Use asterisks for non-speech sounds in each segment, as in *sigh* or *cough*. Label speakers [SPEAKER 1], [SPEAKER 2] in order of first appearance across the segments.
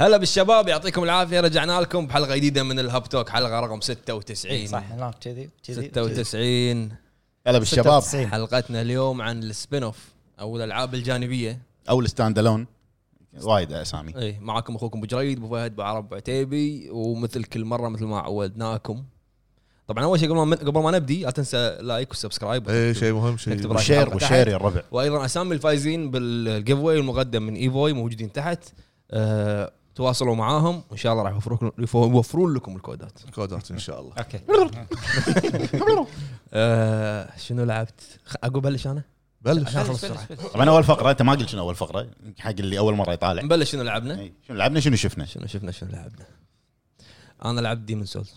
[SPEAKER 1] هلا بالشباب يعطيكم العافيه رجعنا لكم بحلقه جديده من الهاب توك حلقه رقم 96
[SPEAKER 2] إيه، صح هناك كذي كذي
[SPEAKER 1] 96
[SPEAKER 3] هلا بالشباب
[SPEAKER 2] 96.
[SPEAKER 1] حلقتنا اليوم عن السبين اوف او الالعاب الجانبيه
[SPEAKER 3] او الستاند الون وايد اسامي
[SPEAKER 1] اي إيه، معاكم اخوكم ابو جريد ابو فهد ابو عرب ابو عتيبي ومثل كل مره مثل ما عودناكم طبعا اول شيء قبل ما قبل ما نبدي لا تنسى لايك وسبسكرايب
[SPEAKER 4] اي إيه، شيء مهم
[SPEAKER 1] نكتب
[SPEAKER 4] شيء
[SPEAKER 1] رأي.
[SPEAKER 3] وشير وشير يا الربع
[SPEAKER 1] وايضا اسامي الفايزين بالجيف واي المقدم من ايفوي موجودين تحت أه تواصلوا معاهم وان شاء الله راح يوفرون يوفرون لكم الكودات
[SPEAKER 4] كودات ان شاء الله
[SPEAKER 2] اوكي
[SPEAKER 1] أه شنو لعبت؟ خ- اقول بلش انا؟
[SPEAKER 4] بلش
[SPEAKER 1] عشان اخلص بسرعه
[SPEAKER 3] طبعا اول فقره انت ما قلت شنو اول فقره حق اللي اول مره يطالع
[SPEAKER 1] نبلش طيب. شنو لعبنا؟
[SPEAKER 3] إي. شنو لعبنا شنو شفنا
[SPEAKER 1] شنو شفنا شنو لعبنا؟ انا لعبت ديمون سولز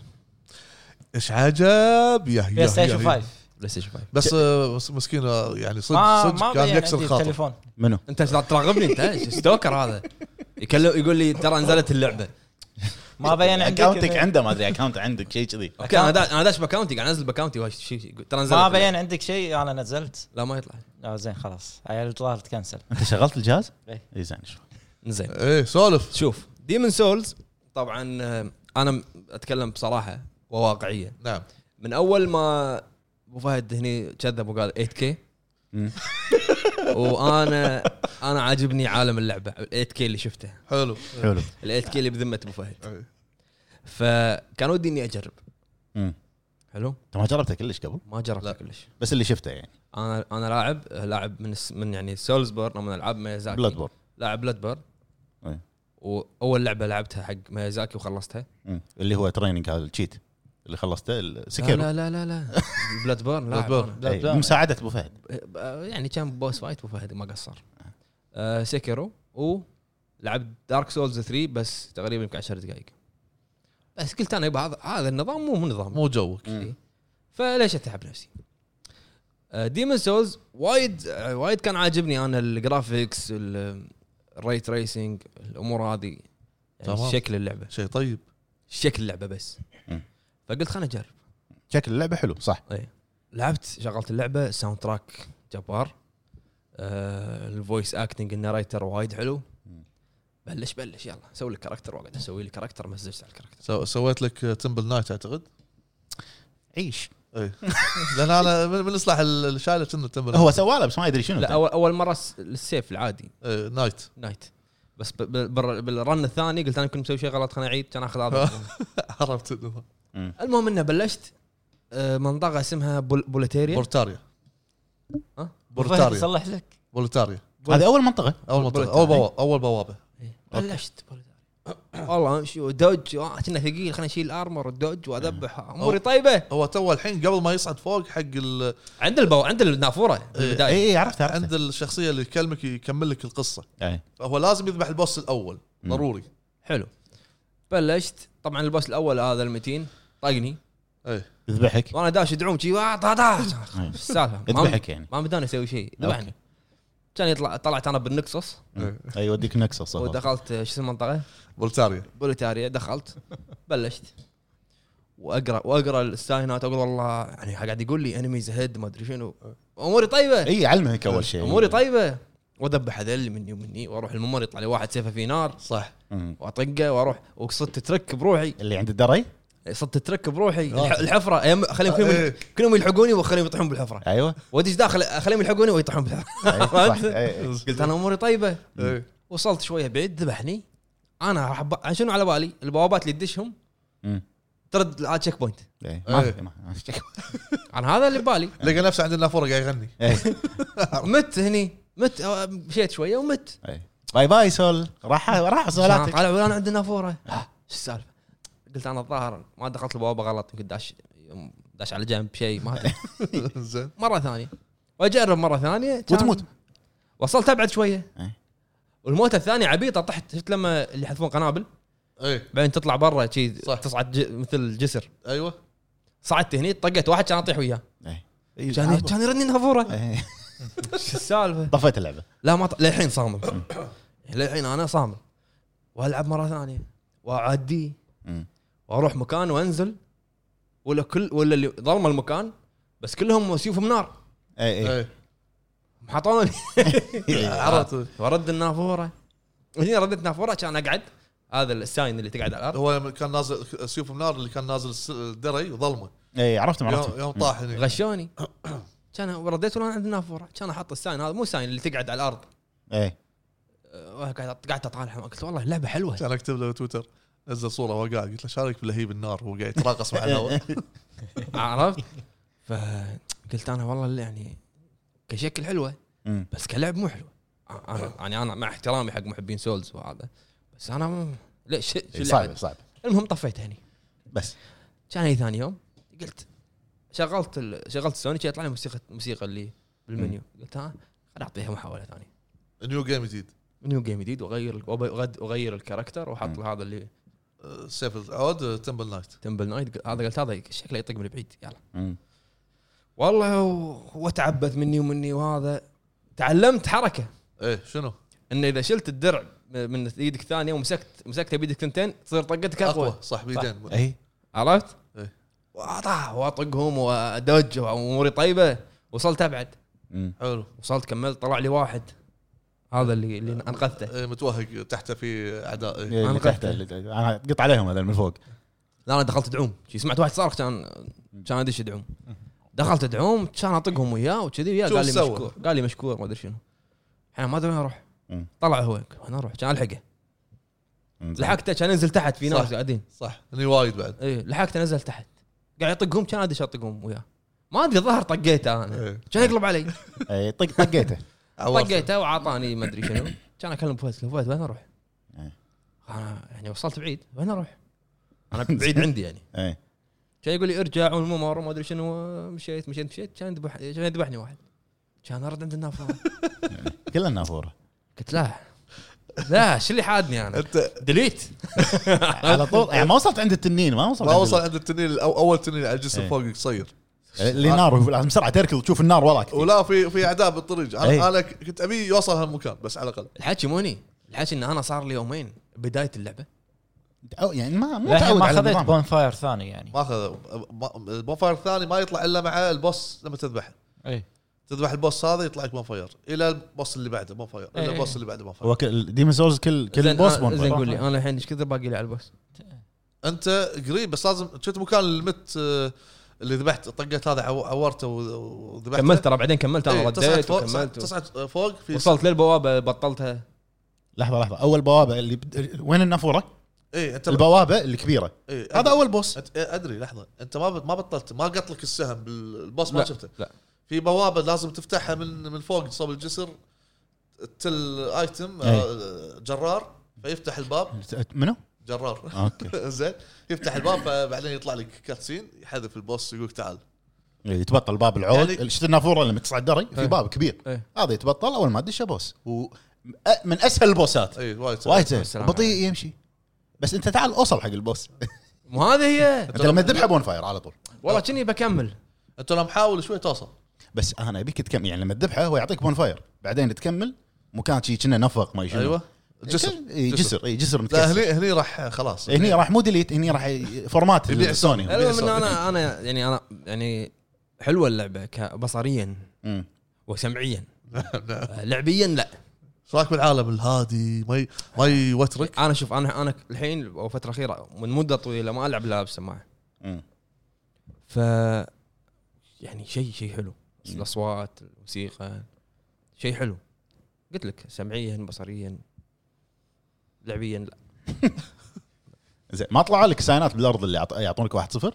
[SPEAKER 4] ايش عجب يا
[SPEAKER 2] بلاي
[SPEAKER 4] يا-
[SPEAKER 2] ستيشن
[SPEAKER 4] يا
[SPEAKER 2] 5
[SPEAKER 1] بلاي ستيشن 5
[SPEAKER 4] بس آه، بس مسكين آه، يعني صدق
[SPEAKER 2] ما
[SPEAKER 4] صدق
[SPEAKER 2] ما
[SPEAKER 4] كان
[SPEAKER 2] بين
[SPEAKER 4] يكسر
[SPEAKER 2] عندي
[SPEAKER 4] خاطر
[SPEAKER 2] التليفون
[SPEAKER 3] منو
[SPEAKER 1] انت ايش قاعد تراقبني انت إيش ستوكر هذا يكلم يقول لي ترى نزلت اللعبه
[SPEAKER 2] ما بين عندك
[SPEAKER 3] اكونتك عنده ما ادري اكونت عندك شيء كذي
[SPEAKER 1] اوكي انا دا- انا داش باكونتي قاعد انزل باكونتي وهاي شي- شي- ترى نزلت
[SPEAKER 2] ما
[SPEAKER 1] اللعبة.
[SPEAKER 2] بين عندك شيء انا نزلت
[SPEAKER 1] لا ما يطلع
[SPEAKER 2] لا زين خلاص هاي الظاهر تكنسل
[SPEAKER 3] انت شغلت الجهاز؟
[SPEAKER 2] إي.
[SPEAKER 3] اي زين شو
[SPEAKER 1] زين
[SPEAKER 4] ايه سولف
[SPEAKER 1] شوف ديمون سولز طبعا آه، انا م- اتكلم بصراحه وواقعيه
[SPEAKER 4] نعم
[SPEAKER 1] من اول ما ابو فهد هني كذب وقال 8K *laughs*
[SPEAKER 3] مم.
[SPEAKER 1] وانا انا عاجبني عالم اللعبه ال 8K اللي شفته
[SPEAKER 4] حلو
[SPEAKER 3] حلو
[SPEAKER 1] ال 8K اللي بذمه ابو فهد
[SPEAKER 4] إيه.
[SPEAKER 1] فكان ودي اني اجرب
[SPEAKER 3] مم.
[SPEAKER 1] حلو
[SPEAKER 3] انت ما جربته كلش قبل
[SPEAKER 1] ما جربت كلش
[SPEAKER 3] بس اللي شفته يعني
[SPEAKER 1] انا انا لاعب لاعب من الس- من يعني سولزبورن من العاب ميازاكي
[SPEAKER 3] بلاد بورن
[SPEAKER 1] لاعب بلاد بورن
[SPEAKER 3] إيه.
[SPEAKER 1] واول لعبه لعبتها حق ميازاكي وخلصتها
[SPEAKER 3] مم. اللي هو تريننج هذا الشيت اللي خلصته السكيرو
[SPEAKER 1] لا لا لا لا بلاد بورن
[SPEAKER 4] بلاد بورن.
[SPEAKER 2] لا، لا.
[SPEAKER 3] مساعدة ابو فهد
[SPEAKER 1] يعني كان بوس فايت وفهد ما قصر آه، سيكيرو ولعبت دارك سولز 3 بس تقريبا يمكن 10 دقائق بس قلت انا يبا هذا هذا النظام مو من نظام
[SPEAKER 4] مو جوك
[SPEAKER 3] مم.
[SPEAKER 1] فليش اتعب نفسي؟ ديمون سولز وايد آه، وايد كان عاجبني انا الجرافيكس الري تريسنج الامور هذه يعني
[SPEAKER 4] تمام.
[SPEAKER 1] شكل اللعبه
[SPEAKER 4] شيء طيب
[SPEAKER 1] شكل اللعبه بس
[SPEAKER 3] مم.
[SPEAKER 1] فقلت خليني اجرب
[SPEAKER 3] شكل اللعبه حلو صح
[SPEAKER 1] إيه. لعبت شغلت اللعبه ساوند تراك جبار آه الفويس اكتنج الناريتر وايد حلو
[SPEAKER 3] مم.
[SPEAKER 1] بلش بلش يلا سوي لك كاركتر واقعد اسوي لي كاركتر مزجت على الكاركتر
[SPEAKER 4] سو- سويت لك تمبل نايت اعتقد
[SPEAKER 3] عيش
[SPEAKER 4] ايه *laughs* لان انا من من اصلاح ال- الشايله كنا تمبل
[SPEAKER 3] هو سواله بس ما يدري شنو
[SPEAKER 1] لا اول اول مره س- السيف العادي
[SPEAKER 4] إيه، نايت
[SPEAKER 1] نايت بس ب- ب- بال- بالرن الثاني قلت انا كنت مسوي شيء غلط خليني اعيد كان اخذ *laughs* هذا
[SPEAKER 4] *laughs* عرفت النظام.
[SPEAKER 1] المهم انه بلشت آه، منطقه اسمها بول بوليتيريا
[SPEAKER 4] بورتاريا
[SPEAKER 1] ها؟
[SPEAKER 2] فهد
[SPEAKER 4] بورتاريا
[SPEAKER 2] يصلح لك
[SPEAKER 4] بورتاريا
[SPEAKER 3] هذه اول منطقه
[SPEAKER 4] اول منطقه
[SPEAKER 1] بورتاريا.
[SPEAKER 4] اول بوابه اول بوابه
[SPEAKER 1] إيه. بلشت بوليتيريا. والله امشي ودوج آه، كنا ثقيل خليني اشيل الارمر الدوج واذبح آه، اموري طيبه
[SPEAKER 4] هو تو الحين قبل ما يصعد فوق حق ال-
[SPEAKER 1] عند البو عند النافوره
[SPEAKER 3] اي
[SPEAKER 1] بالبدايه
[SPEAKER 3] اي عرفت
[SPEAKER 4] عند الشخصيه اللي يكلمك يكمل لك القصه
[SPEAKER 3] اي
[SPEAKER 4] فهو لازم يذبح البوس الاول
[SPEAKER 3] مم.
[SPEAKER 4] ضروري
[SPEAKER 1] حلو بلشت طبعا البوس الاول هذا المتين طقني
[SPEAKER 4] ايه
[SPEAKER 3] يذبحك
[SPEAKER 1] وانا داش ادعوم شي "آه، واط- *laughs*
[SPEAKER 3] *laughs*
[SPEAKER 1] طاطا.
[SPEAKER 3] إيه.
[SPEAKER 1] السالفه ما-
[SPEAKER 3] يذبحك يعني
[SPEAKER 1] ما بداني اسوي شيء ذبحني
[SPEAKER 3] أوكي.
[SPEAKER 1] كان يطلع طلعت انا بالنكسس
[SPEAKER 3] مم. اي يوديك نكسس هذا.
[SPEAKER 1] ودخلت آه، شو اسم المنطقه؟
[SPEAKER 4] بولتاريا
[SPEAKER 1] بوليتاريا دخلت بلشت واقرا واقرا الساينات اقول والله يعني قاعد يقول لي انميز هيد ما ادري شنو اموري طيبه
[SPEAKER 3] اي علمك اول شيء
[SPEAKER 1] اموري طيبه واذبح هذل مني ومني واروح الممر يطلع لي واحد سيفه في نار
[SPEAKER 4] صح
[SPEAKER 3] مم.
[SPEAKER 1] واطقه واروح وصدت ترك بروحي
[SPEAKER 3] اللي عند الدري
[SPEAKER 1] صدت ترك بروحي
[SPEAKER 4] آه.
[SPEAKER 1] الح- الحفره أيام- خليهم كلهم
[SPEAKER 4] إيه.
[SPEAKER 1] كلهم يلحقوني واخليهم يطيحون بالحفره
[SPEAKER 3] ايوه
[SPEAKER 1] وادش داخل اخليهم يلحقوني ويطيحون
[SPEAKER 4] *laughs*
[SPEAKER 1] بالحفره
[SPEAKER 3] أيوة، صح.
[SPEAKER 1] فهمت؟
[SPEAKER 3] أي- أي.
[SPEAKER 1] قلت انا اموري طيبه
[SPEAKER 4] ايه
[SPEAKER 1] وصلت شويه بعيد ذبحني انا راح أب- شنو على بالي البوابات اللي تدشهم
[SPEAKER 3] مم.
[SPEAKER 1] ترد على تشيك بوينت
[SPEAKER 3] أي. ما في-
[SPEAKER 4] أي.
[SPEAKER 3] ما- ما في-
[SPEAKER 1] انا هذا اللي
[SPEAKER 4] *laughs*
[SPEAKER 1] ببالي
[SPEAKER 4] لقى نفسه عند النافوره قاعد يغني *laughs*
[SPEAKER 3] أي.
[SPEAKER 1] مت هني مت أه، مشيت شويه ومت
[SPEAKER 3] أي. باي باي سول راح راح
[SPEAKER 1] طلع
[SPEAKER 3] سولاتك
[SPEAKER 1] طالع انا عندي نافوره آه، شو السالفه قلت انا الظاهر ما دخلت البوابه غلط يمكن داش داش على جنب شيء ما أدري.
[SPEAKER 4] زين
[SPEAKER 1] مره ثانيه واجرب مره ثانيه كان-
[SPEAKER 3] وتموت
[SPEAKER 1] وصلت ابعد شويه
[SPEAKER 3] إيه.
[SPEAKER 1] والموتة الثانية عبيطة طحت شفت لما اللي يحذفون قنابل
[SPEAKER 4] ايه
[SPEAKER 1] بعدين تطلع برا شي
[SPEAKER 4] صح.
[SPEAKER 1] تصعد ج... مثل جسر
[SPEAKER 4] ايوه
[SPEAKER 1] صعدت هني طقت واحد كان اطيح وياه
[SPEAKER 3] إيه.
[SPEAKER 1] كان كان يردني نافوره
[SPEAKER 3] أي.
[SPEAKER 1] شو السالفه؟
[SPEAKER 3] طفيت اللعبه
[SPEAKER 1] لا ما ط... للحين
[SPEAKER 3] *coughs*
[SPEAKER 1] صامل للحين انا صامل والعب مره ثانيه واعديه
[SPEAKER 3] مم.
[SPEAKER 1] واروح مكان وانزل ولا كل ولا اللي ظلمه المكان بس كلهم سيوفهم نار
[SPEAKER 3] اي اي
[SPEAKER 4] ايه
[SPEAKER 1] حطوني
[SPEAKER 3] أي.
[SPEAKER 4] عرفت إيه.
[SPEAKER 1] ورد النافوره هنا ردت نافوره كان اقعد هذا الساين اللي تقعد على الارض
[SPEAKER 4] هو لما كان نازل سيوف النار اللي كان نازل الس- الدري وظلمه
[SPEAKER 3] اي عرفتهم
[SPEAKER 4] يوم,
[SPEAKER 3] عرفتهم
[SPEAKER 4] يوم طاح هنا
[SPEAKER 1] غشوني كان رديت ولا عند النافوره كان احط الساين هذا مو ساين اللي تقعد على الارض
[SPEAKER 3] اي
[SPEAKER 1] أه، قاعد قعدت اطالع قلت والله اللعبه حلوه
[SPEAKER 4] *laughs* كان اكتب له تويتر نزل صوره وهو قاعد قلت له شارك بلهيب النار وهو قاعد يتراقص مع *laughs* الهواء
[SPEAKER 1] عرفت؟ فقلت انا والله اللي يعني كشكل حلوه
[SPEAKER 3] أمم.
[SPEAKER 1] بس كلعب مو حلو انا يعني انا مع احترامي حق محبين سولز وهذا بس انا م... ليش شو
[SPEAKER 3] إي،
[SPEAKER 1] اللعبة
[SPEAKER 3] صعب
[SPEAKER 1] دي؟
[SPEAKER 3] صعب
[SPEAKER 1] المهم طفيت هني
[SPEAKER 3] بس
[SPEAKER 1] كان اي ثاني يوم قلت شغلت ال... شغلت سوني يطلع لي موسيقى موسيقى اللي بالمنيو قلت ها خل اعطيها محاوله ثانيه
[SPEAKER 4] نيو جيم جديد
[SPEAKER 1] منيو جيم جديد واغير وأب- وغد- اغير الكاركتر واحط
[SPEAKER 3] مم.
[SPEAKER 1] له هذا اللي
[SPEAKER 4] أه، سيف العود تمبل نايت
[SPEAKER 1] تمبل نايت هذا قلت هذا شكله يطق من بعيد يلا
[SPEAKER 3] أمم.
[SPEAKER 1] والله و- وتعبت مني ومني وهذا تعلمت حركه
[SPEAKER 4] ايه شنو؟
[SPEAKER 1] انه اذا شلت الدرع من ايدك الثانيه ومسكت مسكته بايدك ثنتين تصير طقتك اقوى,
[SPEAKER 4] اقوى صح إيه. بيدين
[SPEAKER 2] اي
[SPEAKER 1] عرفت؟
[SPEAKER 4] إيه.
[SPEAKER 1] واطاح واطقهم وادوج واموري طيبه وصلت ابعد
[SPEAKER 3] أمم.
[SPEAKER 4] حلو
[SPEAKER 1] وصلت كملت طلع لي واحد هذا اللي اللي انقذته
[SPEAKER 4] إيه، متوهق تحته في اعداء إيه.
[SPEAKER 3] اللي
[SPEAKER 1] أنقذته.
[SPEAKER 3] تحته اللي- انا قط عليهم هذول من فوق
[SPEAKER 1] لا انا دخلت ادعوم شي سمعت واحد صارخ كان كان ادش ادعوم دخلت ادعوم كان اطقهم وياه وكذي وياه
[SPEAKER 4] شو
[SPEAKER 1] قال لي
[SPEAKER 4] سوى؟
[SPEAKER 1] مشكور قال لي مشكور ما ادري شنو الحين ما ادري وين اروح
[SPEAKER 3] مم.
[SPEAKER 1] طلع هو وين اروح كان الحقه
[SPEAKER 3] أمم.
[SPEAKER 1] لحقته كان انزل تحت في ناس
[SPEAKER 4] صح.
[SPEAKER 1] قاعدين
[SPEAKER 4] صح اني وايد بعد
[SPEAKER 1] ايه لحقت نزل تحت قاعد يطقهم كان ادش اطقهم وياه ما ادري ظهر طقيته انا
[SPEAKER 4] إيه.
[SPEAKER 1] كان يقلب علي
[SPEAKER 3] اي طق طقيته
[SPEAKER 4] عوافل.
[SPEAKER 1] طقيته وعطاني ما ادري شنو *coughs* كان اكلم فوز قلت فوز وين اروح؟
[SPEAKER 3] إيه.
[SPEAKER 1] انا يعني وصلت بعيد وين اروح؟
[SPEAKER 4] *laughs*
[SPEAKER 1] انا بعيد عندي يعني
[SPEAKER 3] اي
[SPEAKER 1] كان يقول لي ارجع والممر وما ادري شنو مشيت مشيت مشيت كان يذبح كان يذبحني واحد كان ارد عند
[SPEAKER 4] *laughs*
[SPEAKER 1] النافوره
[SPEAKER 3] كلها نافوره
[SPEAKER 1] قلت لا لا شو اللي حادني
[SPEAKER 4] *laughs*
[SPEAKER 1] انا؟
[SPEAKER 4] انت
[SPEAKER 1] ديليت
[SPEAKER 3] على طول يعني ما وصلت عند التنين ما وصلت
[SPEAKER 4] ما
[SPEAKER 3] عند
[SPEAKER 4] وصل عند التنين الأو- اول تنين على الجسم
[SPEAKER 3] إيه.
[SPEAKER 4] فوقك قصير
[SPEAKER 3] يعني اللي نار لازم بسرعه تركض تشوف النار وراك
[SPEAKER 4] ولا في في اعداء بالطريق
[SPEAKER 3] إيه.
[SPEAKER 4] انا انا كنت ابي يوصل هالمكان بس على الاقل
[SPEAKER 1] الحكي موني الحكي ان انا صار لي يومين بدايه اللعبه
[SPEAKER 3] أو يعني ما مو
[SPEAKER 2] للحين
[SPEAKER 3] تعود
[SPEAKER 2] ما
[SPEAKER 3] على
[SPEAKER 2] خذيت
[SPEAKER 3] النظام
[SPEAKER 2] بون فاير ثاني يعني
[SPEAKER 4] ما اخذ البونفاير الثاني ما يطلع الا مع البوس لما تذبحه
[SPEAKER 2] اي
[SPEAKER 4] تذبح البوس هذا يطلع لك بونفاير الى البوس اللي بعده بونفاير
[SPEAKER 2] إيه.
[SPEAKER 4] الى البوس اللي بعده بونفاير
[SPEAKER 3] هو كل ديمون سولز كل كل
[SPEAKER 1] زين،
[SPEAKER 3] بوس
[SPEAKER 1] آه،
[SPEAKER 3] بون
[SPEAKER 1] زين
[SPEAKER 3] فاير.
[SPEAKER 1] قول لي انا الحين ايش كثر باقي لي على البوس؟
[SPEAKER 4] انت قريب بس لازم كنت مكان اللي مت آه، اللي ذبحت طقت هذا عو- عورته و- وذبحته
[SPEAKER 1] كملت ترى بعدين كملت انا
[SPEAKER 4] إيه، تسعة
[SPEAKER 1] رديت
[SPEAKER 4] فوق
[SPEAKER 1] وكملت و-
[SPEAKER 4] تسعة فوق في
[SPEAKER 1] وصلت للبوابه بطلتها
[SPEAKER 3] لحظه لحظه اول بوابه اللي بد... وين النافوره؟
[SPEAKER 4] اي انت
[SPEAKER 3] البوابه الكبيره
[SPEAKER 4] إيه،
[SPEAKER 3] هذا اول بوس
[SPEAKER 4] أت- ادري لحظه انت ما ما بطلت ما قط لك السهم بال- البوس ما
[SPEAKER 1] لا،
[SPEAKER 4] شفته
[SPEAKER 1] لا.
[SPEAKER 4] في بوابه لازم تفتحها من من فوق صوب الجسر تل ايتم
[SPEAKER 3] أي.
[SPEAKER 4] آه، جرار فيفتح الباب
[SPEAKER 3] منو؟
[SPEAKER 4] جرار
[SPEAKER 3] اوكي
[SPEAKER 1] *laughs*
[SPEAKER 4] *laughs* زين يفتح الباب فبعدين يطلع لك كاتسين يحذف البوس يقولك تعال
[SPEAKER 3] إيه، يتبطل باب العود
[SPEAKER 4] يعني-
[SPEAKER 3] شفت النافوره لما تصعد دري
[SPEAKER 1] إيه.
[SPEAKER 3] في باب كبير
[SPEAKER 1] إيه.
[SPEAKER 3] هذا يتبطل اول ما تدشه بوس و... أ- من اسهل البوسات
[SPEAKER 4] اي وايد سهل.
[SPEAKER 3] وايد سهل
[SPEAKER 1] إيه. السلام
[SPEAKER 3] بطيء
[SPEAKER 1] عليكم.
[SPEAKER 3] يمشي بس انت تعال اوصل حق
[SPEAKER 1] *laughs*
[SPEAKER 3] البوس
[SPEAKER 1] مو هذه هي
[SPEAKER 3] انت لما تذبحه بون فاير على طول
[SPEAKER 1] والله كني بكمل
[SPEAKER 4] انت لو محاول شوي توصل
[SPEAKER 3] بس انا ابيك تكمل يعني لما تذبحه هو يعطيك بون فاير بعدين تكمل مكان شي كنا نفق ما شنو
[SPEAKER 4] ايوه
[SPEAKER 3] جسر
[SPEAKER 4] جسر
[SPEAKER 3] إيه، جسر اي جسر
[SPEAKER 4] لا
[SPEAKER 3] متكسر
[SPEAKER 4] هني هني راح خلاص
[SPEAKER 3] إيه، هني راح مو ديليت هني راح فورمات
[SPEAKER 4] يبيع
[SPEAKER 3] سوني
[SPEAKER 4] سوني.
[SPEAKER 1] المهم ان انا انا يعني انا يعني حلوه اللعبه ك- بصريا
[SPEAKER 3] مم.
[SPEAKER 1] وسمعيا
[SPEAKER 4] *laughs* نعم.
[SPEAKER 1] آه، لعبيا لا
[SPEAKER 4] ايش رايك بالعالم الهادي ما ي- ما يوترك
[SPEAKER 1] انا شوف انا انا الحين او فتره اخيره من مده طويله ما العب الا بسماعه
[SPEAKER 3] مم.
[SPEAKER 1] ف يعني شيء شيء حلو الاصوات الموسيقى شيء حلو قلت لك سمعيا بصريا لعبيا لا
[SPEAKER 3] زين ما طلع لك ساينات بالارض اللي يعط- يعطونك واحد صفر؟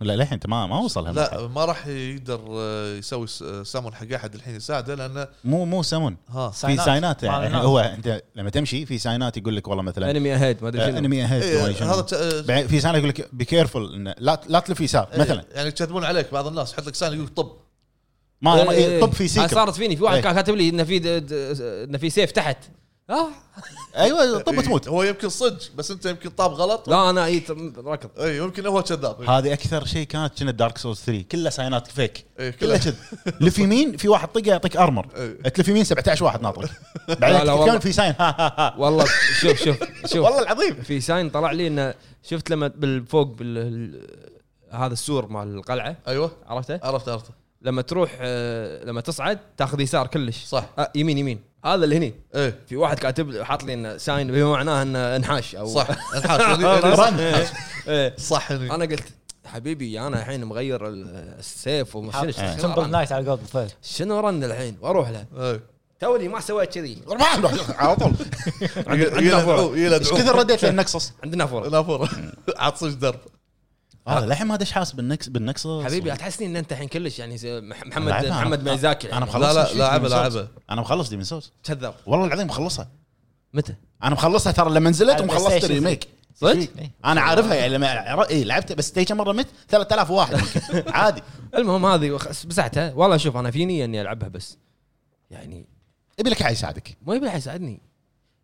[SPEAKER 3] لا للحين انت ما ما وصل هالمرحلة.
[SPEAKER 4] لا ما راح يقدر آه، يسوي س- آه، سمون حق احد الحين يساعده لانه
[SPEAKER 3] مو مو سمون
[SPEAKER 4] ها
[SPEAKER 3] في ساينات
[SPEAKER 2] مال
[SPEAKER 3] يعني
[SPEAKER 2] النار.
[SPEAKER 3] هو انت لما تمشي في ساينات يقول لك والله مثلا
[SPEAKER 1] انمي اهيد ما ادري
[SPEAKER 3] آه،
[SPEAKER 1] شنو
[SPEAKER 3] انمي
[SPEAKER 4] إيه،
[SPEAKER 3] اهيد
[SPEAKER 4] هذا ت- آه،
[SPEAKER 3] بعدين في ساينات يقول لك بي كيرفول لا لا تلف يسار
[SPEAKER 4] إيه،
[SPEAKER 3] مثلا
[SPEAKER 4] يعني يكذبون عليك بعض الناس يحط لك ساين يقول طب
[SPEAKER 3] ما ما-
[SPEAKER 1] إيه،
[SPEAKER 3] طب في
[SPEAKER 1] أنا
[SPEAKER 3] سيكر
[SPEAKER 1] صارت فيني في واحد
[SPEAKER 3] إيه.
[SPEAKER 1] كان كاتب لي انه في د- د- انه في سيف تحت اه
[SPEAKER 3] ايوه طب تموت
[SPEAKER 4] إيه، هو يمكن صدق بس انت يمكن طاب غلط
[SPEAKER 1] لا إيه، انا ايت ركض
[SPEAKER 4] اي يمكن هو
[SPEAKER 1] طيب.
[SPEAKER 4] كذاب
[SPEAKER 3] هذه اكثر شيء كانت كنا دارك سولز 3 كلها ساينات فيك
[SPEAKER 1] *laughs*
[SPEAKER 4] إيه،
[SPEAKER 3] كلها
[SPEAKER 4] كلها.
[SPEAKER 3] كذب لف يمين في واحد طقه يعطيك ارمر
[SPEAKER 4] إيه.
[SPEAKER 3] تلف يمين 17 واحد ناطرك
[SPEAKER 1] *laughs* لا، لا،
[SPEAKER 3] بعدين
[SPEAKER 1] والله.
[SPEAKER 3] كان في ساين
[SPEAKER 1] *laughs*
[SPEAKER 3] ها ها ها
[SPEAKER 1] والله شوف
[SPEAKER 4] *laughs*
[SPEAKER 1] شوف شوف
[SPEAKER 3] والله العظيم
[SPEAKER 1] في ساين طلع لي انه شفت لما بالفوق بال ال- هذا السور مال القلعه
[SPEAKER 4] ايوه
[SPEAKER 1] عرفته
[SPEAKER 4] عرفت عرفت
[SPEAKER 1] لما تروح آه، لما تصعد تاخذ يسار كلش
[SPEAKER 4] صح
[SPEAKER 1] آه، يمين يمين هذا اللي هني
[SPEAKER 4] ايه
[SPEAKER 1] في واحد كاتب لي- حاط لي انه ساين بما معناه انه انحاش او
[SPEAKER 4] صح
[SPEAKER 3] *laughs*
[SPEAKER 4] الحاج
[SPEAKER 1] *laughs* إيه.
[SPEAKER 4] صح يعني. هني.
[SPEAKER 1] انا قلت حبيبي انا الحين مغير ال- السيف وما شنو
[SPEAKER 3] إيه.
[SPEAKER 1] شنو
[SPEAKER 2] سمبل
[SPEAKER 1] رن-
[SPEAKER 2] نايت على قولد فهد
[SPEAKER 1] شنو رن الحين واروح له
[SPEAKER 4] إيه.
[SPEAKER 1] توني ما سويت
[SPEAKER 4] *laughs*
[SPEAKER 1] كذي *laughs*
[SPEAKER 3] على طول
[SPEAKER 4] يلدعوه
[SPEAKER 3] ايش
[SPEAKER 4] يلدعوه
[SPEAKER 3] كثر رديت للنكسس
[SPEAKER 1] عندنا فرق
[SPEAKER 3] *laughs*
[SPEAKER 4] نافوره عاد صج درب
[SPEAKER 3] هذا للحين ما ادش حاسب بالنكس بالنكسس
[SPEAKER 1] حبيبي تحسسني ان انت الحين كلش يعني زي مح- محمد
[SPEAKER 3] لعبها.
[SPEAKER 1] محمد ميزاكي
[SPEAKER 3] انا
[SPEAKER 1] يعني
[SPEAKER 3] مخلص
[SPEAKER 4] لا، لا،
[SPEAKER 3] شيء
[SPEAKER 4] لاعبة،
[SPEAKER 3] ديمون
[SPEAKER 4] لاعبة.
[SPEAKER 3] سولز. انا مخلص ديمن سولز
[SPEAKER 1] كذاب
[SPEAKER 3] والله العظيم مخلصها
[SPEAKER 1] متى؟
[SPEAKER 3] انا مخلصها ترى لما نزلت
[SPEAKER 2] على
[SPEAKER 3] ومخلصت
[SPEAKER 2] PlayStation
[SPEAKER 3] الريميك
[SPEAKER 1] صدق؟
[SPEAKER 2] إيه.
[SPEAKER 3] انا عارفها يعني لما عر- إيه لعبت بس تي كم مره مت 3000 واحد يمكن.
[SPEAKER 1] *laughs*
[SPEAKER 3] عادي
[SPEAKER 1] المهم هذه وخ- مسحتها والله شوف انا فيني اني العبها بس يعني
[SPEAKER 3] يبي لك احد يساعدك
[SPEAKER 1] ما يبي لها يساعدني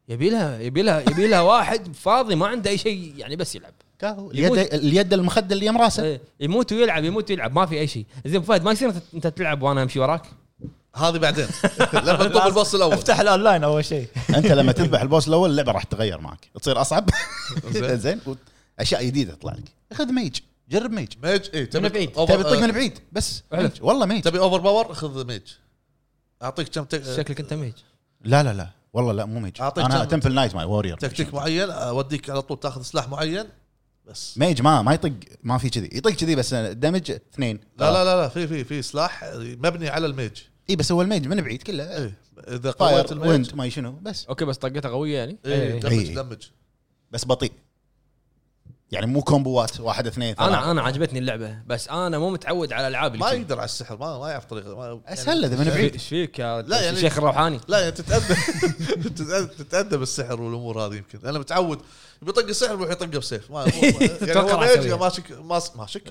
[SPEAKER 1] يبي لها يبي لها يبي لها واحد فاضي ما عنده اي شيء يعني بس يلعب
[SPEAKER 3] كاهو
[SPEAKER 1] يموت.
[SPEAKER 3] اليد اليد المخده اللي يم راسه
[SPEAKER 1] إيه، يموت ويلعب يموت ويلعب ما في اي شيء زين فهد ما يصير أنت- انت تلعب وانا امشي وراك
[SPEAKER 4] هذه بعدين *laughs* لما
[SPEAKER 3] *laughs*
[SPEAKER 4] نقوم البوس الاول
[SPEAKER 2] افتح الاونلاين اول شيء
[SPEAKER 3] انت لما تذبح البوس الاول اللعبه راح تتغير معك تصير اصعب
[SPEAKER 4] زين.
[SPEAKER 3] *laughs* زين و- اشياء جديده تطلع لك خذ ميج جرب ميج
[SPEAKER 4] ميج إيه، اي
[SPEAKER 1] من بعيد.
[SPEAKER 3] تبي تطق
[SPEAKER 4] آه.
[SPEAKER 3] من بعيد بس
[SPEAKER 1] احلف.
[SPEAKER 3] ميج. والله ميج
[SPEAKER 4] تبي اوفر باور خذ ميج اعطيك كم تك...
[SPEAKER 1] شكلك انت ميج
[SPEAKER 3] لا لا لا والله لا مو ميج
[SPEAKER 4] أعطيك
[SPEAKER 3] انا
[SPEAKER 4] جنب.
[SPEAKER 3] تمبل نايت ماي وورير
[SPEAKER 4] تكتيك معين اوديك على طول تاخذ سلاح معين بس
[SPEAKER 3] ميج ما ما يطق ما في كذي يطق كذي بس دمج اثنين
[SPEAKER 4] لا لا لا لا في في في سلاح مبني على الميج
[SPEAKER 3] اي بس هو الميج من بعيد كله
[SPEAKER 4] ايه اذا قويت
[SPEAKER 3] فاير
[SPEAKER 4] الميج
[SPEAKER 3] ويند ما شنو بس
[SPEAKER 1] اوكي بس طقتها قويه يعني
[SPEAKER 4] ايه
[SPEAKER 2] إيه.
[SPEAKER 4] دمج
[SPEAKER 3] إيه.
[SPEAKER 4] دمج
[SPEAKER 3] بس بطيء يعني مو كومبوات واحد اثنين
[SPEAKER 1] انا انا عجبتني اللعبه بس انا مو متعود على العاب اللي
[SPEAKER 4] ما
[SPEAKER 1] كذي.
[SPEAKER 4] يقدر على السحر ما ما يعرف طريقه ما
[SPEAKER 3] اسهل اذا من
[SPEAKER 1] في-
[SPEAKER 3] بعيد
[SPEAKER 1] ايش فيك يا
[SPEAKER 4] لا، يعني-
[SPEAKER 1] الشيخ الروحاني
[SPEAKER 4] لا يعني تتاذى تتأذى- تتاذى بالسحر والامور هذه يمكن انا متعود بيطق السحر بيروح يطقه بسيف ما يعني
[SPEAKER 1] تتوقع
[SPEAKER 4] هو ميج
[SPEAKER 1] أسويها.
[SPEAKER 4] ماسك ماس- ماسك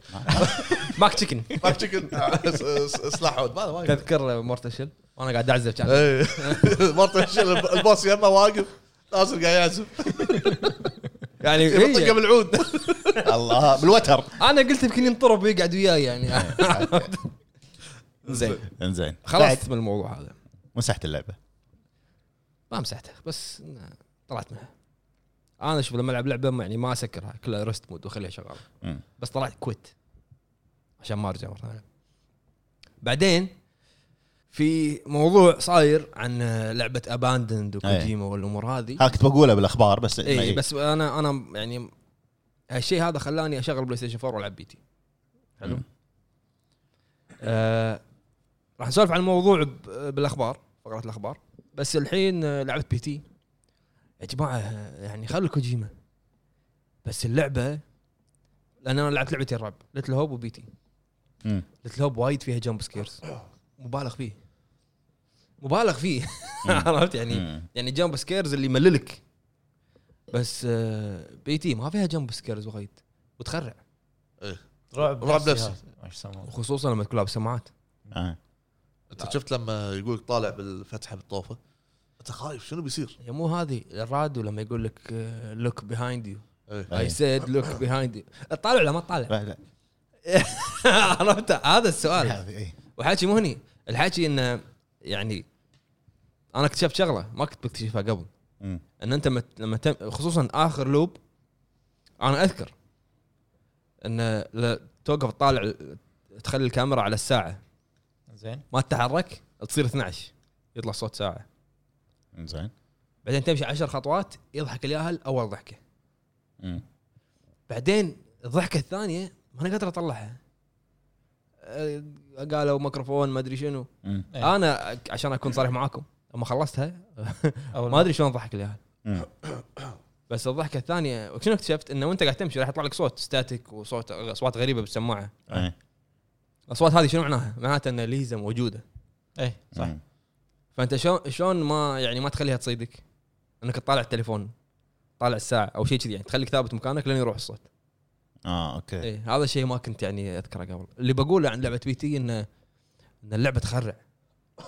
[SPEAKER 1] ماك تشيكن
[SPEAKER 4] ماسك س- س- سلاح عود ما ما يقدر.
[SPEAKER 1] تذكر مورتشل وانا قاعد اعزف كان
[SPEAKER 4] *laughs* ايه مرت الشيل البوس يمه واقف ناصر قاعد يعزف
[SPEAKER 1] يعني
[SPEAKER 4] يطقه
[SPEAKER 1] إيه. *laughs*
[SPEAKER 4] بالعود
[SPEAKER 3] الله بالوتر
[SPEAKER 4] *laughs*
[SPEAKER 3] *laughs*
[SPEAKER 1] انا قلت يمكن ينطرب ويقعد وياي يعني
[SPEAKER 3] زين انزين
[SPEAKER 1] خلصت من الموضوع هذا
[SPEAKER 3] مسحت اللعبه
[SPEAKER 1] ما مسحته بس إنه طلعت منها انا شوف لما العب لعبه ما- يعني ما اسكرها كلها ريست مود واخليها شغاله
[SPEAKER 3] مم.
[SPEAKER 1] بس طلعت كويت عشان ما ارجع مره ثانيه بعدين في موضوع صاير عن آه، لعبه اباندند وكوجيما والامور هذه
[SPEAKER 3] ها كنت بقولها بالاخبار بس
[SPEAKER 1] اي
[SPEAKER 3] إيه.
[SPEAKER 1] بس انا انا يعني هالشيء هذا خلاني اشغل بلاي ستيشن 4 والعب بيتي حلو
[SPEAKER 3] مم.
[SPEAKER 1] آه راح نسولف عن الموضوع ب- بالاخبار فقره الاخبار بس الحين آه، لعبت بي تي يا جماعه آه، يعني خلوا كوجيما بس اللعبه لان انا لعبت لعبتين رعب ليتل هوب وبي تي
[SPEAKER 3] مم.
[SPEAKER 1] ليتل هوب وايد فيها جمب سكيرز مبالغ فيه مبالغ فيه *laughs* عرفت يعني
[SPEAKER 3] مم.
[SPEAKER 1] يعني جامب سكيرز اللي يمللك بس آه، بي تي ما فيها جامب سكيرز وايد وتخرع
[SPEAKER 2] رعب
[SPEAKER 4] رعب
[SPEAKER 2] نفسي
[SPEAKER 4] نفسي.
[SPEAKER 2] هذا. ما يسمونه
[SPEAKER 1] وخصوصا لما تكون لابس سماعات
[SPEAKER 3] آه.
[SPEAKER 4] انت شفت لما يقول طالع بالفتحه بالطوفه انت خايف شنو بيصير؟
[SPEAKER 1] هي مو هذه الرادو لما يقول لك آه، لوك بيهايند يو
[SPEAKER 4] ايه.
[SPEAKER 1] اي
[SPEAKER 3] أي.
[SPEAKER 1] سيد لوك بيهايند يو طالع ولا ما طالع
[SPEAKER 3] لا لا
[SPEAKER 1] *laughs* عرفت هذا السؤال
[SPEAKER 3] هذه إيه.
[SPEAKER 1] وحكي مو هني الحكي انه يعني انا اكتشفت شغله ما كنت بكتشفها قبل
[SPEAKER 3] مم.
[SPEAKER 1] ان انت مت... لما تم... خصوصا اخر لوب انا اذكر ان ل... توقف تطالع تخلي الكاميرا على الساعه
[SPEAKER 2] زين
[SPEAKER 1] ما تتحرك تصير 12 يطلع صوت ساعه
[SPEAKER 3] انزين
[SPEAKER 1] بعدين تمشي 10 خطوات يضحك الياهل اول ضحكه
[SPEAKER 3] مم.
[SPEAKER 1] بعدين الضحكه الثانيه ما انا قادر اطلعها أه، قالوا ميكروفون ما ادري شنو
[SPEAKER 3] مم.
[SPEAKER 2] إيه.
[SPEAKER 1] انا عشان اكون صريح معاكم لما خلصتها
[SPEAKER 2] أول
[SPEAKER 1] ما ادري شلون ضحك الياهل
[SPEAKER 3] مم.
[SPEAKER 1] بس الضحكه الثانيه شنو اكتشفت انه وانت قاعد تمشي راح يطلع لك صوت ستاتيك وصوت اصوات غريبه بالسماعه
[SPEAKER 3] إيه.
[SPEAKER 1] الاصوات هذه شنو معناها؟ معناتها ان ليزا موجوده
[SPEAKER 2] ايه صح
[SPEAKER 3] مم.
[SPEAKER 1] فانت شلون شلون ما يعني ما تخليها تصيدك انك تطالع التليفون طالع الساعه او شيء كذي يعني تخليك ثابت مكانك لين يروح الصوت
[SPEAKER 3] اه اوكي
[SPEAKER 1] اي إيه، هذا الشيء ما كنت يعني اذكره قبل اللي بقوله عن لعبه بي تي انه ان اللعبه تخرع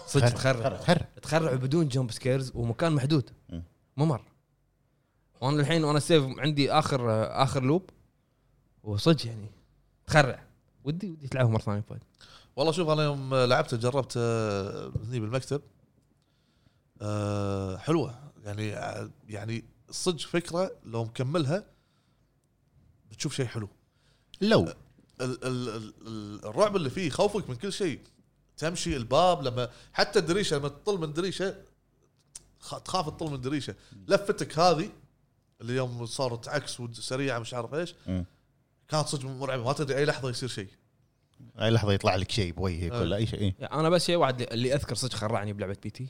[SPEAKER 1] صدق تخرع
[SPEAKER 3] خر
[SPEAKER 1] تخرع بدون جمب سكيرز ومكان محدود
[SPEAKER 3] مم.
[SPEAKER 1] ممر وانا الحين وانا سيف عندي اخر اخر لوب وصدق يعني تخرع ودي ودي تلعبها مره ثانيه فهد.
[SPEAKER 4] والله شوف انا يوم لعبته جربته هني بالمكتب أه حلوه يعني يعني صدق فكره لو مكملها بتشوف شيء حلو آه،
[SPEAKER 3] لو
[SPEAKER 4] ال- ال- ال- ال- الرعب اللي فيه يخوفك من كل شيء تمشي الباب لما حتى الدريشه لما تطل من الدريشه خ- تخاف تطل من الدريشه لفتك هذه اللي يوم صارت عكس وسريعه مش عارف ايش
[SPEAKER 3] مم.
[SPEAKER 4] كانت صدق مرعبه ما تدري اي لحظه يصير شيء
[SPEAKER 3] اي لحظه يطلع لك شيء بوجهك
[SPEAKER 4] آه.
[SPEAKER 3] ولا اي شيء إيه.
[SPEAKER 1] انا يعني بس شيء واحد اللي اذكر صدق خرعني بلعبه بي تي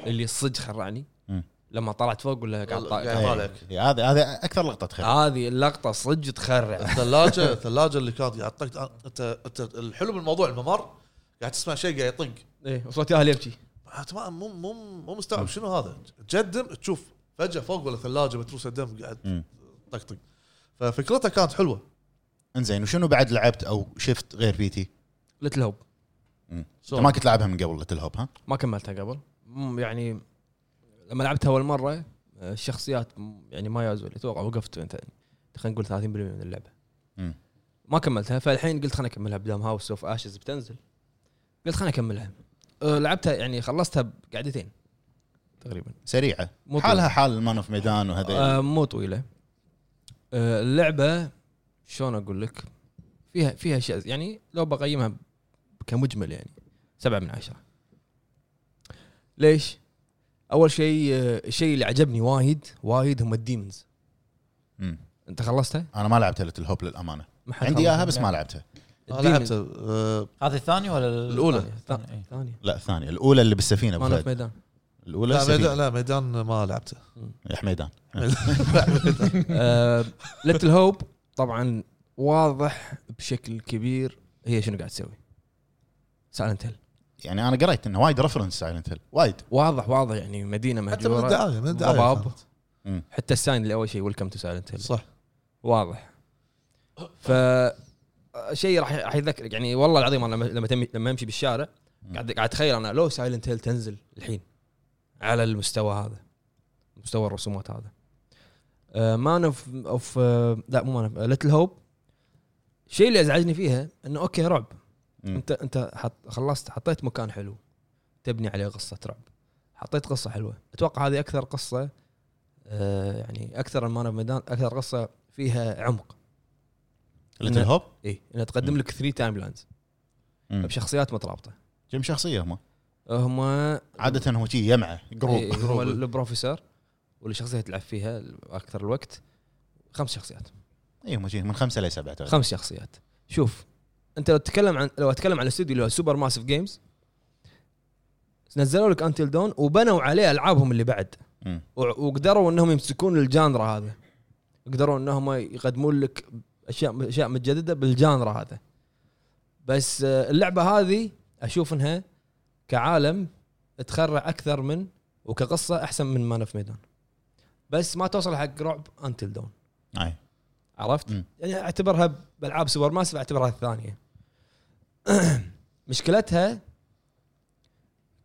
[SPEAKER 1] اللي صدق خرعني
[SPEAKER 3] مم.
[SPEAKER 1] لما طلعت فوق ولا قاعد
[SPEAKER 4] قاعد
[SPEAKER 1] طالع آه.
[SPEAKER 3] إيه.
[SPEAKER 4] طالعك.
[SPEAKER 3] إيه، هذا هذا اكثر لقطه تخيل
[SPEAKER 1] هذه اللقطه صدق تخرع
[SPEAKER 4] الثلاجه الثلاجه اللي كانت قاعد تطق انت انت الحلو بالموضوع الممر قاعد تسمع شيء قاعد يطق
[SPEAKER 1] ايه وصلت اهلي ابكي
[SPEAKER 4] أنت ما- مو مو مو مستوعب شنو هذا تقدم تشوف فجاه فوق ولا ثلاجه متروسه دم قاعد
[SPEAKER 3] مم.
[SPEAKER 4] تطقطق ففكرتها كانت حلوه
[SPEAKER 3] انزين وشنو بعد لعبت او شفت غير بي تي؟
[SPEAKER 1] ليتل هوب
[SPEAKER 3] انت ما كنت لعبها من قبل ليتل هوب ها؟
[SPEAKER 1] ما كملتها قبل مم، يعني لما لعبتها اول مره آه، الشخصيات م- يعني ما يازول اتوقع وقفت انت خلينا نقول 30% من اللعبه
[SPEAKER 3] مم.
[SPEAKER 1] ما كملتها فالحين قلت خليني اكملها بدام هاوس اوف اشز بتنزل قلت خليني اكملها أه، لعبتها يعني خلصتها بقعدتين تقريبا
[SPEAKER 3] سريعه
[SPEAKER 1] مو
[SPEAKER 3] حالها حال المان اوف ميدان وهذا
[SPEAKER 1] آه مو طويله آه اللعبه شلون اقول لك فيها فيها اشياء يعني لو بقيمها كمجمل يعني سبعة من عشرة ليش؟ اول شيء آه، الشيء اللي عجبني وايد وايد هم الديمونز
[SPEAKER 3] مم.
[SPEAKER 1] انت خلصتها؟
[SPEAKER 3] انا ما لعبت ليتل هوب للامانه
[SPEAKER 1] ما حد
[SPEAKER 3] عندي
[SPEAKER 1] خلص.
[SPEAKER 3] اياها بس ما لعبتها
[SPEAKER 4] آه،
[SPEAKER 1] الديمونز.
[SPEAKER 4] لعبتها آه،
[SPEAKER 2] هذه الثانيه ولا ال-
[SPEAKER 4] الأولى.
[SPEAKER 2] الثانية؟ الثانية، إيه.
[SPEAKER 1] ثانية
[SPEAKER 3] لا الثانيه الاولى اللي بالسفينه
[SPEAKER 1] ما انا في
[SPEAKER 3] بفهد.
[SPEAKER 1] ميدان
[SPEAKER 3] الاولى
[SPEAKER 4] لا
[SPEAKER 3] السفينة.
[SPEAKER 4] ميدان لا ميدان ما لعبته
[SPEAKER 3] يا حميدان
[SPEAKER 1] آه ليتل هوب طبعا واضح بشكل كبير هي شنو قاعد تسوي سايلنت هيل
[SPEAKER 3] يعني انا قريت انه وايد ريفرنس سايلنت هيل وايد
[SPEAKER 1] واضح واضح يعني مدينه
[SPEAKER 4] حتى من
[SPEAKER 1] مهجوره
[SPEAKER 4] الدعايه من الدعايه
[SPEAKER 1] ضباب.
[SPEAKER 4] كانت.
[SPEAKER 3] مم.
[SPEAKER 1] حتى الساين اللي اول شيء ويلكم تو سايلنت هيل
[SPEAKER 4] صح
[SPEAKER 1] واضح ف شيء راح راح يذكرك يعني والله العظيم انا لما لما تم- لما امشي بالشارع قاعد قاعد اتخيل انا لو سايلنت هيل تنزل الحين على المستوى هذا مستوى الرسومات آه، هذا مان اوف اوف آه، لا مو مان اوف ليتل هوب الشيء اللي ازعجني فيها انه اوكي رعب
[SPEAKER 3] مم.
[SPEAKER 1] انت انت حط خلصت حطيت مكان حلو تبني عليه قصه رعب حطيت قصه حلوه اتوقع هذه اكثر قصه آه يعني اكثر المان اوف ميدان اكثر قصه فيها عمق
[SPEAKER 3] ليتل هوب
[SPEAKER 1] اي انها تقدم
[SPEAKER 3] إيه. مم.
[SPEAKER 1] لك ثري تايم لاينز
[SPEAKER 3] مم.
[SPEAKER 1] بشخصيات مترابطه
[SPEAKER 3] كم شخصيه هم
[SPEAKER 1] هم
[SPEAKER 3] عاده هو شي يمعه
[SPEAKER 1] إيه،
[SPEAKER 3] جروب
[SPEAKER 1] هم البروفيسور واللي شخصيه تلعب فيها اكثر الوقت خمس شخصيات
[SPEAKER 3] اي هم إيه، شي من خمسه لسبعه تقريبا.
[SPEAKER 1] خمس شخصيات شوف انت لو تتكلم عن لو اتكلم عن الاستوديو اللي هو سوبر ماسيف جيمز نزلوا لك انتل دون وبنوا عليه العابهم اللي بعد
[SPEAKER 3] مم.
[SPEAKER 1] وع- وقدروا انهم يمسكون الجانرا هذا قدروا انهم يقدمون لك اشياء اشياء متجدده بالجانرا هذا بس آه، اللعبه هذه اشوف انها كعالم تخرع اكثر من وكقصه احسن من مان اوف ميدان بس ما توصل حق رعب انتل دون
[SPEAKER 3] أي.
[SPEAKER 1] يعني عرفت؟
[SPEAKER 3] مم.
[SPEAKER 1] يعني اعتبرها بالعاب سوبر ماسف اعتبرها الثانيه *clears throat* مشكلتها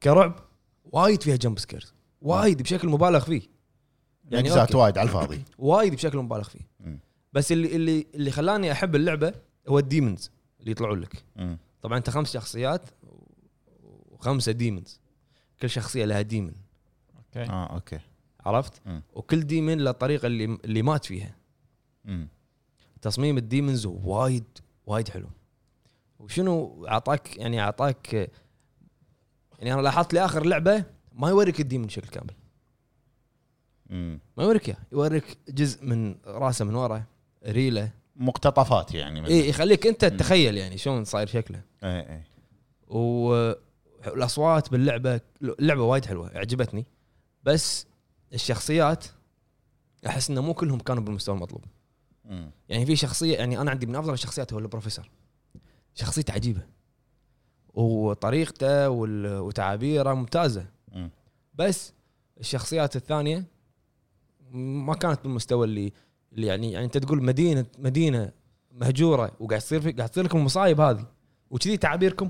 [SPEAKER 1] كرعب وايد فيها جمب سكيرز وايد بشكل مبالغ فيه يعني
[SPEAKER 3] يعني اجزاء
[SPEAKER 1] أوكي.
[SPEAKER 3] وايد على الفاضي
[SPEAKER 1] وايد بشكل مبالغ فيه
[SPEAKER 3] مم.
[SPEAKER 1] بس اللي اللي اللي خلاني احب اللعبه هو الديمونز اللي يطلعون لك
[SPEAKER 3] مم.
[SPEAKER 1] طبعا انت خمس شخصيات وخمسه ديمونز كل شخصيه لها ديمون إيه.
[SPEAKER 2] اوكي
[SPEAKER 3] اه اوكي
[SPEAKER 1] عرفت
[SPEAKER 3] مم.
[SPEAKER 1] وكل ديمون له الطريقه اللي اللي مات فيها
[SPEAKER 3] مم.
[SPEAKER 1] تصميم الديمونز وايد وايد حلو وشنو اعطاك يعني اعطاك يعني انا لاحظت لاخر لعبه ما يوريك الديمون بشكل كامل
[SPEAKER 3] مم.
[SPEAKER 1] ما يوريك اياه يوريك جزء من راسه من ورا ريله
[SPEAKER 3] مقتطفات يعني من إيه،
[SPEAKER 1] اي يخليك انت تتخيل يعني شلون صاير شكله
[SPEAKER 3] اي اي
[SPEAKER 1] و- والاصوات باللعبه اللعبه وايد حلوه عجبتني بس الشخصيات احس انه مو كلهم كانوا بالمستوى المطلوب
[SPEAKER 3] مم.
[SPEAKER 1] يعني في شخصيه يعني انا عندي من افضل الشخصيات هو البروفيسور شخصيته عجيبه وطريقته وال- وتعابيره ممتازه
[SPEAKER 3] مم.
[SPEAKER 1] بس الشخصيات الثانيه ما كانت بالمستوى اللي اللي يعني يعني انت تقول مدينه مدينه مهجوره وقاعد تصير في قاعد تصير لكم المصايب هذه وكذي تعابيركم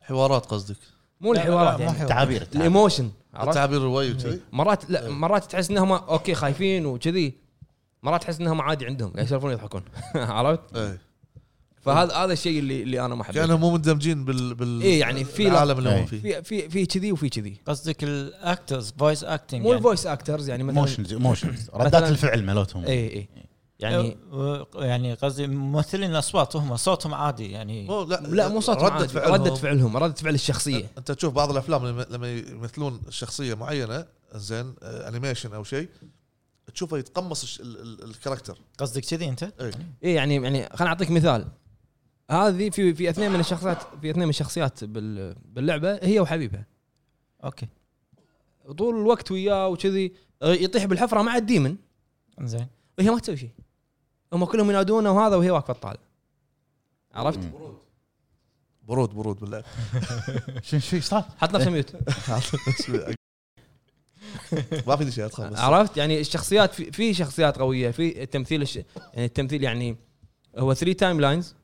[SPEAKER 4] حوارات قصدك
[SPEAKER 1] مو
[SPEAKER 2] لا،
[SPEAKER 1] الحوارات
[SPEAKER 2] لا،
[SPEAKER 1] يعني
[SPEAKER 2] مو
[SPEAKER 3] تعابير التعابير.
[SPEAKER 1] الايموشن عرفت؟
[SPEAKER 4] التعابير الوي وكذي
[SPEAKER 1] مرات
[SPEAKER 2] إيه.
[SPEAKER 1] لا مرات تحس انهم اوكي خايفين وكذي مرات تحس انهم عادي عندهم قاعد يسولفون يضحكون *laughs* عرفت؟
[SPEAKER 4] إيه.
[SPEAKER 1] فهذا هذا الشيء اللي اللي انا ما احبه
[SPEAKER 4] كانهم مو مندمجين بال بال
[SPEAKER 1] إيه، يعني في
[SPEAKER 4] العالم اللي
[SPEAKER 3] إيه.
[SPEAKER 4] هم فيه
[SPEAKER 1] في في في كذي وفي كذي
[SPEAKER 2] قصدك الاكترز فويس اكتنج
[SPEAKER 1] يعني مو الفويس اكترز يعني مثلا
[SPEAKER 3] موشنز موشنز
[SPEAKER 1] مثلاً- إيه.
[SPEAKER 3] ردات الفعل مالتهم
[SPEAKER 1] اي اي يعني
[SPEAKER 2] يعني قصدي ممثلين الاصوات هم صوتهم عادي يعني
[SPEAKER 4] مو لا
[SPEAKER 1] لا مو صوتهم
[SPEAKER 4] ردة
[SPEAKER 1] ردة
[SPEAKER 4] فعلهم.
[SPEAKER 1] ردة فعلهم ردة فعل الشخصية
[SPEAKER 4] انت تشوف بعض الافلام لما- لما يمثلون شخصيه معينه زين آه، انيميشن او شيء تشوفه يتقمص الش- ال- ال- الكاركتر
[SPEAKER 2] قصدك كذي انت؟
[SPEAKER 4] إيه.
[SPEAKER 1] اي يعني يعني خليني اعطيك مثال هذه في في اثنين من الشخصيات في اثنين من الشخصيات بال- باللعبة هي وحبيبها
[SPEAKER 2] اوكي
[SPEAKER 1] طول الوقت وياه وكذي آه، يطيح بالحفرة مع الديمن
[SPEAKER 2] زين
[SPEAKER 1] وهي ما تسوي شيء هم كلهم ينادونه وهذا وهي واقفة تطالع عرفت؟
[SPEAKER 3] مم.
[SPEAKER 4] برود برود بالله *laughs*
[SPEAKER 3] شو شو صار؟
[SPEAKER 1] حط نفسه *laughs* ميوت
[SPEAKER 4] ما في شيء ادخل بس
[SPEAKER 1] عرفت يعني الشخصيات في, في شخصيات قويه في التمثيل الش... يعني التمثيل يعني هو 3 تايم لاينز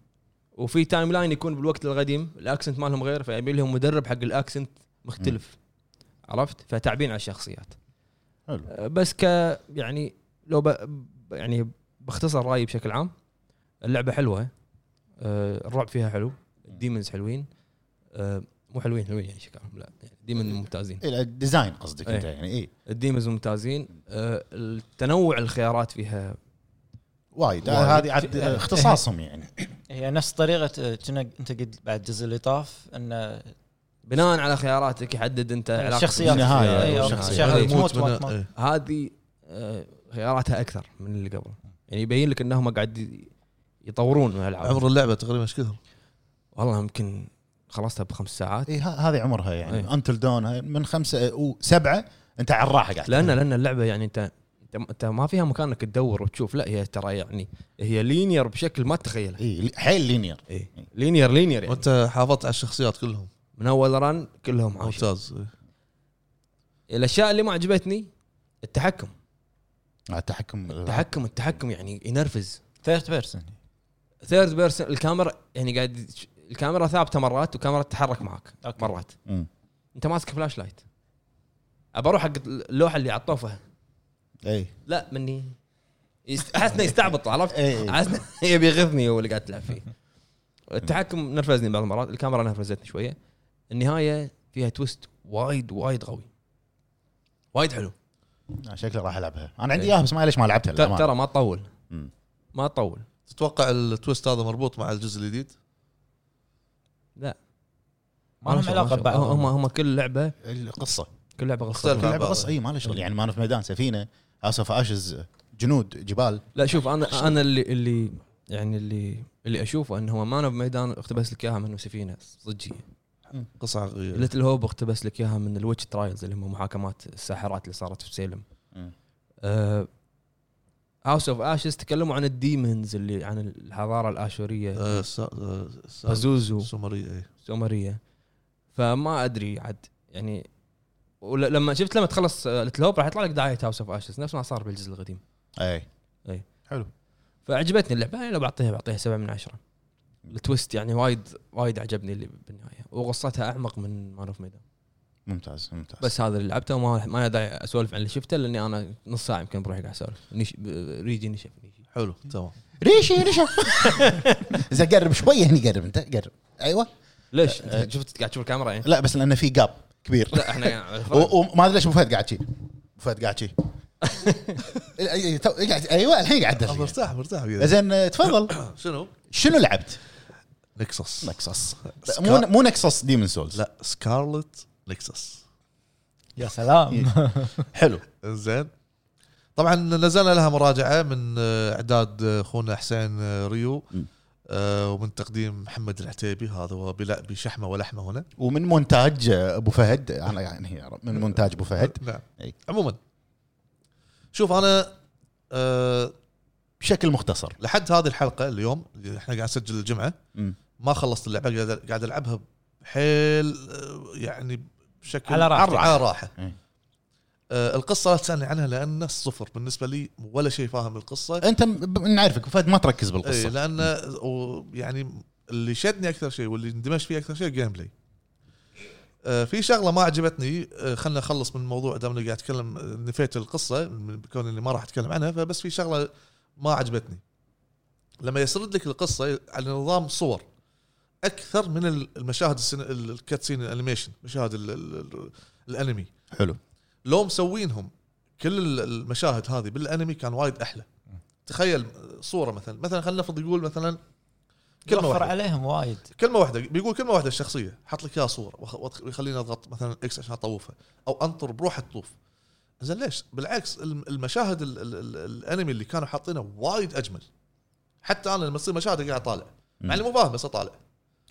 [SPEAKER 1] وفي تايم لاين يكون بالوقت القديم الاكسنت مالهم غير فيبي لهم مدرب حق الاكسنت مختلف عرفت فتعبين على الشخصيات
[SPEAKER 3] حلو.
[SPEAKER 1] أه، بس ك يعني لو ب... ب- يعني باختصر رايي بشكل عام اللعبه حلوه أه، الرعب فيها حلو الديمونز حلوين أه، مو حلوين حلوين يعني شكلهم لا ديمون ممتازين
[SPEAKER 3] إيه، الديزاين قصدك انت
[SPEAKER 1] إيه.
[SPEAKER 3] يعني اي
[SPEAKER 1] الديمز ممتازين آه، التنوع الخيارات فيها
[SPEAKER 3] وايد
[SPEAKER 1] وايد. إيه.
[SPEAKER 3] هذه عاد اختصاصهم يعني
[SPEAKER 2] هي نفس طريقه آه، كنا انت قلت بعد جزء الاطاف ان
[SPEAKER 1] بناء على خياراتك يحدد انت علاقتك
[SPEAKER 2] الشخصيات
[SPEAKER 3] النهاية.
[SPEAKER 1] بالشخصية.
[SPEAKER 2] إيه، أو
[SPEAKER 1] والشخصية.
[SPEAKER 2] شغلة
[SPEAKER 1] هذه-
[SPEAKER 2] تموت موت
[SPEAKER 4] منها.
[SPEAKER 2] موت.
[SPEAKER 4] إيه.
[SPEAKER 1] هذه آه، خياراتها اكثر من اللي قبل يعني يبين لك انهم قاعد ي- يطورون من الالعاب
[SPEAKER 4] عمر اللعبه تقريبا ايش كثر؟
[SPEAKER 1] والله يمكن خلصتها بخمس ساعات
[SPEAKER 3] اي إيه، هذه عمرها يعني
[SPEAKER 1] إيه.
[SPEAKER 3] انتل دون من خمسه وسبعه انت على الراحه قاعد
[SPEAKER 1] لان لان اللعبه يعني انت انت انت ما فيها مكانك تدور وتشوف لا هي ترى يعني هي لينير بشكل ما تتخيله
[SPEAKER 3] اي لي- إيه، حيل لينير
[SPEAKER 1] ايه لينير لينير يعني
[SPEAKER 4] وانت حافظت على الشخصيات كلهم
[SPEAKER 1] من اول رن كلهم عايشين
[SPEAKER 4] ممتاز إيه.
[SPEAKER 1] الاشياء اللي ما عجبتني التحكم
[SPEAKER 3] آه، التحكم
[SPEAKER 1] التحكم التحكم يعني ينرفز
[SPEAKER 2] ثيرد بيرسون
[SPEAKER 1] ثيرد بيرسون الكاميرا يعني قاعد الكاميرا ثابته مرات وكاميرا تتحرك معك
[SPEAKER 2] أوكي.
[SPEAKER 1] مرات
[SPEAKER 3] مم.
[SPEAKER 1] انت ماسك فلاش لايت ابى اروح حق اللوحه اللي على الطوفه
[SPEAKER 3] اي
[SPEAKER 1] لا مني يست- احس انه يستعبط عرفت؟
[SPEAKER 2] إيه.
[SPEAKER 3] إي.
[SPEAKER 1] احس إنه *laughs* يبي يغثني هو اللي قاعد تلعب فيه التحكم نرفزني بعض المرات الكاميرا نرفزتني شويه النهايه فيها تويست وايد وايد قوي وايد حلو
[SPEAKER 3] شكله راح العبها انا عندي
[SPEAKER 1] إيه.
[SPEAKER 3] اياها بس ما ليش ما لعبتها
[SPEAKER 1] ترى
[SPEAKER 3] للأمانة.
[SPEAKER 1] ترى ما تطول
[SPEAKER 3] مم.
[SPEAKER 1] ما تطول
[SPEAKER 4] تتوقع التويست هذا مربوط مع الجزء الجديد؟
[SPEAKER 2] ما لهم علاقه ببعض
[SPEAKER 1] هم هم كل لعبه
[SPEAKER 3] القصه
[SPEAKER 1] كل لعبه قصه
[SPEAKER 4] مختلف.
[SPEAKER 3] كل لعبه
[SPEAKER 4] بعض.
[SPEAKER 3] قصه اي ما لها
[SPEAKER 1] إيه.
[SPEAKER 3] شغل يعني مان في ميدان سفينه اسف اشز جنود جبال
[SPEAKER 1] لا شوف انا انا اللي اللي يعني اللي اللي اشوفه انه هو مان اوف ميدان اقتبس لك اياها من سفينه صجيه
[SPEAKER 4] قصه حقيقيه
[SPEAKER 1] ليتل هوب اقتبس لك اياها من الويتش ترايلز اللي هم محاكمات الساحرات اللي صارت في سيلم آه،
[SPEAKER 3] مم.
[SPEAKER 1] هاوس اوف اشز تكلموا عن الديمونز اللي عن الحضاره الاشوريه
[SPEAKER 4] آه، سا- آه، سا-
[SPEAKER 1] ازوزو
[SPEAKER 4] سومرية إيه.
[SPEAKER 1] سومريه فما ادري عاد يعني ولما شفت لما تخلص ليتل هوب راح يطلع لك دعايه هاوس اوف اشز نفس ما صار بالجزء القديم
[SPEAKER 3] اي
[SPEAKER 1] فعجبتني اللعبه انا بعطيها بعطيها سبعة من عشرة التويست يعني وايد وايد عجبني اللي بالنهايه وقصتها اعمق من مان اوف ميدان
[SPEAKER 3] ممتاز ممتاز
[SPEAKER 1] بس هذا اللي لعبته وما ما لي داعي اسولف عن اللي شفته لاني انا نص ساعه يمكن بروحي قاعد اسولف نيش- ب- ريجي نشفني
[SPEAKER 4] حلو تمام
[SPEAKER 3] ريشه *laughs* ريشه زين قرب شويه هني قرب انت قرب ايوه
[SPEAKER 1] ليش أنت شفت قاعد تشوف الكاميرا يعني
[SPEAKER 3] لا بس لانه في جاب كبير
[SPEAKER 1] *laughs* لا احنا يعني
[SPEAKER 3] و- وما ادري ليش ابو فهد قاعد شي أبو فهد قاعد
[SPEAKER 1] *laughs*
[SPEAKER 3] شي إي- إي- تو- قاعد- ايوه الحين قاعد
[SPEAKER 1] يعني.
[SPEAKER 4] آه،
[SPEAKER 3] أدري.
[SPEAKER 4] مرتاح مرتاح بيدك.
[SPEAKER 3] زين آه،
[SPEAKER 1] *coughs*
[SPEAKER 3] تفضل
[SPEAKER 4] شنو؟
[SPEAKER 3] شنو لعبت؟
[SPEAKER 4] نكسس
[SPEAKER 3] نكسس مو مو نكسس ديمون سولز
[SPEAKER 4] لا سكارلت نكسس
[SPEAKER 2] يا
[SPEAKER 4] إيه.
[SPEAKER 2] سلام
[SPEAKER 3] إيه.
[SPEAKER 1] *laughs*
[SPEAKER 3] حلو
[SPEAKER 4] زين طبعا نزلنا لها مراجعه من آه، اعداد آه، اخونا حسين آه، ريو
[SPEAKER 3] م.
[SPEAKER 4] آه، ومن تقديم محمد العتيبي هذا هو بلا- بشحمه ولحمه هنا
[SPEAKER 3] ومن مونتاج آه، ابو فهد انا يعني هي من مونتاج ابو فهد
[SPEAKER 4] نعم
[SPEAKER 3] أي.
[SPEAKER 4] عموما شوف انا آه،
[SPEAKER 3] بشكل مختصر
[SPEAKER 4] لحد هذه الحلقه اليوم اللي احنا قاعد نسجل الجمعه ما خلصت اللعبه قاعد قاعد العبها حيل آه، يعني بشكل
[SPEAKER 2] على راحتك.
[SPEAKER 4] على راحه
[SPEAKER 3] إيه.
[SPEAKER 4] آه، القصه لا تسالني عنها لان صفر بالنسبه لي ولا شيء فاهم القصه
[SPEAKER 3] انت م- ب- نعرفك أبو فهد ما تركز
[SPEAKER 4] اي
[SPEAKER 3] بالقصه
[SPEAKER 4] لان إيه، و- يعني اللي شدني اكثر شيء واللي اندمجت فيه اكثر شيء الجيم بلاي آه، في شغله ما عجبتني آه، خلنا نخلص من الموضوع دام إني قاعد اتكلم آه، نفيت القصه من- بكون اني ما راح اتكلم عنها فبس في شغله ما عجبتني لما يسرد لك القصه على نظام صور اكثر من ال- المشاهد السن... ال- الكاتسين الانيميشن مشاهد ال... ال... ال... الانمي
[SPEAKER 3] حلو
[SPEAKER 4] لو مسوينهم كل ال- المشاهد هذه بالانمي كان وايد احلى تخيل صوره مثلا مثلا خلينا نفرض يقول مثلا كلمه
[SPEAKER 2] يوفر
[SPEAKER 4] واحده
[SPEAKER 2] عليهم وايد
[SPEAKER 4] كلمه واحده بيقول كلمه واحده الشخصيه حط لك اياها صوره وخ- وخ- ويخليني اضغط مثلا اكس عشان اطوفها او انطر بروحه تطوف زين ليش؟ بالعكس الم- المشاهد ال ال ال الانمي اللي كانوا حاطينها وايد اجمل حتى انا لما تصير مشاهد قاعد اطالع مع اني مو فاهم بس اطالع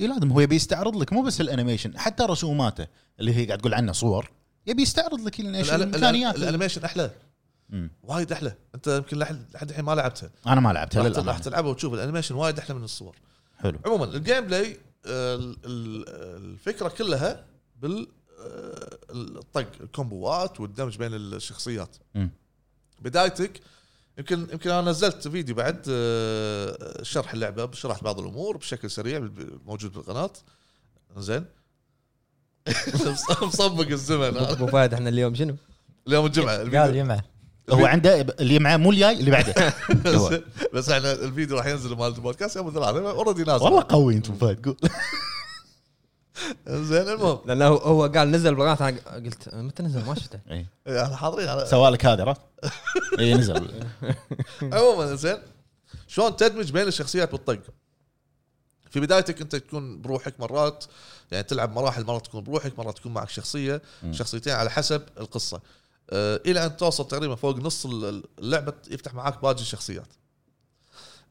[SPEAKER 3] اي لازم هو يبي يستعرض لك مو بس الانيميشن حتى رسوماته اللي هي قاعد تقول عنها صور يبي يستعرض لك
[SPEAKER 4] الأن- الأن-
[SPEAKER 3] الامكانيات
[SPEAKER 4] الانيميشن احلى
[SPEAKER 3] مم.
[SPEAKER 4] وايد احلى انت يمكن لحد لحد الحين ما لعبتها
[SPEAKER 3] انا ما لعبتها
[SPEAKER 4] راح تل- راح
[SPEAKER 3] للامانه
[SPEAKER 4] تلعبها وتشوف الانيميشن وايد احلى من الصور
[SPEAKER 3] حلو
[SPEAKER 4] عموما الجيم بلاي آه، ال- ال- الفكره كلها بال آه، الطق الكومبوات والدمج بين الشخصيات
[SPEAKER 3] مم.
[SPEAKER 4] بدايتك يمكن يمكن انا نزلت فيديو بعد آه، شرح اللعبه شرحت بعض الامور بشكل سريع بال- موجود بالقناه زين *laughs* مصبق الزمن
[SPEAKER 1] ابو فهد احنا اليوم شنو؟
[SPEAKER 4] اليوم الجمعه
[SPEAKER 2] قال
[SPEAKER 4] الفيديو
[SPEAKER 2] يمه
[SPEAKER 3] هو عنده اللي معاه مو الجاي اللي بعده هو.
[SPEAKER 4] بس احنا الفيديو راح ينزل مال البودكاست يوم الثلاثاء اوريدي نازل
[SPEAKER 3] والله قوي انتم فهد قول
[SPEAKER 4] زين المهم
[SPEAKER 1] لانه هو- هو قال نزل بالقناه انا قلت متى نزل ما شفته
[SPEAKER 3] إي.
[SPEAKER 4] احنا إيه، حاضرين على
[SPEAKER 3] إيه. سوالك هذا عرفت؟ اي نزل
[SPEAKER 4] عموما زين شلون تدمج بين الشخصيات بالطق في بدايتك انت تكون بروحك مرات يعني تلعب مراحل مرات تكون بروحك مرات تكون معك شخصيه
[SPEAKER 3] مم.
[SPEAKER 4] شخصيتين على حسب القصه آه الى ان توصل تقريبا فوق نص ال- اللعبه يفتح معاك باقي الشخصيات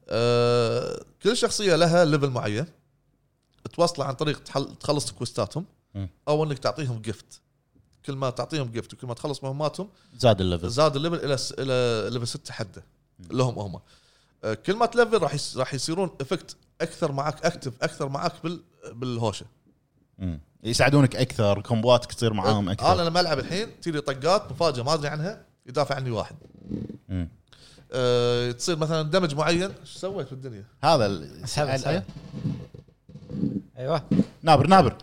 [SPEAKER 4] آه كل شخصيه لها ليفل معين توصله عن طريق تحل تخلص كوستاتهم
[SPEAKER 3] مم.
[SPEAKER 4] او انك تعطيهم جفت كل ما تعطيهم جفت وكل ما تخلص مهماتهم
[SPEAKER 3] زاد الليفل
[SPEAKER 4] زاد الليفل الى س... الى ليفل 6 حده لهم هم آه، كل ما تلفل راح يس... راح يصيرون افكت اكثر معك اكتف اكثر معك بال... بالهوشه
[SPEAKER 3] مم. يساعدونك اكثر كومبواتك تصير معاهم
[SPEAKER 4] انا
[SPEAKER 3] اكثر
[SPEAKER 4] آه، لما العب الحين تجي لي طقات مفاجاه ما ادري عنها يدافع عني واحد
[SPEAKER 3] مم.
[SPEAKER 4] أه تصير مثلا دمج معين ايش سويت بالدنيا؟
[SPEAKER 3] هذا ال-
[SPEAKER 2] اسحب اسحب ايوه
[SPEAKER 3] نابر نابر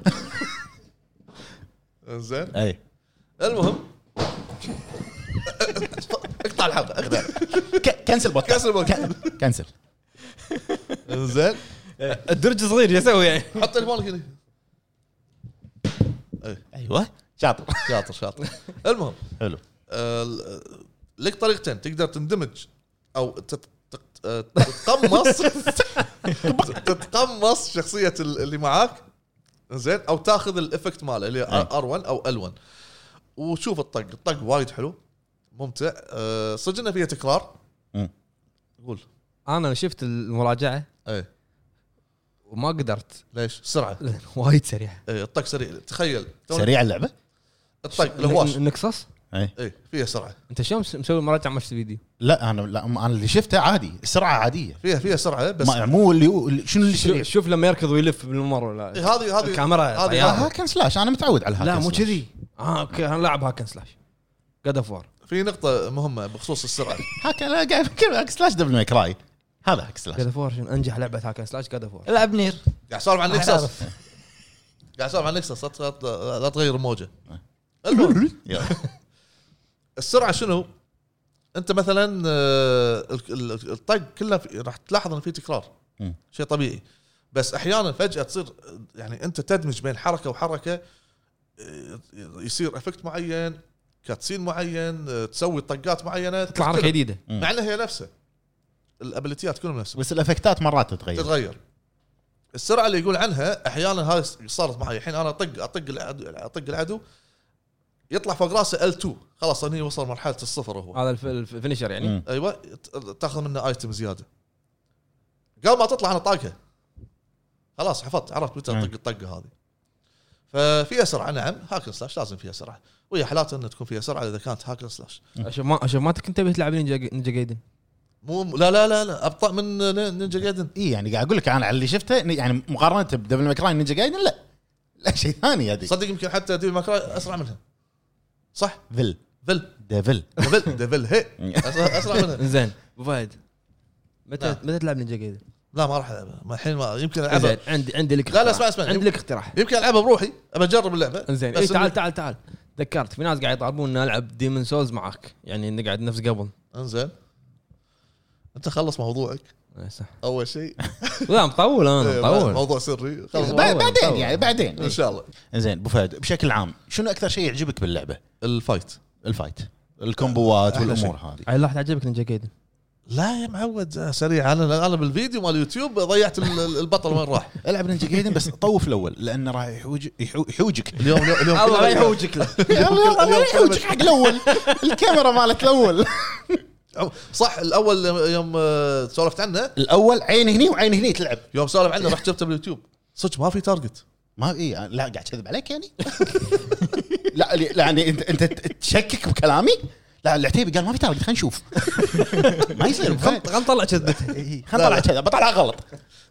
[SPEAKER 4] زين
[SPEAKER 3] اي *laughs*
[SPEAKER 4] المهم *laughs* اقطع الحلقه اقطع
[SPEAKER 3] ك- كنسل بودكاست
[SPEAKER 4] كسر الوقت
[SPEAKER 3] كنسل
[SPEAKER 4] زين
[SPEAKER 1] *laughs* الدرج صغير يسوي يعني
[SPEAKER 4] حط تليفونك هنا إيه،
[SPEAKER 3] ايوه شاطر
[SPEAKER 4] شاطر شاطر المهم
[SPEAKER 3] حلو
[SPEAKER 4] ال- آه، لك طريقتين تقدر تندمج او تت- تت- تتقمص
[SPEAKER 3] *laughs*
[SPEAKER 4] تتقمص شخصيه ال- اللي معاك زين او تاخذ الافكت ماله اللي
[SPEAKER 3] أي.
[SPEAKER 4] ار 1 او ال 1 وشوف الطق الطق وايد حلو ممتع أه، صدق انه فيها تكرار
[SPEAKER 3] مم.
[SPEAKER 4] قول
[SPEAKER 1] انا شفت المراجعه
[SPEAKER 4] اي
[SPEAKER 1] وما قدرت *laughs*
[SPEAKER 4] ليش سرعه
[SPEAKER 1] لأن وايد سريعه
[SPEAKER 4] أي، الطق سريع تخيل تو-
[SPEAKER 3] سريع اللعبه
[SPEAKER 1] طيب،
[SPEAKER 4] الطق الهواش
[SPEAKER 1] نقصص
[SPEAKER 3] اي
[SPEAKER 4] اي فيها سرعه
[SPEAKER 1] انت شلون مس- مسوي مراجعه ما شفت الفيديو؟
[SPEAKER 3] لا انا لا انا اللي شفته عادي السرعه عاديه
[SPEAKER 4] فيها فيها سرعه بس
[SPEAKER 3] ما مو اللي هو- اللي- شنو اللي
[SPEAKER 1] شو-
[SPEAKER 3] سريع
[SPEAKER 1] شوف لما يركض ويلف بالمر ولا
[SPEAKER 4] إي، إيه، هذه هذه
[SPEAKER 1] الكاميرا
[SPEAKER 4] هذه-
[SPEAKER 1] طيارة.
[SPEAKER 4] هذه-
[SPEAKER 3] هاكن سلاش انا متعود على
[SPEAKER 1] لا
[SPEAKER 3] الهاكن
[SPEAKER 1] مو
[SPEAKER 3] سلاش.
[SPEAKER 1] كذي اه اوكي انا لاعب هاكن سلاش جاد اوف وار
[SPEAKER 4] في نقطه مهمه بخصوص السرعه
[SPEAKER 3] هاكن لا قاعد افكر هاك سلاش دبل ماي كراي هذا هاك سلاش
[SPEAKER 1] جاد اوف وار انجح لعبه هاكن سلاش جاد اوف وار
[SPEAKER 2] العب نير
[SPEAKER 4] قاعد اسولف عن
[SPEAKER 2] راح
[SPEAKER 4] نكسس
[SPEAKER 2] أعرف.
[SPEAKER 4] قاعد اسولف عن نكسس لا تغ- لا تغير موجه المهم
[SPEAKER 3] يلا.
[SPEAKER 4] السرعه شنو؟ انت مثلا آه، ال- ال- الطق كله في- راح تلاحظ ان في تكرار
[SPEAKER 3] مم.
[SPEAKER 4] شيء طبيعي بس احيانا فجاه تصير آه، يعني انت تدمج بين حركه وحركه آه، يصير افكت معين كاتسين معين آه، تسوي طقات معينه
[SPEAKER 1] تطلع حركه
[SPEAKER 4] تختلف.
[SPEAKER 1] جديده
[SPEAKER 4] مع انها هي نفسها الابيليتيات كلهم نفسها
[SPEAKER 3] بس الافكتات مرات تتغير
[SPEAKER 4] تتغير السرعه اللي يقول عنها احيانا هاي صارت معي الحين انا اطق اطق العدو اطق العدو يطلع فوق راسه L2 خلاص هني وصل مرحله الصفر هو
[SPEAKER 1] هذا الف- الف- الفينشر يعني
[SPEAKER 3] مم.
[SPEAKER 4] ايوه ت- تاخذ منه ايتم زياده قبل ما تطلع انا طاقها خلاص حفظت عرفت متى
[SPEAKER 3] مم.
[SPEAKER 4] اطق الطقه هذه ففيها سرعه نعم هاكن سلاش لازم فيها سرعه وهي حالات انها تكون فيها سرعه اذا كانت هاكن سلاش
[SPEAKER 1] اشوف ما اشوف ما كنت تبي تلعب نينجا نينجا جايدن
[SPEAKER 4] مو لا لا لا لا ابطا من نينجا جايدن
[SPEAKER 3] اي يعني قاعد اقول لك انا على اللي شفته يعني مقارنه بدبل ماي كراي نينجا جايدن لا لا شيء ثاني هذيك
[SPEAKER 4] صدق يمكن حتى ديفل ماكراي اسرع منها صح
[SPEAKER 3] فيل
[SPEAKER 4] فل
[SPEAKER 3] ديفل
[SPEAKER 4] ديفل ديفل *laughs* هي اسرع اسرع منها
[SPEAKER 1] زين ابو فهد متى
[SPEAKER 4] نعم.
[SPEAKER 1] متى تلعب نينجا جايدن؟
[SPEAKER 4] لا ما راح العبها ما الحين ما يمكن
[SPEAKER 1] زين
[SPEAKER 4] العبها
[SPEAKER 1] عندي عندي لك
[SPEAKER 4] لا، لا،
[SPEAKER 1] اقتراح.
[SPEAKER 4] اسمع، اسمع.
[SPEAKER 1] عندي لك اقتراح
[SPEAKER 4] يمكن العبها بروحي ابى اجرب اللعبه
[SPEAKER 1] زين
[SPEAKER 4] بس
[SPEAKER 1] إيه تعال
[SPEAKER 4] إنه-
[SPEAKER 1] تعال تعال تذكرت في ناس قاعد يطالبون ان العب ديمن سولز معاك يعني نقعد نفس قبل
[SPEAKER 4] انزين انت خلص موضوعك
[SPEAKER 1] إيه صح
[SPEAKER 4] اول *laughs* شيء
[SPEAKER 1] لا مطول انا
[SPEAKER 4] إيه،
[SPEAKER 1] مطول
[SPEAKER 4] موضوع سري خلص
[SPEAKER 1] والله،
[SPEAKER 3] بعدين
[SPEAKER 1] والله.
[SPEAKER 3] يعني بعدين
[SPEAKER 4] ان شاء الله
[SPEAKER 3] زين ابو فهد بشكل عام شنو اكثر شيء يعجبك باللعبه؟
[SPEAKER 4] الفايت
[SPEAKER 3] الفايت الكومبوات
[SPEAKER 4] أحلى
[SPEAKER 3] والامور هذه
[SPEAKER 1] هاي راح تعجبك نينجا جايدن
[SPEAKER 4] لا يا معود آه، سريع انا انا بالفيديو مال اليوتيوب ضيعت ال- ال- البطل وين راح
[SPEAKER 3] العب نينجا جايدن بس طوف الاول لانه راح يحوج يحو- يحوجك
[SPEAKER 4] *laughs* اليوم *laughs* اليوم
[SPEAKER 1] الله لا
[SPEAKER 4] كله-
[SPEAKER 1] يحوجك له
[SPEAKER 3] *laughs* يلا يلا يحوجك حق الاول *laughs* الكاميرا مالت *laughs* الاول
[SPEAKER 4] صح الاول يوم آه، سولفت عنه
[SPEAKER 3] الاول عين هني وعين هني تلعب
[SPEAKER 4] يوم سولف عنه رحت جبته باليوتيوب صدق ما في تارجت
[SPEAKER 3] ما اي لا قاعد اكذب عليك *laughs* يعني لا لا، يعني انت انت تشكك بكلامي لا العتيبي قال ما في تارجت خلينا *laughs* نشوف ما يصير خل-
[SPEAKER 1] خل طلع
[SPEAKER 3] إيه،
[SPEAKER 1] كذبته
[SPEAKER 3] خلنا نطلع كذا بطلع غلط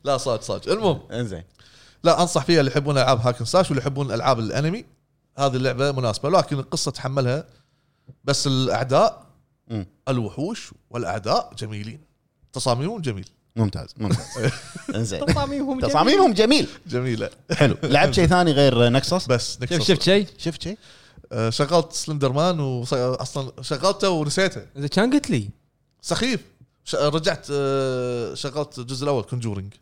[SPEAKER 4] لا صادق صادق المهم
[SPEAKER 3] انزين
[SPEAKER 4] لا انصح فيها اللي يحبون العاب هاكن ساش واللي يحبون العاب الانمي هذه اللعبه مناسبه لكن القصه تحملها بس الاعداء
[SPEAKER 3] مم.
[SPEAKER 4] الوحوش والاعداء جميلين تصاميمهم جميل
[SPEAKER 3] ممتاز *laughs* ممتاز انزين
[SPEAKER 1] تصاميمهم
[SPEAKER 3] تصاميمهم جميل
[SPEAKER 4] جميله
[SPEAKER 3] حلو لعبت شيء ثاني غير نكسس
[SPEAKER 4] بس
[SPEAKER 1] شفت
[SPEAKER 4] نكسس.
[SPEAKER 1] شفت شيء
[SPEAKER 3] شفت شيء
[SPEAKER 4] آه، شغلت سلندر مان واصلا شغلته ونسيته
[SPEAKER 1] اذا كان قلت لي
[SPEAKER 4] سخيف ش- رجعت آه، شغلت الجزء الاول كونجورنج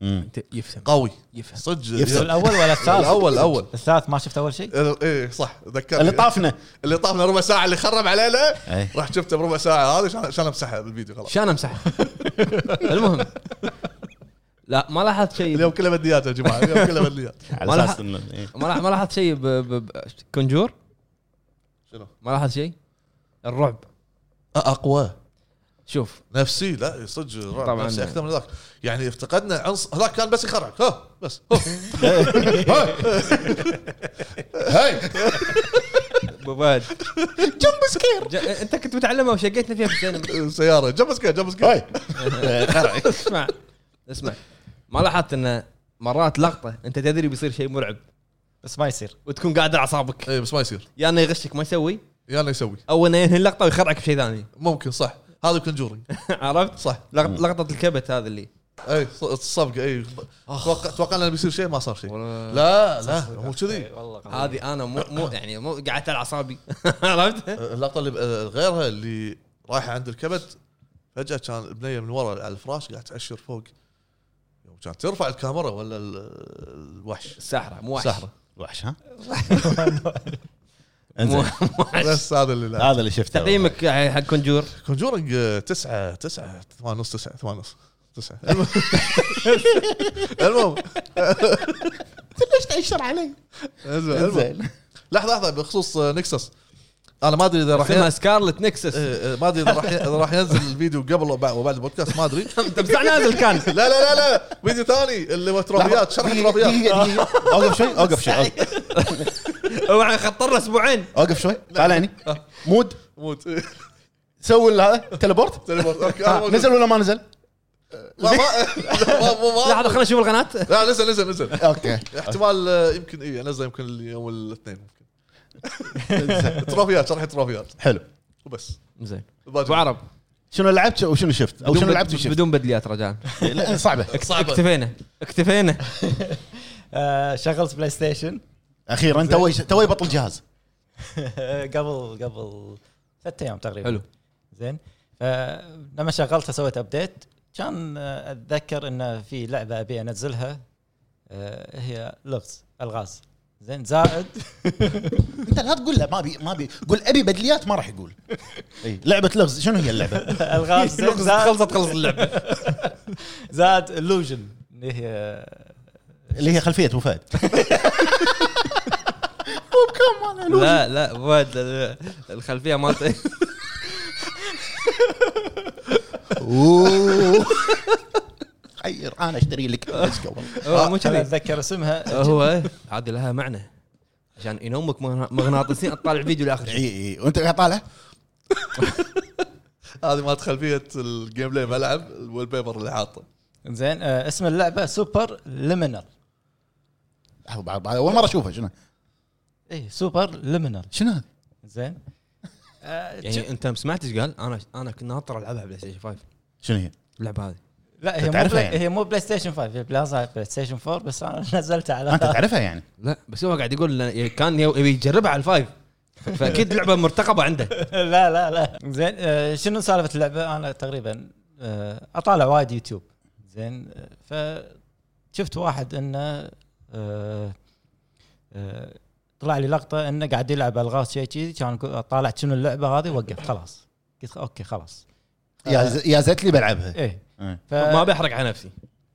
[SPEAKER 3] مم.
[SPEAKER 1] انت يفهم
[SPEAKER 4] قوي
[SPEAKER 1] يفهم
[SPEAKER 4] صدق
[SPEAKER 3] يفصل.
[SPEAKER 2] الاول ولا الثالث؟
[SPEAKER 4] الأول، الأول.
[SPEAKER 2] الثالث ما شفت اول شيء؟
[SPEAKER 4] آه، ايه صح ذكرت
[SPEAKER 3] اللي طافنا
[SPEAKER 4] اللي طافنا ربع ساعه اللي خرب علينا
[SPEAKER 3] أي.
[SPEAKER 4] راح شفته بربع ساعه هذا عشان عشان امسحه بالفيديو خلاص
[SPEAKER 1] شان امسح *laughs* المهم لا ما لاحظت شيء
[SPEAKER 4] اليوم كله بديات يا جماعه اليوم كله بديات
[SPEAKER 3] على
[SPEAKER 1] ولا-
[SPEAKER 3] اساس انه إيه.
[SPEAKER 1] ما لاح- ما لاحظت شيء ب- ب- ب- كونجور
[SPEAKER 4] شنو؟
[SPEAKER 1] ما لاحظت شيء الرعب
[SPEAKER 4] اقوى
[SPEAKER 1] شوف
[SPEAKER 4] نفسي لا صدق رعب
[SPEAKER 1] طبعاً.
[SPEAKER 4] نفسي اكثر من ذاك يعني افتقدنا عنص هذاك كان بس يخرعك ها بس
[SPEAKER 1] ابو *laughs* فهد جمب سكير انت إيه، كنت متعلمها وشقيتنا فيها في *laughs* السينما
[SPEAKER 4] سياره جمس كذا جمس كذا
[SPEAKER 1] اسمع اسمع ما لاحظت انه مرات لقطه انت تدري بيصير شيء مرعب
[SPEAKER 2] بس ما
[SPEAKER 4] *laughs*
[SPEAKER 2] يصير *laughs*
[SPEAKER 1] وتكون قاعد على اعصابك
[SPEAKER 4] اي إيه، بس ما يصير
[SPEAKER 1] يا انه يغشك ما يسوي
[SPEAKER 4] يا انا يسوي
[SPEAKER 1] او انه ينهي اللقطه ويخرعك بشيء ثاني *laughs*
[SPEAKER 4] ممكن صح هذا كونجورنج
[SPEAKER 1] عرفت؟
[SPEAKER 4] صح
[SPEAKER 1] لق- لقطه الكبت هذا اللي
[SPEAKER 4] اي ص- الصفقه اي توقع توقعنا بيصير شيء ما صار شيء
[SPEAKER 1] ولا-
[SPEAKER 4] لا لا مو كذي
[SPEAKER 2] والله
[SPEAKER 1] هذه انا مو مو يعني مو قعدت على اعصابي *laughs* عرفت؟
[SPEAKER 4] اللقطه اللي ب- غيرها اللي رايحه عند الكبت فجاه كان البنيه من ورا على الفراش قاعد تاشر فوق يوم كانت ترفع الكاميرا ولا ال- الوحش
[SPEAKER 1] السحره مو وحش
[SPEAKER 4] سحرة.
[SPEAKER 3] وحش ها
[SPEAKER 1] مو
[SPEAKER 3] انزين
[SPEAKER 1] مو وحش
[SPEAKER 4] بس هذا اللي
[SPEAKER 3] *laughs*
[SPEAKER 4] لا
[SPEAKER 3] هذا اللي شفته
[SPEAKER 1] تقييمك يعني حق كونجور
[SPEAKER 4] كونجورنج تسعة تسعة ثمان نص تسعة ثمان نص تسعة *laughs* المهم
[SPEAKER 3] ليش تاشر علي
[SPEAKER 4] المهم المهم.
[SPEAKER 3] انزين
[SPEAKER 4] لحظة لحظة بخصوص نكسس انا ما ادري اذا راح
[SPEAKER 1] اسمها
[SPEAKER 4] ين-
[SPEAKER 1] سكارلت *laughs* نكسس
[SPEAKER 4] إيه، إيه، ما ادري اذا راح ين- إذا راح ينزل الفيديو قبل وبعد وبعد البودكاست ما ادري
[SPEAKER 1] تمسح نازل كان
[SPEAKER 4] لا لا لا لا فيديو ثاني اللي هو تروفيات شرح تروفيات
[SPEAKER 3] دقيقة، دقيقة. اوقف شوي اوقف شوي أوقف-
[SPEAKER 1] اوعى خطر له اسبوعين
[SPEAKER 3] اوقف شوي تعال هني مود
[SPEAKER 4] موت *laughs*
[SPEAKER 3] سوي ال- هذا تليبورت
[SPEAKER 4] تليفون اوكي أنا
[SPEAKER 3] ها،
[SPEAKER 4] موجود.
[SPEAKER 3] آه، نزل ولا ما نزل؟
[SPEAKER 4] ما ما- ما- ما-
[SPEAKER 1] لحظه خلينا نشوف القناه
[SPEAKER 4] لا نزل نزل نزل
[SPEAKER 3] اوكي
[SPEAKER 4] احتمال آه، يمكن اي انزل يمكن اليوم الاثنين
[SPEAKER 3] *laughs*
[SPEAKER 4] ممكن تروفيات شرح تروفيات
[SPEAKER 3] حلو
[SPEAKER 4] وبس
[SPEAKER 1] زين
[SPEAKER 4] الباقي.
[SPEAKER 1] ابو عرب
[SPEAKER 3] شنو لعبت وشنو شفت؟ او شنو
[SPEAKER 1] بدون-
[SPEAKER 3] لعبت وشفت؟
[SPEAKER 1] بدون بدليات رجاء
[SPEAKER 3] لا صعبة
[SPEAKER 4] صعبة.
[SPEAKER 1] اكتفينا اكتفينا
[SPEAKER 2] آه، شغلت بلاي ستيشن
[SPEAKER 3] اخيرا توي توي بطل جهاز
[SPEAKER 2] *laughs* قبل قبل ثلاث ايام تقريبا
[SPEAKER 1] حلو
[SPEAKER 2] زين فلما شغلتها سويت ابديت كان آه، اتذكر ان في لعبه ابي انزلها آه، هي لغز الغاز زين زائد *laughs*
[SPEAKER 3] انت لا تقول له ما بي ما بي قول ابي بدليات ما راح يقول إي، لعبة لغز شنو هي اللعبة؟
[SPEAKER 1] *laughs*
[SPEAKER 2] الغاز زين زائد
[SPEAKER 1] خلصت خلص اللعبه
[SPEAKER 2] زائد illusion اللي هي
[SPEAKER 3] اللي هي خلفية ابو فهد
[SPEAKER 1] *laughs* *laughs* لا لا فهد ال- الخلفيه مالته
[SPEAKER 3] أوه. خير انا اشتري لك لزقة والله.
[SPEAKER 1] *laughs* هو آه، مو
[SPEAKER 2] انا
[SPEAKER 1] كذي آه،
[SPEAKER 2] اتذكر اسمها
[SPEAKER 1] هو عاد لها معنى عشان ينومك مغنا- مغناطيسيا تطالع فيديو *laughs* لاخر
[SPEAKER 3] اي اي وانت قاعد طالع
[SPEAKER 4] هذه مالت خلفيه الجيم بلاي ملعب والبيبر اللي حاطه
[SPEAKER 2] زين آه، اسم اللعبه سوبر ليمينال
[SPEAKER 3] لحظة، بعد- بعد- اول مرة اشوفها شنو
[SPEAKER 2] اي سوبر ليمينال
[SPEAKER 3] شنو هذا؟
[SPEAKER 2] إيه، زين آه،
[SPEAKER 1] يعني انت ما سمعت ايش قال؟ انا انا كنت ناطر العبها بلاي ستيشن 5
[SPEAKER 3] شنو هي؟
[SPEAKER 1] اللعبه هذه
[SPEAKER 2] لا هي مو
[SPEAKER 3] تعرفها
[SPEAKER 2] بلاي
[SPEAKER 3] يعني؟
[SPEAKER 2] هي مو بلاي ستيشن 5 هي بلازا بلاي ستيشن 4 بس انا *laughs* نزلتها على
[SPEAKER 3] انت تعرفها يعني
[SPEAKER 1] لا بس هو قاعد يقول لنا- كان يبي يجربها على الفايف فاكيد لعبه مرتقبه عنده
[SPEAKER 2] لا *laughs* لا لا زين آه، شنو سالفه اللعبه انا تقريبا آه، اطالع وايد يوتيوب زين آه، فشفت واحد انه آه، آه، طلع لي لقطه انه قاعد يلعب الغاز شيء كذي كان يقول- طالعت شنو اللعبه هذه وقفت خلاص قلت اوكي خلاص
[SPEAKER 3] يا ز- يا زت لي بلعبها
[SPEAKER 2] ايه
[SPEAKER 3] إيه.
[SPEAKER 2] ف...
[SPEAKER 1] ما بحرق على نفسي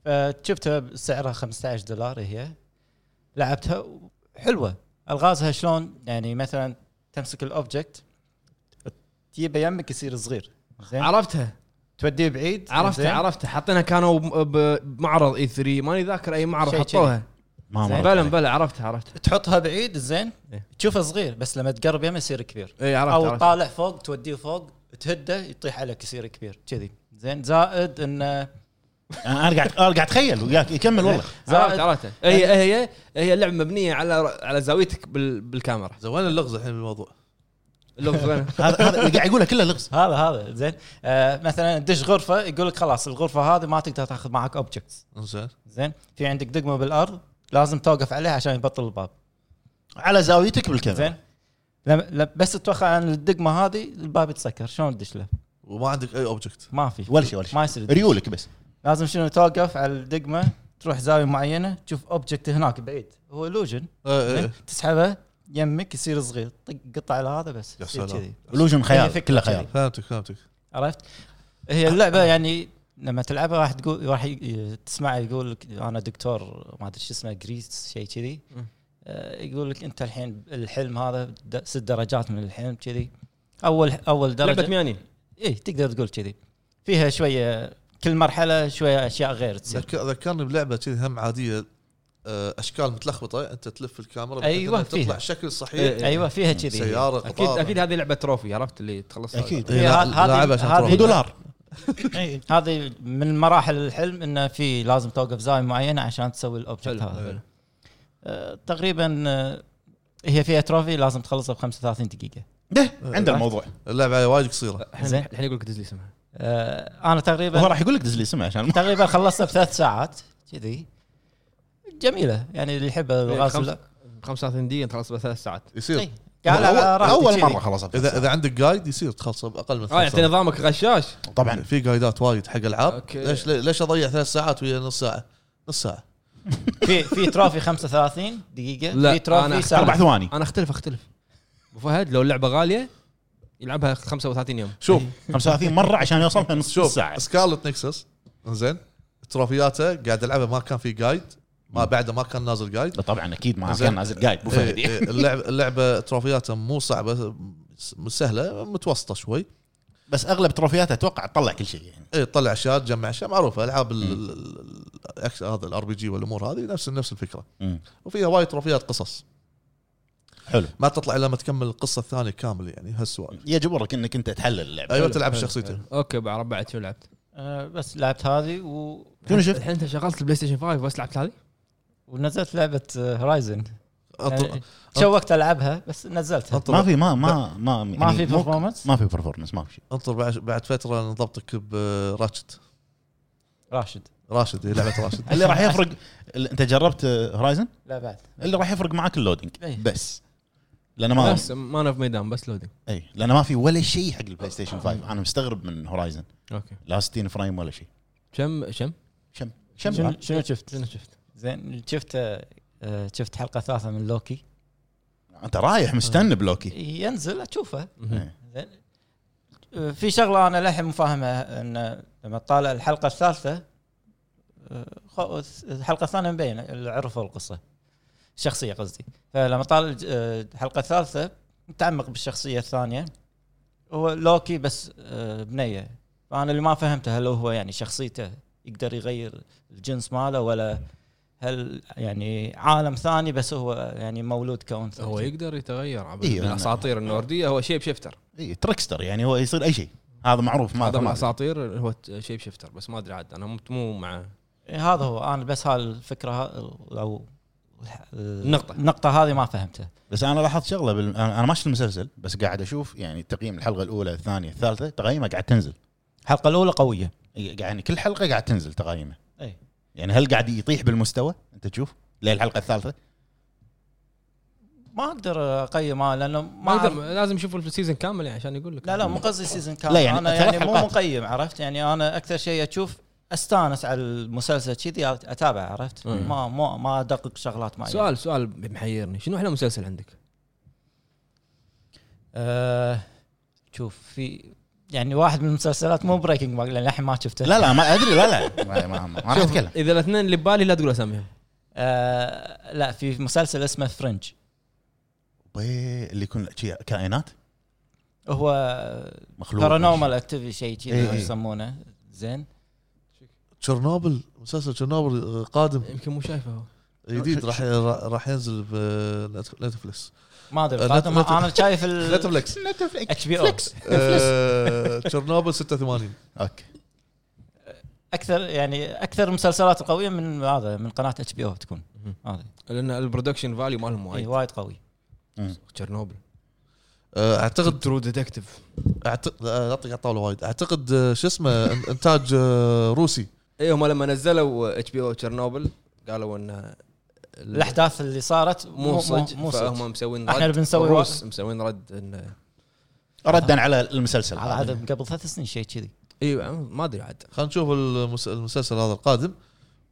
[SPEAKER 2] فشفتها سعرها 15 دولار هي لعبتها حلوه الغازها شلون يعني مثلا تمسك الاوبجكت تجيبه يمك يصير صغير زين
[SPEAKER 1] عرفتها
[SPEAKER 2] توديه بعيد
[SPEAKER 1] عرفتها
[SPEAKER 2] زين؟
[SPEAKER 1] عرفتها حاطينها كانوا ب- ب- بمعرض اي 3 ماني ذاكر اي معرض
[SPEAKER 2] شيء
[SPEAKER 1] حطوها
[SPEAKER 3] ما
[SPEAKER 2] زين.
[SPEAKER 1] بلا بلا عرفتها عرفتها
[SPEAKER 2] تحطها بعيد زين
[SPEAKER 1] إيه.
[SPEAKER 2] تشوفه صغير بس لما تقرب يمه يصير كبير
[SPEAKER 1] اي
[SPEAKER 2] او
[SPEAKER 1] إيه، عرفتها عرفتها.
[SPEAKER 2] طالع فوق توديه فوق تهده يطيح عليك يصير كبير كذي زين زائد آه، انه
[SPEAKER 3] انا قاعد انا قاعد اتخيل وياك كمل والله
[SPEAKER 1] عرفت
[SPEAKER 2] زائد
[SPEAKER 1] عرفتها إيه، هي هي هي اللعبه مبنيه على على زاويتك بال- بالكاميرا
[SPEAKER 4] زوين اللغز الحين بالموضوع
[SPEAKER 1] اللغز وين؟
[SPEAKER 3] هذا هذا اللي قاعد يقوله كله لغز
[SPEAKER 2] هذا هذا زين آه مثلا تدش غرفه يقول لك خلاص الغرفه هذه ما تقدر تاخذ معك اوبجكتس
[SPEAKER 4] انزين
[SPEAKER 2] زين في عندك دقمه بالارض لازم توقف عليها عشان يبطل الباب
[SPEAKER 3] على زاويتك بالكاميرا
[SPEAKER 2] زين لما لما- بس تتوخى عن الدقمه هذه الباب يتسكر شلون تدش له؟
[SPEAKER 4] وما عندك اي اوبجكت
[SPEAKER 2] ما في
[SPEAKER 3] ولا شيء ولا شيء
[SPEAKER 2] ما يصير تدش.
[SPEAKER 3] ريولك بس
[SPEAKER 2] لازم شنو توقف على الدقمه تروح زاويه معينه تشوف اوبجكت هناك بعيد هو illusion
[SPEAKER 4] إيه.
[SPEAKER 2] زين تسحبه يمك يصير صغير طق قطع على هذا بس
[SPEAKER 4] يا
[SPEAKER 2] يصير
[SPEAKER 4] سلام.
[SPEAKER 2] كذي.
[SPEAKER 3] الوجن
[SPEAKER 2] هي
[SPEAKER 3] خيال
[SPEAKER 2] فكرة
[SPEAKER 3] كله
[SPEAKER 2] كذي.
[SPEAKER 3] خيال
[SPEAKER 4] فهمتك فهمتك
[SPEAKER 2] عرفت؟
[SPEAKER 4] أه.
[SPEAKER 2] هي اللعبه يعني لما تلعبها راح تقول راح ي- تسمعه يقول لك انا دكتور ما ادري شو اسمه جريس شيء كذي
[SPEAKER 1] مم.
[SPEAKER 2] آه، يقول لك انت الحين الحلم هذا د- ست درجات من الحلم كذي اول اول
[SPEAKER 1] لعبه
[SPEAKER 2] درجه
[SPEAKER 1] ميانين
[SPEAKER 2] اي إيه، تقدر تقول كذي فيها شويه كل مرحله شويه اشياء غير تصير
[SPEAKER 4] ذك- ذكرني بلعبه كذي هم عاديه آه، اشكال متلخبطه انت تلف الكاميرا بحيث
[SPEAKER 2] أيوة،
[SPEAKER 4] إنها
[SPEAKER 2] فيها.
[SPEAKER 4] تطلع شكل صحيح
[SPEAKER 1] إيه.
[SPEAKER 2] ايوه فيها كذي
[SPEAKER 4] سياره
[SPEAKER 1] اكيد
[SPEAKER 4] قطار.
[SPEAKER 1] اكيد هذه لعبه تروفي عرفت اللي تخلص
[SPEAKER 3] أكيد. إيه.
[SPEAKER 4] إيه،
[SPEAKER 2] هي
[SPEAKER 4] لا-
[SPEAKER 2] هذه-
[SPEAKER 4] لاعبها عشان
[SPEAKER 2] هذه-
[SPEAKER 4] تروح.
[SPEAKER 3] ودولار
[SPEAKER 2] هذه من مراحل الحلم انه في لازم توقف زاويه معينه عشان تسوي الاوبجكت
[SPEAKER 1] حلو،
[SPEAKER 2] هذا
[SPEAKER 1] حلو.
[SPEAKER 2] آه، تقريبا آه، هي فيها تروفي لازم تخلصها ب 35 دقيقه
[SPEAKER 3] ده عند الموضوع
[SPEAKER 4] اللعبه وايد قصيره
[SPEAKER 1] الحين
[SPEAKER 2] زين.
[SPEAKER 1] الحين يقول لك دز لي اسمها
[SPEAKER 2] آه، انا
[SPEAKER 3] هو
[SPEAKER 2] تقريبا
[SPEAKER 3] راح يقول لك دز لي اسمه عشان ما-
[SPEAKER 2] تقريبا خلصتها بثلاث ساعات كذي جميله يعني اللي يحب الغاز
[SPEAKER 1] إيه، خمس-
[SPEAKER 2] لا.
[SPEAKER 1] 35 دقيقه تخلص بثلاث ساعات
[SPEAKER 4] يصير
[SPEAKER 2] إي، قاعد على
[SPEAKER 3] أول-
[SPEAKER 2] راحتي
[SPEAKER 3] اول
[SPEAKER 2] كذي.
[SPEAKER 3] مره خلاص
[SPEAKER 4] اذا اذا عندك جايد يصير تخلصه باقل من
[SPEAKER 1] اه
[SPEAKER 4] ثلاث
[SPEAKER 1] يعطي
[SPEAKER 4] ساعات.
[SPEAKER 1] نظامك غشاش
[SPEAKER 3] طبعا
[SPEAKER 4] في جايدات وايد حق العاب
[SPEAKER 1] أوكي.
[SPEAKER 4] ليش ليش اضيع ثلاث ساعات ويا نص ساعه نص ساعه
[SPEAKER 2] في في تروفي 35 دقيقه
[SPEAKER 1] لا،
[SPEAKER 2] في
[SPEAKER 1] أنا
[SPEAKER 2] تروفي
[SPEAKER 3] اربع
[SPEAKER 2] ساعه
[SPEAKER 3] ثواني
[SPEAKER 1] انا اختلف اختلف ابو فهد لو اللعبه غاليه يلعبها 35 يوم
[SPEAKER 4] شوف
[SPEAKER 3] 35 مره عشان يوصلها نص
[SPEAKER 4] شوف
[SPEAKER 3] ساعه
[SPEAKER 4] سكارلت نكسس زين تروفياته قاعد العبها ما كان في جايد ما بعده ما كان نازل جايد
[SPEAKER 3] طبعا اكيد ما
[SPEAKER 4] زين.
[SPEAKER 3] كان نازل جايد ابو
[SPEAKER 4] إيه،
[SPEAKER 3] فهد
[SPEAKER 4] إيه، اللعبه اللعبه تروفياتها مو صعبه س- سهله متوسطه شوي
[SPEAKER 3] بس اغلب تروفياته اتوقع تطلع كل شيء يعني
[SPEAKER 4] اي تطلع اشياء تجمع اشياء معروفه العاب ال- ال- الأكس- هذا الار بي جي والامور هذه نفس نفس الفكره
[SPEAKER 3] مم.
[SPEAKER 4] وفيها وايد تروفيات قصص
[SPEAKER 3] حلو
[SPEAKER 4] ما تطلع الا ما تكمل القصه الثانيه كامله يعني هالسؤال
[SPEAKER 3] يجبرك انك انت تحلل اللعبه
[SPEAKER 4] ايوه تلعب شخصيته
[SPEAKER 1] اوكي بعرف بعد شنو لعبت
[SPEAKER 2] آه، بس لعبت هذه و...
[SPEAKER 3] شنو شفت؟
[SPEAKER 1] الحين انت شغلت البلاي ستيشن 5 بس لعبت هذه
[SPEAKER 2] ونزلت أه، لعبه هورايزن
[SPEAKER 4] أط-
[SPEAKER 2] شوقت العبها يعني بس نزلتها
[SPEAKER 4] انطر
[SPEAKER 3] ما في ما ما ما
[SPEAKER 2] ما في
[SPEAKER 3] يعني مو-
[SPEAKER 2] برفورمانس
[SPEAKER 3] ما في برفورمنس ما في شيء
[SPEAKER 4] انطر بعد بعد فتره نضبطك براشد
[SPEAKER 2] راشد
[SPEAKER 4] راشد هي لعبه راشد
[SPEAKER 3] *laughs* اللي راح يفرق اللي انت جربت هورايزن
[SPEAKER 2] لا بعد
[SPEAKER 3] اللي راح يفرق معاك اللودينج
[SPEAKER 2] إيه.
[SPEAKER 3] بس لانه ما
[SPEAKER 1] بس ما انا في ميدان بس لودنج
[SPEAKER 3] اي لانه ما في ولا شيء حق البلاي ستيشن 5 انا مستغرب من هورايزن
[SPEAKER 1] اوكي
[SPEAKER 3] لا 60 فريم ولا شيء
[SPEAKER 1] كم كم
[SPEAKER 3] شم شم
[SPEAKER 2] شنو شنو شفت؟
[SPEAKER 1] شنو شفت؟
[SPEAKER 2] زين شفت آه، آه، شفت حلقه ثالثه من لوكي
[SPEAKER 3] انت رايح مستني بلوكي
[SPEAKER 2] ينزل اشوفه
[SPEAKER 3] إيه.
[SPEAKER 1] مهم.
[SPEAKER 2] زين آه، في شغله انا للحين مو فاهمها ان لما تطالع الحلقه الثالثه آه، خو- الحلقه الثانيه مبينه اللي عرفوا القصه الشخصيه قصدي فلما طالع آه، الحلقه الثالثه متعمق بالشخصيه الثانيه هو لوكي بس آه، بنيه فانا اللي ما فهمته هل هو يعني شخصيته يقدر يغير الجنس ماله ولا هل يعني عالم ثاني بس هو يعني مولود كون ثاني؟
[SPEAKER 1] هو يقدر يتغير عبد
[SPEAKER 3] إيه، أنا-
[SPEAKER 1] الاساطير النورديه هو شيب شيفتر
[SPEAKER 3] اي تركستر يعني هو يصير اي شيء هذا معروف ما
[SPEAKER 1] هذا من
[SPEAKER 3] ما-
[SPEAKER 1] الاساطير هو شيب شيفتر بس ما ادري عاد انا مو- مو مع
[SPEAKER 2] إيه هذا هو انا بس هالفكره ها- او
[SPEAKER 1] النقطة.
[SPEAKER 2] النقطه هذه ما فهمتها
[SPEAKER 3] بس انا لاحظت شغله بال... انا أنا ما شفت المسلسل بس قاعد اشوف يعني تقييم الحلقه الاولى الثانيه الثالثه تقييمه قاعد تنزل
[SPEAKER 2] الحلقه الاولى قويه
[SPEAKER 3] إي، قاعد- يعني كل حلقه قاعد تنزل تقييمه
[SPEAKER 2] اي
[SPEAKER 3] يعني هل قاعد يطيح بالمستوى انت تشوف للحلقه الثالثه
[SPEAKER 2] ما اقدر اقيمها لانه ما
[SPEAKER 1] ما يقدر
[SPEAKER 2] أعرف-
[SPEAKER 1] لازم يشوفوا السيزون كامل يعني عشان يقول لك
[SPEAKER 2] لا لا مو قصدي سيزون كامل
[SPEAKER 3] لا، يعني
[SPEAKER 2] انا
[SPEAKER 3] ثلاث
[SPEAKER 2] يعني مو
[SPEAKER 3] حلقات.
[SPEAKER 2] مقيم عرفت يعني انا اكثر شيء اشوف استانس على المسلسل كذي اتابع عرفت
[SPEAKER 1] مم.
[SPEAKER 2] ما ما ما ادقق شغلات معينه
[SPEAKER 1] سؤال سؤال محيرني شنو احلى مسلسل عندك؟
[SPEAKER 2] آه شوف في يعني واحد من المسلسلات مو بريكنج باد لان الحين ما شفته
[SPEAKER 3] لا لا ما ادري لا لا ما- ما- ما راح
[SPEAKER 1] شوف،
[SPEAKER 3] اتكلم
[SPEAKER 1] اذا الاثنين اللي ببالي لا تقول اساميهم
[SPEAKER 2] آه لا في مسلسل اسمه فرنج
[SPEAKER 3] بي- طيب، اللي يكون شي كائنات
[SPEAKER 2] هو
[SPEAKER 3] مخلوق
[SPEAKER 2] بارانورمال اكتيفي شيء
[SPEAKER 3] إيه.
[SPEAKER 2] كذي يسمونه زين
[SPEAKER 4] تشيرنوبل مسلسل تشيرنوبل آه، قادم
[SPEAKER 3] إيه،
[SPEAKER 1] يمكن مو شايفه هو
[SPEAKER 4] جديد راح راح ينزل بنتفلكس
[SPEAKER 2] ما ادري
[SPEAKER 4] آه،
[SPEAKER 2] القادم-
[SPEAKER 4] نت- نت-
[SPEAKER 2] انا شايف ال
[SPEAKER 4] نتفلكس
[SPEAKER 2] اتش بي او
[SPEAKER 4] آه، تشيرنوبل 86
[SPEAKER 3] اوكي
[SPEAKER 2] اكثر يعني اكثر المسلسلات القويه من هذا من قناه اتش بي او تكون
[SPEAKER 1] مهم.
[SPEAKER 2] هذه
[SPEAKER 1] لان البرودكشن فاليو مالهم
[SPEAKER 2] إيه،
[SPEAKER 1] وايد
[SPEAKER 2] وايد قوي
[SPEAKER 1] تشيرنوبل
[SPEAKER 4] آه، اعتقد
[SPEAKER 1] ترو ديتكتيف
[SPEAKER 4] اعتقد آه، اعطيك على الطاوله وايد اعتقد آه، شو اسمه *laughs* إن- انتاج آه، روسي
[SPEAKER 1] اي هم إيوه، لما نزلوا اتش بي او تشيرنوبل قالوا ان ال-
[SPEAKER 2] الاحداث اللي صارت مو
[SPEAKER 1] مو صج
[SPEAKER 2] مو صج
[SPEAKER 1] فهم مسوين
[SPEAKER 2] احنا
[SPEAKER 1] رد
[SPEAKER 2] اللي بنسوي
[SPEAKER 1] الروس مسوين رد ان
[SPEAKER 3] ردا على المسلسل
[SPEAKER 2] هذا هذا من قبل ثلاث سنين شيء كذي
[SPEAKER 1] اي إيوه، ما ادري عاد
[SPEAKER 4] خلينا نشوف المس- المسلسل هذا القادم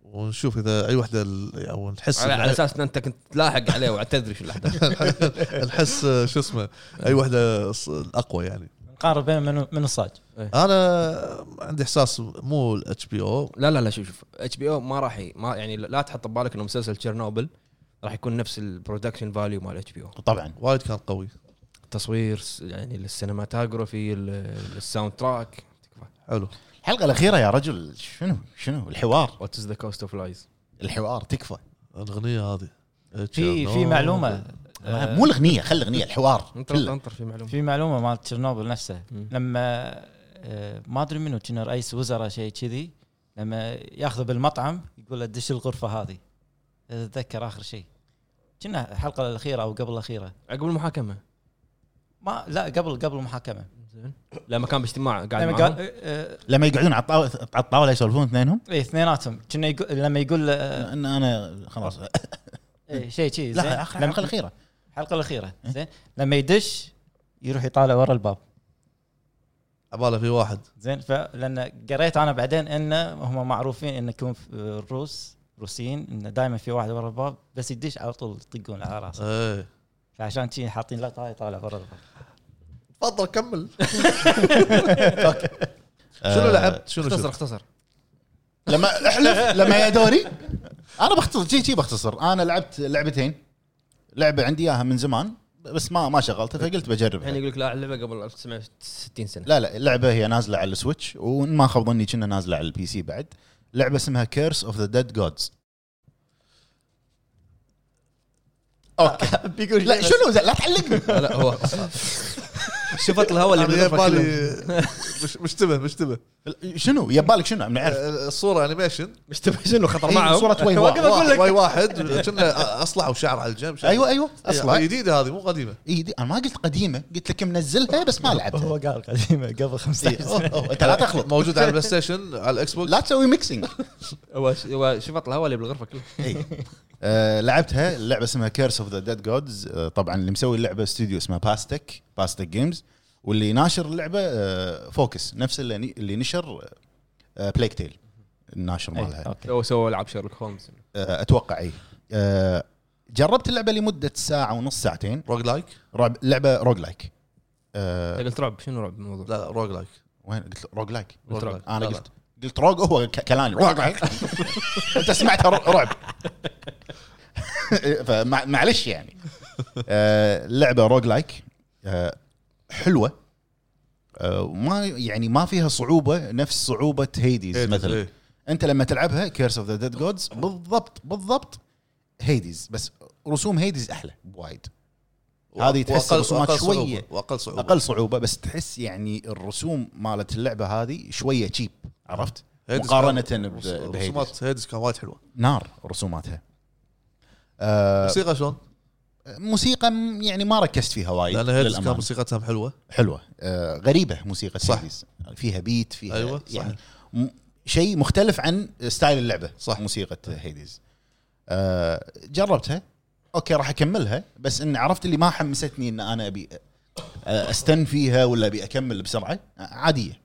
[SPEAKER 4] ونشوف اذا اي وحده ال- او نحس
[SPEAKER 1] على, على
[SPEAKER 4] إن-
[SPEAKER 1] اساس ان انت كنت تلاحق عليه وعاد تدري شو
[SPEAKER 4] *laughs*
[SPEAKER 1] الاحداث
[SPEAKER 4] نحس آه، شو اسمه اي وحده ص- الاقوى يعني
[SPEAKER 2] نقارن بين منو منو صاج
[SPEAKER 4] انا عندي احساس مو الاتش بي او
[SPEAKER 1] لا لا لا شوف شوف اتش بي او ما راح ي- ما يعني لا تحط ببالك انه مسلسل تشيرنوبل راح يكون نفس البرودكشن فاليو مال اتش بي او
[SPEAKER 3] طبعا
[SPEAKER 4] وايد كان قوي
[SPEAKER 1] التصوير س- يعني السينماتوجرافي ال- الساوند تراك
[SPEAKER 4] حلو
[SPEAKER 3] الحلقه الاخيره يا رجل شنو شنو الحوار
[SPEAKER 1] وات از ذا كوست اوف لايز
[SPEAKER 3] الحوار تكفى
[SPEAKER 4] الاغنيه هذه
[SPEAKER 2] في في معلومه آه،
[SPEAKER 3] مو الاغنيه خلي الاغنيه الحوار
[SPEAKER 1] انطر
[SPEAKER 3] كله
[SPEAKER 1] انطر في معلومه
[SPEAKER 2] في معلومه مال تشيرنوبل نفسه
[SPEAKER 1] مم.
[SPEAKER 2] لما آه، ما ادري منو كان رئيس وزراء شيء كذي لما ياخذه بالمطعم يقول له دش الغرفه هذه اتذكر اخر شيء كنا الحلقه الاخيره او قبل الاخيره
[SPEAKER 1] عقب المحاكمه
[SPEAKER 2] ما لا قبل قبل المحاكمه
[SPEAKER 1] زين لما كان باجتماع قاعد
[SPEAKER 2] لما
[SPEAKER 1] معاهم
[SPEAKER 2] قال آه،
[SPEAKER 3] لما يقعدون على الطاوله على الطاوله يسولفون اثنينهم
[SPEAKER 2] اي اثنيناتهم كنا يقول لما يقول له، آه،
[SPEAKER 3] ان انا خلاص
[SPEAKER 2] إيه، شيء شيء زين
[SPEAKER 3] لا
[SPEAKER 2] لما-
[SPEAKER 3] الحلقه الاخيره
[SPEAKER 2] الحلقه الاخيره زين لما يدش يروح يطالع ورا الباب
[SPEAKER 4] عباله في واحد
[SPEAKER 2] زين فلان قريت انا بعدين انه هم معروفين ان يكون في- الروس روسيين انه دائما في واحد ورا الباب بس يدش على طول يطقون على راسه
[SPEAKER 4] ايه
[SPEAKER 2] فعشان شي حاطين لا طالع طالع ورا الباب
[SPEAKER 4] تفضل كمل
[SPEAKER 3] آه،
[SPEAKER 4] شنو لعبت شنو
[SPEAKER 1] اختصر
[SPEAKER 4] شفت
[SPEAKER 1] اختصر
[SPEAKER 3] لما احلف لما يا دوري انا بختصر شي شي بختصر انا لعبت لعبتين لعبه عندي اياها من زمان بس ما ما شغلتها فقلت
[SPEAKER 1] الحين
[SPEAKER 2] يعني-
[SPEAKER 3] بجربها
[SPEAKER 1] يقول لك لا اللعبه قبل 1960 سنه
[SPEAKER 3] لا لا اللعبه هي نازله على السويتش وان ما خاب ظني كنا نازله على البي سي بعد لعبه اسمها كيرس اوف ذا ديد جودز اوكي
[SPEAKER 2] بيقول
[SPEAKER 3] لا شنو زين، لا تعلقني
[SPEAKER 1] لا, لا هو شفت الهواء اللي
[SPEAKER 4] انا جاي
[SPEAKER 1] بالغرفه كله
[SPEAKER 4] بالي مش- مشتبه مشتبه
[SPEAKER 3] شنو يبالك شنو
[SPEAKER 2] أيوة.
[SPEAKER 3] نعرف
[SPEAKER 4] آه، الصوره انيميشن
[SPEAKER 1] مشتبه شنو خطر
[SPEAKER 3] إيه،
[SPEAKER 1] معه
[SPEAKER 3] صورة وين واحد.
[SPEAKER 1] اقول لك
[SPEAKER 4] واي واحد كنا اصلع وشعر على الجنب شعر.
[SPEAKER 3] ايوه ايوه
[SPEAKER 4] إيه،
[SPEAKER 3] اصلا
[SPEAKER 2] أيوة.
[SPEAKER 4] جديده هذه مو قديمه
[SPEAKER 3] اي دي انا ما قلت قديمه قلت لك منزلها بس ما لعبتها
[SPEAKER 2] هو قال قديمه قبل 15
[SPEAKER 4] *laughs*
[SPEAKER 3] إيه،
[SPEAKER 2] سنه
[SPEAKER 3] أوه، أوه، انت لا تخلط
[SPEAKER 4] موجود على البلاي ستيشن على الاكس بوكس
[SPEAKER 3] لا تسوي ميكسينج
[SPEAKER 1] هو ش- هو شفت الهواء اللي بالغرفه كله
[SPEAKER 3] إي. آه، لعبتها اللعبه اسمها كيرس اوف ذا ديد جودز طبعا آه، اللي مسوي اللعبه استوديو اسمه باستك باستك جيمز واللي ناشر اللعبه آه، فوكس نفس اللي ني- اللي نشر بليك تيل الناشر
[SPEAKER 2] إيه،
[SPEAKER 3] مالها
[SPEAKER 2] أوكي.
[SPEAKER 1] سووا سووا العاب شيرلوك هولمز
[SPEAKER 3] آه، اتوقع اي آه، جربت اللعبه لمده ساعه ونص ساعتين
[SPEAKER 4] روج لايك
[SPEAKER 3] رعب- لعبه روج لايك
[SPEAKER 1] انت قلت رعب شنو رعب الموضوع؟
[SPEAKER 4] لا لا، روج لايك
[SPEAKER 3] وين قلت له روج لايك
[SPEAKER 1] قلت رعب.
[SPEAKER 3] انا
[SPEAKER 4] لا، لا.
[SPEAKER 3] قلت قلت روج هو ك- كلامي روج *laughs* لايك انت سمعتها ر- *laughs* رعب فمعلش يعني آه، اللعبه روج لايك آه، حلوه آه، وما يعني ما فيها صعوبه نفس صعوبه هيديز
[SPEAKER 4] إيه،
[SPEAKER 3] مثلا
[SPEAKER 4] إيه.
[SPEAKER 3] انت لما تلعبها كيرس اوف ذا ديد جودز بالضبط بالضبط هيديز بس رسوم هيديز احلى بوايد هذه تحس
[SPEAKER 4] وأقل-
[SPEAKER 3] رسومات
[SPEAKER 4] وأقل صعوبة،
[SPEAKER 3] شويه
[SPEAKER 4] واقل صعوبه
[SPEAKER 3] اقل صعوبه بس تحس يعني الرسوم مالت اللعبه هذه شويه تشيب عرفت؟
[SPEAKER 4] هيدز
[SPEAKER 3] مقارنة
[SPEAKER 4] كان-
[SPEAKER 3] ب-
[SPEAKER 4] رس-
[SPEAKER 3] بهيدز.
[SPEAKER 4] رسومات هيدز كان وايد حلوه
[SPEAKER 3] نار رسوماتها. آه
[SPEAKER 4] موسيقى شلون؟
[SPEAKER 3] موسيقى م- يعني ما ركزت فيها وايد
[SPEAKER 4] لان هيدز كان
[SPEAKER 3] للأمانة.
[SPEAKER 4] موسيقتها حلوه
[SPEAKER 3] حلوه آه غريبه موسيقى
[SPEAKER 4] صح.
[SPEAKER 3] صح. فيها بيت فيها
[SPEAKER 4] أيوة،
[SPEAKER 3] أيوة
[SPEAKER 4] صح.
[SPEAKER 3] يعني م- شيء مختلف عن ستايل اللعبه صح موسيقى هيديز آه جربتها اوكي راح اكملها بس ان عرفت اللي ما حمستني ان انا ابي آه، استن فيها ولا ابي اكمل بسرعه آه، عاديه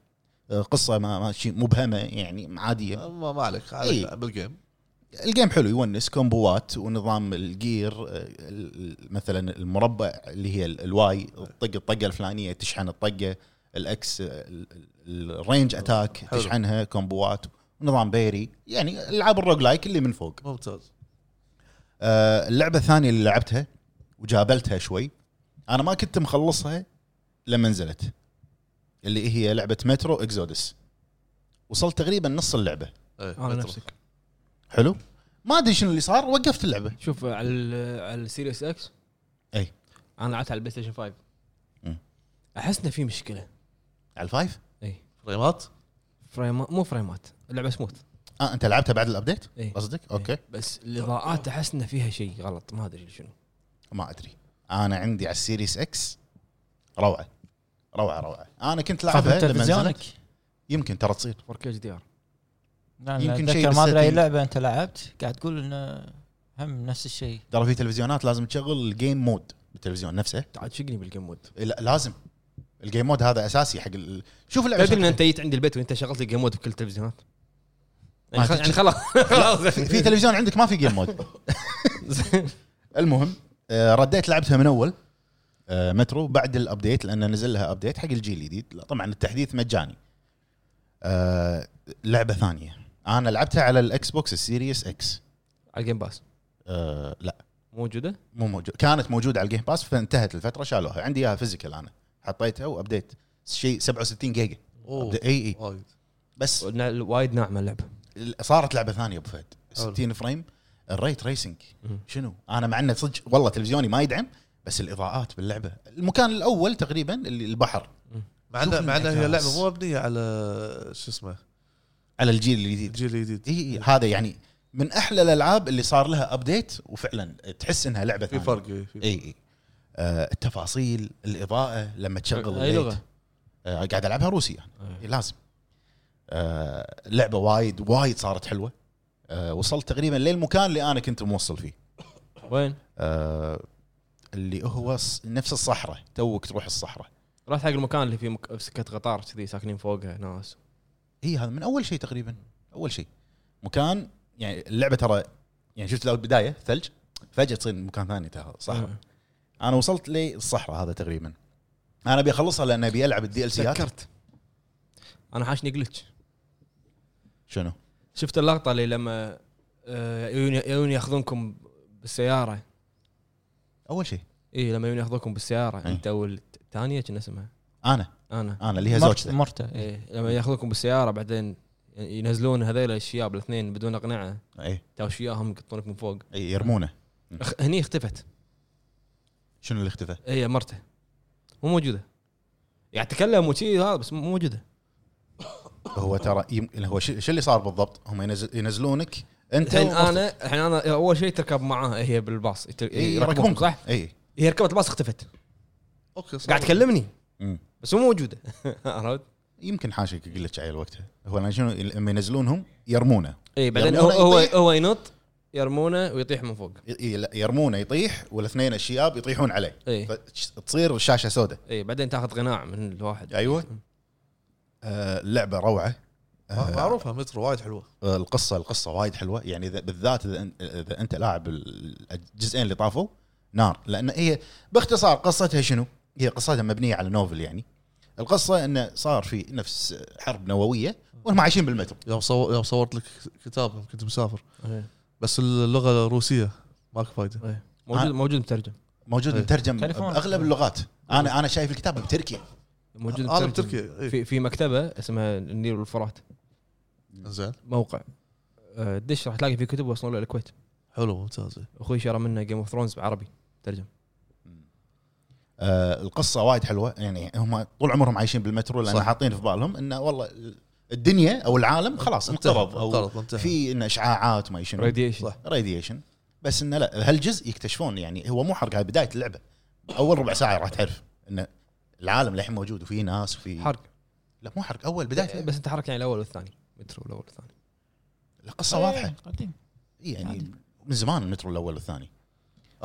[SPEAKER 3] آه، قصه ما ما شيء مبهمه يعني عاديه
[SPEAKER 4] ما, ما عليك عليك
[SPEAKER 3] إيه.
[SPEAKER 4] بالجيم
[SPEAKER 3] الجيم حلو يونس كومبوات ونظام الجير آه، ال- ال- مثلا المربع اللي هي ال- الواي الطق الطقه الفلانيه تشحن الطقه الاكس ال- ال- الرينج اتاك
[SPEAKER 4] حلو.
[SPEAKER 3] تشحنها كومبوات نظام بيري يعني العاب الروج لايك اللي من فوق
[SPEAKER 4] ممتاز
[SPEAKER 3] آه، اللعبه الثانيه اللي لعبتها وجابلتها شوي انا ما كنت مخلصها لما نزلت اللي هي لعبه مترو اكزودس وصلت تقريبا نص اللعبه
[SPEAKER 4] إيه،
[SPEAKER 1] انا
[SPEAKER 4] مترو.
[SPEAKER 1] نفسك
[SPEAKER 3] حلو ما ادري شنو اللي صار وقفت اللعبه
[SPEAKER 1] شوف على ال- على السيريس اكس
[SPEAKER 3] أي.
[SPEAKER 4] إيه.
[SPEAKER 1] انا لعبت على البلاي ستيشن 5
[SPEAKER 3] أمم.
[SPEAKER 1] احس انه في مشكله
[SPEAKER 3] على الفايف
[SPEAKER 1] اي
[SPEAKER 4] فريمات
[SPEAKER 1] فريمات مو فريمات اللعبه سموث
[SPEAKER 3] اه انت لعبتها بعد الابديت
[SPEAKER 1] إيه.
[SPEAKER 3] قصدك اوكي
[SPEAKER 1] بس الاضاءات احس انه فيها شيء غلط ما ادري شنو
[SPEAKER 3] ما ادري انا عندي على السيريس اكس روعه روعه روعه انا كنت لعبها
[SPEAKER 2] خاف
[SPEAKER 3] لما
[SPEAKER 2] تلفزيونك
[SPEAKER 3] نزلت. يمكن ترى تصير
[SPEAKER 1] 4K جي دي ار
[SPEAKER 2] لا، لا،
[SPEAKER 3] يمكن
[SPEAKER 2] أتذكر
[SPEAKER 3] شيء
[SPEAKER 2] ما ادري اي
[SPEAKER 3] بالsetting.
[SPEAKER 2] لعبه انت لعبت قاعد تقول انه هم نفس الشيء
[SPEAKER 3] ترى في تلفزيونات لازم تشغل الجيم مود بالتلفزيون نفسه
[SPEAKER 1] تعال شقني بالجيم مود
[SPEAKER 3] لا لازم الجيم مود هذا اساسي حق ال... شوف اللعبه
[SPEAKER 1] تدري ان
[SPEAKER 3] شكلها.
[SPEAKER 1] انت جيت عندي البيت وانت شغلت الجيم مود بكل التلفزيونات
[SPEAKER 3] ما
[SPEAKER 1] يعني خل-
[SPEAKER 3] تدري.
[SPEAKER 1] يعني *laughs* خلاص خلاص
[SPEAKER 3] في تلفزيون عندك ما في جيم مود المهم آه، رديت لعبتها من اول آه، مترو بعد الابديت لان نزل لها ابديت حق الجيل الجديد لا، طبعا التحديث مجاني آه، لعبه ثانيه انا لعبتها على الاكس بوكس السيريس اكس
[SPEAKER 1] على الجيم باس
[SPEAKER 3] آه، لا
[SPEAKER 1] موجوده
[SPEAKER 3] مو موجود كانت موجوده على الجيم باس فانتهت الفتره شالوها عندي اياها فيزيكال انا حطيتها وابديت شيء 67 جيجا
[SPEAKER 4] اوه
[SPEAKER 3] اي اي
[SPEAKER 4] وايد
[SPEAKER 3] بس
[SPEAKER 1] نا- وايد ناعمه اللعبه
[SPEAKER 3] صارت لعبه ثانيه ابو فهد
[SPEAKER 4] حلو.
[SPEAKER 3] 60 فريم الريت ريسنج
[SPEAKER 1] مم.
[SPEAKER 3] شنو انا مع انه صدق والله تلفزيوني ما يدعم بس الاضاءات باللعبه المكان الاول تقريبا اللي البحر
[SPEAKER 4] مع انه
[SPEAKER 3] شوف
[SPEAKER 4] مع انه هي
[SPEAKER 3] الانعكاس.
[SPEAKER 4] لعبه مو مبنيه على شو اسمه
[SPEAKER 3] على الجيل الجديد
[SPEAKER 4] الجيل الجديد
[SPEAKER 3] اي إي، هذا يعني من احلى الالعاب اللي صار لها ابديت وفعلا تحس انها لعبه
[SPEAKER 4] في
[SPEAKER 3] ثانية.
[SPEAKER 4] فرق إيه، في فرق.
[SPEAKER 3] اي اي آه التفاصيل الاضاءه لما تشغل
[SPEAKER 1] اي
[SPEAKER 3] الليت
[SPEAKER 1] لغه
[SPEAKER 3] آه قاعد العبها روسي يعني.
[SPEAKER 1] أي.
[SPEAKER 3] لازم آه لعبه وايد وايد صارت حلوه آه وصلت تقريبا للمكان اللي انا كنت موصل فيه
[SPEAKER 1] وين؟
[SPEAKER 3] آه اللي هو ص- نفس الصحراء توك تروح الصحراء
[SPEAKER 1] رحت حق المكان اللي فيه مك... سكه قطار كذي ساكنين فوقها ناس
[SPEAKER 3] هي إيه، هذا من اول شيء تقريبا اول شيء مكان يعني اللعبه ترى يعني شفت لو البدايه ثلج فجاه تصير مكان ثاني ترى صحراء
[SPEAKER 1] آه.
[SPEAKER 3] انا وصلت للصحراء هذا تقريبا انا ابي اخلصها لان ابي العب الدي ال سيات
[SPEAKER 1] تذكرت انا حاشني جلتش
[SPEAKER 3] شنو؟
[SPEAKER 1] شفت اللقطه اللي لما آه، يجون يجون ياخذونكم بالسياره
[SPEAKER 3] اول شيء
[SPEAKER 1] اي إيه، لما يجون ياخذونكم بالسياره
[SPEAKER 3] أي.
[SPEAKER 1] انت والثانيه كنا اسمها
[SPEAKER 3] انا
[SPEAKER 1] انا
[SPEAKER 3] انا اللي هي
[SPEAKER 2] مرت-
[SPEAKER 3] زوجته
[SPEAKER 2] مرته إيه.
[SPEAKER 1] إيه لما ياخذونكم بالسياره بعدين ينزلون هذيل الشياب الاثنين بدون اقنعه
[SPEAKER 3] اي
[SPEAKER 1] تاوش وياهم يقطونك من فوق
[SPEAKER 3] أي، إيه، يرمونه
[SPEAKER 1] اخ- هني اختفت
[SPEAKER 3] شنو اللي اختفى؟
[SPEAKER 1] هي مرته مو موجوده يعني تكلم وشي هذا بس مو موجوده
[SPEAKER 3] هو ترى يم... هو شو شو اللي صار بالضبط؟ هم ينزل... ينزلونك انت
[SPEAKER 1] الحين
[SPEAKER 3] ومرتك.
[SPEAKER 1] انا الحين انا اول شيء تركب معاها هي بالباص يت-
[SPEAKER 3] إي،
[SPEAKER 1] إيه، يركبونكم صح؟
[SPEAKER 3] اي
[SPEAKER 1] هي ركبت الباص اختفت
[SPEAKER 4] اوكي صح.
[SPEAKER 1] قاعد تكلمني
[SPEAKER 3] مم.
[SPEAKER 1] بس مو موجوده *laughs* عرفت؟
[SPEAKER 3] يمكن حاشك قلت عيل وقتها هو أنا شنو لما ينزلونهم يرمونه
[SPEAKER 1] اي إيه، بعدين هو
[SPEAKER 3] يرمونه
[SPEAKER 1] هو,
[SPEAKER 3] يطيح.
[SPEAKER 1] هو ينط يرمونه ويطيح من فوق
[SPEAKER 3] ي- ي- لا، يرمونه يطيح والاثنين الشياب يطيحون عليه
[SPEAKER 1] اي
[SPEAKER 3] تصير الشاشه سوداء
[SPEAKER 1] اي إيه، بعدين تاخذ قناع من الواحد
[SPEAKER 3] ايوه آه اللعبه روعه
[SPEAKER 4] مع- معروفه مترو وايد حلوه
[SPEAKER 3] آه القصه القصه وايد حلوه يعني إذا بالذات اذا أن- اذا انت لاعب ال- الجزئين اللي طافوا نار لان هي باختصار قصتها شنو؟ هي قصتها مبنيه على نوفل يعني القصه انه صار في نفس حرب نوويه وهم عايشين بالمترو
[SPEAKER 4] يوم صور يوم صورت لك كتاب يوم كنت مسافر
[SPEAKER 1] إيه.
[SPEAKER 4] بس اللغه الروسيه ماك فايده
[SPEAKER 1] موجود
[SPEAKER 3] آه.
[SPEAKER 1] موجود مترجم
[SPEAKER 3] موجود
[SPEAKER 4] إيه.
[SPEAKER 3] مترجم
[SPEAKER 2] تليفون.
[SPEAKER 3] باغلب اللغات انا انا شايف الكتاب بتركيا
[SPEAKER 1] موجود
[SPEAKER 4] انا
[SPEAKER 1] مترجم.
[SPEAKER 4] بتركيا إيه.
[SPEAKER 1] في في مكتبه اسمها النيل والفرات
[SPEAKER 4] زين
[SPEAKER 1] موقع آه، دش راح تلاقي فيه كتب وصلوا للكويت
[SPEAKER 4] حلو ممتاز إيه.
[SPEAKER 1] اخوي شرى منه جيم اوف ثرونز بعربي ترجم
[SPEAKER 3] آه القصه وايد حلوه يعني هم طول عمرهم عايشين بالمترو لان
[SPEAKER 4] صح.
[SPEAKER 3] حاطين في بالهم انه والله الدنيا او العالم خلاص انقرض او
[SPEAKER 4] انقرض انتهى
[SPEAKER 3] في إنه اشعاعات ما شنو
[SPEAKER 1] راديشن
[SPEAKER 4] يعني صح.
[SPEAKER 3] راديشن بس انه لا هالجزء يكتشفون يعني هو مو حرق هاي بدايه اللعبه اول ربع ساعه راح تعرف انه العالم للحين موجود وفي ناس وفي
[SPEAKER 1] حرق
[SPEAKER 3] لا مو حرق اول
[SPEAKER 4] إيه،
[SPEAKER 3] بدايه
[SPEAKER 1] بس انت حرك يعني الاول والثاني مترو الاول والثاني
[SPEAKER 3] القصه واضحه
[SPEAKER 2] إيه، قديم
[SPEAKER 4] إيه.
[SPEAKER 3] إي يعني من زمان المترو الاول والثاني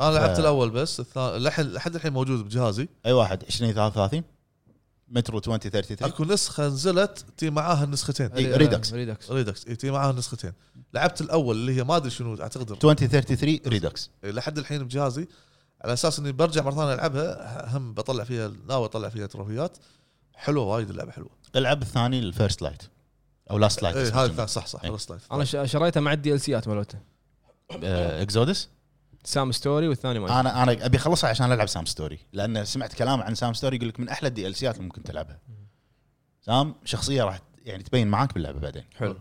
[SPEAKER 4] انا لعبت
[SPEAKER 3] ف-
[SPEAKER 4] الاول بس الثاني لحد لحد الحين موجود بجهازي
[SPEAKER 3] اي واحد 20 33 مترو 2033
[SPEAKER 4] اكو نسخه نزلت تي معاها النسختين
[SPEAKER 1] آه،
[SPEAKER 3] إي، ريدكس.
[SPEAKER 1] ريدكس
[SPEAKER 4] ريدكس إي، تي معاها النسختين لعبت الاول اللي هي ما ادري شنو اعتقد
[SPEAKER 3] 2033 ريدوكس
[SPEAKER 4] إي، لحد الحين بجهازي على اساس اني برجع مره ثانيه العبها هم بطلع فيها ناوي اطلع فيها تروفيات حلوه وايد اللعبه حلوه
[SPEAKER 3] العب الثاني الفيرست لايت او لاست لايت
[SPEAKER 4] إيه، هذا الثاني صح صح
[SPEAKER 3] إيه.
[SPEAKER 4] فيرست لايت
[SPEAKER 1] انا ش- شريته مع الدي ال سيات مالته
[SPEAKER 3] اكزودس
[SPEAKER 1] سام ستوري والثاني
[SPEAKER 4] طيب. آه.
[SPEAKER 1] ما أدري.
[SPEAKER 3] انا انا ابي اخلصها عشان العب سام ستوري لان سمعت كلام عن سام ستوري يقول لك من احلى الدي ال سيات اللي ممكن تلعبها سام شخصيه راح يعني تبين معاك باللعبه بعدين
[SPEAKER 1] حلو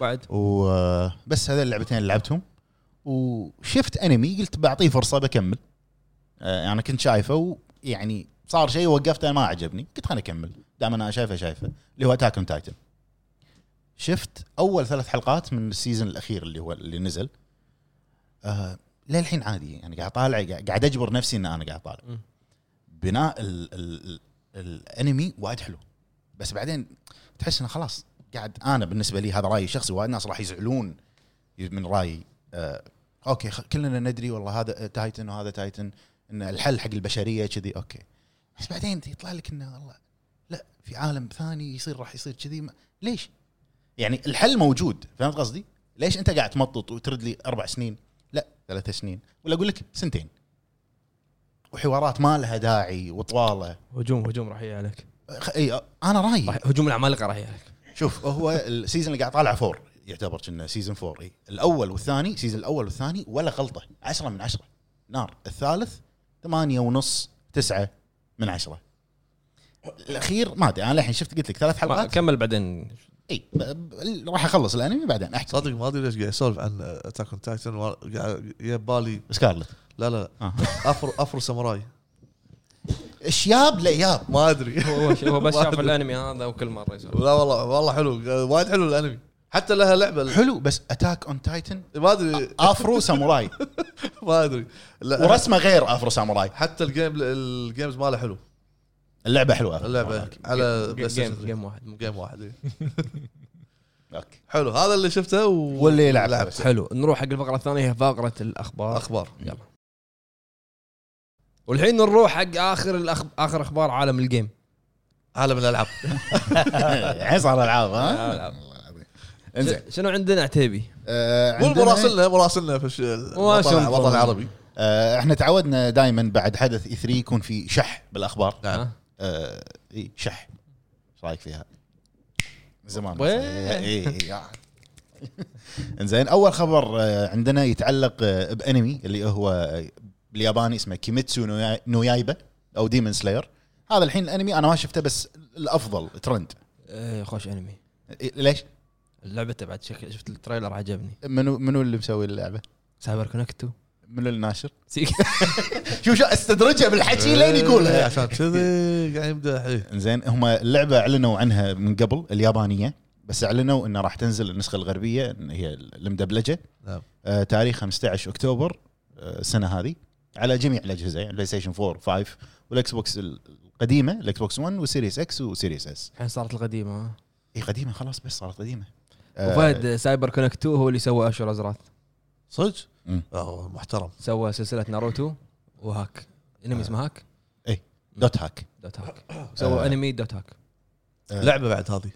[SPEAKER 1] بعد
[SPEAKER 3] وبس هذول آه، اللعبتين اللي لعبتهم وشفت انمي قلت بعطيه فرصه بكمل آه، انا كنت شايفه ويعني صار شيء وقفته ما عجبني قلت خليني اكمل دام انا شايفه شايفه اللي هو اتاك اون تايتن شفت اول ثلاث حلقات من السيزون الاخير اللي هو اللي نزل آه للحين عادي يعني قاعد طالع قاعد قاعد اجبر نفسي ان انا قاعد طالع
[SPEAKER 1] م.
[SPEAKER 3] بناء ال ال ال الانمي وايد حلو بس بعدين تحس انه خلاص قاعد انا بالنسبه لي هذا رايي الشخصي وايد ناس راح يزعلون من رايي آه اوكي خ- كلنا ندري والله هذا آه، تايتن وهذا تايتن ان الحل حق البشريه كذي اوكي بس بعدين يطلع لك انه والله لا في عالم ثاني يصير راح يصير كذي ما- ليش؟ يعني الحل موجود فهمت قصدي؟ ليش انت قاعد تمطط وترد لي اربع سنين؟ لا ثلاث سنين ولا اقول لك سنتين وحوارات ما لها داعي وطواله
[SPEAKER 1] هجوم هجوم راح يجي عليك
[SPEAKER 4] إيه.
[SPEAKER 3] خ- اي انا رايي
[SPEAKER 1] راح هجوم العمالقه راح يجي عليك
[SPEAKER 3] شوف هو السيزون اللي قاعد طالع فور يعتبر كنا سيزون فور إي. الاول والثاني سيزون الاول والثاني ولا غلطه عشرة من عشرة نار الثالث ثمانية ونص تسعة من عشرة الاخير ما ادري انا الحين شفت قلت لك ثلاث
[SPEAKER 1] ما-
[SPEAKER 3] حلقات
[SPEAKER 1] كمل بعدين
[SPEAKER 3] اي ب- ب- راح اخلص الانمي بعدين احكي
[SPEAKER 4] صادق ما ادري ليش قاعد يسولف عن اتاك اون تايتن قاعد يبالي
[SPEAKER 3] سكارلت
[SPEAKER 4] لا لا
[SPEAKER 3] آه.
[SPEAKER 4] افرو افرو ساموراي
[SPEAKER 3] شياب لياب
[SPEAKER 4] ما ادري
[SPEAKER 1] هو هو- هو بس
[SPEAKER 4] واحد.
[SPEAKER 1] شاف الانمي هذا وكل مره يسولف
[SPEAKER 4] *laughs* لا والله والله حلو آه، وايد حلو الانمي حتى لها لعبه
[SPEAKER 3] حلو بس اتاك اون تايتن
[SPEAKER 4] ما ادري
[SPEAKER 1] *laughs*
[SPEAKER 3] افرو ساموراي
[SPEAKER 4] ما ادري لا
[SPEAKER 3] ورسمه غير افرو ساموراي
[SPEAKER 4] حتى الجيم الجيمز ماله حلو
[SPEAKER 3] اللعبه حلوه أفرو
[SPEAKER 4] اللعبه
[SPEAKER 3] ساموراي.
[SPEAKER 4] على بلاي ستيشن
[SPEAKER 1] جيم
[SPEAKER 4] 3.
[SPEAKER 1] جيم واحد
[SPEAKER 4] جيم واحد إي.
[SPEAKER 3] *laughs* اوكي
[SPEAKER 4] حلو هذا اللي شفته و...
[SPEAKER 3] واللي يلعب.
[SPEAKER 4] لعبت.
[SPEAKER 1] حلو نروح حق الفقره الثانيه هي فقره الاخبار
[SPEAKER 4] اخبار
[SPEAKER 1] يلا والحين نروح حق اخر الأخ... اخر اخبار عالم الجيم
[SPEAKER 3] *laughs*
[SPEAKER 4] عالم الالعاب
[SPEAKER 3] الحين صار العاب
[SPEAKER 1] لا، لا.
[SPEAKER 3] ها الله العظيم. انزين
[SPEAKER 1] ش- شنو عندنا عتيبي؟
[SPEAKER 3] آه،
[SPEAKER 4] مو
[SPEAKER 3] عندنا-
[SPEAKER 4] مراسلنا مراسلنا في الش- الوطن
[SPEAKER 1] شنطر.
[SPEAKER 4] الوطن العربي
[SPEAKER 3] آه، احنا تعودنا دائما بعد حدث اي 3 يكون في شح بالاخبار
[SPEAKER 4] نعم.
[SPEAKER 1] ها؟
[SPEAKER 3] آه، اي شح ايش رايك فيها؟ زمان
[SPEAKER 1] وين؟
[SPEAKER 3] إي، إي، آه. *laughs* انزين اول خبر آه، عندنا يتعلق آه، بانمي اللي هو آه، بالياباني اسمه كيميتسو نويا- نو يايبا او ديمون سلاير هذا الحين الانمي انا ما شفته بس الافضل ترند
[SPEAKER 1] إيه، خوش انمي
[SPEAKER 3] إي، ليش؟
[SPEAKER 1] اللعبه بعد شكل شفت التريلر عجبني
[SPEAKER 3] منو منو اللي مسوي اللعبه؟
[SPEAKER 1] سايبر كونكتو
[SPEAKER 3] منو الناشر؟
[SPEAKER 1] سيك-
[SPEAKER 3] *laughs* شو شو استدرجه بالحكي لين
[SPEAKER 4] إيه، *laughs*
[SPEAKER 3] يقولها
[SPEAKER 4] عشان كذي قاعد يمدح إيه.
[SPEAKER 3] زين هم اللعبه اعلنوا عنها من قبل اليابانيه بس اعلنوا انه راح تنزل النسخه الغربيه إن هي المدبلجه
[SPEAKER 4] نعم.
[SPEAKER 3] آه تاريخ 15 اكتوبر آه، السنه هذه على جميع الاجهزه يعني بلاي ستيشن 4 5 والاكس بوكس القديمه الاكس بوكس 1 وسيريس اكس وسيريس اس
[SPEAKER 1] الحين صارت القديمه ها؟
[SPEAKER 3] اي قديمه خلاص بس صارت قديمه آه،
[SPEAKER 1] وفهد سايبر كونكتو هو اللي سوى اشهر ازرات
[SPEAKER 4] صدق؟
[SPEAKER 3] مم.
[SPEAKER 4] أوه، محترم
[SPEAKER 1] سوى سلسله ناروتو وهاك
[SPEAKER 3] آه.
[SPEAKER 1] انمي اسمه هاك
[SPEAKER 3] دوت هاك
[SPEAKER 1] دوت
[SPEAKER 3] *coughs*
[SPEAKER 1] هاك سوى
[SPEAKER 3] آه.
[SPEAKER 1] انمي دوت هاك
[SPEAKER 3] آه.
[SPEAKER 4] لعبه بعد هذه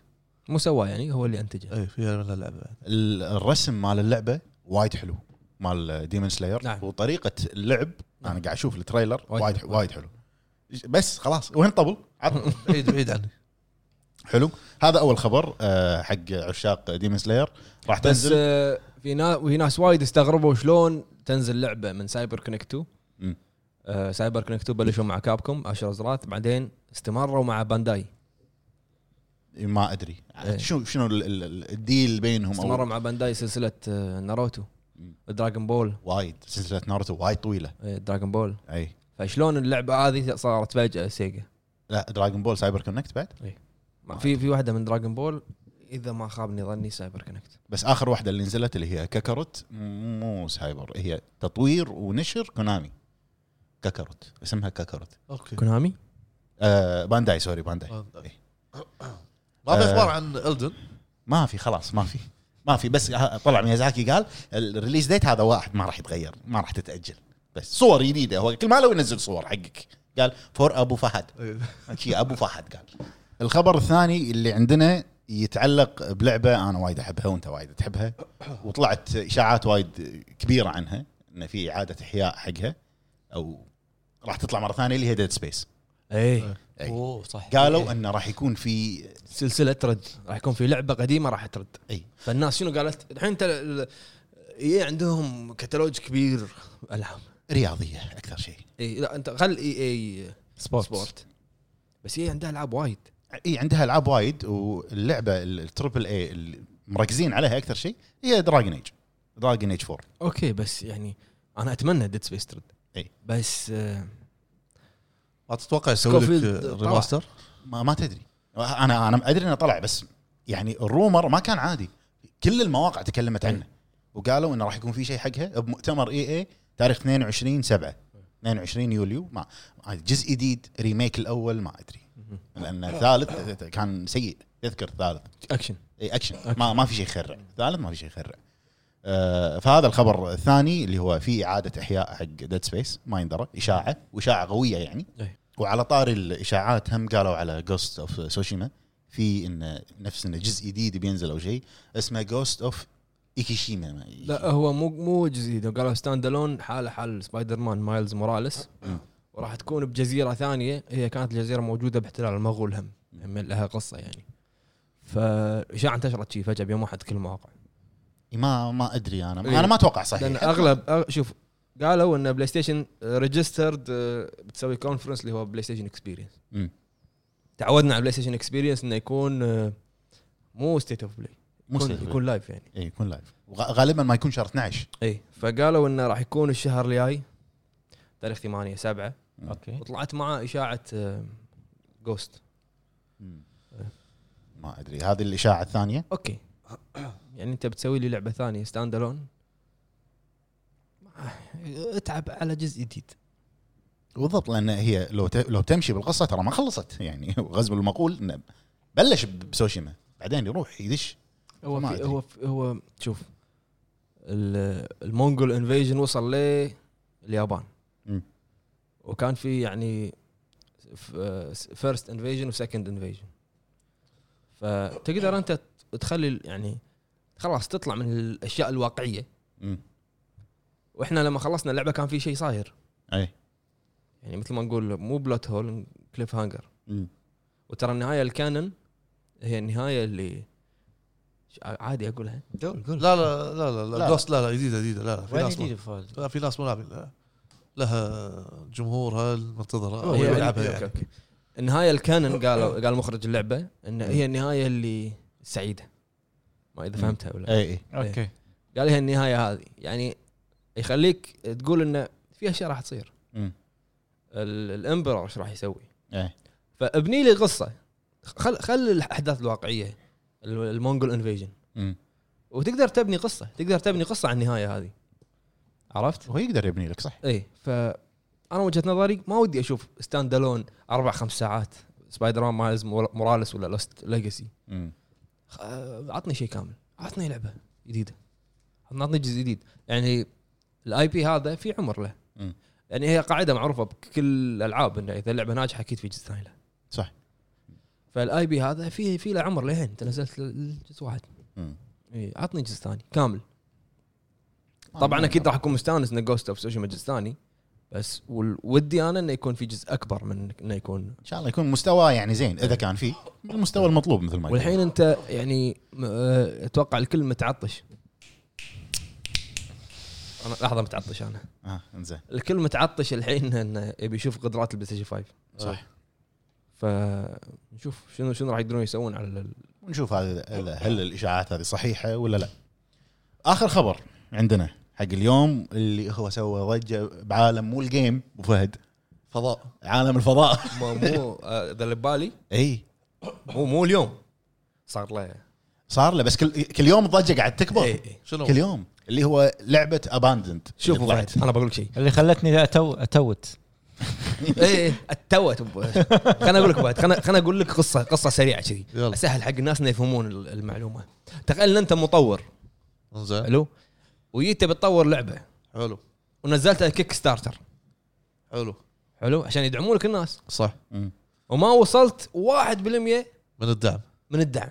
[SPEAKER 1] مو سواه يعني هو اللي انتجه
[SPEAKER 4] اي فيها منها لعبه بعد
[SPEAKER 3] ال- الرسم مال اللعبه وايد حلو مال ديمون سلاير
[SPEAKER 1] نعم.
[SPEAKER 3] وطريقه اللعب
[SPEAKER 1] نعم.
[SPEAKER 3] انا قاعد اشوف التريلر
[SPEAKER 1] وايد
[SPEAKER 3] وايد
[SPEAKER 1] حلو.
[SPEAKER 3] وايد حلو بس خلاص وين طبل عط-
[SPEAKER 4] بعيد بعيد عني
[SPEAKER 3] حلو هذا اول خبر آه، حق عشاق ديمون سلاير راح
[SPEAKER 1] بس
[SPEAKER 3] تنزل
[SPEAKER 1] آه، في ناس وفي ناس وايد استغربوا شلون تنزل لعبه من سايبر كونكتو
[SPEAKER 3] مم.
[SPEAKER 1] آه، سايبر كونكتو بلشوا مع كابكوم اشهر ازرات بعدين استمروا مع بانداي
[SPEAKER 3] ما ادري
[SPEAKER 1] إيه.
[SPEAKER 3] شو شنو ال- ال- ال- الديل بينهم
[SPEAKER 1] استمروا
[SPEAKER 3] أو
[SPEAKER 1] مع بانداي سلسله آه، ناروتو
[SPEAKER 3] مم.
[SPEAKER 1] دراغون بول
[SPEAKER 3] وايد سلسله ناروتو وايد طويله
[SPEAKER 1] آه، دراغون بول
[SPEAKER 3] اي
[SPEAKER 1] فشلون اللعبه هذه صارت فجاه سيجا
[SPEAKER 3] لا دراجون بول سايبر كونكت بعد
[SPEAKER 1] ما في في واحده من دراغون بول اذا ما خابني ظني سايبر كونكت
[SPEAKER 3] بس اخر واحده اللي نزلت اللي هي كاكاروت م- مو سايبر هي تطوير ونشر كونامي كاكاروت اسمها كاكاروت
[SPEAKER 4] اوكي
[SPEAKER 1] كونامي
[SPEAKER 3] آه بانداي سوري بانداي
[SPEAKER 4] ما
[SPEAKER 3] إيه.
[SPEAKER 4] في
[SPEAKER 3] آه.
[SPEAKER 4] اخبار عن الدن
[SPEAKER 3] ما في خلاص ما في ما في بس ه- طلع ميازاكي قال الريليز ديت هذا واحد ما راح يتغير ما راح تتاجل بس صور جديده هو كل ما لو ينزل صور حقك قال فور ابو فهد
[SPEAKER 4] إيه.
[SPEAKER 3] شي ابو فهد قال الخبر الثاني اللي عندنا يتعلق بلعبه انا وايد احبها وانت وايد تحبها وطلعت اشاعات وايد كبيره عنها ان في اعاده احياء حقها او راح تطلع مره ثانيه اللي هي ديد سبيس
[SPEAKER 4] آه.
[SPEAKER 1] اي
[SPEAKER 3] أي.
[SPEAKER 2] اوه صح
[SPEAKER 3] إيه.
[SPEAKER 4] إيه.
[SPEAKER 3] قالوا انه راح يكون في
[SPEAKER 1] سلسله ترد راح يكون في لعبه قديمه راح ترد
[SPEAKER 3] أي.
[SPEAKER 1] فالناس شنو قالت الحين انت ال- ال- اي عندهم كتالوج كبير العاب
[SPEAKER 3] رياضيه اكثر شيء
[SPEAKER 1] اي لا انت خل اي اي
[SPEAKER 2] سبورت
[SPEAKER 1] سبورت بس اي عندها العاب وايد
[SPEAKER 3] اي عندها العاب وايد واللعبه ال- التربل اي اللي مركزين عليها اكثر شيء هي دراجن ايج دراجن ايج 4
[SPEAKER 1] اوكي بس يعني انا اتمنى ديد سبيس ترد
[SPEAKER 3] أي.
[SPEAKER 1] بس آه،
[SPEAKER 4] ما تتوقع يسوي لك
[SPEAKER 1] سكوفيلد
[SPEAKER 4] آه،
[SPEAKER 1] طلع.
[SPEAKER 4] ريماستر
[SPEAKER 3] ما, ما تدري انا انا ادري انه طلع بس يعني الرومر ما كان عادي كل المواقع تكلمت عنه وقالوا انه راح يكون في شيء حقها بمؤتمر اي اي تاريخ 22 7 22 يوليو ما ما- جزء جديد ريميك الاول ما ادري لان الثالث كان سيء تذكر الثالث
[SPEAKER 1] اكشن
[SPEAKER 3] اي اكشن إيه، ما ما في شيء يخرع ثالث ما في شيء يخرع آه فهذا الخبر الثاني اللي هو في اعاده احياء حق ديد سبيس ما يندرى اشاعه واشاعه قويه يعني
[SPEAKER 1] أي.
[SPEAKER 3] وعلى طاري الاشاعات هم قالوا على جوست اوف سوشيما في ان نفس انه جزء جديد بينزل او شيء اسمه جوست اوف ايكيشيما ما-
[SPEAKER 1] لا أه. هو مو مو جزيره قالوا ستاند الون حاله حال سبايدر مان مايلز موراليس
[SPEAKER 3] مم.
[SPEAKER 1] وراح تكون بجزيره ثانيه هي كانت الجزيره موجوده باحتلال المغول هم هم لها قصه يعني فاشاعه انتشرت شي فجاه بيوم واحد كل المواقع
[SPEAKER 3] ما ما ادري انا
[SPEAKER 1] إيه.
[SPEAKER 3] انا ما اتوقع صحيح
[SPEAKER 1] لان اغلب أغ- شوف قالوا ان بلاي ستيشن ريجسترد آه، بتسوي كونفرنس اللي هو بلاي ستيشن اكسبيرينس
[SPEAKER 3] مم.
[SPEAKER 1] تعودنا على بلاي ستيشن اكسبيرينس انه يكون آه، مو ستيت اوف بلاي
[SPEAKER 3] مو
[SPEAKER 1] يكون,
[SPEAKER 3] سهل.
[SPEAKER 1] يكون لايف يعني
[SPEAKER 3] إيه، يكون لايف وغ- غالبا ما يكون شهر 12
[SPEAKER 1] اي فقالوا انه راح يكون الشهر الجاي تاريخ 8 7
[SPEAKER 2] اوكي
[SPEAKER 1] وطلعت آه، معاه اشاعه جوست
[SPEAKER 3] مم. ما ادري هذه الاشاعه الثانيه
[SPEAKER 1] اوكي يعني انت بتسوي لي لعبه ثانيه ستاند الون اتعب على جزء جديد
[SPEAKER 3] بالضبط لان هي لو ت- لو تمشي بالقصه ترى ما خلصت يعني غزو المقول انه بلش بسوشيما بعدين يروح يدش
[SPEAKER 1] هو
[SPEAKER 3] ما
[SPEAKER 1] في
[SPEAKER 3] أدري.
[SPEAKER 1] هو في هو شوف ال- المونغول انفيجن وصل لليابان
[SPEAKER 3] مم.
[SPEAKER 1] وكان في يعني آه، فيرست انفيجن وسكند انفيجن فتقدر انت تخلي ال- يعني خلاص تطلع من الاشياء الواقعيه
[SPEAKER 3] مم.
[SPEAKER 1] واحنا لما خلصنا اللعبه كان في شيء صاير
[SPEAKER 3] اي
[SPEAKER 1] يعني مثل ما نقول مو بلوت هول كليف هانجر
[SPEAKER 3] مم.
[SPEAKER 1] وترى النهايه الكانن هي النهايه اللي ش- عادي اقولها
[SPEAKER 2] قول قول
[SPEAKER 4] لا لا لا لا
[SPEAKER 3] لا.
[SPEAKER 4] لا جوست لا لا جديده جديده لا لا في
[SPEAKER 2] وين
[SPEAKER 4] ناس
[SPEAKER 2] يجي
[SPEAKER 4] مو-
[SPEAKER 2] فول
[SPEAKER 4] لا في ناس مو لاعبين لا. لها جمهورها المنتظرها
[SPEAKER 1] هي-
[SPEAKER 4] يلعبها
[SPEAKER 1] أوكي،
[SPEAKER 4] يعني
[SPEAKER 1] أوكي. النهايه الكانن قالوا قال مخرج اللعبه ان هي النهايه اللي سعيده ما اذا
[SPEAKER 3] مم.
[SPEAKER 1] فهمتها
[SPEAKER 4] إيه.
[SPEAKER 1] ولا
[SPEAKER 3] اي اي
[SPEAKER 2] اوكي
[SPEAKER 1] قال هي النهايه هذه يعني يخليك تقول انه في اشياء راح تصير
[SPEAKER 3] مم. إيه.
[SPEAKER 1] ال- الامبرر ايش راح يسوي
[SPEAKER 3] اي
[SPEAKER 1] فابني لي قصه خل خل الاحداث الواقعيه ال- المونغول انفيجن
[SPEAKER 3] مم.
[SPEAKER 1] وتقدر تبني قصه تقدر تبني قصه عن النهايه هذه عرفت
[SPEAKER 3] هو يقدر يبني لك صح
[SPEAKER 1] اي ف انا وجهه نظري ما ودي اشوف ستاند الون اربع خمس ساعات سبايدر مان مايلز مور- موراليس ولا لوست ليجاسي
[SPEAKER 3] مم.
[SPEAKER 1] عطني شيء كامل عطني لعبه جديده عطني جزء جديد يعني الاي بي هذا في عمر له
[SPEAKER 3] مم.
[SPEAKER 1] يعني هي قاعده معروفه بكل الالعاب انه اذا اللعبه ناجحه اكيد في جزء ثاني له
[SPEAKER 3] صح.
[SPEAKER 1] فالاي بي هذا في في له عمر لهين انت نزلت ل- جزء واحد
[SPEAKER 3] مم.
[SPEAKER 1] اي عطني جزء ثاني كامل طبعا
[SPEAKER 3] ما-
[SPEAKER 1] اكيد راح اكون مستانس ان جوست اوف سوشيما جزء ثاني بس وال- ودي انا انه يكون في جزء اكبر من انه يكون
[SPEAKER 3] ان شاء الله يكون مستواه يعني زين اذا كان فيه المستوى المطلوب مثل ما يقول.
[SPEAKER 1] والحين انت يعني م- آه، اتوقع الكل متعطش انا لحظه متعطش انا
[SPEAKER 3] اه انزين
[SPEAKER 1] الكل متعطش الحين انه يبي يشوف قدرات البلاي ستيشن 5
[SPEAKER 3] صح
[SPEAKER 1] فنشوف شنو شنو راح يقدرون يسوون على ال-
[SPEAKER 3] ونشوف هذا هل- هل الاشاعات هذه صحيحه ولا لا اخر خبر عندنا حق اليوم اللي هو سوى ضجه بعالم مو الجيم ابو فهد
[SPEAKER 4] فضاء
[SPEAKER 3] عالم الفضاء *laughs*
[SPEAKER 1] مو مو- آه، ذا اللي ببالي
[SPEAKER 3] اي
[SPEAKER 1] مو مو اليوم صار له
[SPEAKER 3] صار له بس كل كل يوم الضجه قاعد تكبر
[SPEAKER 1] اي اي
[SPEAKER 4] شنو
[SPEAKER 3] كل يوم اللي هو لعبه اباندنت
[SPEAKER 1] شوفوا بعد انا بقول لك شيء
[SPEAKER 2] اللي خلتني أتو... اتوت
[SPEAKER 1] اي إيه، التوت خليني اقول لك بعد خليني خليني اقول لك قصه قصه سريعه كذي
[SPEAKER 4] يلا.
[SPEAKER 1] اسهل حق الناس انه يفهمون ال- المعلومه تخيل ان انت مطور
[SPEAKER 4] انزين
[SPEAKER 1] حلو وجيت بتطور لعبه
[SPEAKER 4] حلو
[SPEAKER 1] ونزلتها كيك ستارتر
[SPEAKER 4] حلو
[SPEAKER 1] حلو عشان يدعمون لك الناس
[SPEAKER 4] صح
[SPEAKER 1] وما وصلت 1%
[SPEAKER 4] من الدعم
[SPEAKER 1] من الدعم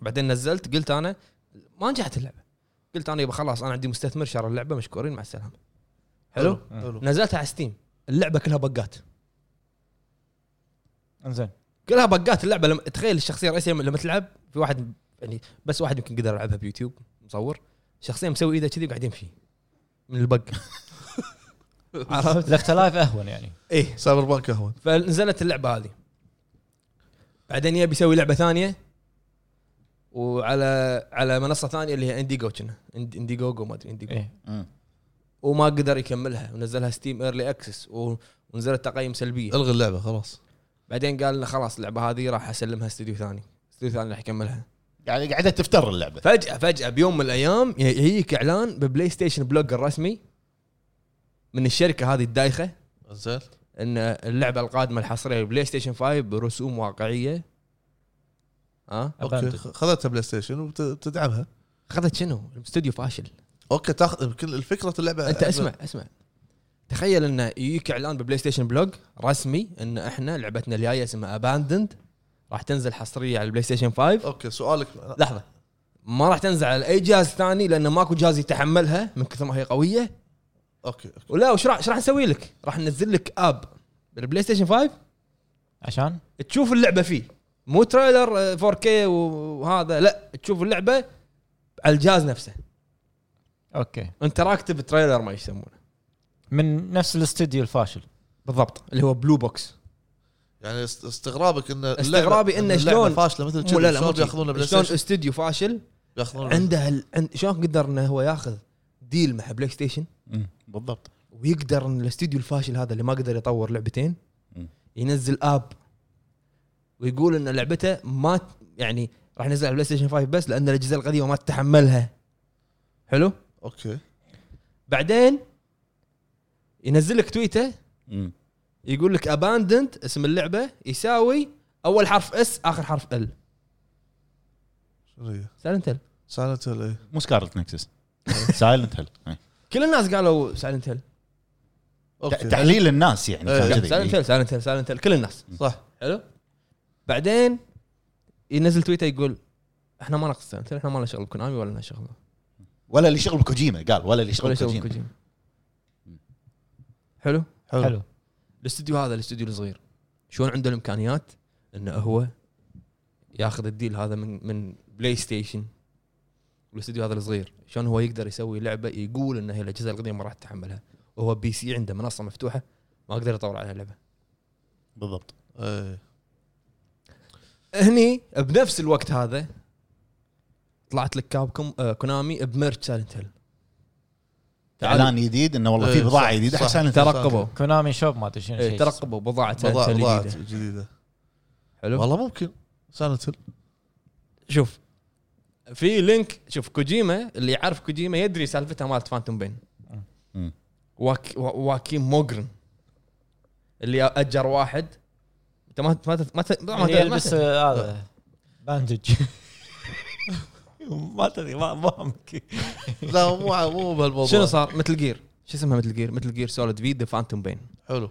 [SPEAKER 1] بعدين نزلت قلت انا ما نجحت اللعبه قلت انا يبا خلاص انا عندي مستثمر شرى اللعبه مشكورين مع السلامه حلو
[SPEAKER 4] حلو
[SPEAKER 1] نزلتها على ستيم اللعبه كلها بقات
[SPEAKER 2] انزين
[SPEAKER 1] كلها بقات اللعبه لما تخيل الشخصيه الرئيسيه لما تلعب في واحد يعني بس واحد يمكن قدر يلعبها بيوتيوب مصور شخصيه مسوي ايده كذي وقاعد يمشي من البق عرفت؟
[SPEAKER 2] الاختلاف اهون يعني
[SPEAKER 1] ايه
[SPEAKER 4] سايبر بانك اهون
[SPEAKER 1] فنزلت اللعبه هذه بعدين يبي يسوي لعبه ثانيه وعلى على منصه ثانيه اللي هي انديجو كنا انديجوجو ما ادري انديجو
[SPEAKER 2] ايه
[SPEAKER 3] مم.
[SPEAKER 1] وما قدر يكملها ونزلها ستيم ايرلي اكسس ونزلت تقييم سلبيه
[SPEAKER 4] الغي اللعبه خلاص
[SPEAKER 1] بعدين قال لنا خلاص اللعبه هذه راح اسلمها استوديو ثاني استوديو ثاني راح يكملها
[SPEAKER 3] يعني قاعده تفتر اللعبه
[SPEAKER 1] فجاه فجاه بيوم من الايام ي- يجيك اعلان ببلاي ستيشن بلوج الرسمي من الشركه هذه الدايخه
[SPEAKER 4] زين
[SPEAKER 1] ان اللعبه القادمه الحصريه لبلاي ستيشن 5 برسوم واقعيه ها
[SPEAKER 4] اوكي
[SPEAKER 2] Abandoned.
[SPEAKER 4] خ- خذتها بلاي ستيشن وتدعمها
[SPEAKER 1] اخذت شنو؟ الاستوديو فاشل
[SPEAKER 4] اوكي تاخذ كل الفكره اللعبه
[SPEAKER 1] انت اسمع اسمع تخيل انه يجيك اعلان ببلاي ستيشن بلوج رسمي ان احنا لعبتنا الجايه اسمها اباندند راح تنزل حصريه على البلاي ستيشن 5
[SPEAKER 4] اوكي سؤالك
[SPEAKER 1] لحظه ما راح تنزل على اي جهاز ثاني لانه ماكو جهاز يتحملها من كثر ما هي قويه
[SPEAKER 4] اوكي أوكي.
[SPEAKER 1] ولا وش راح ايش راح نسوي لك؟ راح ننزل لك اب بالبلاي ستيشن 5
[SPEAKER 2] عشان
[SPEAKER 1] تشوف اللعبه فيه مو تريلر آه، 4K وهذا لا تشوف اللعبه على الجهاز نفسه
[SPEAKER 2] اوكي
[SPEAKER 1] انتراكتيف تريلر ما يسمونه
[SPEAKER 2] من نفس الاستديو الفاشل
[SPEAKER 1] بالضبط اللي هو بلو بوكس
[SPEAKER 4] يعني است- استغرابك ان اللعبة-
[SPEAKER 1] استغرابي إن
[SPEAKER 4] اللعبة
[SPEAKER 1] شلون-
[SPEAKER 4] فاشله مثل
[SPEAKER 1] مو-
[SPEAKER 4] كذا شلون
[SPEAKER 1] مو
[SPEAKER 4] بياخذون
[SPEAKER 1] شي.
[SPEAKER 4] بلاي
[SPEAKER 1] شلون
[SPEAKER 4] ستيشن
[SPEAKER 1] استوديو فاشل
[SPEAKER 4] بياخذون
[SPEAKER 1] عنده هال- عند- شلون قدر انه هو ياخذ ديل مع بلاي ستيشن
[SPEAKER 3] مم. بالضبط
[SPEAKER 1] ويقدر ان الاستوديو الفاشل هذا اللي ما قدر يطور لعبتين
[SPEAKER 3] مم.
[SPEAKER 1] ينزل اب ويقول ان لعبته ما ت- يعني راح ينزل على بلاي ستيشن 5 بس لان الاجهزه القديمه ما تتحملها حلو
[SPEAKER 4] اوكي
[SPEAKER 1] بعدين ينزل لك تويته
[SPEAKER 3] مم.
[SPEAKER 1] يقول لك اباندنت اسم اللعبه يساوي اول حرف اس اخر حرف ال
[SPEAKER 4] شنو هي؟
[SPEAKER 1] سايلنت هيل
[SPEAKER 4] سايلنت هيل إيه.
[SPEAKER 3] مو سكارلت *laughs* نكسس سايلنت هيل إيه.
[SPEAKER 1] كل الناس قالوا سايلنت هيل
[SPEAKER 3] ت-
[SPEAKER 4] اوكي
[SPEAKER 3] تحليل الناس يعني كان
[SPEAKER 4] إيه.
[SPEAKER 3] كذي.
[SPEAKER 1] سايلنت هيل سايلنت هيل سايلنت هيل كل الناس
[SPEAKER 4] صح
[SPEAKER 1] حلو بعدين ينزل تويتر يقول احنا ما نقص سنتين احنا ما لنا شغل بكونامي ولا لنا شغل
[SPEAKER 3] ولا اللي شغل بكوجيما قال ولا اللي
[SPEAKER 1] ولا
[SPEAKER 3] شغل
[SPEAKER 1] شغل
[SPEAKER 3] بكوجيما
[SPEAKER 1] بكوجيما حلو
[SPEAKER 4] حلو
[SPEAKER 2] حلو
[SPEAKER 1] الاستوديو هذا الاستوديو الصغير شلون عنده الامكانيات انه هو ياخذ الديل هذا من من بلاي ستيشن والاستوديو هذا الصغير شلون هو يقدر يسوي لعبه يقول ان هي الاجهزه القديمه ما راح تتحملها وهو بي سي عنده منصه مفتوحه ما اقدر اطور عليها لعبه
[SPEAKER 3] بالضبط
[SPEAKER 4] إيه.
[SPEAKER 1] هني بنفس الوقت هذا طلعت لك كابكم آه كونامي بميرش سايلنت هيل
[SPEAKER 3] اعلان جديد انه والله في
[SPEAKER 4] إيه،
[SPEAKER 3] بضاعه
[SPEAKER 4] صح،
[SPEAKER 3] جديده
[SPEAKER 4] صح.
[SPEAKER 3] حق Silent Hill.
[SPEAKER 1] ترقبوا
[SPEAKER 2] كونامي شوب ما ادري شنو
[SPEAKER 1] إيه،
[SPEAKER 2] شيء
[SPEAKER 1] ترقبوا بضاعه سايلنت
[SPEAKER 4] بضاعة-
[SPEAKER 1] هيل
[SPEAKER 4] بضاعة
[SPEAKER 1] الجديده
[SPEAKER 4] جديده
[SPEAKER 1] حلو
[SPEAKER 4] والله ممكن سايلنت هيل
[SPEAKER 1] شوف في لينك شوف كوجيما اللي يعرف كوجيما يدري سالفتها مالت فانتوم بين
[SPEAKER 3] مم.
[SPEAKER 1] واك وا- واكيم موجرن اللي اجر واحد انت ما ما ما ما, ما,
[SPEAKER 2] يعني
[SPEAKER 1] ما, ما
[SPEAKER 2] يلبس آه، هذا باندج *laughs* ما تدري ما ما أمك.
[SPEAKER 4] لا مو مو بهالموضوع
[SPEAKER 1] شنو صار مثل جير شو اسمها مثل جير مثل جير سوليد في ذا فانتوم بين
[SPEAKER 4] حلو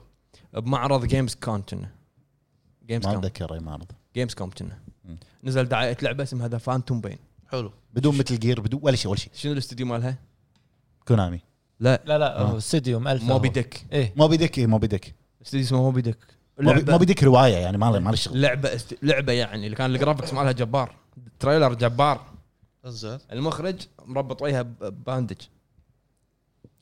[SPEAKER 1] بمعرض جيمز كون كنا جيمز
[SPEAKER 3] ما
[SPEAKER 1] كون
[SPEAKER 3] اتذكر اي معرض
[SPEAKER 1] جيمز كوم كنا
[SPEAKER 3] مم.
[SPEAKER 1] نزل دعايه لعبه اسمها ذا فانتوم بين
[SPEAKER 4] حلو
[SPEAKER 3] بدون مثل جير بدون ولا شيء ولا شيء
[SPEAKER 1] شنو الاستوديو مالها؟
[SPEAKER 3] كونامي
[SPEAKER 1] لا
[SPEAKER 2] لا لا
[SPEAKER 3] آه.
[SPEAKER 2] هو استديو مالف
[SPEAKER 1] موبي ديك
[SPEAKER 2] ايه
[SPEAKER 3] ما بدك ما بدك
[SPEAKER 1] استوديو اسمه موبي ديك
[SPEAKER 3] ما بدك روايه يعني ما له- ما له شغل
[SPEAKER 1] لعبه است... لعبه يعني اللي كان الجرافكس مالها جبار تريلر جبار
[SPEAKER 4] انزين
[SPEAKER 1] المخرج مربط وجهه ب- باندج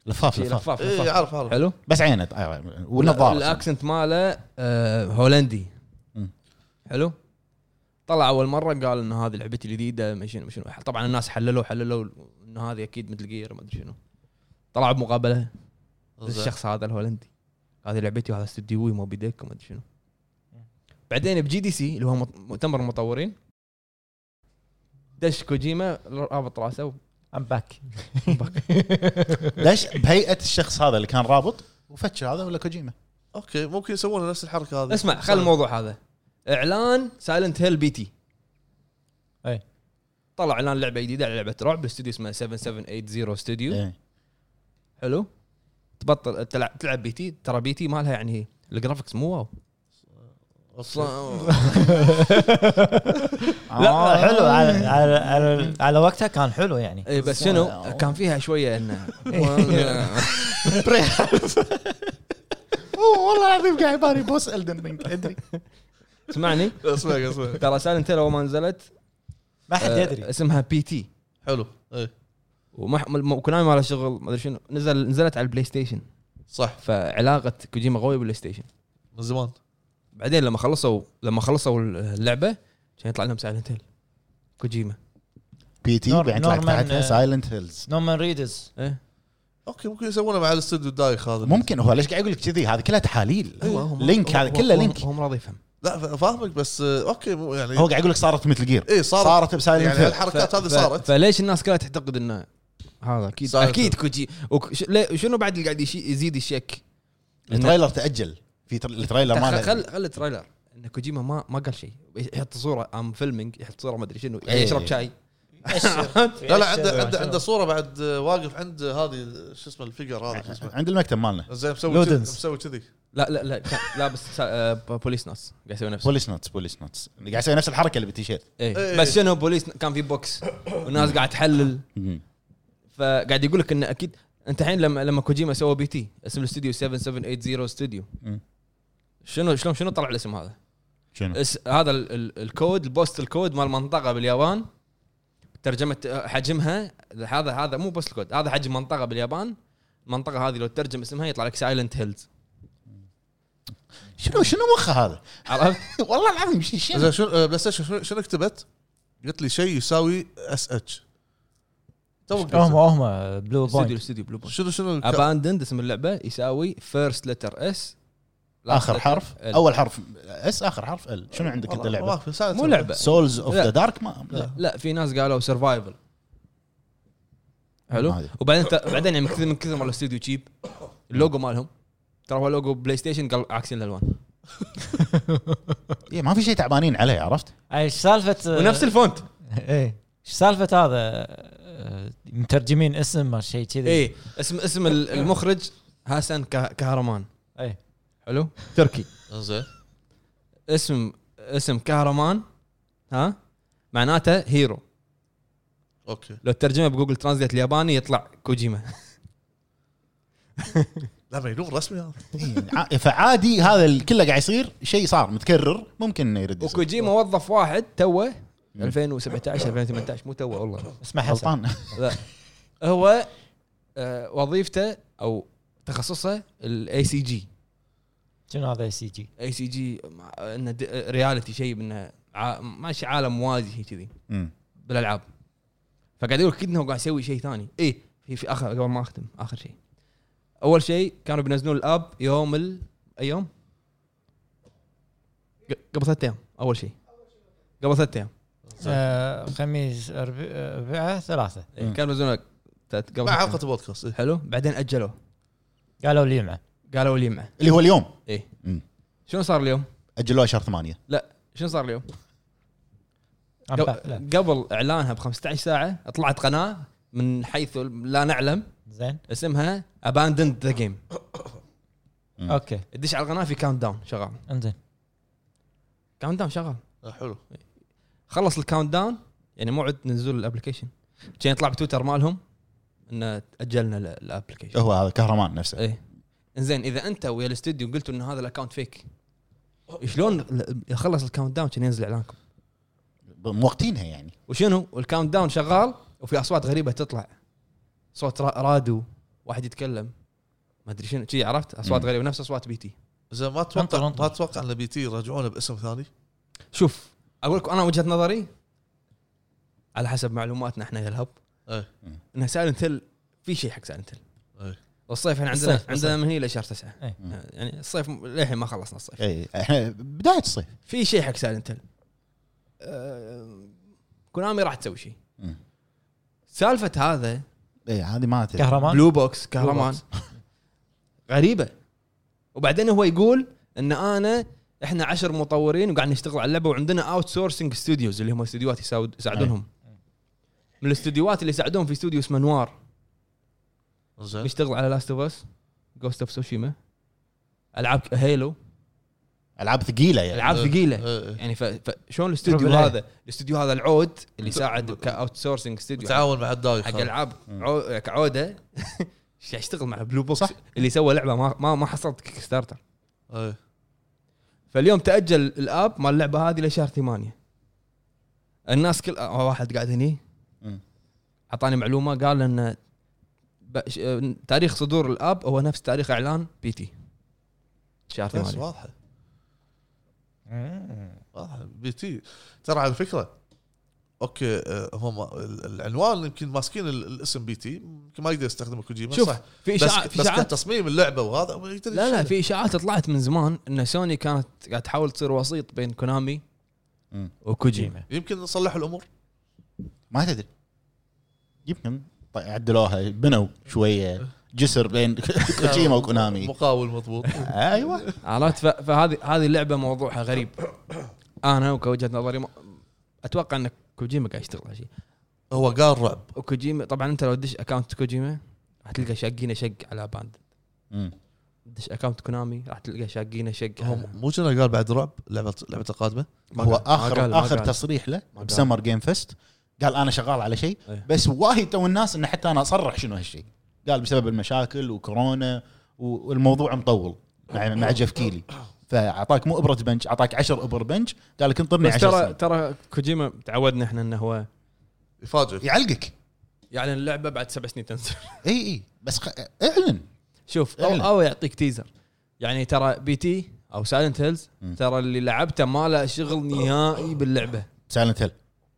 [SPEAKER 3] لفاف
[SPEAKER 1] شي
[SPEAKER 3] لفاف
[SPEAKER 1] لفاف
[SPEAKER 4] اي
[SPEAKER 1] لفاف
[SPEAKER 4] إيه، عارف عارف
[SPEAKER 1] حلو
[SPEAKER 3] بس عينه آه، والنظاره
[SPEAKER 1] الاكسنت ماله آه هولندي
[SPEAKER 3] مم.
[SPEAKER 1] حلو طلع اول مره قال ان هذه لعبتي الجديده ما شنو ما شنو طبعا الناس حللوا حللوا ان هذه اكيد مثل جير ما ادري شنو طلع بمقابله
[SPEAKER 4] إنزين.
[SPEAKER 1] الشخص هذا الهولندي هذه لعبتي وهذا استديوي ما بيديك وما ادري شنو بعدين بجي دي سي اللي هو مط- مؤتمر المطورين دش كوجيما رابط راسه
[SPEAKER 2] ام باك
[SPEAKER 3] ليش بهيئه الشخص هذا اللي كان رابط وفتش هذا ولا كوجيما
[SPEAKER 4] اوكي ممكن يسوون نفس الحركه هذه
[SPEAKER 1] اسمع خل الموضوع هذا اعلان سايلنت هيل بي تي
[SPEAKER 2] أي.
[SPEAKER 1] طلع اعلان لعبه جديده على لعبه رعب استوديو اسمه 7780 استوديو
[SPEAKER 3] إيه.
[SPEAKER 1] حلو تبطل تلعب تلعب بي تي ترى بي تي مالها يعني الجرافكس مو واو اصلا
[SPEAKER 2] لا
[SPEAKER 3] آه.
[SPEAKER 2] حلو على *laughs* على على, على وقتها كان حلو يعني
[SPEAKER 1] اي بس شنو كان فيها شويه انه
[SPEAKER 3] أوه، والله العظيم قاعد يباري بوس الدن رينج ادري
[SPEAKER 1] *laughs* اسمعني
[SPEAKER 4] اسمعك اسمعك
[SPEAKER 1] ترى سايلنت هيل اول ما نزلت
[SPEAKER 2] ما حد
[SPEAKER 1] آه،
[SPEAKER 2] يدري
[SPEAKER 1] اسمها بي تي
[SPEAKER 4] حلو إيه، اي
[SPEAKER 1] وكونامي ما له شغل ما ادري شنو نزل نزلت على البلاي ستيشن
[SPEAKER 4] صح
[SPEAKER 1] فعلاقه كوجيما قويه بالبلاي ستيشن
[SPEAKER 4] من زمان
[SPEAKER 1] بعدين لما خلصوا لما خلصوا اللعبه كان يطلع لهم سايلنت هيل كوجيما
[SPEAKER 3] بي تي
[SPEAKER 2] نور-
[SPEAKER 3] بعدين طلعت
[SPEAKER 2] نورمان،
[SPEAKER 3] تحتها
[SPEAKER 2] آه،
[SPEAKER 3] سايلنت هيلز
[SPEAKER 2] نومان ريدز
[SPEAKER 1] ايه
[SPEAKER 4] اوكي ممكن يسوونه مع الاستوديو الدايخ هذا
[SPEAKER 3] ممكن هو ليش قاعد يقول لك كذي هذه كلها تحاليل
[SPEAKER 1] أيوة، هو- هو-
[SPEAKER 3] لينك
[SPEAKER 1] هو-
[SPEAKER 3] هذا
[SPEAKER 1] هو-
[SPEAKER 3] كله
[SPEAKER 1] هو-
[SPEAKER 3] لينك.
[SPEAKER 1] هو مو راضي يفهم
[SPEAKER 4] لا ف- فاهمك بس آه، اوكي مو- يعني
[SPEAKER 3] هو قاعد يقول لك صارت مثل جير
[SPEAKER 4] اي صارت
[SPEAKER 3] صارت بسايلنت
[SPEAKER 4] يعني
[SPEAKER 3] هيل
[SPEAKER 4] الحركات هذه
[SPEAKER 1] ف-
[SPEAKER 4] صارت
[SPEAKER 1] فليش الناس كلها تعتقد انه هذا اكيد
[SPEAKER 4] سايلنت
[SPEAKER 1] اكيد
[SPEAKER 4] هيل.
[SPEAKER 1] كوجي وك- ش- ليه- شنو بعد اللي قاعد يشي- يزيد الشك؟ إنه-
[SPEAKER 3] التريلر تاجل في تر- التريلر
[SPEAKER 1] خل
[SPEAKER 3] ماله
[SPEAKER 1] خل خل التريلر ان كوجيما ما ما قال شيء يحط صوره ام فيلمينج يحط صوره ما ادري شنو
[SPEAKER 3] إيه.
[SPEAKER 1] يشرب شاي
[SPEAKER 4] لا لا عنده عنده عنده صوره بعد آه، واقف عند آه، هذه شو اسمه الفيجر هذا شو اسمه
[SPEAKER 3] عند المكتب مالنا
[SPEAKER 4] زين مسوي كذي-
[SPEAKER 2] لودنز.
[SPEAKER 4] مسوي كذي
[SPEAKER 1] لا لا لا كان لابس سا- آه، ب- بوليس ناس قاعد يسوي نفسه
[SPEAKER 3] بوليس نوتس بوليس نوتس قاعد يسوي نفس الحركه اللي بالتيشيرت
[SPEAKER 1] إيه.
[SPEAKER 4] إيه.
[SPEAKER 1] بس شنو بوليس كان في بوكس والناس قاعد تحلل فقاعد يقول لك انه اكيد انت الحين لما لما كوجيما سوى بي تي اسم الاستوديو 7780 ستوديو
[SPEAKER 3] مم.
[SPEAKER 1] شنو شلون شنو طلع الاسم هذا؟
[SPEAKER 3] شنو؟
[SPEAKER 1] اس هذا ال ال الكود البوست الكود مال منطقه باليابان ترجمه آه، حجمها هذا هذا مو بوست الكود هذا حجم منطقه باليابان المنطقه هذه لو تترجم اسمها يطلع لك سايلنت هيلز
[SPEAKER 3] شنو شنو مخه هذا؟
[SPEAKER 1] عرفت؟
[SPEAKER 3] *laughs* والله العظيم شي- شنو
[SPEAKER 4] زين شنو آه، بلاي ستيشن شنو- شنو كتبت؟ قلت لي شيء يساوي اس اتش تو
[SPEAKER 2] هم
[SPEAKER 4] قلت.
[SPEAKER 2] هم بلو
[SPEAKER 1] استوديو
[SPEAKER 2] بوينت
[SPEAKER 1] استوديو بلو بوينت
[SPEAKER 4] شنو شنو الك-
[SPEAKER 1] اباندند اسم اللعبه يساوي فيرست لتر اس
[SPEAKER 3] اخر حرف
[SPEAKER 1] ال.
[SPEAKER 3] اول حرف اس اخر حرف ال شنو عندك انت
[SPEAKER 4] والله
[SPEAKER 3] اللعبه؟
[SPEAKER 4] ما في ساعة
[SPEAKER 1] مو لعبه
[SPEAKER 3] سولز اوف
[SPEAKER 1] لا.
[SPEAKER 3] ذا دارك ما لا.
[SPEAKER 1] لا في ناس قالوا سرفايفل حلو
[SPEAKER 3] ما أدري.
[SPEAKER 1] وبعدين ت- بعدين يعني من كثر من كثر ما الاستوديو تشيب اللوجو مالهم ترى هو لوجو بلاي ستيشن قال عاكسين الالوان
[SPEAKER 3] إيه ما في شيء تعبانين عليه عرفت؟ *laughs*
[SPEAKER 2] ايش سالفه
[SPEAKER 1] ونفس الفونت
[SPEAKER 2] ايه ايش سالفه هذا آه، مترجمين اسم ما شيء كذي
[SPEAKER 1] اي إيه. اسم اسم ال- المخرج هاسان كه- كهرمان
[SPEAKER 2] ايه
[SPEAKER 1] حلو تركي
[SPEAKER 4] زين
[SPEAKER 1] اسم اسم كهرمان ها معناته هيرو
[SPEAKER 4] اوكي
[SPEAKER 1] لو ترجمه بجوجل ترانزليت الياباني يطلع كوجيما
[SPEAKER 4] لا مجنون رسمي هذا
[SPEAKER 3] إيه، ع- فعادي هذا ال- كله قاعد يصير شيء صار متكرر ممكن انه يرد يصير.
[SPEAKER 1] وكوجيما وظف واحد توه 2017 2018 مو توه والله
[SPEAKER 2] اسمه حسن
[SPEAKER 3] غلطان
[SPEAKER 1] لا هو آه، وظيفته او تخصصه الاي سي جي
[SPEAKER 2] شنو هذا سي جي
[SPEAKER 1] اي سي جي انه د- رياليتي شيء انه ع- ماشي عالم موازي شيء كذي
[SPEAKER 3] مم.
[SPEAKER 1] بالالعاب فقاعد يقول كدنا قاعد يسوي شيء ثاني اي في في اخر قبل ما اختم اخر شيء اول شيء كانوا بينزلون الاب يوم ال اي يوم؟ ق- قبل ثلاث ايام اول شيء قبل ثلاث ايام
[SPEAKER 2] آه، خميس أربع- اربعاء ثلاثه
[SPEAKER 1] إيه،
[SPEAKER 3] مم.
[SPEAKER 1] كانوا بينزلون ثلاث- قبل
[SPEAKER 4] مع
[SPEAKER 1] ثلاث
[SPEAKER 4] حلقه البودكاست إيه.
[SPEAKER 1] أيام. حلو بعدين اجلوه
[SPEAKER 2] قالوا لي يمعه
[SPEAKER 1] قالوا لي معه
[SPEAKER 3] اللي هو اليوم
[SPEAKER 1] اي
[SPEAKER 3] مم.
[SPEAKER 1] شنو صار اليوم؟
[SPEAKER 3] اجلوها شهر 8
[SPEAKER 1] شنو صار اليوم؟
[SPEAKER 2] أم
[SPEAKER 1] قبل,
[SPEAKER 2] بعد، لا.
[SPEAKER 1] قبل اعلانها ب 15 ساعه طلعت قناه من حيث لا نعلم
[SPEAKER 2] زين
[SPEAKER 1] اسمها اباندند ذا جيم
[SPEAKER 3] مم.
[SPEAKER 2] اوكي
[SPEAKER 1] تدش على القناه في كاونت داون شغال
[SPEAKER 2] انزين
[SPEAKER 1] كاونت داون شغال
[SPEAKER 4] آه، حلو
[SPEAKER 1] خلص الكاونت داون يعني موعد نزول الابلكيشن كان يطلع بتويتر مالهم ان تاجلنا ال- الابلكيشن
[SPEAKER 3] هو هذا كهرمان نفسه
[SPEAKER 1] ايه انزين اذا انت ويا الاستوديو قلتوا ان هذا الاكونت فيك شلون ال- يخلص الكاونت داون كان ينزل اعلانكم
[SPEAKER 3] موقتينها يعني
[SPEAKER 1] وشنو والكاونت داون شغال وفي اصوات غريبه تطلع صوت را- رادو واحد يتكلم ما ادري شنو شي عرفت اصوات
[SPEAKER 3] مم.
[SPEAKER 1] غريبه نفس اصوات بيتي
[SPEAKER 4] زين ما
[SPEAKER 2] انطر-
[SPEAKER 4] اتوقع
[SPEAKER 2] انطر.
[SPEAKER 4] ما اتوقع ان بي تي يرجعونه باسم ثاني
[SPEAKER 1] شوف اقول لك انا وجهه نظري على حسب معلوماتنا احنا يا الهب
[SPEAKER 4] إيه.
[SPEAKER 1] انها سايلنت هيل في شيء حق سايلنت هيل
[SPEAKER 4] إيه.
[SPEAKER 1] والصيف احنا عندنا
[SPEAKER 2] الصيف،
[SPEAKER 1] عندنا من هنا لشهر تسعه
[SPEAKER 2] إيه.
[SPEAKER 1] يعني الصيف م- للحين ما خلصنا
[SPEAKER 4] إيه.
[SPEAKER 1] الصيف
[SPEAKER 3] اي احنا بدايه الصيف
[SPEAKER 1] في شيء حق سايلنت هيل أه كونامي راح تسوي شيء
[SPEAKER 3] مم.
[SPEAKER 1] سالفه هذا
[SPEAKER 3] اي هذه ما تدري
[SPEAKER 2] كهرمان
[SPEAKER 1] بلو بوكس كهرمان *laughs*
[SPEAKER 2] بوكس.
[SPEAKER 1] غريبه وبعدين هو يقول ان انا احنا عشر مطورين وقاعد نشتغل على اللعبه وعندنا اوت سورسنج ستوديوز اللي هم استديوهات يساود- يساعدونهم من الاستديوهات اللي يساعدون في استوديو اسمه نوار
[SPEAKER 4] زين
[SPEAKER 1] بيشتغل على لاست اوف اس جوست اوف سوشيما العاب ك- هيلو
[SPEAKER 3] العاب ثقيله يعني
[SPEAKER 1] العاب ثقيله
[SPEAKER 4] إيه، إيه.
[SPEAKER 1] يعني ف- فشلون الاستوديو
[SPEAKER 2] بالله.
[SPEAKER 1] هذا الاستوديو هذا العود اللي يساعد كاوت سورسنج استوديو
[SPEAKER 4] تعاون مع الدايخ
[SPEAKER 1] حق
[SPEAKER 4] هذا.
[SPEAKER 1] العاب
[SPEAKER 3] مم.
[SPEAKER 1] عو- كعوده *laughs* يشتغل مع بلو بوكس
[SPEAKER 3] صح.
[SPEAKER 1] اللي سوى لعبه ما ما, ما حصلت كيك ستارتر
[SPEAKER 4] إيه.
[SPEAKER 1] فاليوم تاجل الاب مال اللعبه هذه لشهر ثمانية الناس كل آه، واحد قاعد هني
[SPEAKER 3] مم.
[SPEAKER 1] اعطاني معلومه قال ان ب- ش- آه، تاريخ صدور الاب هو نفس تاريخ اعلان بي تي شهر
[SPEAKER 4] بس
[SPEAKER 1] ثمانية
[SPEAKER 4] واضحه واضحه بي تي ترى على فكره اوكي آه، هم ال- العنوان يمكن ماسكين ال- الاسم بي تي يمكن ما يقدر يستخدمه كوجيما
[SPEAKER 1] شوف
[SPEAKER 4] صح
[SPEAKER 1] في
[SPEAKER 4] بس
[SPEAKER 1] اشاعات في
[SPEAKER 4] بس
[SPEAKER 1] اشاعات
[SPEAKER 4] كتصميم اللعبه وهذا ما يقدر
[SPEAKER 1] لا لا
[SPEAKER 4] يشيله.
[SPEAKER 1] في اشاعات طلعت من زمان ان سوني كانت قاعد تحاول تصير وسيط بين كونامي
[SPEAKER 3] مم.
[SPEAKER 1] وكوجيما
[SPEAKER 4] يمكن نصلح الامور
[SPEAKER 3] ما تدري يمكن طيب، عدلوها بنوا شويه جسر بين *laughs* كوجيما وكونامي
[SPEAKER 4] مقاول مضبوط
[SPEAKER 3] ايوه
[SPEAKER 1] عرفت ف- فهذه هذه اللعبه موضوعها غريب انا وكوجهه نظري ما- اتوقع ان كوجيما قاعد يشتغل على شيء
[SPEAKER 4] هو قال رعب
[SPEAKER 1] وكوجيما طبعا انت لو تدش اكونت كوجيما راح تلقى شاقينه شق على باند
[SPEAKER 3] مم.
[SPEAKER 1] تدش اكونت كونامي راح تلقى شاقينه شق
[SPEAKER 4] هو
[SPEAKER 1] على-
[SPEAKER 4] مو كنا قال بعد رعب لعبه لعبه القادمه
[SPEAKER 1] ما
[SPEAKER 3] هو
[SPEAKER 1] قال- ما
[SPEAKER 3] اخر
[SPEAKER 1] قال- ما
[SPEAKER 3] اخر
[SPEAKER 1] قال.
[SPEAKER 3] تصريح له
[SPEAKER 1] قال.
[SPEAKER 3] بسمر جيم فيست قال انا شغال على شيء
[SPEAKER 1] إيه.
[SPEAKER 3] بس وايد تو الناس انه حتى انا اصرح شنو هالشيء قال بسبب المشاكل وكورونا و- والموضوع مطول مع مع جيف كيلي فاعطاك مو ابره بنش اعطاك 10 ابر بنش قال لك انطرني
[SPEAKER 1] بس
[SPEAKER 3] 10
[SPEAKER 1] ترى
[SPEAKER 3] سنين
[SPEAKER 1] ترى كوجيما تعودنا احنا انه هو
[SPEAKER 4] يفاجئ
[SPEAKER 3] يعلقك
[SPEAKER 1] يعني اللعبه بعد سبع سنين تنزل
[SPEAKER 3] اي اي بس خ... اعلن
[SPEAKER 1] *laughs* شوف او,
[SPEAKER 3] اعلن.
[SPEAKER 1] أو يعطيك تيزر يعني ترى بي تي او سايلنت هيلز
[SPEAKER 3] مم.
[SPEAKER 1] ترى اللي لعبته ما له شغل نهائي باللعبه
[SPEAKER 3] سايلنت هيل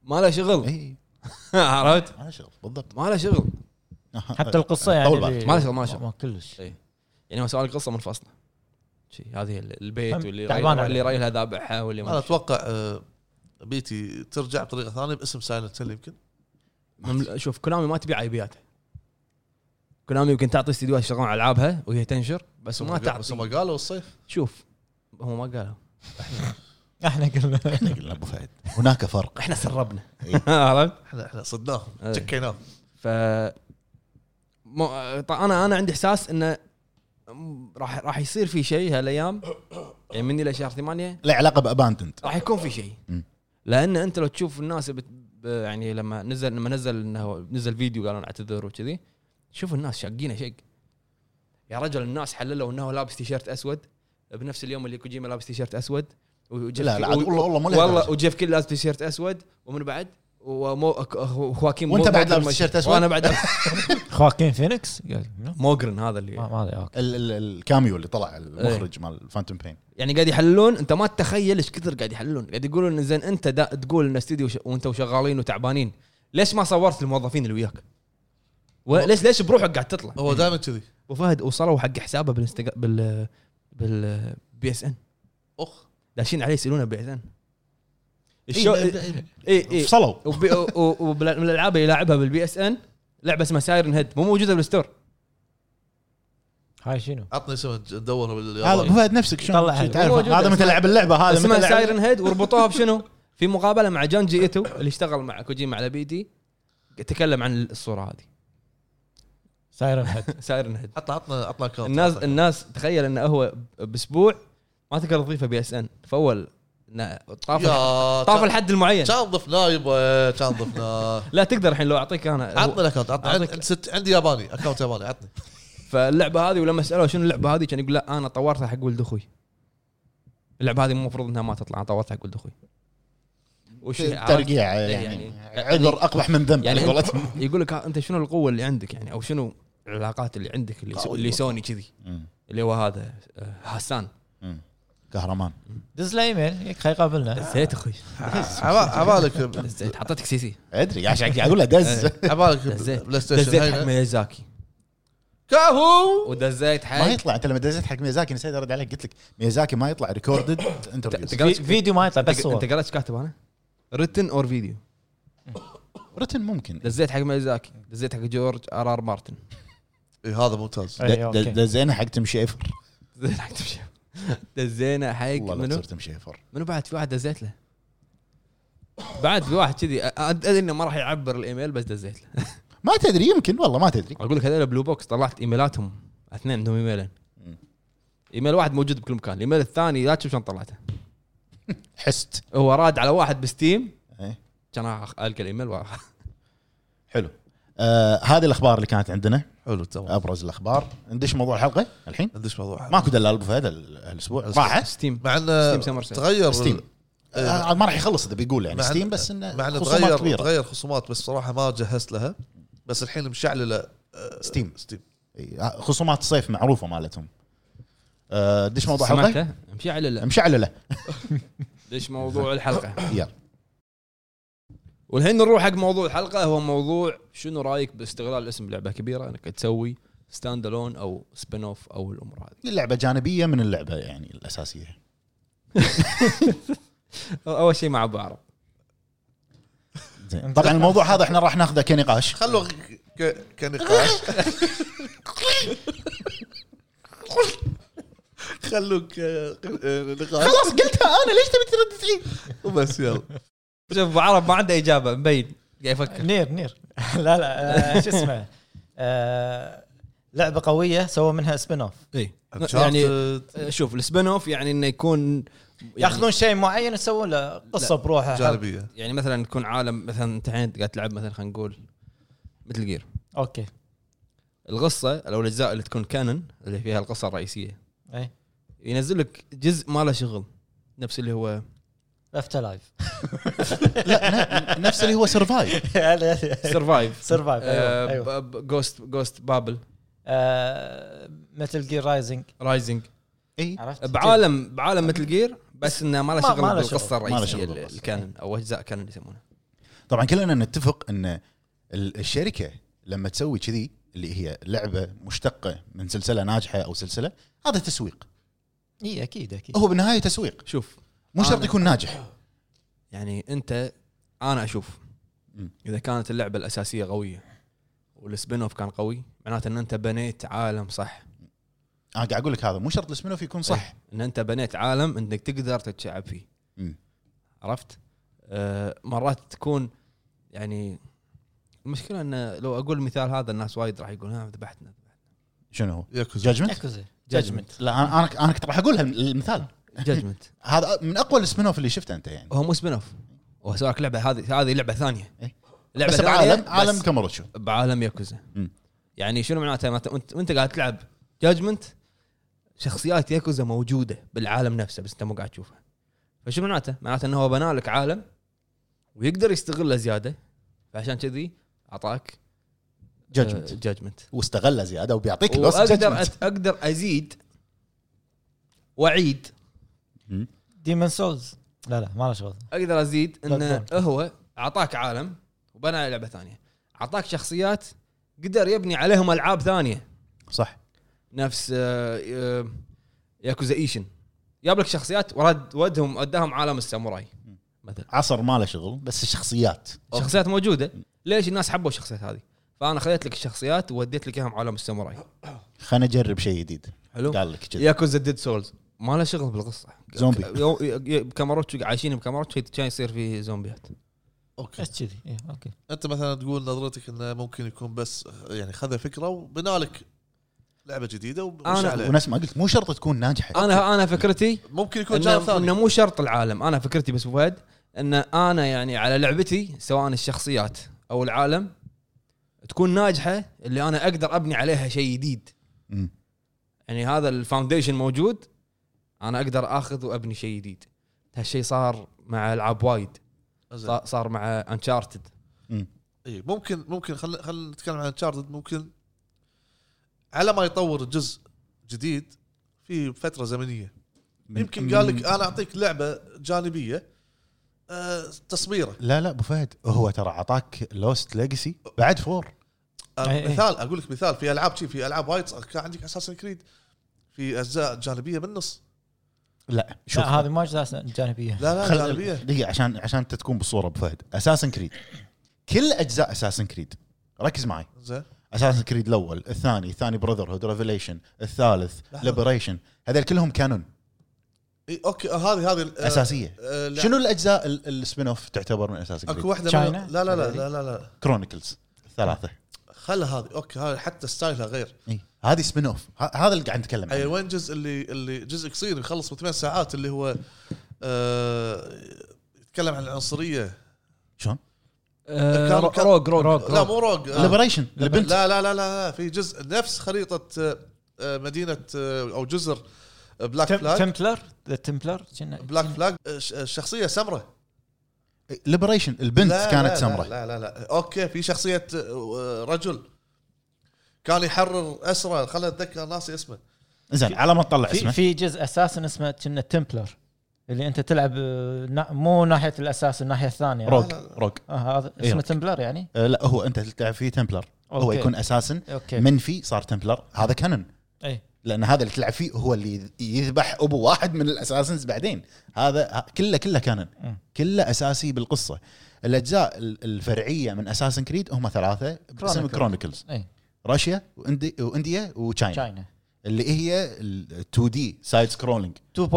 [SPEAKER 1] ما له
[SPEAKER 3] اي
[SPEAKER 2] إيه.
[SPEAKER 1] شغل
[SPEAKER 3] اي
[SPEAKER 1] *laughs* عرفت
[SPEAKER 3] ما له شغل بالضبط
[SPEAKER 1] ما له شغل
[SPEAKER 2] حتى القصه يعني
[SPEAKER 3] طول بالك.
[SPEAKER 2] اللي-
[SPEAKER 1] ما له شغل، ما له شغل.
[SPEAKER 2] ما كلش
[SPEAKER 1] إيه. يعني هو سؤال القصه منفصله شي هذه ال- البيت
[SPEAKER 2] فهمت.
[SPEAKER 1] واللي
[SPEAKER 2] تعبان
[SPEAKER 1] راي-
[SPEAKER 2] عليه.
[SPEAKER 1] اللي رايلها ذابحها واللي
[SPEAKER 4] انا
[SPEAKER 1] ما
[SPEAKER 4] اتوقع آه، بيتي ترجع بطريقه ثانيه باسم سايلنت هيل يمكن
[SPEAKER 1] ممل- شوف كونامي ما تبيع ايبياتها كونامي يمكن تعطي استديوهات يشتغلون على العابها وهي تنشر بس ما
[SPEAKER 4] بس
[SPEAKER 1] تعطي
[SPEAKER 4] هم قالوا الصيف
[SPEAKER 1] شوف هو ما قالها
[SPEAKER 2] احنا قلنا *laughs*
[SPEAKER 3] احنا قلنا ابو فهد هناك فرق
[SPEAKER 1] احنا سربنا
[SPEAKER 3] إيه.
[SPEAKER 1] *laughs* عرفت
[SPEAKER 4] احنا احنا صدناهم
[SPEAKER 1] إيه.
[SPEAKER 4] شكيناهم
[SPEAKER 1] ف مو- طيب انا انا عندي احساس انه م- راح راح يصير في شيء هالايام يعني مني لشهر ثمانية
[SPEAKER 3] له علاقه باباندنت
[SPEAKER 1] راح يكون في شيء
[SPEAKER 3] مم.
[SPEAKER 1] لان انت لو تشوف الناس بت... ب- يعني لما نزل لما نزل انه نزل فيديو قالوا أنا اعتذر وكذي شوف الناس شاقينه شق يا رجل الناس حللوا انه لابس تيشيرت اسود بنفس اليوم اللي كوجيما لابس تيشيرت اسود وجيف
[SPEAKER 3] لا لا عاد والله والله ما له
[SPEAKER 1] والله
[SPEAKER 3] درجة.
[SPEAKER 1] وجيف كيل لابس تيشيرت اسود ومن بعد ومو أك- هو- خواكين
[SPEAKER 3] وأنت
[SPEAKER 1] مو-
[SPEAKER 3] بعد لابس
[SPEAKER 1] مو-
[SPEAKER 3] تيشيرت أسود؟
[SPEAKER 1] وانا بعد *laughs* لابس
[SPEAKER 2] خواكين فينيكس قال نو.
[SPEAKER 1] موجرن هذا اللي
[SPEAKER 3] آه.
[SPEAKER 2] ما ما ادري اوكي
[SPEAKER 3] ال- ال- الكاميو اللي طلع المخرج
[SPEAKER 1] إيه.
[SPEAKER 3] مال فانتوم بين
[SPEAKER 1] يعني قاعد يحللون انت ما تتخيل ايش كثر قاعد يحللون قاعد يقولون إن زين انت دا تقول ان استديو ش... وانتم شغالين وتعبانين ليش ما صورت الموظفين اللي وياك؟ و... ليش ليش بروحك قاعد تطلع؟
[SPEAKER 4] هو دائما كذي
[SPEAKER 1] ابو فهد وصلوا حق حسابه بالانستغرام بال بال بي اس ان
[SPEAKER 4] اخ
[SPEAKER 1] داشين عليه يسالونه بي اس ان الشو
[SPEAKER 3] إيه،
[SPEAKER 1] اي اي
[SPEAKER 3] فصلوا
[SPEAKER 1] وبي... و- و- وبالالعاب اللي يلعبها بالبي اس ان لعبه اسمها سايرن هيد مو موجوده بالستور
[SPEAKER 2] هاي شنو؟
[SPEAKER 4] عطني اسم ندوره
[SPEAKER 3] هذا ابو
[SPEAKER 4] بالياباني
[SPEAKER 3] فهد نفسك شنو
[SPEAKER 2] طلع
[SPEAKER 3] شو
[SPEAKER 2] هذا.
[SPEAKER 3] تعرفه؟
[SPEAKER 1] موجود
[SPEAKER 3] هذا مثل
[SPEAKER 1] اسمه-
[SPEAKER 3] لعب اللعبه هذا مثل
[SPEAKER 1] اسمها
[SPEAKER 3] لعب-
[SPEAKER 1] سايرن هيد وربطوها بشنو؟ في مقابله مع جون جي ايتو اللي اشتغل مع كوجيما على بي دي تكلم عن الصوره هذه *laughs*
[SPEAKER 2] سايرن هيد
[SPEAKER 1] سايرن هيد
[SPEAKER 4] عطنا عطنا عطنا كارت
[SPEAKER 1] الناس الناس تخيل انه هو باسبوع ما تقدر تضيفه بي اس ان فاول إنه طاف الح-
[SPEAKER 4] يا
[SPEAKER 1] طاف
[SPEAKER 4] كان-
[SPEAKER 1] الحد المعين
[SPEAKER 4] كان ضفناه يبا كان
[SPEAKER 1] *laughs*
[SPEAKER 4] ضفناه
[SPEAKER 1] لا تقدر الحين لو اعطيك انا هو-
[SPEAKER 4] عطنا الاكونت عطنا
[SPEAKER 1] أعطيك-
[SPEAKER 4] عندي- ست- عندي ياباني اكونت ياباني
[SPEAKER 1] *laughs*
[SPEAKER 4] عطني *laughs*
[SPEAKER 1] فاللعبه هذه ولما سالوه شنو اللعبه هذه كان يقول لا انا طورتها حق ولد اخوي اللعبه هذه المفروض انها ما تطلع انا طورتها حق ولد اخوي وش
[SPEAKER 3] ترقيع يعني
[SPEAKER 1] يعني-
[SPEAKER 3] عذر اقبح من ذنب
[SPEAKER 1] يعني
[SPEAKER 3] على
[SPEAKER 1] أنت-
[SPEAKER 3] قولتهم
[SPEAKER 1] يقول لك ها- انت شنو القوه اللي عندك يعني او شنو العلاقات اللي عندك اللي,
[SPEAKER 3] قوي
[SPEAKER 1] اللي
[SPEAKER 3] والله.
[SPEAKER 1] سوني كذي
[SPEAKER 3] *laughs* مم.
[SPEAKER 1] اللي هو هذا آه، حسان
[SPEAKER 3] مم. كهرمان
[SPEAKER 2] دز له ايميل يكفي يقابلنا
[SPEAKER 1] دزيت اخوي
[SPEAKER 4] عبا- عبالك
[SPEAKER 1] دزيت حطيتك سي سي
[SPEAKER 3] ادري عشان قاعد اقول له دز
[SPEAKER 1] إيه.
[SPEAKER 4] عبالك
[SPEAKER 1] دزيت
[SPEAKER 4] بلاي ستيشن
[SPEAKER 1] دزيت حق
[SPEAKER 4] هينا.
[SPEAKER 1] ميازاكي
[SPEAKER 4] كاهو
[SPEAKER 1] ودزيت
[SPEAKER 3] ما
[SPEAKER 1] حق
[SPEAKER 3] يطلع انت لما دزت حق ميزاكي نسيت ارد عليك قلت لك ميزاكي ما يطلع
[SPEAKER 1] *laughs*
[SPEAKER 3] ريكوردد
[SPEAKER 1] ت-
[SPEAKER 3] انترفيو
[SPEAKER 1] تقرأت-
[SPEAKER 2] في- فيديو ما يطلع
[SPEAKER 1] انت
[SPEAKER 2] بس
[SPEAKER 1] انت
[SPEAKER 2] صور
[SPEAKER 1] قرأت ايش كاتب انا؟ ريتن اور فيديو
[SPEAKER 3] رتن ممكن
[SPEAKER 1] دزيت حق ميازاكي دزيت حق جورج ار ار مارتن
[SPEAKER 4] إي، إيه، هذا ممتاز
[SPEAKER 1] إيه،
[SPEAKER 2] أي،
[SPEAKER 3] د-
[SPEAKER 2] أوكي.
[SPEAKER 3] د- دزينا حق تم شيفر
[SPEAKER 1] دزيت حق تمشي. دزينا حق
[SPEAKER 3] والله لا
[SPEAKER 1] إيه، منو
[SPEAKER 3] تصير تم شيفر
[SPEAKER 1] منو بعد في واحد دزيت له بعد في واحد كذي أ- أ- ادري انه ما راح يعبر الايميل بس دزيت له
[SPEAKER 3] ما تدري يمكن والله ما تدري
[SPEAKER 1] اقول لك هذول بلو بوكس طلعت ايميلاتهم اثنين عندهم ايميلين
[SPEAKER 3] مم.
[SPEAKER 1] ايميل واحد موجود بكل مكان الايميل الثاني لا تشوف شلون طلعته
[SPEAKER 3] حست
[SPEAKER 1] هو راد على واحد بستيم
[SPEAKER 3] إيه.
[SPEAKER 1] كان أخ- القى الايميل و-
[SPEAKER 3] حلو آه، آه هذه الاخبار اللي كانت عندنا
[SPEAKER 4] حلو تمام
[SPEAKER 3] ابرز الاخبار ندش موضوع الحلقه الحين
[SPEAKER 4] ندش موضوع
[SPEAKER 3] ماكو دلال ابو فهد ال- هالاسبوع راحت
[SPEAKER 1] ستيم
[SPEAKER 4] مع انه
[SPEAKER 1] ستيم سمر سيل.
[SPEAKER 4] تغير
[SPEAKER 3] ستيم آه ما راح يخلص اذا بيقول يعني
[SPEAKER 4] مع إن-
[SPEAKER 3] ستيم بس انه
[SPEAKER 4] مع انه
[SPEAKER 3] خصومات
[SPEAKER 4] تغير
[SPEAKER 3] كبيره
[SPEAKER 4] تغير خصومات بس صراحه ما جهزت لها بس الحين مشعلله آه،
[SPEAKER 3] ستيم.
[SPEAKER 4] ستيم
[SPEAKER 3] إي، آه، خصومات الصيف معروفه مالتهم آه دش موضوع الحلقه
[SPEAKER 1] سمعته؟ امشي على لا
[SPEAKER 3] مشعلله
[SPEAKER 1] ليش موضوع الحلقه
[SPEAKER 3] يلا
[SPEAKER 1] والحين نروح حق موضوع الحلقه هو موضوع شنو رايك باستغلال الاسم لعبه كبيره انك تسوي ستاند الون او سبين اوف او الامور هذه
[SPEAKER 3] لعبه جانبيه من اللعبه يعني الاساسيه
[SPEAKER 1] اول شيء مع ابو عرب
[SPEAKER 3] زين طبعا الموضوع هذا احنا راح ناخذه كنقاش
[SPEAKER 4] خلوه ك- كنقاش *laughs* خلوه نقاش
[SPEAKER 3] خلاص قلتها انا ليش تبي ترد تعيد؟
[SPEAKER 1] *laughs*
[SPEAKER 4] وبس يلا
[SPEAKER 1] شوف ابو عرب ما عنده اجابه مبين قاعد يفكر
[SPEAKER 2] نير نير *laughs* لا لا آه، شو اسمه آه، لعبه قويه سووا منها سبين اوف
[SPEAKER 1] اي يعني
[SPEAKER 4] يعني
[SPEAKER 1] شوف السبين اوف يعني انه يكون يعني-
[SPEAKER 2] ياخذون شيء معين يسوون له قصه بروحه حلقة.
[SPEAKER 4] جانبيه
[SPEAKER 1] يعني مثلا تكون عالم مثلا انت الحين قاعد تلعب مثلا خلينا نقول مثل جير
[SPEAKER 2] اوكي
[SPEAKER 1] القصه او الاجزاء اللي تكون كانن اللي فيها القصه الرئيسيه
[SPEAKER 2] اي
[SPEAKER 1] ينزل لك جزء ما له شغل نفس اللي هو
[SPEAKER 2] لفت لايف
[SPEAKER 3] لا ن- نفس اللي هو سرفايف
[SPEAKER 1] سرفايف
[SPEAKER 2] سرفايف
[SPEAKER 1] آه،
[SPEAKER 2] ايوه ايوه
[SPEAKER 1] جوست جوست بابل
[SPEAKER 2] آه، مثل جير رايزنج
[SPEAKER 1] رايزنج
[SPEAKER 3] اي
[SPEAKER 2] عرفت
[SPEAKER 1] بعالم بعالم مثل جير بس انه ما له
[SPEAKER 2] ما-
[SPEAKER 1] شغل
[SPEAKER 2] ما له
[SPEAKER 1] بالقصه
[SPEAKER 2] شغل.
[SPEAKER 3] ما له
[SPEAKER 1] الرئيسيه
[SPEAKER 3] شغل
[SPEAKER 1] اللي-
[SPEAKER 3] بالقصة.
[SPEAKER 1] اللي كانن او اجزاء كانن يسمونها
[SPEAKER 3] طبعا كلنا نتفق ان ال- الشركه لما تسوي كذي اللي هي لعبه مشتقه من سلسله ناجحه او سلسله هذا تسويق
[SPEAKER 2] اي اكيد اكيد
[SPEAKER 3] هو بالنهايه تسويق
[SPEAKER 1] شوف
[SPEAKER 3] مو شرط
[SPEAKER 1] أنا-
[SPEAKER 3] يكون ناجح
[SPEAKER 1] يعني انت انا اشوف
[SPEAKER 3] مم.
[SPEAKER 1] اذا كانت اللعبه الاساسيه قويه والسبين اوف كان قوي معناته ان انت بنيت عالم صح
[SPEAKER 3] انا قاعد اقول لك هذا مو شرط السبين يكون صح
[SPEAKER 1] ان انت بنيت عالم انك تقدر تتشعب فيه
[SPEAKER 3] مم.
[SPEAKER 1] عرفت؟ آه مرات تكون يعني المشكله انه لو اقول المثال هذا الناس وايد راح يقول ها ذبحتنا
[SPEAKER 3] شنو هو؟
[SPEAKER 4] ياكوزا
[SPEAKER 3] جاجمنت؟
[SPEAKER 2] ياكوزا
[SPEAKER 1] Judgment.
[SPEAKER 3] لا انا انا انا كنت راح اقول هالمثال
[SPEAKER 1] جادجمنت
[SPEAKER 3] هذا من اقوى السبين اللي شفته انت يعني
[SPEAKER 1] هو مو سبين اوف هو سواك لعبه هذه هذه لعبه ثانيه
[SPEAKER 3] إيه.
[SPEAKER 1] لعبه
[SPEAKER 3] بس
[SPEAKER 1] ثانية
[SPEAKER 3] بعالم
[SPEAKER 1] بس
[SPEAKER 3] عالم كاموروتشو
[SPEAKER 1] بعالم ياكوزا
[SPEAKER 3] مم.
[SPEAKER 1] يعني شنو معناته معناته وانت وانت قاعد تلعب جاجمنت شخصيات ياكوزا موجوده بالعالم نفسه بس انت مو قاعد تشوفها فشنو معناته؟ معناته انه هو بنى لك عالم ويقدر يستغله زياده فعشان كذي آه، اعطاك
[SPEAKER 3] جاجمنت
[SPEAKER 1] جاجمنت
[SPEAKER 3] واستغله زياده وبيعطيك لوس
[SPEAKER 1] واقدر
[SPEAKER 3] جاجمنت
[SPEAKER 1] أت- اقدر ازيد واعيد
[SPEAKER 2] ديمن سولز لا لا ما له شغل
[SPEAKER 1] اقدر ازيد انه
[SPEAKER 2] بالضبط.
[SPEAKER 1] هو اعطاك عالم وبنى على لعبه ثانيه اعطاك شخصيات قدر يبني عليهم العاب ثانيه
[SPEAKER 3] صح
[SPEAKER 1] نفس آه، آه، ياكوزا ايشن جاب لك شخصيات ورد ودهم وداهم عالم الساموراي مثلا
[SPEAKER 3] عصر ما له شغل بس الشخصيات
[SPEAKER 1] شخصيات موجوده ليش الناس حبوا الشخصيات هذه فانا خذيت لك الشخصيات ووديت لك اياهم عالم الساموراي
[SPEAKER 3] خلينا نجرب شيء جديد
[SPEAKER 1] حلو
[SPEAKER 3] قال لك كذا
[SPEAKER 1] ياكوزا ديد سولز ما له شغل بالقصه
[SPEAKER 3] زومبي.
[SPEAKER 1] يو- ي- ي- بكاماروتشو عايشين بكاماروتشو كان يصير فيه زومبيات
[SPEAKER 4] اوكي
[SPEAKER 2] بس كذي إيه، اوكي
[SPEAKER 4] انت مثلا تقول نظرتك انه ممكن يكون بس يعني خذ فكره وبنى لك لعبه جديده ومش
[SPEAKER 1] أنا-
[SPEAKER 4] عليها
[SPEAKER 3] ونفس ما قلت مو شرط تكون ناجحه
[SPEAKER 1] انا انا فكرتي
[SPEAKER 4] ممكن يكون جانب
[SPEAKER 1] انه إنه
[SPEAKER 4] ثاني
[SPEAKER 1] مو شرط العالم انا فكرتي بس أبو فهد ان انا يعني على لعبتي سواء الشخصيات او العالم تكون ناجحه اللي انا اقدر ابني عليها شيء جديد
[SPEAKER 3] مم.
[SPEAKER 1] يعني هذا الفاونديشن موجود انا اقدر اخذ وابني شيء جديد هالشيء صار مع العاب وايد
[SPEAKER 4] زين.
[SPEAKER 1] صار- صار مع انشارتد
[SPEAKER 4] اي إيه، ممكن ممكن خل خل نتكلم عن انشارتد ممكن على ما يطور جزء جديد في فتره زمنيه يمكن قال لك انا اعطيك لعبه جانبيه آه تصويره
[SPEAKER 3] لا لا ابو فهد هو ترى عطاك لوست ليجسي بعد فور
[SPEAKER 2] أي- أي.
[SPEAKER 4] آه مثال اقول لك مثال في العاب شي في العاب وايد كان عندك اساسن كريد في اجزاء جانبيه بالنص
[SPEAKER 3] لا شوف
[SPEAKER 2] شوف هذه ما اجزاء جانبيه
[SPEAKER 4] لا لا
[SPEAKER 3] خل-
[SPEAKER 4] جانبيه
[SPEAKER 3] دقيقه عشان عشان انت تكون بالصوره ابو فهد اساسن كريد كل اجزاء اساسن كريد ركز معي
[SPEAKER 4] زين
[SPEAKER 3] اساسن كريد الاول الثاني الثاني براذر هود ريفيليشن الثالث
[SPEAKER 4] لحظة.
[SPEAKER 3] ليبريشن هذول كلهم كانون
[SPEAKER 4] اي اوكي آه، هذه هذه آه،
[SPEAKER 3] اساسيه
[SPEAKER 4] آه، لا.
[SPEAKER 3] شنو الاجزاء ال- السبين اوف تعتبر من اساسن
[SPEAKER 4] اكو
[SPEAKER 3] كريد
[SPEAKER 4] واحده
[SPEAKER 2] China؟
[SPEAKER 4] من- لا لا لا لا لا, لا.
[SPEAKER 3] كرونيكلز الثلاثه
[SPEAKER 4] آه. خل هذه اوكي هذه حتى ستايلها غير
[SPEAKER 3] اي هذه سبين اوف ه- هذا اللي قاعد نتكلم
[SPEAKER 4] اي
[SPEAKER 3] عنه
[SPEAKER 4] يعني وين جزء اللي اللي جزء قصير يخلص بثمان ساعات اللي هو آه يتكلم عن العنصريه
[SPEAKER 3] شلون
[SPEAKER 1] آه،
[SPEAKER 4] كان-
[SPEAKER 1] رو-
[SPEAKER 4] كان-
[SPEAKER 1] روج روج
[SPEAKER 4] لا مو روج آه.
[SPEAKER 3] ليبريشن البنت
[SPEAKER 4] لا لا لا لا في جزء نفس خريطه آه، آه، مدينه آه، او جزر آه، بلاك فلاج
[SPEAKER 2] تمبلر ذا تمبلر كنا-
[SPEAKER 4] بلاك فلاج آه، ش- آه، الشخصيه سمراء
[SPEAKER 3] ليبريشن البنت
[SPEAKER 4] لا،
[SPEAKER 3] كانت
[SPEAKER 4] لا،
[SPEAKER 3] سمراء
[SPEAKER 4] لا لا لا اوكي في شخصيه آه، رجل كان يحرر اسرى خلنا اتذكر ناسي اسمه
[SPEAKER 3] زين على ما تطلع
[SPEAKER 2] في
[SPEAKER 3] اسمه
[SPEAKER 2] في جزء اساسا اسمه كنا تمبلر اللي انت تلعب آه، نا- مو ناحيه الاساس الناحيه الثانيه
[SPEAKER 3] روج
[SPEAKER 4] لا، لا.
[SPEAKER 3] روج
[SPEAKER 2] آه هذا
[SPEAKER 3] إيه.
[SPEAKER 2] اسمه تمبلر يعني
[SPEAKER 3] آه، لا هو انت تلعب فيه تمبلر هو
[SPEAKER 2] أوكي.
[SPEAKER 3] يكون اساسا
[SPEAKER 2] اوكي
[SPEAKER 3] منفي صار تمبلر هذا كانون
[SPEAKER 2] اي
[SPEAKER 3] لان هذا اللي تلعب فيه هو اللي يذبح ابو واحد من الاساسنز بعدين هذا ه- كله كله كانن
[SPEAKER 2] مم.
[SPEAKER 3] كله اساسي بالقصه الاجزاء ال- الفرعيه من اساسن كريد هم ثلاثه باسم
[SPEAKER 2] Chronicle.
[SPEAKER 3] كرونيكلز
[SPEAKER 2] اي
[SPEAKER 3] راشيا واندي وانديا وتشاينا
[SPEAKER 2] تشاينا
[SPEAKER 3] اللي هي ال 2 دي سايد سكرولينج
[SPEAKER 2] 2.5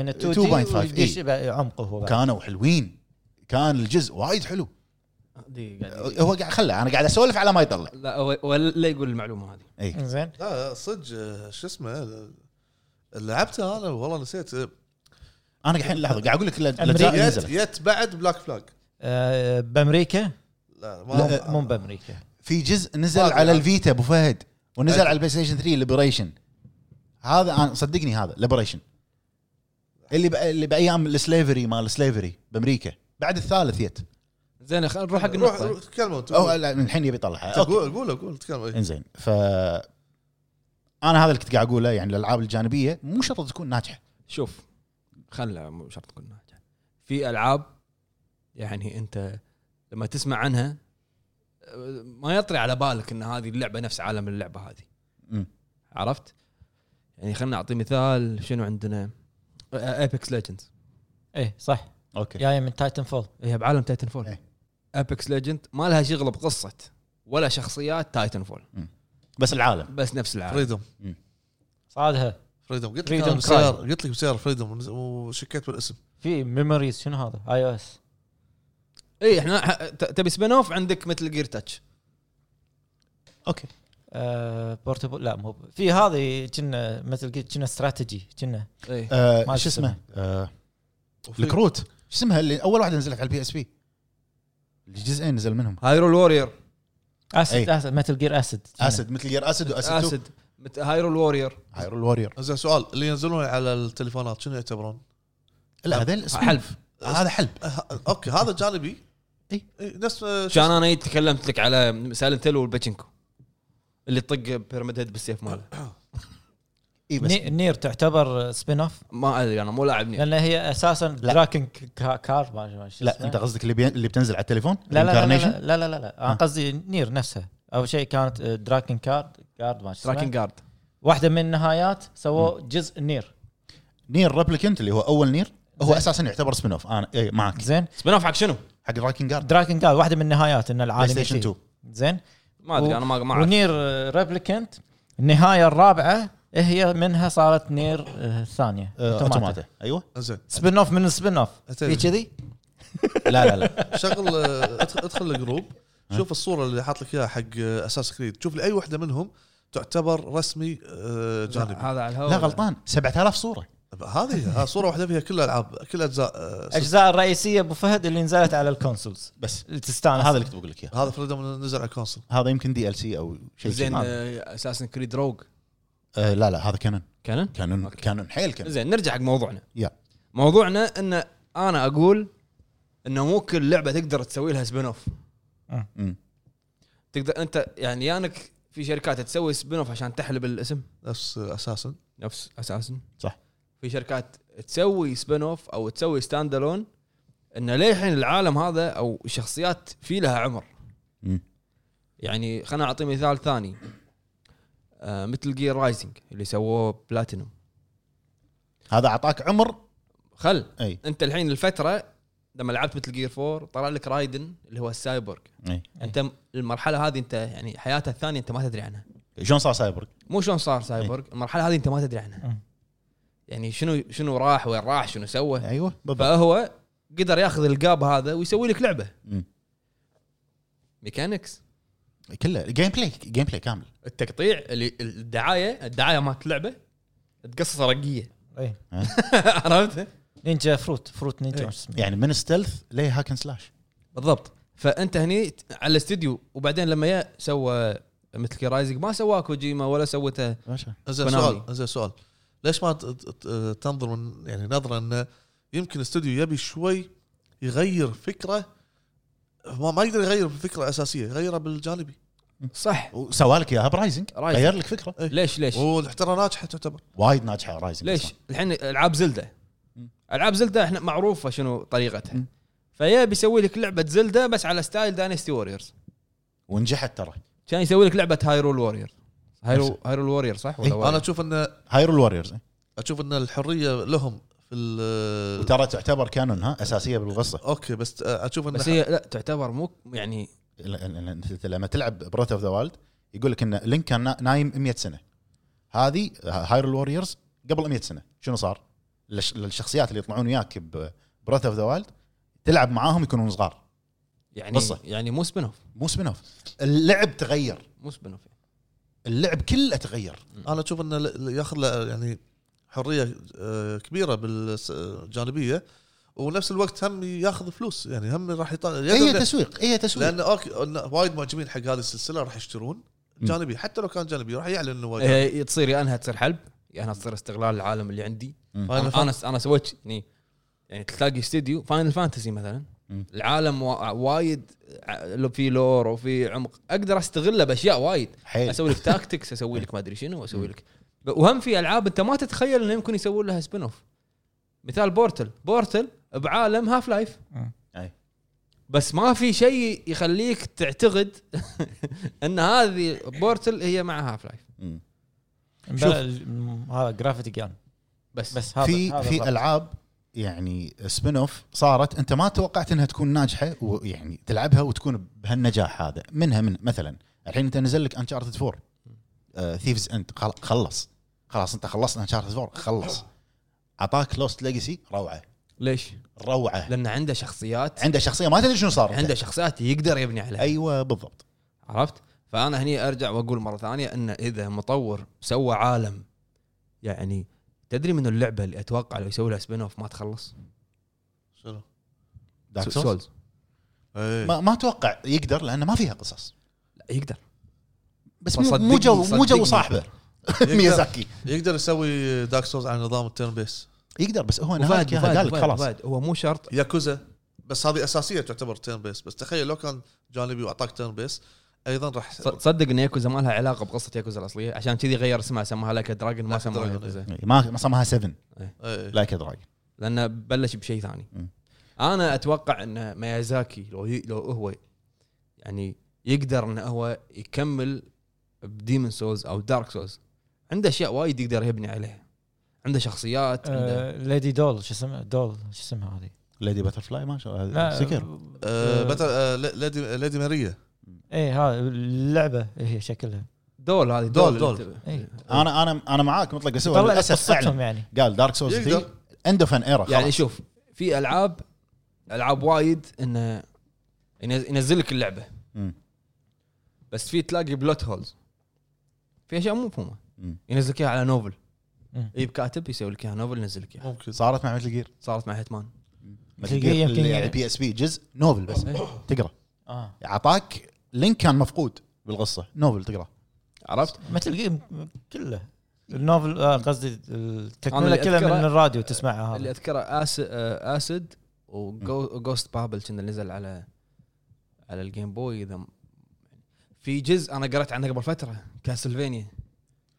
[SPEAKER 2] ان 2
[SPEAKER 3] 2.5 إي.
[SPEAKER 2] 2.5 عمقه هو بعد.
[SPEAKER 3] كانوا حلوين كان الجزء وايد حلو
[SPEAKER 1] دي قاعد-
[SPEAKER 3] هو قاعد خله انا قاعد اسولف على ما يطلع
[SPEAKER 1] لا هو- ولا يقول المعلومه هذه
[SPEAKER 3] اي
[SPEAKER 2] زين
[SPEAKER 4] لا صدق آه، شو اسمه آه، لعبته انا والله نسيت آه،
[SPEAKER 3] انا الحين لحظه قاعد اقول لك الأج- الاجزاء اللي
[SPEAKER 4] يت
[SPEAKER 3] نزلت
[SPEAKER 4] يت بعد بلاك فلاج
[SPEAKER 2] آه، بامريكا
[SPEAKER 4] لا
[SPEAKER 3] لا،
[SPEAKER 2] مو بامريكا
[SPEAKER 3] في جزء نزل
[SPEAKER 4] واضح.
[SPEAKER 3] على الفيتا ابو فهد ونزل
[SPEAKER 4] أدري.
[SPEAKER 3] على البلاي ستيشن 3 ليبريشن هذا انا صدقني هذا ليبريشن اللي بأ... اللي بايام السليفري مال السليفري بامريكا بعد الثالث يت
[SPEAKER 1] زين خلينا نروح حق
[SPEAKER 4] روح
[SPEAKER 1] النقطه
[SPEAKER 4] روح تكلموا انتم.
[SPEAKER 3] او لا، من الحين يبي يطلعها اوكي
[SPEAKER 4] قول قول قول تكلم إيه.
[SPEAKER 3] انزين ف انا هذا اللي كنت قاعد اقوله يعني الالعاب الجانبيه مو شرط تكون ناجحه
[SPEAKER 1] شوف خلى مو شرط كل ناجح في العاب يعني انت لما تسمع عنها آه، ما يطري على بالك ان هذه اللعبه نفس عالم اللعبه هذه
[SPEAKER 3] مم.
[SPEAKER 1] عرفت؟ يعني خلنا اعطي مثال شنو عندنا ابيكس ليجندز
[SPEAKER 2] اي إيه، صح
[SPEAKER 3] اوكي
[SPEAKER 2] جايه من تايتن فول
[SPEAKER 1] هي بعالم تايتن فول
[SPEAKER 3] إيه.
[SPEAKER 1] ابيكس ليجند ما لها شغل بقصه ولا شخصيات تايتن فول
[SPEAKER 3] بس العالم
[SPEAKER 1] بس نفس
[SPEAKER 3] طيب.
[SPEAKER 1] العالم
[SPEAKER 4] فريدوم
[SPEAKER 2] صادها
[SPEAKER 4] فريدوم قلت لك
[SPEAKER 2] Freedom
[SPEAKER 4] أنا
[SPEAKER 2] Cry.
[SPEAKER 4] بسيارة قلت لك بسيارة فريدوم وشكيت بالاسم
[SPEAKER 2] في ميموريز شنو هذا اي او اس
[SPEAKER 1] اي احنا إيه، ح- ت- تبي سبين اوف عندك مثل جير تاتش
[SPEAKER 3] اوكي
[SPEAKER 2] بورتبل آه، لا مو ب- في هذه كنا مثل قلت كنا استراتيجي كنا
[SPEAKER 1] اي
[SPEAKER 3] آه
[SPEAKER 2] ما
[SPEAKER 3] شو اسمه
[SPEAKER 2] اسمه.
[SPEAKER 3] آه
[SPEAKER 4] وفي-
[SPEAKER 3] الكروت شو اسمها اللي اول واحده نزلت على البي اس بي الجزئين نزل منهم
[SPEAKER 1] هايرول وورير
[SPEAKER 3] أه،
[SPEAKER 2] اسد
[SPEAKER 3] إي.
[SPEAKER 2] اسد مثل جير اسد جنة.
[SPEAKER 3] اسد مثل جير اسد واسد 2
[SPEAKER 1] اسد مت- هايرول وورير
[SPEAKER 3] هايرول وورير
[SPEAKER 4] زين سؤال اللي ينزلون على التليفونات شنو يعتبرون؟
[SPEAKER 3] لا هذيل اسمه
[SPEAKER 1] حلف
[SPEAKER 3] هذا حلب
[SPEAKER 4] أه، اوكي هذا جانبي
[SPEAKER 3] إي.
[SPEAKER 4] نفس آه، شو
[SPEAKER 1] كان انا جيت تكلمت لك على سالنت هيل والباتشينكو اللي تطق بيراميد هيد بالسيف ماله
[SPEAKER 3] اي إيه بس
[SPEAKER 2] ني- نير تعتبر سبين اوف
[SPEAKER 1] ما ادري انا مو لاعب نير
[SPEAKER 2] لان هي اساسا
[SPEAKER 3] لا.
[SPEAKER 2] دراكن كا- كار ما أدري شو
[SPEAKER 3] لا
[SPEAKER 2] اسمه.
[SPEAKER 3] انت قصدك اللي بي... اللي بتنزل على التليفون
[SPEAKER 2] لا لا لا
[SPEAKER 3] Incarnation؟
[SPEAKER 2] لا لا لا لا, لا. انا
[SPEAKER 3] آه.
[SPEAKER 2] قصدي نير نفسها اول شيء كانت آه، دراكن كارد كارد ما شو
[SPEAKER 1] تراكن
[SPEAKER 2] اسمه.
[SPEAKER 1] جارد
[SPEAKER 2] واحده من النهايات سووا جزء نير
[SPEAKER 3] نير ريبليكنت اللي هو اول نير هو
[SPEAKER 2] زين.
[SPEAKER 3] اساسا يعتبر سبين اوف انا اي معك
[SPEAKER 2] زين
[SPEAKER 1] سبين اوف حق شنو؟
[SPEAKER 3] حق دراكن جارد
[SPEAKER 2] دراكن كارد واحده من النهايات ان
[SPEAKER 3] بلاي
[SPEAKER 2] العالم
[SPEAKER 3] ستيشن
[SPEAKER 2] يصير.
[SPEAKER 3] 2
[SPEAKER 2] زين
[SPEAKER 1] ما ادري انا ما ما اعرف
[SPEAKER 2] ونير ريبليكنت النهايه الرابعه إيه هي منها صارت نير آه، الثانيه
[SPEAKER 3] آه، اوتوماتا ايوه
[SPEAKER 4] زين
[SPEAKER 2] سبين اوف من السبين اوف
[SPEAKER 4] أتبع.
[SPEAKER 2] في كذي
[SPEAKER 3] لا لا لا
[SPEAKER 4] شغل آه، أدخل- ادخل الجروب شوف الصوره اللي حاط لك اياها حق اساس كريد شوف لي اي واحده منهم تعتبر رسمي آه، جانبي
[SPEAKER 1] هذا على الهواء
[SPEAKER 3] لا غلطان 7000 صوره
[SPEAKER 4] هذه ها، صوره واحده فيها كل العاب كل اجزاء آه، سلسلة.
[SPEAKER 2] الاجزاء الرئيسيه ابو فهد اللي نزلت على الكونسولز
[SPEAKER 3] بس
[SPEAKER 2] اللي تستانس
[SPEAKER 3] هذا اللي كنت بقول لك اياه
[SPEAKER 4] هذا فريدوم نزل على الكونسل
[SPEAKER 3] هذا يمكن دي ال سي او شيء
[SPEAKER 1] زين
[SPEAKER 3] زين آه
[SPEAKER 1] اساسن كريد روج
[SPEAKER 3] لا لا هذا كانون
[SPEAKER 1] كان
[SPEAKER 3] كانون
[SPEAKER 1] أوكي.
[SPEAKER 3] كانون حيل كانون
[SPEAKER 1] زين نرجع حق موضوعنا
[SPEAKER 3] يا.
[SPEAKER 1] موضوعنا ان انا اقول انه مو كل لعبه تقدر تسوي لها سبين اوف
[SPEAKER 3] مم.
[SPEAKER 1] تقدر انت يعني يانك في شركات تسوي سبين اوف عشان تحلب الاسم
[SPEAKER 4] نفس اساسا
[SPEAKER 1] نفس اساسا
[SPEAKER 3] صح.
[SPEAKER 1] في شركات تسوي سبين اوف او تسوي ستاند الون انه للحين العالم هذا او الشخصيات في لها عمر
[SPEAKER 3] مم.
[SPEAKER 1] يعني خلنا اعطي مثال ثاني آه مثل جير رايزنج اللي سووه بلاتينوم
[SPEAKER 3] هذا اعطاك عمر
[SPEAKER 1] خل
[SPEAKER 3] اي
[SPEAKER 1] انت الحين الفتره لما لعبت مثل جير 4 طلع لك رايدن اللي هو السايبورغ
[SPEAKER 3] اي
[SPEAKER 1] انت المرحله هذه انت يعني حياته الثانيه انت ما تدري عنها
[SPEAKER 3] شلون صار سايبر
[SPEAKER 1] مو شلون صار سايبورغ المرحله هذه انت ما تدري عنها
[SPEAKER 2] مم.
[SPEAKER 1] يعني شنو شنو راح وين راح شنو سوى
[SPEAKER 3] ايوه بالضبط
[SPEAKER 1] فهو قدر ياخذ القاب هذا ويسوي لك لعبه
[SPEAKER 3] مم.
[SPEAKER 1] ميكانكس
[SPEAKER 3] كله جيم بلاي جيم بلاي كامل
[SPEAKER 1] التقطيع اللي الدعايه الدعايه مالت اللعبه تقص
[SPEAKER 3] *laughs*
[SPEAKER 1] رقيه
[SPEAKER 2] إيه.
[SPEAKER 1] عرفت
[SPEAKER 2] نينجا فروت فروت نينجا
[SPEAKER 1] إيه.
[SPEAKER 2] شو اسمه.
[SPEAKER 3] يعني من ستيلث ليه هاكن سلاش
[SPEAKER 1] بالضبط فانت هني ت- على الاستديو وبعدين لما يا سوى مثل كرايزنج ما سواه كوجيما ولا سوته
[SPEAKER 3] ماشي
[SPEAKER 4] زين
[SPEAKER 1] كونامي.
[SPEAKER 4] سؤال زين سؤال ليش ما ت- ت- ت- تنظر من يعني نظره انه يمكن استوديو يبي شوي يغير فكره ما ما يقدر يغير بالفكره الاساسيه يغيرها بالجانبي
[SPEAKER 1] صح
[SPEAKER 3] وسوى لك اياها برايزنج
[SPEAKER 1] رايزنج.
[SPEAKER 3] غير لك فكره
[SPEAKER 1] ليش ليش
[SPEAKER 4] والاحترام ناجحه تعتبر
[SPEAKER 3] وايد ناجحه رايزنج
[SPEAKER 1] ليش الحين العاب زلده
[SPEAKER 3] مم.
[SPEAKER 1] العاب زلده احنا معروفه شنو طريقتها
[SPEAKER 3] مم.
[SPEAKER 1] فيا بيسوي لك لعبه زلده بس على ستايل داينستي ووريرز
[SPEAKER 3] ونجحت ترى
[SPEAKER 1] كان يسوي لك لعبه هايرول وورير هايرول هايرول وورير صح ولا
[SPEAKER 3] إيه.
[SPEAKER 1] وورير؟
[SPEAKER 4] انا اشوف ان
[SPEAKER 3] هايرول ووريرز
[SPEAKER 4] اشوف ان الحريه لهم في ال
[SPEAKER 3] وترى تعتبر كانون ها اساسيه بالقصه
[SPEAKER 4] اوكي بس اشوف
[SPEAKER 1] بس
[SPEAKER 4] ان
[SPEAKER 1] هي لا تعتبر مو يعني
[SPEAKER 3] ل- ل- انت لما تلعب براث اوف ذا وايلد يقول لك ان لينك كان نا- نايم 100 سنه هذه هايرول ووريرز قبل 100 سنه شنو صار؟ للش- للشخصيات اللي يطلعون وياك براث اوف ذا وايلد تلعب معاهم يكونون صغار
[SPEAKER 1] يعني
[SPEAKER 3] قصة.
[SPEAKER 1] يعني مو سبين اوف
[SPEAKER 3] مو سبين اوف اللعب تغير
[SPEAKER 1] مو سبين اوف
[SPEAKER 3] اللعب كله تغير
[SPEAKER 4] انا اشوف انه ل- ياخذ له يعني حريه آه، كبيره بالجانبيه وبنفس الوقت هم ياخذ فلوس يعني هم راح يطلع
[SPEAKER 1] إيه،
[SPEAKER 3] هي تسويق هي تسويق
[SPEAKER 4] لان اوكي إن وايد معجبين حق هذه السلسله راح يشترون جانبي حتى لو كان جانبي راح يعلن انه واجد.
[SPEAKER 1] إيه، تصير يا انها تصير حلب يا انها تصير استغلال العالم اللي عندي
[SPEAKER 4] فاينل
[SPEAKER 1] انا انا سويت يعني يعني تلاقي استديو فاينل فانتسي مثلا
[SPEAKER 3] مم.
[SPEAKER 1] العالم وا- وايد ع- لو في لور وفي عمق اقدر استغله باشياء وايد
[SPEAKER 3] حيل
[SPEAKER 1] اسوي لك تاكتكس اسوي لك ما ادري شنو اسوي لك ب- وهم في العاب انت ما تتخيل انه يمكن يسوون لها سبين اوف مثال بورتل بورتل بعالم هاف لايف
[SPEAKER 2] مم.
[SPEAKER 3] أي.
[SPEAKER 1] بس ما في شيء يخليك تعتقد *laughs* ان هذه بورتل هي مع هاف لايف
[SPEAKER 3] مم.
[SPEAKER 2] شوف هذا جرافيتي جيم
[SPEAKER 1] بس,
[SPEAKER 2] بس هذا
[SPEAKER 3] في
[SPEAKER 2] هذا
[SPEAKER 3] في
[SPEAKER 2] الرقم.
[SPEAKER 3] العاب يعني سبين اوف صارت انت ما توقعت انها تكون ناجحه ويعني تلعبها وتكون بهالنجاح هذا منها من مثلا الحين انت نزل لك آه، انشارتد 4 ثيفز انت خلص خلاص انت خلصت انشارتد 4 خلص اعطاك لوست ليجسي روعه
[SPEAKER 1] ليش؟
[SPEAKER 3] روعه
[SPEAKER 1] لان عنده شخصيات
[SPEAKER 3] عنده شخصيه ما تدري شنو صار
[SPEAKER 1] عنده شخصيات يقدر يبني عليها
[SPEAKER 3] ايوه بالضبط
[SPEAKER 1] عرفت؟ فانا هني ارجع واقول مره ثانيه ان اذا مطور سوى عالم يعني تدري من اللعبه اللي اتوقع لو يسوي لها سبين اوف ما تخلص؟
[SPEAKER 4] شنو؟
[SPEAKER 3] دارك
[SPEAKER 1] سو-
[SPEAKER 3] سولز
[SPEAKER 4] إيه.
[SPEAKER 3] ما, ما اتوقع يقدر لانه ما فيها قصص
[SPEAKER 1] لا يقدر
[SPEAKER 3] بس مو
[SPEAKER 1] فصدقني-
[SPEAKER 3] مو جو مو جو
[SPEAKER 1] صدقني.
[SPEAKER 3] صاحبه *laughs*
[SPEAKER 4] يقدر,
[SPEAKER 3] ميازاكي
[SPEAKER 4] يقدر يسوي دارك سولز على نظام التيرن بيس
[SPEAKER 3] يقدر بس هو نهاية
[SPEAKER 1] وفهد-
[SPEAKER 3] قال لك
[SPEAKER 1] وفهد-
[SPEAKER 3] خلاص
[SPEAKER 1] وفهد، هو مو شرط
[SPEAKER 4] ياكوزا بس هذه اساسيه تعتبر تيرن بيس بس تخيل لو كان جانبي واعطاك تيرن بيس ايضا راح
[SPEAKER 1] ص- تصدق ان ياكوزا ما لها علاقه بقصه ياكوزا الاصليه عشان كذي غير اسمها سماها لك دراجون ما
[SPEAKER 4] Like a
[SPEAKER 1] سماها
[SPEAKER 4] Dragon.
[SPEAKER 1] ياكوزا
[SPEAKER 3] ما ما سماها 7
[SPEAKER 4] إيه.
[SPEAKER 3] لايك دراجون
[SPEAKER 1] لانه بلش بشيء ثاني
[SPEAKER 3] مم.
[SPEAKER 1] انا اتوقع ان ميازاكي لو ي... لو هو يعني يقدر انه هو يكمل بديمن سولز او دارك سولز عنده اشياء وايد يقدر يبني عليها عنده شخصيات عنده
[SPEAKER 2] آه، ليدي دول شو اسمها دول شو اسمها هذه
[SPEAKER 3] ليدي باترفلاي ما شاء
[SPEAKER 2] لا
[SPEAKER 3] الله سكر
[SPEAKER 4] آه، بتا- آه، ل- ليدي ليدي ماريا
[SPEAKER 2] اي إيه، هذا اللعبه هي شكلها
[SPEAKER 1] دول هذه
[SPEAKER 4] دول-
[SPEAKER 1] دول آه.
[SPEAKER 4] دول.
[SPEAKER 1] اللي انت-
[SPEAKER 2] إيه.
[SPEAKER 3] انا انا انا معاك مطلق بس هو
[SPEAKER 2] طلع لك
[SPEAKER 3] للاسف
[SPEAKER 2] قصتهم
[SPEAKER 3] فعلا
[SPEAKER 2] يعني
[SPEAKER 3] قال دارك سولز 3
[SPEAKER 4] يقدر.
[SPEAKER 3] اند اوف ان ايرا
[SPEAKER 1] يعني شوف في العاب العاب وايد انه ينز- ينزل لك اللعبه بس في تلاقي بلوت هولز في اشياء مو مفهومه
[SPEAKER 3] مم.
[SPEAKER 1] ينزل لك اياها على نوفل
[SPEAKER 2] مم.
[SPEAKER 1] يجيب كاتب يسوي لك اياها نوفل ينزل لك اياها
[SPEAKER 4] ممكن
[SPEAKER 3] صارت مع مثل جير
[SPEAKER 1] صارت مع هيتمان
[SPEAKER 3] مثل
[SPEAKER 2] Gear
[SPEAKER 3] جير
[SPEAKER 2] يمكن-
[SPEAKER 3] اللي على بي اس بي جزء نوفل بس تقرا
[SPEAKER 2] اه
[SPEAKER 3] اعطاك لينك كان مفقود بالقصه نوفل تقرا
[SPEAKER 1] عرفت؟
[SPEAKER 2] مثل جيم كله النوفل آه، قصدي التكمله
[SPEAKER 1] اللي
[SPEAKER 2] كلها من
[SPEAKER 1] أذكره-
[SPEAKER 2] الراديو تسمعها
[SPEAKER 1] اللي
[SPEAKER 2] هذا
[SPEAKER 1] اذكره آس... آه، اسد وجوست بابل كنا نزل على على الجيم بوي اذا م- في جزء انا قرأت عنه قبل فتره كاسلفينيا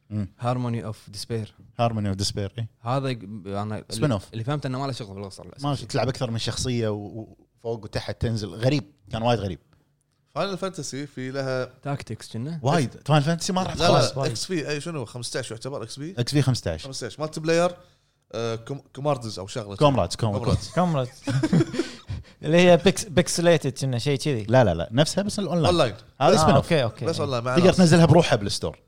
[SPEAKER 3] مم.
[SPEAKER 1] هارموني اوف ديسبير
[SPEAKER 3] هارموني اوف ديسبير
[SPEAKER 1] هذا يق- انا
[SPEAKER 3] Spin
[SPEAKER 1] اللي-
[SPEAKER 3] off.
[SPEAKER 1] اللي فهمت انه ما له شغل بالقصه
[SPEAKER 3] إيه. ما
[SPEAKER 1] للأسف.
[SPEAKER 3] في- تلعب اكثر من شخصيه و- وفوق وتحت تنزل غريب كان وايد غريب
[SPEAKER 4] فاينل فانتسي في لها
[SPEAKER 1] تاكتكس كنا
[SPEAKER 3] وايد فاين فانتسي ما راح
[SPEAKER 4] لا
[SPEAKER 3] خلاص
[SPEAKER 4] لا
[SPEAKER 2] وايد.
[SPEAKER 4] اكس في اي شنو 15 يعتبر اكس في
[SPEAKER 3] اكس في 15
[SPEAKER 4] 15 مالتي بلاير آه، كوم- كوماردز او شغله
[SPEAKER 3] كومرادز كومرادز
[SPEAKER 4] كومرادز
[SPEAKER 2] كاميرا *laughs* اللي هي بيكس بيكسليتد كنا شيء كذي
[SPEAKER 3] لا لا لا نفسها بس الاونلاين
[SPEAKER 4] اونلاين
[SPEAKER 3] هذا
[SPEAKER 2] آه،
[SPEAKER 3] سبين اوف
[SPEAKER 2] اوكي اوكي
[SPEAKER 4] بس اونلاين مع
[SPEAKER 3] تقدر
[SPEAKER 4] ناس.
[SPEAKER 3] تنزلها بروحها بالستور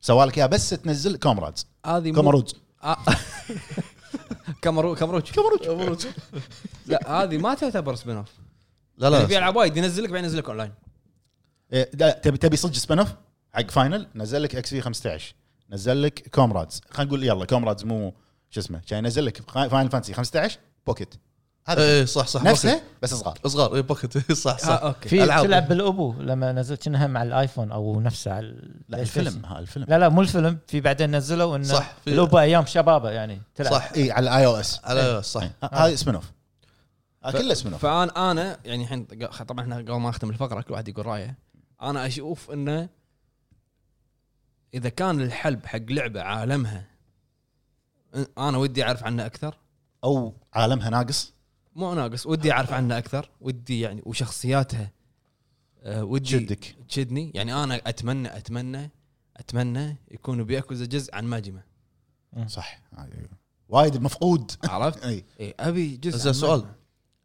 [SPEAKER 3] سوالك اياها بس تنزل كومرادز
[SPEAKER 1] هذه مو-
[SPEAKER 3] كومرودز
[SPEAKER 1] آه. كامرو كامروتش
[SPEAKER 4] كومرادز.
[SPEAKER 1] *laughs* لا هذه ما تعتبر سبين اوف
[SPEAKER 4] لا
[SPEAKER 1] يعني في
[SPEAKER 4] لا
[SPEAKER 1] العاب وايد ينزلك بعدين ينزلك اونلاين
[SPEAKER 3] إيه، لا، تبي تبي صدق سبين اوف حق فاينل نزل لك اكس في 15 نزل لك كومرادز خلينا نقول يلا كومرادز مو شو اسمه كان ينزل لك فاينل فانتسي 15 بوكيت هذا
[SPEAKER 4] اي إيه، صح صح
[SPEAKER 3] نفسه بس صغار
[SPEAKER 4] بوكيت. صغار اي بوكيت إيه، صح صح
[SPEAKER 1] آه اوكي
[SPEAKER 2] في
[SPEAKER 4] ألعاب.
[SPEAKER 2] تلعب بالابو لما نزلت كأنها مع الايفون او نفسه على
[SPEAKER 3] لا
[SPEAKER 2] البلاي
[SPEAKER 3] الفيلم
[SPEAKER 2] ستيشن.
[SPEAKER 3] ها الفيلم
[SPEAKER 2] لا لا مو الفيلم في بعدين نزلوا انه
[SPEAKER 4] صح،
[SPEAKER 2] صح
[SPEAKER 4] في-
[SPEAKER 2] الابو ايام شبابه يعني تلعب
[SPEAKER 4] صح
[SPEAKER 3] اي إيه، على إيه، الاي او اس
[SPEAKER 4] على صح
[SPEAKER 3] هذا سبين اوف كله سبين اوف
[SPEAKER 1] فانا انا يعني الحين ق- طبعا احنا قبل ما نختم الفقره كل واحد يقول رايه انا اشوف انه اذا كان الحلب حق لعبه عالمها أ- انا ودي اعرف عنه اكثر
[SPEAKER 3] او عالمها ناقص
[SPEAKER 1] مو ناقص ودي اعرف عنه اكثر ودي يعني وشخصياتها آه، ودي
[SPEAKER 3] تشدك
[SPEAKER 1] تشدني يعني انا اتمنى اتمنى اتمنى يكون بياكوزا جزء عن ماجما
[SPEAKER 3] صح هاي- وايد مفقود
[SPEAKER 4] *laughs*
[SPEAKER 3] إيه.
[SPEAKER 1] عرفت؟
[SPEAKER 3] اي
[SPEAKER 1] اي ابي جزء
[SPEAKER 4] زين
[SPEAKER 1] عن
[SPEAKER 4] سؤال.
[SPEAKER 1] ماجما.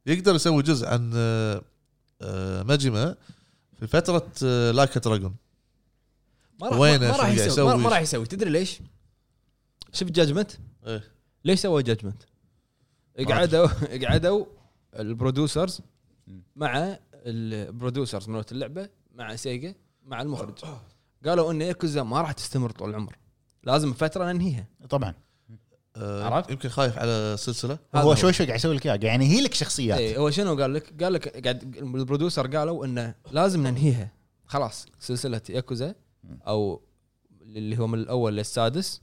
[SPEAKER 4] يقدر يسوي جزء عن آه، آه، ماجما في فتره آه، لايك دراجون
[SPEAKER 1] ما راح
[SPEAKER 4] وينه
[SPEAKER 1] ما راح
[SPEAKER 4] شنو قاعد
[SPEAKER 1] يسوي ما- ما
[SPEAKER 4] يسوي؟
[SPEAKER 1] راح يسوي تدري ليش؟ شفت جاجمنت؟
[SPEAKER 4] إيه.
[SPEAKER 1] ليش سوى جاجمنت؟ قعدوا قعدوا البرودوسرز مع البرودوسرز مالت اللعبه مع سيجا مع المخرج
[SPEAKER 4] *coughs*
[SPEAKER 1] قالوا ان ياكوزا ما راح تستمر طول العمر لازم فتره ننهيها
[SPEAKER 3] طبعا
[SPEAKER 4] آه،
[SPEAKER 1] عرفت؟
[SPEAKER 4] يمكن خايف على سلسله
[SPEAKER 1] هذا
[SPEAKER 3] هو شوي شوي قاعد يسوي لك اياه قاعد ينهي لك شخصيات
[SPEAKER 1] اي إيه، هو شنو قال لك؟ قال لك قاعد البرودوسر قالوا انه لازم ننهيها خلاص سلسله ياكوزا او اللي هو من الاول للسادس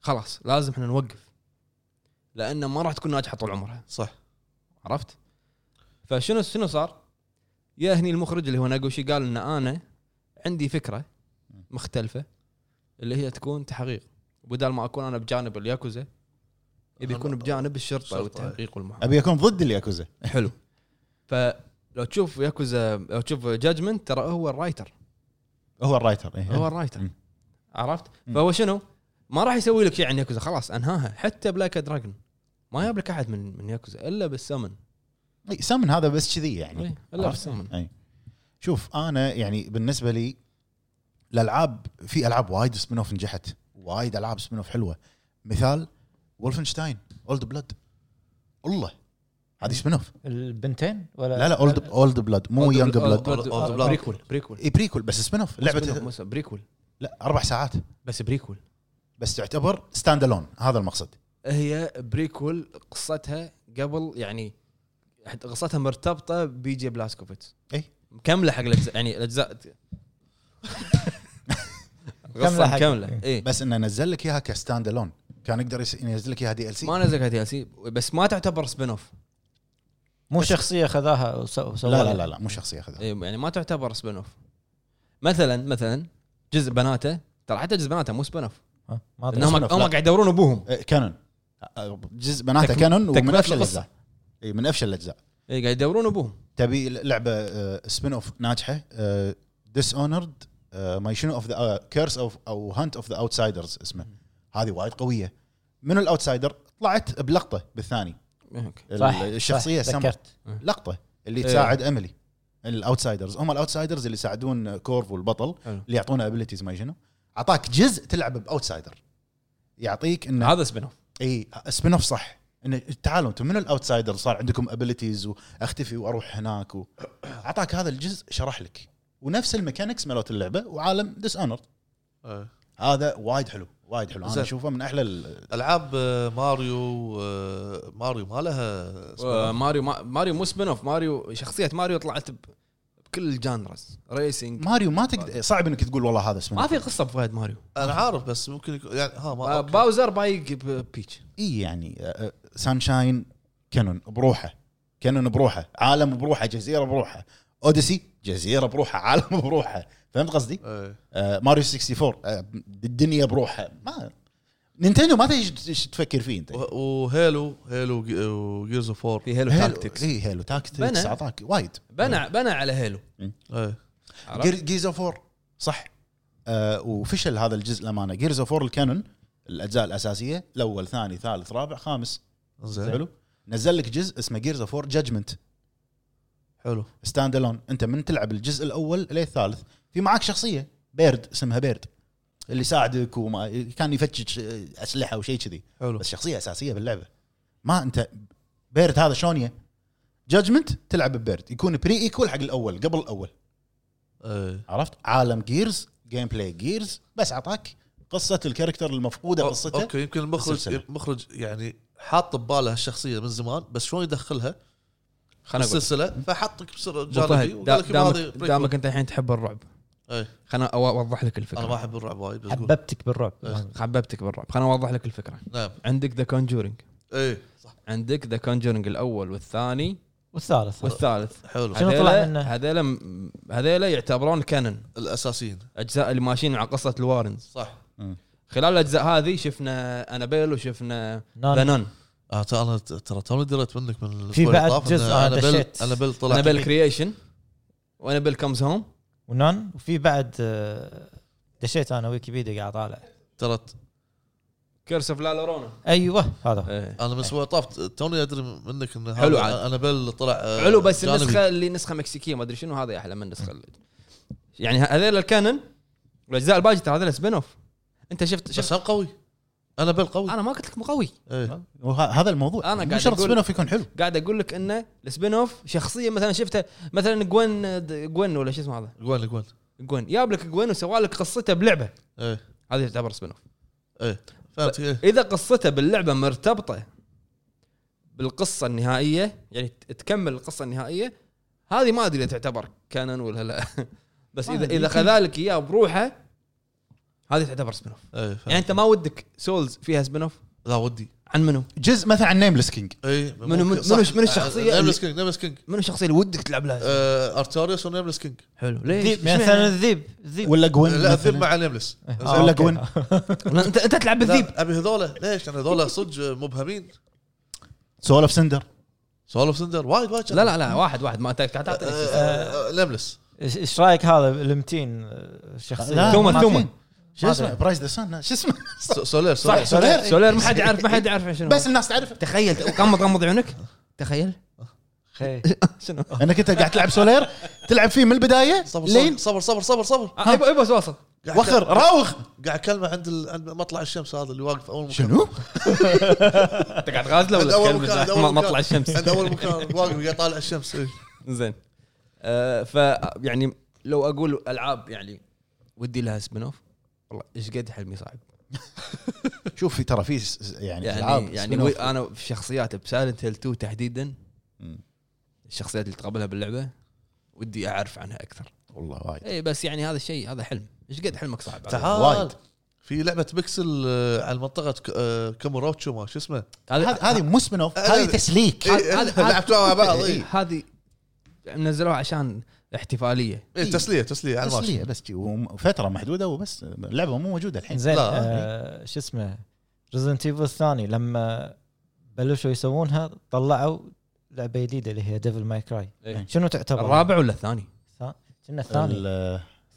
[SPEAKER 1] خلاص لازم احنا نوقف لانه ما راح تكون ناجحه طول عمرها
[SPEAKER 4] صح
[SPEAKER 1] عرفت؟ فشنو شنو صار؟ يا هني المخرج اللي هو ناغوشي قال ان انا عندي فكره مختلفه اللي هي تكون تحقيق بدل ما اكون انا بجانب الياكوزا يبي يكون بجانب الشرطه
[SPEAKER 4] الشرطة.
[SPEAKER 1] والتحقيق والمحاماه
[SPEAKER 3] ابي اكون ضد الياكوزا
[SPEAKER 1] حلو فلو تشوف ياكوزا لو تشوف جاجمنت ترى هو الرايتر
[SPEAKER 3] هو الرايتر إيه.
[SPEAKER 1] هو الرايتر
[SPEAKER 3] مم.
[SPEAKER 1] عرفت
[SPEAKER 3] مم.
[SPEAKER 1] فهو شنو ما راح يسوي لك شيء عن ياكوزا خلاص انهاها حتى بلاك دراجون ما جاب لك احد من من ياكوزا الا بالسمن
[SPEAKER 3] إي، إيه، سامن هذا بس كذي يعني
[SPEAKER 1] إيه، الا
[SPEAKER 3] عرفت؟
[SPEAKER 1] بالسمن
[SPEAKER 3] اي شوف انا يعني بالنسبه لي الالعاب في العاب وايد سبين اوف نجحت وايد العاب سبين اوف حلوه مثال وولفنشتاين اولد بلاد والله هذه سبين اوف
[SPEAKER 2] البنتين ولا
[SPEAKER 3] لا لا اولد اولد بلاد مو يونج بلاد
[SPEAKER 4] Old Blood.
[SPEAKER 1] بريكول بريكول
[SPEAKER 3] اي بريكول بس سبين اوف
[SPEAKER 1] بس مو-
[SPEAKER 3] لعبه
[SPEAKER 1] مو- بريكول
[SPEAKER 3] لا اربع ساعات
[SPEAKER 1] بس بريكول
[SPEAKER 3] بس تعتبر ستاند الون هذا المقصد
[SPEAKER 1] هي بريكول قصتها قبل يعني حت- قصتها مرتبطه بيجي بلاسكوفيتس
[SPEAKER 3] إي.
[SPEAKER 1] مكمله حق الاجزاء يعني الاجزاء
[SPEAKER 2] مكملة
[SPEAKER 1] قصه
[SPEAKER 2] حق-
[SPEAKER 1] مكمله اي
[SPEAKER 3] بس انه نزل لك اياها كستاند الون كان يقدر يس- ينزل لك اياها دي ال سي
[SPEAKER 1] ما نزل دي ال سي بس ما تعتبر سبين اوف
[SPEAKER 2] مو شخصيه خذاها وسوى
[SPEAKER 3] لا لا لا لا مو شخصيه اخذها
[SPEAKER 1] إي، يعني ما تعتبر سبين اوف مثلا مثلا جزء بناته ترى حتى جزء بناته مو سبين اوف
[SPEAKER 2] آه، ما أدري.
[SPEAKER 1] لانهم هم
[SPEAKER 3] spin off، لا.
[SPEAKER 1] قاعد يدورون ابوهم
[SPEAKER 3] إيه، كانون آه، جزء بناته
[SPEAKER 1] تكم-
[SPEAKER 3] كانون ومن
[SPEAKER 1] تكملة
[SPEAKER 3] افشل
[SPEAKER 1] القصة.
[SPEAKER 3] الاجزاء اي من افشل الاجزاء
[SPEAKER 1] اي قاعد يدورون ابوهم
[SPEAKER 3] تبي آه، لعبه سبين اوف ناجحه ديس اونرد ماي شنو اوف ذا كيرس اوف او هانت اوف ذا اوتسايدرز اسمه هذه وايد قويه منو الاوتسايدر طلعت بلقطه بالثاني
[SPEAKER 1] إي، أوكي.
[SPEAKER 3] ال-
[SPEAKER 2] صح،
[SPEAKER 3] الشخصيه
[SPEAKER 2] صح،
[SPEAKER 3] سم-
[SPEAKER 2] تذكرت
[SPEAKER 3] لقطه اللي
[SPEAKER 1] إيه.
[SPEAKER 3] تساعد املي الاوتسايدرز هم الاوتسايدرز اللي يساعدون كورف والبطل
[SPEAKER 1] حلو.
[SPEAKER 3] اللي يعطونه ابيلتيز ما شنو اعطاك جزء تلعب باوتسايدر يعطيك انه
[SPEAKER 1] هذا سبين اوف
[SPEAKER 3] اي سبين اوف صح انه تعالوا انتم من الاوتسايدر صار عندكم ابيلتيز واختفي واروح هناك و... *coughs* اعطاك هذا الجزء شرح لك ونفس الميكانكس مالت اللعبه وعالم ديس اونرد
[SPEAKER 4] آه.
[SPEAKER 3] هذا وايد حلو وايد حلو انا
[SPEAKER 4] زين.
[SPEAKER 3] اشوفه من احلى ال-
[SPEAKER 4] العاب آه، ماريو آه، ماريو ما لها
[SPEAKER 1] آه،
[SPEAKER 4] سبين أوف.
[SPEAKER 1] ماريو ما- ماريو مو سبين اوف ماريو شخصيه ماريو طلعت ب- بكل الجانرز ريسنج
[SPEAKER 3] ماريو ما تقدر صعب انك تقول والله هذا سبين
[SPEAKER 1] ما
[SPEAKER 3] اوف
[SPEAKER 1] في قصه بوايد ماريو
[SPEAKER 4] انا عارف بس ممكن يكون يعني ها ما
[SPEAKER 1] آه،
[SPEAKER 4] أوكي.
[SPEAKER 1] باوزر بايق ب- بيتش
[SPEAKER 3] اي يعني آه، آه، سانشاين كانون بروحه كانون بروحه عالم بروحه جزيره بروحه اوديسي جزيره بروحه عالم بروحه فهمت قصدي؟
[SPEAKER 4] إيه.
[SPEAKER 3] آه، ماريو 64 آه، الدنيا بروحها ما نينتندو ما تدري إيش- ايش تفكر فيه انت
[SPEAKER 4] و- وهيلو هيلو وج- آه، وجيرز اوف وور
[SPEAKER 1] في هيلو تاكتكس
[SPEAKER 3] اي إيه، هيلو تاكتكس
[SPEAKER 1] بنى.
[SPEAKER 3] اعطاك وايد
[SPEAKER 1] بنى بنى على هيلو
[SPEAKER 4] إيه.
[SPEAKER 1] عرفت؟
[SPEAKER 3] جير- جيرز اوف وور صح آه وفشل هذا الجزء الامانه جيرز اوف وور الكانون الاجزاء الاساسيه الاول ثاني ثالث رابع خامس
[SPEAKER 4] زين
[SPEAKER 3] حلو نزل لك جزء اسمه جيرز اوف وور جادجمنت
[SPEAKER 4] حلو
[SPEAKER 3] ستاند الون انت من تلعب الجزء الاول للثالث في معك شخصيه بيرد اسمها بيرد اللي يساعدك وما كان يفتش آه، اسلحه وشيء كذي
[SPEAKER 4] حلو
[SPEAKER 3] بس شخصيه اساسيه باللعبه ما انت بيرد هذا شلون جادجمنت تلعب ببيرد يكون بري ايكول حق الاول قبل الاول
[SPEAKER 4] إيه.
[SPEAKER 3] عرفت عالم جيرز جيم بلاي جيرز بس عطاك قصه الكاركتر المفقوده
[SPEAKER 4] أو-
[SPEAKER 3] قصته
[SPEAKER 4] اوكي يمكن المخرج
[SPEAKER 3] السلسلة.
[SPEAKER 4] المخرج يعني حاط بباله الشخصيه من زمان بس شلون يدخلها
[SPEAKER 1] خلنا نقول
[SPEAKER 4] السلسله فحطك بسر جانبي
[SPEAKER 1] طهد،
[SPEAKER 4] وقال
[SPEAKER 1] دا-
[SPEAKER 4] لك إبراهيم
[SPEAKER 1] دامك
[SPEAKER 4] بريكول.
[SPEAKER 1] دامك انت الحين تحب الرعب
[SPEAKER 4] إيه.
[SPEAKER 1] خلنا أو- اوضح لك
[SPEAKER 4] انا ما
[SPEAKER 1] الفكره
[SPEAKER 4] احب الرعب وايد بس قول.
[SPEAKER 2] حببتك بالرعب
[SPEAKER 4] إيه.
[SPEAKER 1] حببتك بالرعب خلنا اوضح لك الفكره
[SPEAKER 4] نعم
[SPEAKER 1] عندك ذا كونجورينج
[SPEAKER 4] ايه صح
[SPEAKER 1] عندك ذا كونجورينج الاول والثاني
[SPEAKER 2] والثالث
[SPEAKER 1] والثالث
[SPEAKER 4] حلو
[SPEAKER 2] شنو طلع
[SPEAKER 1] هذيلا
[SPEAKER 2] منه؟
[SPEAKER 1] هذيلا م- هذيلا يعتبرون كانن
[SPEAKER 4] الاساسيين
[SPEAKER 1] اجزاء اللي ماشيين مع قصه الوارنز
[SPEAKER 4] صح
[SPEAKER 1] خلال الاجزاء هذه شفنا انابيل وشفنا ذا
[SPEAKER 2] نان
[SPEAKER 1] نان
[SPEAKER 4] آه ترى انا ترى توني دريت منك من الأسبوع
[SPEAKER 2] في
[SPEAKER 4] اللي
[SPEAKER 2] بعد
[SPEAKER 4] طاف إن
[SPEAKER 2] جزء أنا دشيت.
[SPEAKER 4] انا بل طلع
[SPEAKER 1] انابيل كرييشن وانابيل كمز هوم
[SPEAKER 2] ونان وفي بعد آه، دشيت انا ويكيبيديا قاعد اطالع
[SPEAKER 4] ترى
[SPEAKER 1] كيرس اوف لالارونا
[SPEAKER 2] ايوه هذا هو.
[SPEAKER 1] إيه.
[SPEAKER 4] انا من اسبوع طاف توني ادري منك ان
[SPEAKER 1] حلو
[SPEAKER 4] هذا
[SPEAKER 1] عاد.
[SPEAKER 4] انا بل طلع آه،
[SPEAKER 1] حلو بس
[SPEAKER 4] جانبي.
[SPEAKER 1] النسخه اللي نسخه مكسيكيه ما ادري شنو هذا احلى من النسخه اللي- يعني هذيل الكانن والاجزاء الباقيه ترى هذيل سبين اوف انت شفت
[SPEAKER 4] بس
[SPEAKER 1] شفت
[SPEAKER 4] هم قوي انا بل قوي
[SPEAKER 1] انا ما قلت لك مو قوي
[SPEAKER 4] إيه.
[SPEAKER 3] وه- هذا الموضوع
[SPEAKER 1] أنا
[SPEAKER 3] انا
[SPEAKER 1] قاعد
[SPEAKER 3] قاعد شرط
[SPEAKER 1] أقول-
[SPEAKER 3] سبين اوف يكون حلو
[SPEAKER 1] قاعد اقول لك انه السبين اوف شخصيه مثلا شفتها مثلا جوين جوين ولا شو اسمه هذا
[SPEAKER 4] جوان جوان
[SPEAKER 1] جوين جاب لك جوين وسوى لك قصته بلعبه
[SPEAKER 4] ايه
[SPEAKER 1] هذه تعتبر سبين اوف
[SPEAKER 4] ايه
[SPEAKER 1] طيب،
[SPEAKER 4] فهمت إيه.
[SPEAKER 1] اذا قصته باللعبه مرتبطه بالقصه النهائيه يعني ت- تكمل القصه النهائيه هذه ما ادري إذا تعتبر كانون ولا لا *laughs* بس اذا اذا خذلك اياه بروحه هذه تعتبر سبين اوف
[SPEAKER 4] ايه فهمت.
[SPEAKER 1] يعني انت ما ودك سولز فيها سبين اوف
[SPEAKER 4] لا ودي
[SPEAKER 1] عن منو؟
[SPEAKER 3] جزء مثلا عن نيمليس كينج
[SPEAKER 4] ايه
[SPEAKER 1] منو- منو- منو الشخصية اللي-
[SPEAKER 4] آه، نيملس كينج نيملس كينج
[SPEAKER 1] منو الشخصيه اللي ودك تلعب لها؟ يعني
[SPEAKER 4] آه، ارتوريوس ونيملس كينج
[SPEAKER 1] حلو ليش؟
[SPEAKER 2] الذيب مثلا الذيب الذيب
[SPEAKER 3] ولا جوين
[SPEAKER 4] لا الذيب
[SPEAKER 3] مثلا
[SPEAKER 4] مع نيملس
[SPEAKER 1] إيه.
[SPEAKER 2] آه،
[SPEAKER 3] ولا
[SPEAKER 2] أوكي.
[SPEAKER 3] جوين
[SPEAKER 1] لا، انت انت تلعب بالذيب
[SPEAKER 4] لا، ابي هذولا ليش؟ لان هذولا صدق مبهمين
[SPEAKER 3] سول اوف سندر
[SPEAKER 4] سولف سندر وايد وايد
[SPEAKER 1] لا لا لا واحد واحد ما انت قاعد تعطيني سلسلة.
[SPEAKER 4] نيملس
[SPEAKER 2] ايش إيش رايك هذا المتين آه،
[SPEAKER 3] لا،
[SPEAKER 2] شخصيه
[SPEAKER 1] ثوما،
[SPEAKER 3] ما
[SPEAKER 1] ثوما.
[SPEAKER 3] فيه. شو اسمه برايز ذا سن
[SPEAKER 1] *laughs*
[SPEAKER 3] شو اسمه
[SPEAKER 4] سولير
[SPEAKER 1] صح سولير
[SPEAKER 4] سولير
[SPEAKER 3] سولير.
[SPEAKER 1] سولير ما حد يعرف ما حد يعرف شنو
[SPEAKER 3] بس الناس تعرفه
[SPEAKER 1] تخيل غمض غمض عيونك تخيل
[SPEAKER 2] خي.
[SPEAKER 1] شنو
[SPEAKER 3] انك انت قاعد تلعب سولير تلعب فيه من البدايه
[SPEAKER 4] صبر
[SPEAKER 3] لين
[SPEAKER 4] صبر صبر صبر صبر
[SPEAKER 1] آه، يبا يبا واصل
[SPEAKER 4] قاعد-
[SPEAKER 3] وخر راوخ
[SPEAKER 4] قاعد اكلمه عند ال- عند مطلع الشمس هذا اللي واقف اول مكان
[SPEAKER 1] *laughs*
[SPEAKER 3] شنو؟
[SPEAKER 1] انت قاعد غازله
[SPEAKER 4] عند اول
[SPEAKER 1] ولا
[SPEAKER 4] مكان عند
[SPEAKER 1] تتكلم
[SPEAKER 4] أول
[SPEAKER 1] ما-
[SPEAKER 4] مكان.
[SPEAKER 1] مطلع الشمس
[SPEAKER 4] *laughs* عند اول مكان واقف قاعد طالع الشمس إيه.
[SPEAKER 1] زين آه، ف يعني لو اقول العاب يعني ودي لها سبين اوف والله ايش قد حلمي صعب
[SPEAKER 3] شوف في ترى في س- يعني العاب
[SPEAKER 1] يعني يعني
[SPEAKER 3] spin-off.
[SPEAKER 1] وي- انا في شخصيات بسايلنت هيل 2 تحديدا
[SPEAKER 3] مم.
[SPEAKER 1] الشخصيات اللي تقابلها باللعبه ودي اعرف عنها اكثر
[SPEAKER 3] والله وايد
[SPEAKER 1] اي بس يعني هذا الشيء هذا حلم ايش قد حلمك صعب
[SPEAKER 4] تعال
[SPEAKER 3] وايد.
[SPEAKER 4] في لعبه بيكسل آه، على منطقه ك- آه، كاموروتشو ما شو اسمه
[SPEAKER 3] هذه هذه مو سبين اوف
[SPEAKER 4] هذا-
[SPEAKER 3] هذه تسليك
[SPEAKER 1] هذا-
[SPEAKER 4] إيه،
[SPEAKER 1] هذا- هذا-
[SPEAKER 4] *laughs* لعبتوها مع بعض
[SPEAKER 1] إيه،
[SPEAKER 4] اي
[SPEAKER 1] هذه منزلوها عشان احتفاليه
[SPEAKER 3] إيه.
[SPEAKER 4] تسليه تسليه على الماشي
[SPEAKER 3] تسليه بس جي- وفتره محدوده وبس اللعبه مو موجوده الحين
[SPEAKER 2] زين
[SPEAKER 4] لا.
[SPEAKER 2] آه، شو اسمه ريزنت ايفل الثاني لما بلشوا يسوونها طلعوا لعبه جديده اللي هي ديفل ماي كراي
[SPEAKER 1] إيه.
[SPEAKER 2] شنو تعتبر؟
[SPEAKER 1] الرابع ولا الثاني؟
[SPEAKER 2] كنا الثاني
[SPEAKER 3] ال-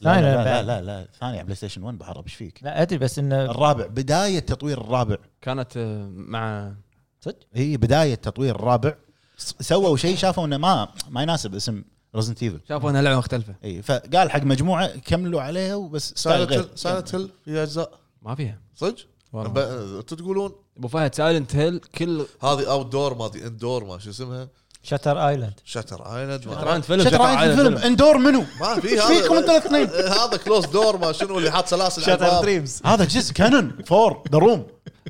[SPEAKER 3] لا
[SPEAKER 2] ثاني
[SPEAKER 3] لا لا,
[SPEAKER 2] بعد.
[SPEAKER 3] لا لا لا ثاني على بلاي ستيشن 1 بحرب ايش فيك؟
[SPEAKER 2] لا ادري بس انه
[SPEAKER 3] الرابع بدايه تطوير الرابع
[SPEAKER 1] كانت آه، مع
[SPEAKER 2] صدق
[SPEAKER 3] هي بدايه تطوير الرابع س- سووا شيء شافوا انه ما ما يناسب اسم رزنت ايفل
[SPEAKER 1] شافوا انها لعبه مختلفه
[SPEAKER 3] اي فقال حق مجموعه كملوا عليها وبس ستايل غير
[SPEAKER 4] سايلنت هيل في اجزاء
[SPEAKER 1] ما فيها
[SPEAKER 4] صدق؟
[SPEAKER 1] والله.
[SPEAKER 4] ب- انتوا تقولون
[SPEAKER 1] ابو فهد سايلنت هيل كل
[SPEAKER 4] هذه اوت دور ما ادري اندور ما شو اسمها
[SPEAKER 2] شتر ايلاند
[SPEAKER 4] شاتر ايلاند ما
[SPEAKER 1] شطرنج فيلم
[SPEAKER 3] شطرنج
[SPEAKER 1] شطرنج
[SPEAKER 3] الفيلم اندور منو؟
[SPEAKER 4] ما
[SPEAKER 1] *laughs*
[SPEAKER 4] في
[SPEAKER 3] ايش
[SPEAKER 4] هذا
[SPEAKER 3] فيكم انتوا
[SPEAKER 4] *laughs*
[SPEAKER 3] الاثنين؟
[SPEAKER 4] آه، هذا كلوز دور ما شنو اللي حاط سلاسل على الباب.
[SPEAKER 2] دريمز
[SPEAKER 3] هذا جزء كانون فور ذا روم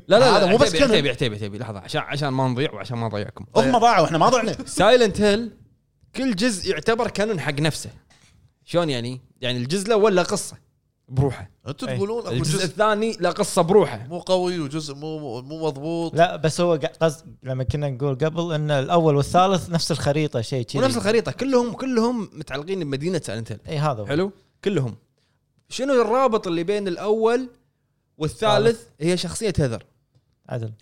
[SPEAKER 1] لا لا
[SPEAKER 3] هذا
[SPEAKER 1] لا
[SPEAKER 3] مو بس
[SPEAKER 1] عتيبي
[SPEAKER 3] كانون.
[SPEAKER 1] عتيبي عتيبي عتيبي لحظه عشان عشان ما نضيع وعشان ما نضيعكم
[SPEAKER 3] هم ضاعوا احنا ما ضعنا
[SPEAKER 1] سايلنت هيل كل جزء يعتبر كانون حق نفسه شلون يعني؟ يعني الجزء الاول له قصه بروحه
[SPEAKER 4] انتوا
[SPEAKER 2] إيه.
[SPEAKER 4] تقولون اكو
[SPEAKER 1] الجزء
[SPEAKER 4] جزء
[SPEAKER 1] الثاني له قصه بروحه
[SPEAKER 4] مو قوي وجزء مو مو- مو مضبوط
[SPEAKER 2] لا بس هو قا- قصد لما كنا نقول قبل ان الاول والثالث نفس الخريطه شيء كذي
[SPEAKER 1] ونفس الخريطه كلهم كلهم متعلقين بمدينه سايلنت هيل
[SPEAKER 2] اي إيه، هذا هو.
[SPEAKER 1] حلو كلهم شنو الرابط اللي بين الاول والثالث هي شخصيه هيذر
[SPEAKER 2] عدل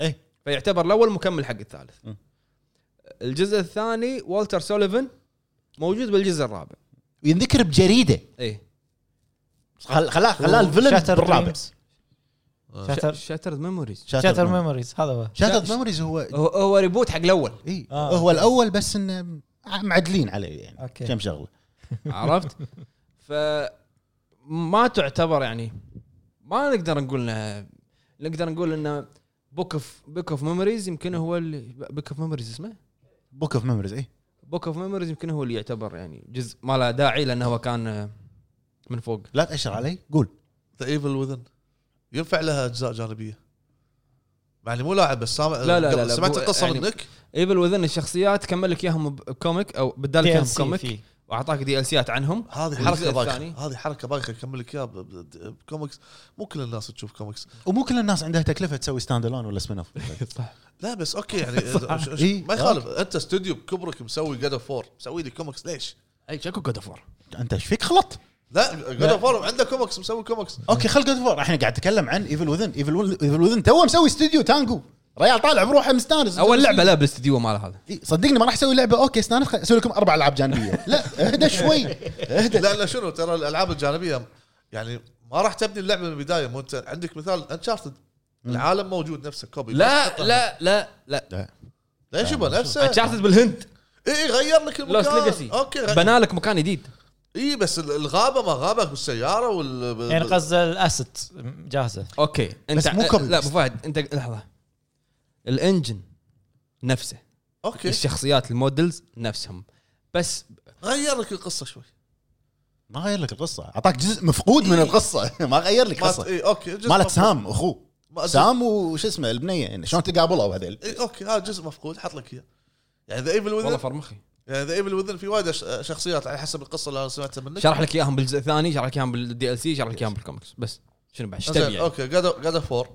[SPEAKER 1] فيعتبر الاول مكمل حق الثالث
[SPEAKER 3] م.
[SPEAKER 1] الجزء الثاني والتر سوليفن موجود بالجزء الرابع
[SPEAKER 3] *laughs* ينذكر بجريده
[SPEAKER 1] ايه
[SPEAKER 3] خل- خلاه خلاه الفيلم بالرابع
[SPEAKER 1] آه،
[SPEAKER 2] شتر
[SPEAKER 1] شاترد ميموريز
[SPEAKER 2] شتر ميموريز هذا هو
[SPEAKER 3] شاتر ميموريز هو
[SPEAKER 1] هو, هو ريبوت حق الاول
[SPEAKER 3] اي
[SPEAKER 2] آه.
[SPEAKER 3] هو الاول بس انه معدلين عليه يعني
[SPEAKER 2] أوكي.
[SPEAKER 3] كم شغله
[SPEAKER 1] عرفت ف ما تعتبر يعني ما نقدر نقول انها نقدر نقول انه بوك اوف بوك اوف ميموريز يمكن هو اللي بوك اوف ميموريز اسمه
[SPEAKER 3] بوك اوف ميموريز اي
[SPEAKER 1] بوك اوف ميموريز يمكن هو اللي يعتبر يعني جزء ما له داعي لانه هو كان آه، من فوق
[SPEAKER 3] لا تاشر علي قول
[SPEAKER 4] ذا ايفل وذن ينفع لها اجزاء جانبيه مع اني يعني مو لاعب بس سامع
[SPEAKER 1] لا، لا، لا، لا،
[SPEAKER 4] سمعت
[SPEAKER 1] مو-
[SPEAKER 4] القصه
[SPEAKER 1] يعني-
[SPEAKER 4] يعني منك
[SPEAKER 1] ايفل وذن الشخصيات كمل لك اياهم ب- بكوميك او بدال لك اياهم
[SPEAKER 2] DLC
[SPEAKER 1] بكوميك
[SPEAKER 2] فيه.
[SPEAKER 1] واعطاك دي ال سيات عنهم
[SPEAKER 4] هذه
[SPEAKER 1] والجزء
[SPEAKER 4] حركه
[SPEAKER 1] الثاني؟
[SPEAKER 4] بايخه هذه حركه بايخه اكمل لك اياها ب- ب- ب- بكوميكس مو كل الناس تشوف كوميكس
[SPEAKER 3] ومو كل الناس عندها تكلفه تسوي ستاند الون ولا سبين *laughs* اوف
[SPEAKER 4] لا بس اوكي يعني
[SPEAKER 1] *laughs*
[SPEAKER 4] إذا- ش- ش-
[SPEAKER 3] إيه،
[SPEAKER 4] ما يخالف انت استوديو بكبرك مسوي جاد اوف 4 مسوي لي كوميكس ليش؟
[SPEAKER 1] اي شكو جود اوف
[SPEAKER 3] انت ايش فيك خلط؟
[SPEAKER 4] لا جاد اوف 4 عنده كوميكس مسوي كوميكس
[SPEAKER 3] اوكي خل جود فور احنا قاعد نتكلم عن ايفل وذن ايفل وذن توه مسوي استوديو تانجو ريال طالع بروحه مستانس
[SPEAKER 1] اول لعبه لا بالاستديو ماله هذا
[SPEAKER 3] إي، صدقني ما راح اسوي لعبه اوكي استانس خل اسوي لكم اربع العاب جانبيه لا *laughs* اهدى شوي
[SPEAKER 1] إيه،
[SPEAKER 3] اهدى
[SPEAKER 4] لا لا شنو ترى الالعاب الجانبيه يعني ما راح تبني اللعبه من البدايه مو انت عندك مثال انشارتد العالم موجود نفسه كوبي
[SPEAKER 1] لا لا لا لا
[SPEAKER 4] ليش يبا نفسه
[SPEAKER 1] انشارتد بالهند
[SPEAKER 4] اي غير لك المكان
[SPEAKER 1] لوست ليجاسي
[SPEAKER 4] اوكي غير.
[SPEAKER 1] بنى لك مكان جديد
[SPEAKER 4] اي بس ال- الغابه ما غابه والسياره وال
[SPEAKER 2] يعني قصده الاسيت جاهزه
[SPEAKER 1] اوكي انت
[SPEAKER 3] بس مو كوبي
[SPEAKER 1] أه، لا
[SPEAKER 3] بيست.
[SPEAKER 1] ابو فهد انت لحظه الانجن نفسه
[SPEAKER 3] إيه.
[SPEAKER 4] اوكي
[SPEAKER 1] الشخصيات المودلز نفسهم بس
[SPEAKER 4] غير لك القصه شوي
[SPEAKER 3] ما غير لك القصه اعطاك جزء مفقود من القصه *laughs* ما غير لك
[SPEAKER 4] مالت
[SPEAKER 3] قصه
[SPEAKER 4] اي اوكي جزء
[SPEAKER 3] مالك
[SPEAKER 4] إيه، مفقود.
[SPEAKER 3] سام اخوه
[SPEAKER 4] ما- إيه،
[SPEAKER 3] سام وش اسمه البنيه يعني شلون تقابلوا هذيل
[SPEAKER 4] اي اوكي هذا جزء آه، مفقود حط لك اياه يعني ذا ايفل
[SPEAKER 1] والله
[SPEAKER 4] وذن
[SPEAKER 1] فرمخي
[SPEAKER 4] يعني ذا ايفل وذن في وايد أش- شخصيات على حسب القصه اللي انا سمعتها منك
[SPEAKER 1] شرح لك اياهم بالجزء الثاني شرح لك اياهم بالدي ال سي شرح لك اياهم بالكوميكس بس شنو بعد ايش
[SPEAKER 4] زين،
[SPEAKER 1] تبي يعني؟
[SPEAKER 4] اوكي جاد جاد فور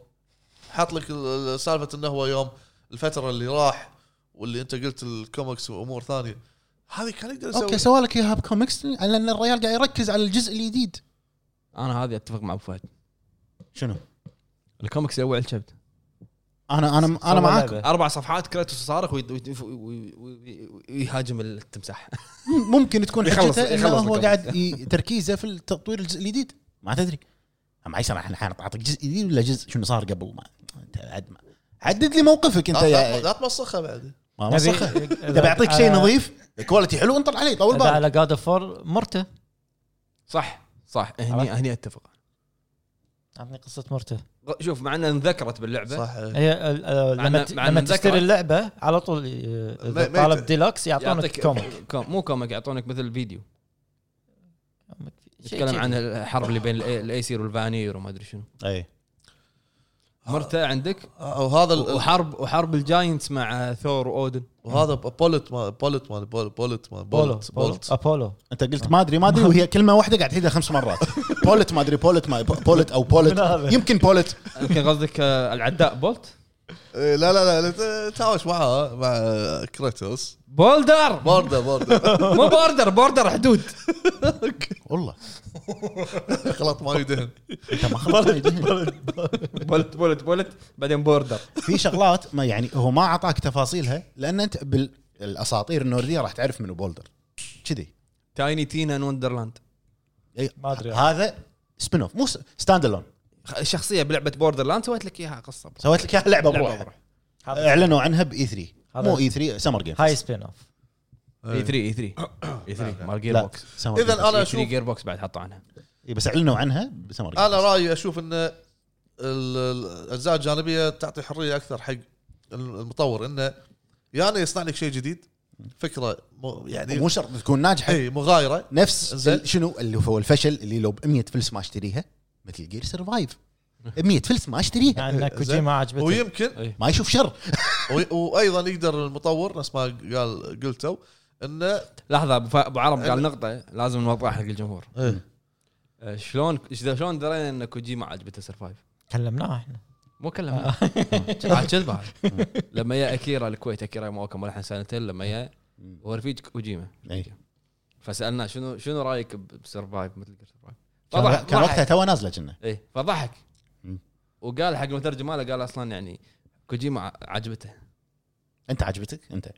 [SPEAKER 4] حاط لك ال- ال- سالفه انه هو يوم الفتره اللي راح واللي انت قلت الكوميكس وامور ثانيه هذه كان يقدر يسوي
[SPEAKER 3] اوكي سوى لك اياها بكوميكس لان الريال قاعد يركز على الجزء الجديد
[SPEAKER 1] انا هذه اتفق مع ابو فهد
[SPEAKER 3] شنو؟
[SPEAKER 1] الكوميكس يوع الكبد
[SPEAKER 3] انا انا انا
[SPEAKER 2] سوى
[SPEAKER 3] معاك
[SPEAKER 2] لعبة.
[SPEAKER 1] اربع صفحات كريتوس صارخ ويد- ويد- وي- وي- وي- ويهاجم التمساح
[SPEAKER 3] ممكن تكون
[SPEAKER 1] يخلص-
[SPEAKER 3] حجتها انه
[SPEAKER 1] يخلص
[SPEAKER 3] هو
[SPEAKER 1] الكوميكس.
[SPEAKER 3] قاعد ي- تركيزه في تطوير الجزء الجديد ما تدري ما يصير احنا الحين اعطيك جزء جديد ولا جزء شنو صار قبل ما انت عد ما حدد لي موقفك انت
[SPEAKER 4] لا- آه، لا
[SPEAKER 3] يا
[SPEAKER 4] لا تمسخها بعد
[SPEAKER 3] ما
[SPEAKER 2] نبي-
[SPEAKER 3] مسخه اذا بعطيك شيء
[SPEAKER 2] آه،
[SPEAKER 3] نظيف كواليتي حلو انطر عليه طول
[SPEAKER 2] اذا
[SPEAKER 3] بالك
[SPEAKER 2] على جاد اوف مرته
[SPEAKER 1] صح صح هني
[SPEAKER 2] عرفت؟
[SPEAKER 1] هني اتفق
[SPEAKER 2] اعطني قصه مرته
[SPEAKER 1] شوف مع انها انذكرت باللعبه صح.
[SPEAKER 4] صح
[SPEAKER 2] هي ال- ال-
[SPEAKER 1] مع
[SPEAKER 2] لما
[SPEAKER 1] إن-
[SPEAKER 2] ت-
[SPEAKER 1] مع
[SPEAKER 2] لما
[SPEAKER 1] إن ذكرت-
[SPEAKER 2] تشتري اللعبه على طول آه، اذا
[SPEAKER 4] ما- ما
[SPEAKER 2] طالب
[SPEAKER 4] يت-
[SPEAKER 2] ديلوكس يعطونك
[SPEAKER 1] يعطونك
[SPEAKER 2] كوميك
[SPEAKER 1] كوم مو كوميك يعطونك مثل فيديو
[SPEAKER 2] شيء
[SPEAKER 1] يتكلم
[SPEAKER 2] كذي.
[SPEAKER 1] عن الحرب اللي بين الأي- الايسير والفانير وما ادري شنو
[SPEAKER 3] اي
[SPEAKER 1] مرته عندك
[SPEAKER 4] وهذا آه، ال-
[SPEAKER 1] وحرب وحرب الجاينتس مع ثور واودن
[SPEAKER 4] وهذا بولت مال بولت مال بول- بولت مال
[SPEAKER 2] بولو
[SPEAKER 4] بولت
[SPEAKER 2] بولو
[SPEAKER 4] بولت
[SPEAKER 2] ابولو
[SPEAKER 3] انت قلت ما ادري ما ادري وهي كلمه واحده قاعد تعيدها خمس مرات بولت ما ادري بولت ما بولت او
[SPEAKER 2] من
[SPEAKER 3] بولت
[SPEAKER 2] هذا؟
[SPEAKER 3] يمكن بولت
[SPEAKER 1] يمكن قصدك آه، العداء بولت
[SPEAKER 4] إيه، لا لا لا لا تعاوش معاه آه، مع كريتوس
[SPEAKER 1] بولدر
[SPEAKER 4] بوردر بوردر
[SPEAKER 1] مو بوردر بوردر حدود
[SPEAKER 3] والله
[SPEAKER 4] خلاط ما يدهن
[SPEAKER 3] انت ما خلصت
[SPEAKER 1] بولت بولت بولت بعدين بوردر
[SPEAKER 3] في شغلات ما يعني هو ما اعطاك تفاصيلها لان انت بالاساطير النورديه راح تعرف منو بولدر كذي
[SPEAKER 1] تايني تينا ان وندرلاند
[SPEAKER 3] إي،
[SPEAKER 2] ما أدري.
[SPEAKER 3] هذا سبين اوف مو ستاند الون
[SPEAKER 1] خ- شخصيه بلعبه بوردر لاند سويت لك اياها قصه
[SPEAKER 3] سويت لك إياها لعبه
[SPEAKER 1] لعبة
[SPEAKER 3] بروحها
[SPEAKER 1] بروحها.
[SPEAKER 2] هذا-
[SPEAKER 3] اعلنوا عنها باي 3
[SPEAKER 2] هذا-
[SPEAKER 3] مو اي 3 سمر جيم
[SPEAKER 2] هاي سبين اوف
[SPEAKER 1] اي 3 اي *coughs* 3 اي 3 E مال جير
[SPEAKER 3] لا
[SPEAKER 1] بوكس
[SPEAKER 3] سمر
[SPEAKER 4] اذا
[SPEAKER 3] اذا
[SPEAKER 4] انا
[SPEAKER 1] اي
[SPEAKER 4] اشوف
[SPEAKER 1] 3 جير بوكس بعد حطوا عنها
[SPEAKER 3] بس اعلنوا عنها بسمر جيم
[SPEAKER 4] انا رايي اشوف ان ال- ال- الاجزاء الجانبيه تعطي حريه اكثر حق المطور انه يا انه يصنع لك شيء جديد فكره مو- يعني إيه،
[SPEAKER 3] مو شرط تكون ناجحه
[SPEAKER 4] اي مغايره
[SPEAKER 3] نفس
[SPEAKER 4] زين.
[SPEAKER 3] ال- شنو اللي هو الفشل اللي لو ب 100 فلس ما اشتريها مثل جير سرفايف 100 فلس ما
[SPEAKER 1] *laughs*
[SPEAKER 3] اشتريها
[SPEAKER 2] يعني
[SPEAKER 4] زين.
[SPEAKER 2] كوجيما عجبته
[SPEAKER 4] ويمكن
[SPEAKER 3] ما يشوف شر
[SPEAKER 4] وي- وايضا يقدر المطور نفس ما قال قلتوا انه
[SPEAKER 1] لحظه أبو ف- ابو عرب قال نقطه لازم نوضحها حق الجمهور آه، شلون إذا شلون درينا ان كوجيما عجبته سرفايف
[SPEAKER 2] كلمناه احنا
[SPEAKER 1] مو *laughs* كلام عاد كذبه هذا. لما جاء اكيرا الكويت اكيرا مواكم ولا سنتين لما جاء هو رفيج كوجيما
[SPEAKER 3] إي.
[SPEAKER 1] فسالناه شنو شنو رايك ب- بسرفايف مثل جير سرفايف
[SPEAKER 3] كان
[SPEAKER 1] فضح-
[SPEAKER 3] كان
[SPEAKER 1] ضحك.
[SPEAKER 3] وقتها تو نازله كنا
[SPEAKER 1] ايه فضحك
[SPEAKER 3] مم.
[SPEAKER 1] وقال حق المترجم ماله قال اصلا يعني كوجيما ع- عجبته
[SPEAKER 3] انت عجبتك انت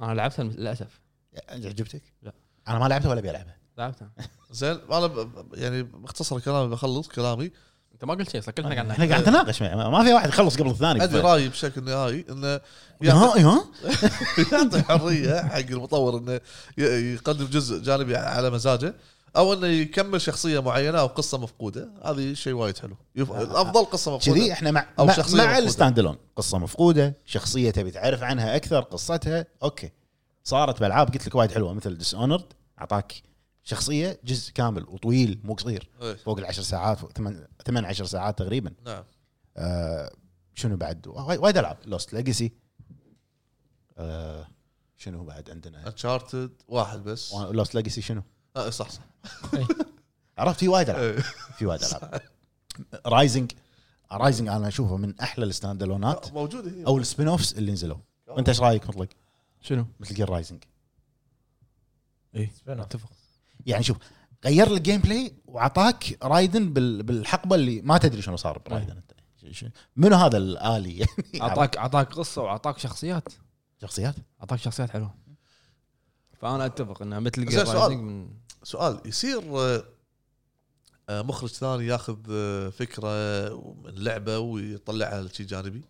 [SPEAKER 1] انا لعبتها الم- للاسف
[SPEAKER 3] عجبتك؟
[SPEAKER 1] لا.
[SPEAKER 3] انا ما لعبتها ولا بلعبها
[SPEAKER 1] *laughs* لعبتها
[SPEAKER 4] زين انا ب- يعني باختصر كلامي بخلص كلامي
[SPEAKER 1] انت ما قلت شيء صار كلنا قاعد نحكي
[SPEAKER 3] احنا قاعد نتناقش ما ما في واحد يخلص قبل الثاني إيه،
[SPEAKER 4] ادري رايي بشكل نهائي انه يعطي-
[SPEAKER 3] ها ها
[SPEAKER 4] يعطي حريه حق المطور انه ي- يقدم جزء جانبي على مزاجه او انه يكمل شخصيه معينه او قصه مفقوده هذه شيء وايد حلو يف... الافضل قصه مفقوده
[SPEAKER 3] كذي احنا مع
[SPEAKER 4] أو
[SPEAKER 3] مع,
[SPEAKER 4] شخصية
[SPEAKER 3] مع
[SPEAKER 4] مفقودة.
[SPEAKER 3] الستاند الون قصه مفقوده شخصيه تبي تعرف عنها اكثر قصتها اوكي صارت بالعاب قلت لك وايد حلوه مثل ديس اونرد اعطاك شخصيه جزء كامل وطويل مو قصير
[SPEAKER 4] إيه.
[SPEAKER 3] فوق العشر ساعات فوق ثمان ثمان عشر ساعات تقريبا
[SPEAKER 4] نعم
[SPEAKER 3] آه شنو بعد وايد وايد العاب لوست ليجسي آه، شنو بعد عندنا
[SPEAKER 4] انشارتد واحد بس
[SPEAKER 3] لوست ليجسي شنو
[SPEAKER 4] آه صح صح
[SPEAKER 3] عرفت في وايد العاب
[SPEAKER 4] إيه.
[SPEAKER 3] في وايد العاب رايزنج رايزنج انا اشوفه من احلى الستاند الونات
[SPEAKER 4] *laughs* موجوده هي
[SPEAKER 3] او السبين اوفس اللي نزلوا وانت ايش رايك مطلق
[SPEAKER 1] شنو؟
[SPEAKER 3] مثل جير رايزنج
[SPEAKER 1] اي
[SPEAKER 2] off.
[SPEAKER 1] اتفق
[SPEAKER 3] يعني شوف غير لك جيم بلاي وعطاك رايدن بال- بالحقبه اللي ما تدري شنو صار برايدن انت ش- ش- منو هذا الالي يعني
[SPEAKER 1] اعطاك اعطاك قصه واعطاك شخصيات
[SPEAKER 3] شخصيات
[SPEAKER 1] اعطاك شخصيات حلوه فانا اتفق انها مثل
[SPEAKER 4] بس
[SPEAKER 1] جير
[SPEAKER 4] سؤال.
[SPEAKER 1] رايزنج من
[SPEAKER 4] سؤال يصير آه، آه، مخرج ثاني ياخذ آه، فكره من لعبه ويطلعها لشيء جانبي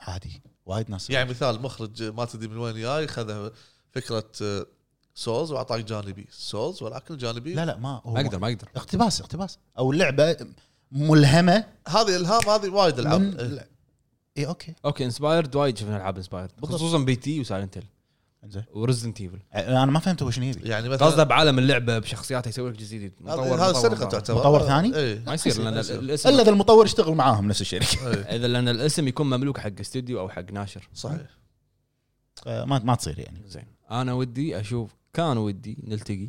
[SPEAKER 3] عادي وايد ناس
[SPEAKER 4] يعني مثال مخرج ما تدري من وين جاي خذ فكره آه، سولز واعطاك جانبي سولز ولكن الجانبي
[SPEAKER 3] لا لا ما هو
[SPEAKER 1] ما اقدر ما اقدر
[SPEAKER 3] اقتباس اقتباس او اللعبه ملهمه
[SPEAKER 4] هذه الهام هذه وايد العاب
[SPEAKER 3] من-
[SPEAKER 4] إيه.
[SPEAKER 3] اي اوكي
[SPEAKER 1] اوكي انسبايرد وايد شفنا العاب انسبايرد
[SPEAKER 3] بالضبط.
[SPEAKER 1] خصوصا بي تي وسايلنت هيل
[SPEAKER 3] انزين
[SPEAKER 1] وريزدنت ايفل
[SPEAKER 3] انا ما فهمت هو شنو يبي
[SPEAKER 4] يعني
[SPEAKER 1] قصده
[SPEAKER 4] مثلا
[SPEAKER 1] بعالم اللعبه بشخصياته يسوي لك جزء جديد
[SPEAKER 4] هذه-
[SPEAKER 1] مطور-
[SPEAKER 4] هذا
[SPEAKER 1] مطور-
[SPEAKER 4] سرقه
[SPEAKER 1] مطور.
[SPEAKER 4] تعتبر
[SPEAKER 3] مطور ثاني؟
[SPEAKER 4] ايه
[SPEAKER 1] ما
[SPEAKER 4] *laughs*
[SPEAKER 1] يصير لان ال- الاسم
[SPEAKER 3] الا اذا المطور يشتغل معاهم نفس *laughs* الشركه
[SPEAKER 4] إيه.
[SPEAKER 1] اذا لان الاسم يكون مملوك حق استوديو او حق ناشر
[SPEAKER 4] صحيح
[SPEAKER 3] آه، ما ما تصير يعني
[SPEAKER 1] زين انا ودي اشوف كان ودي نلتقي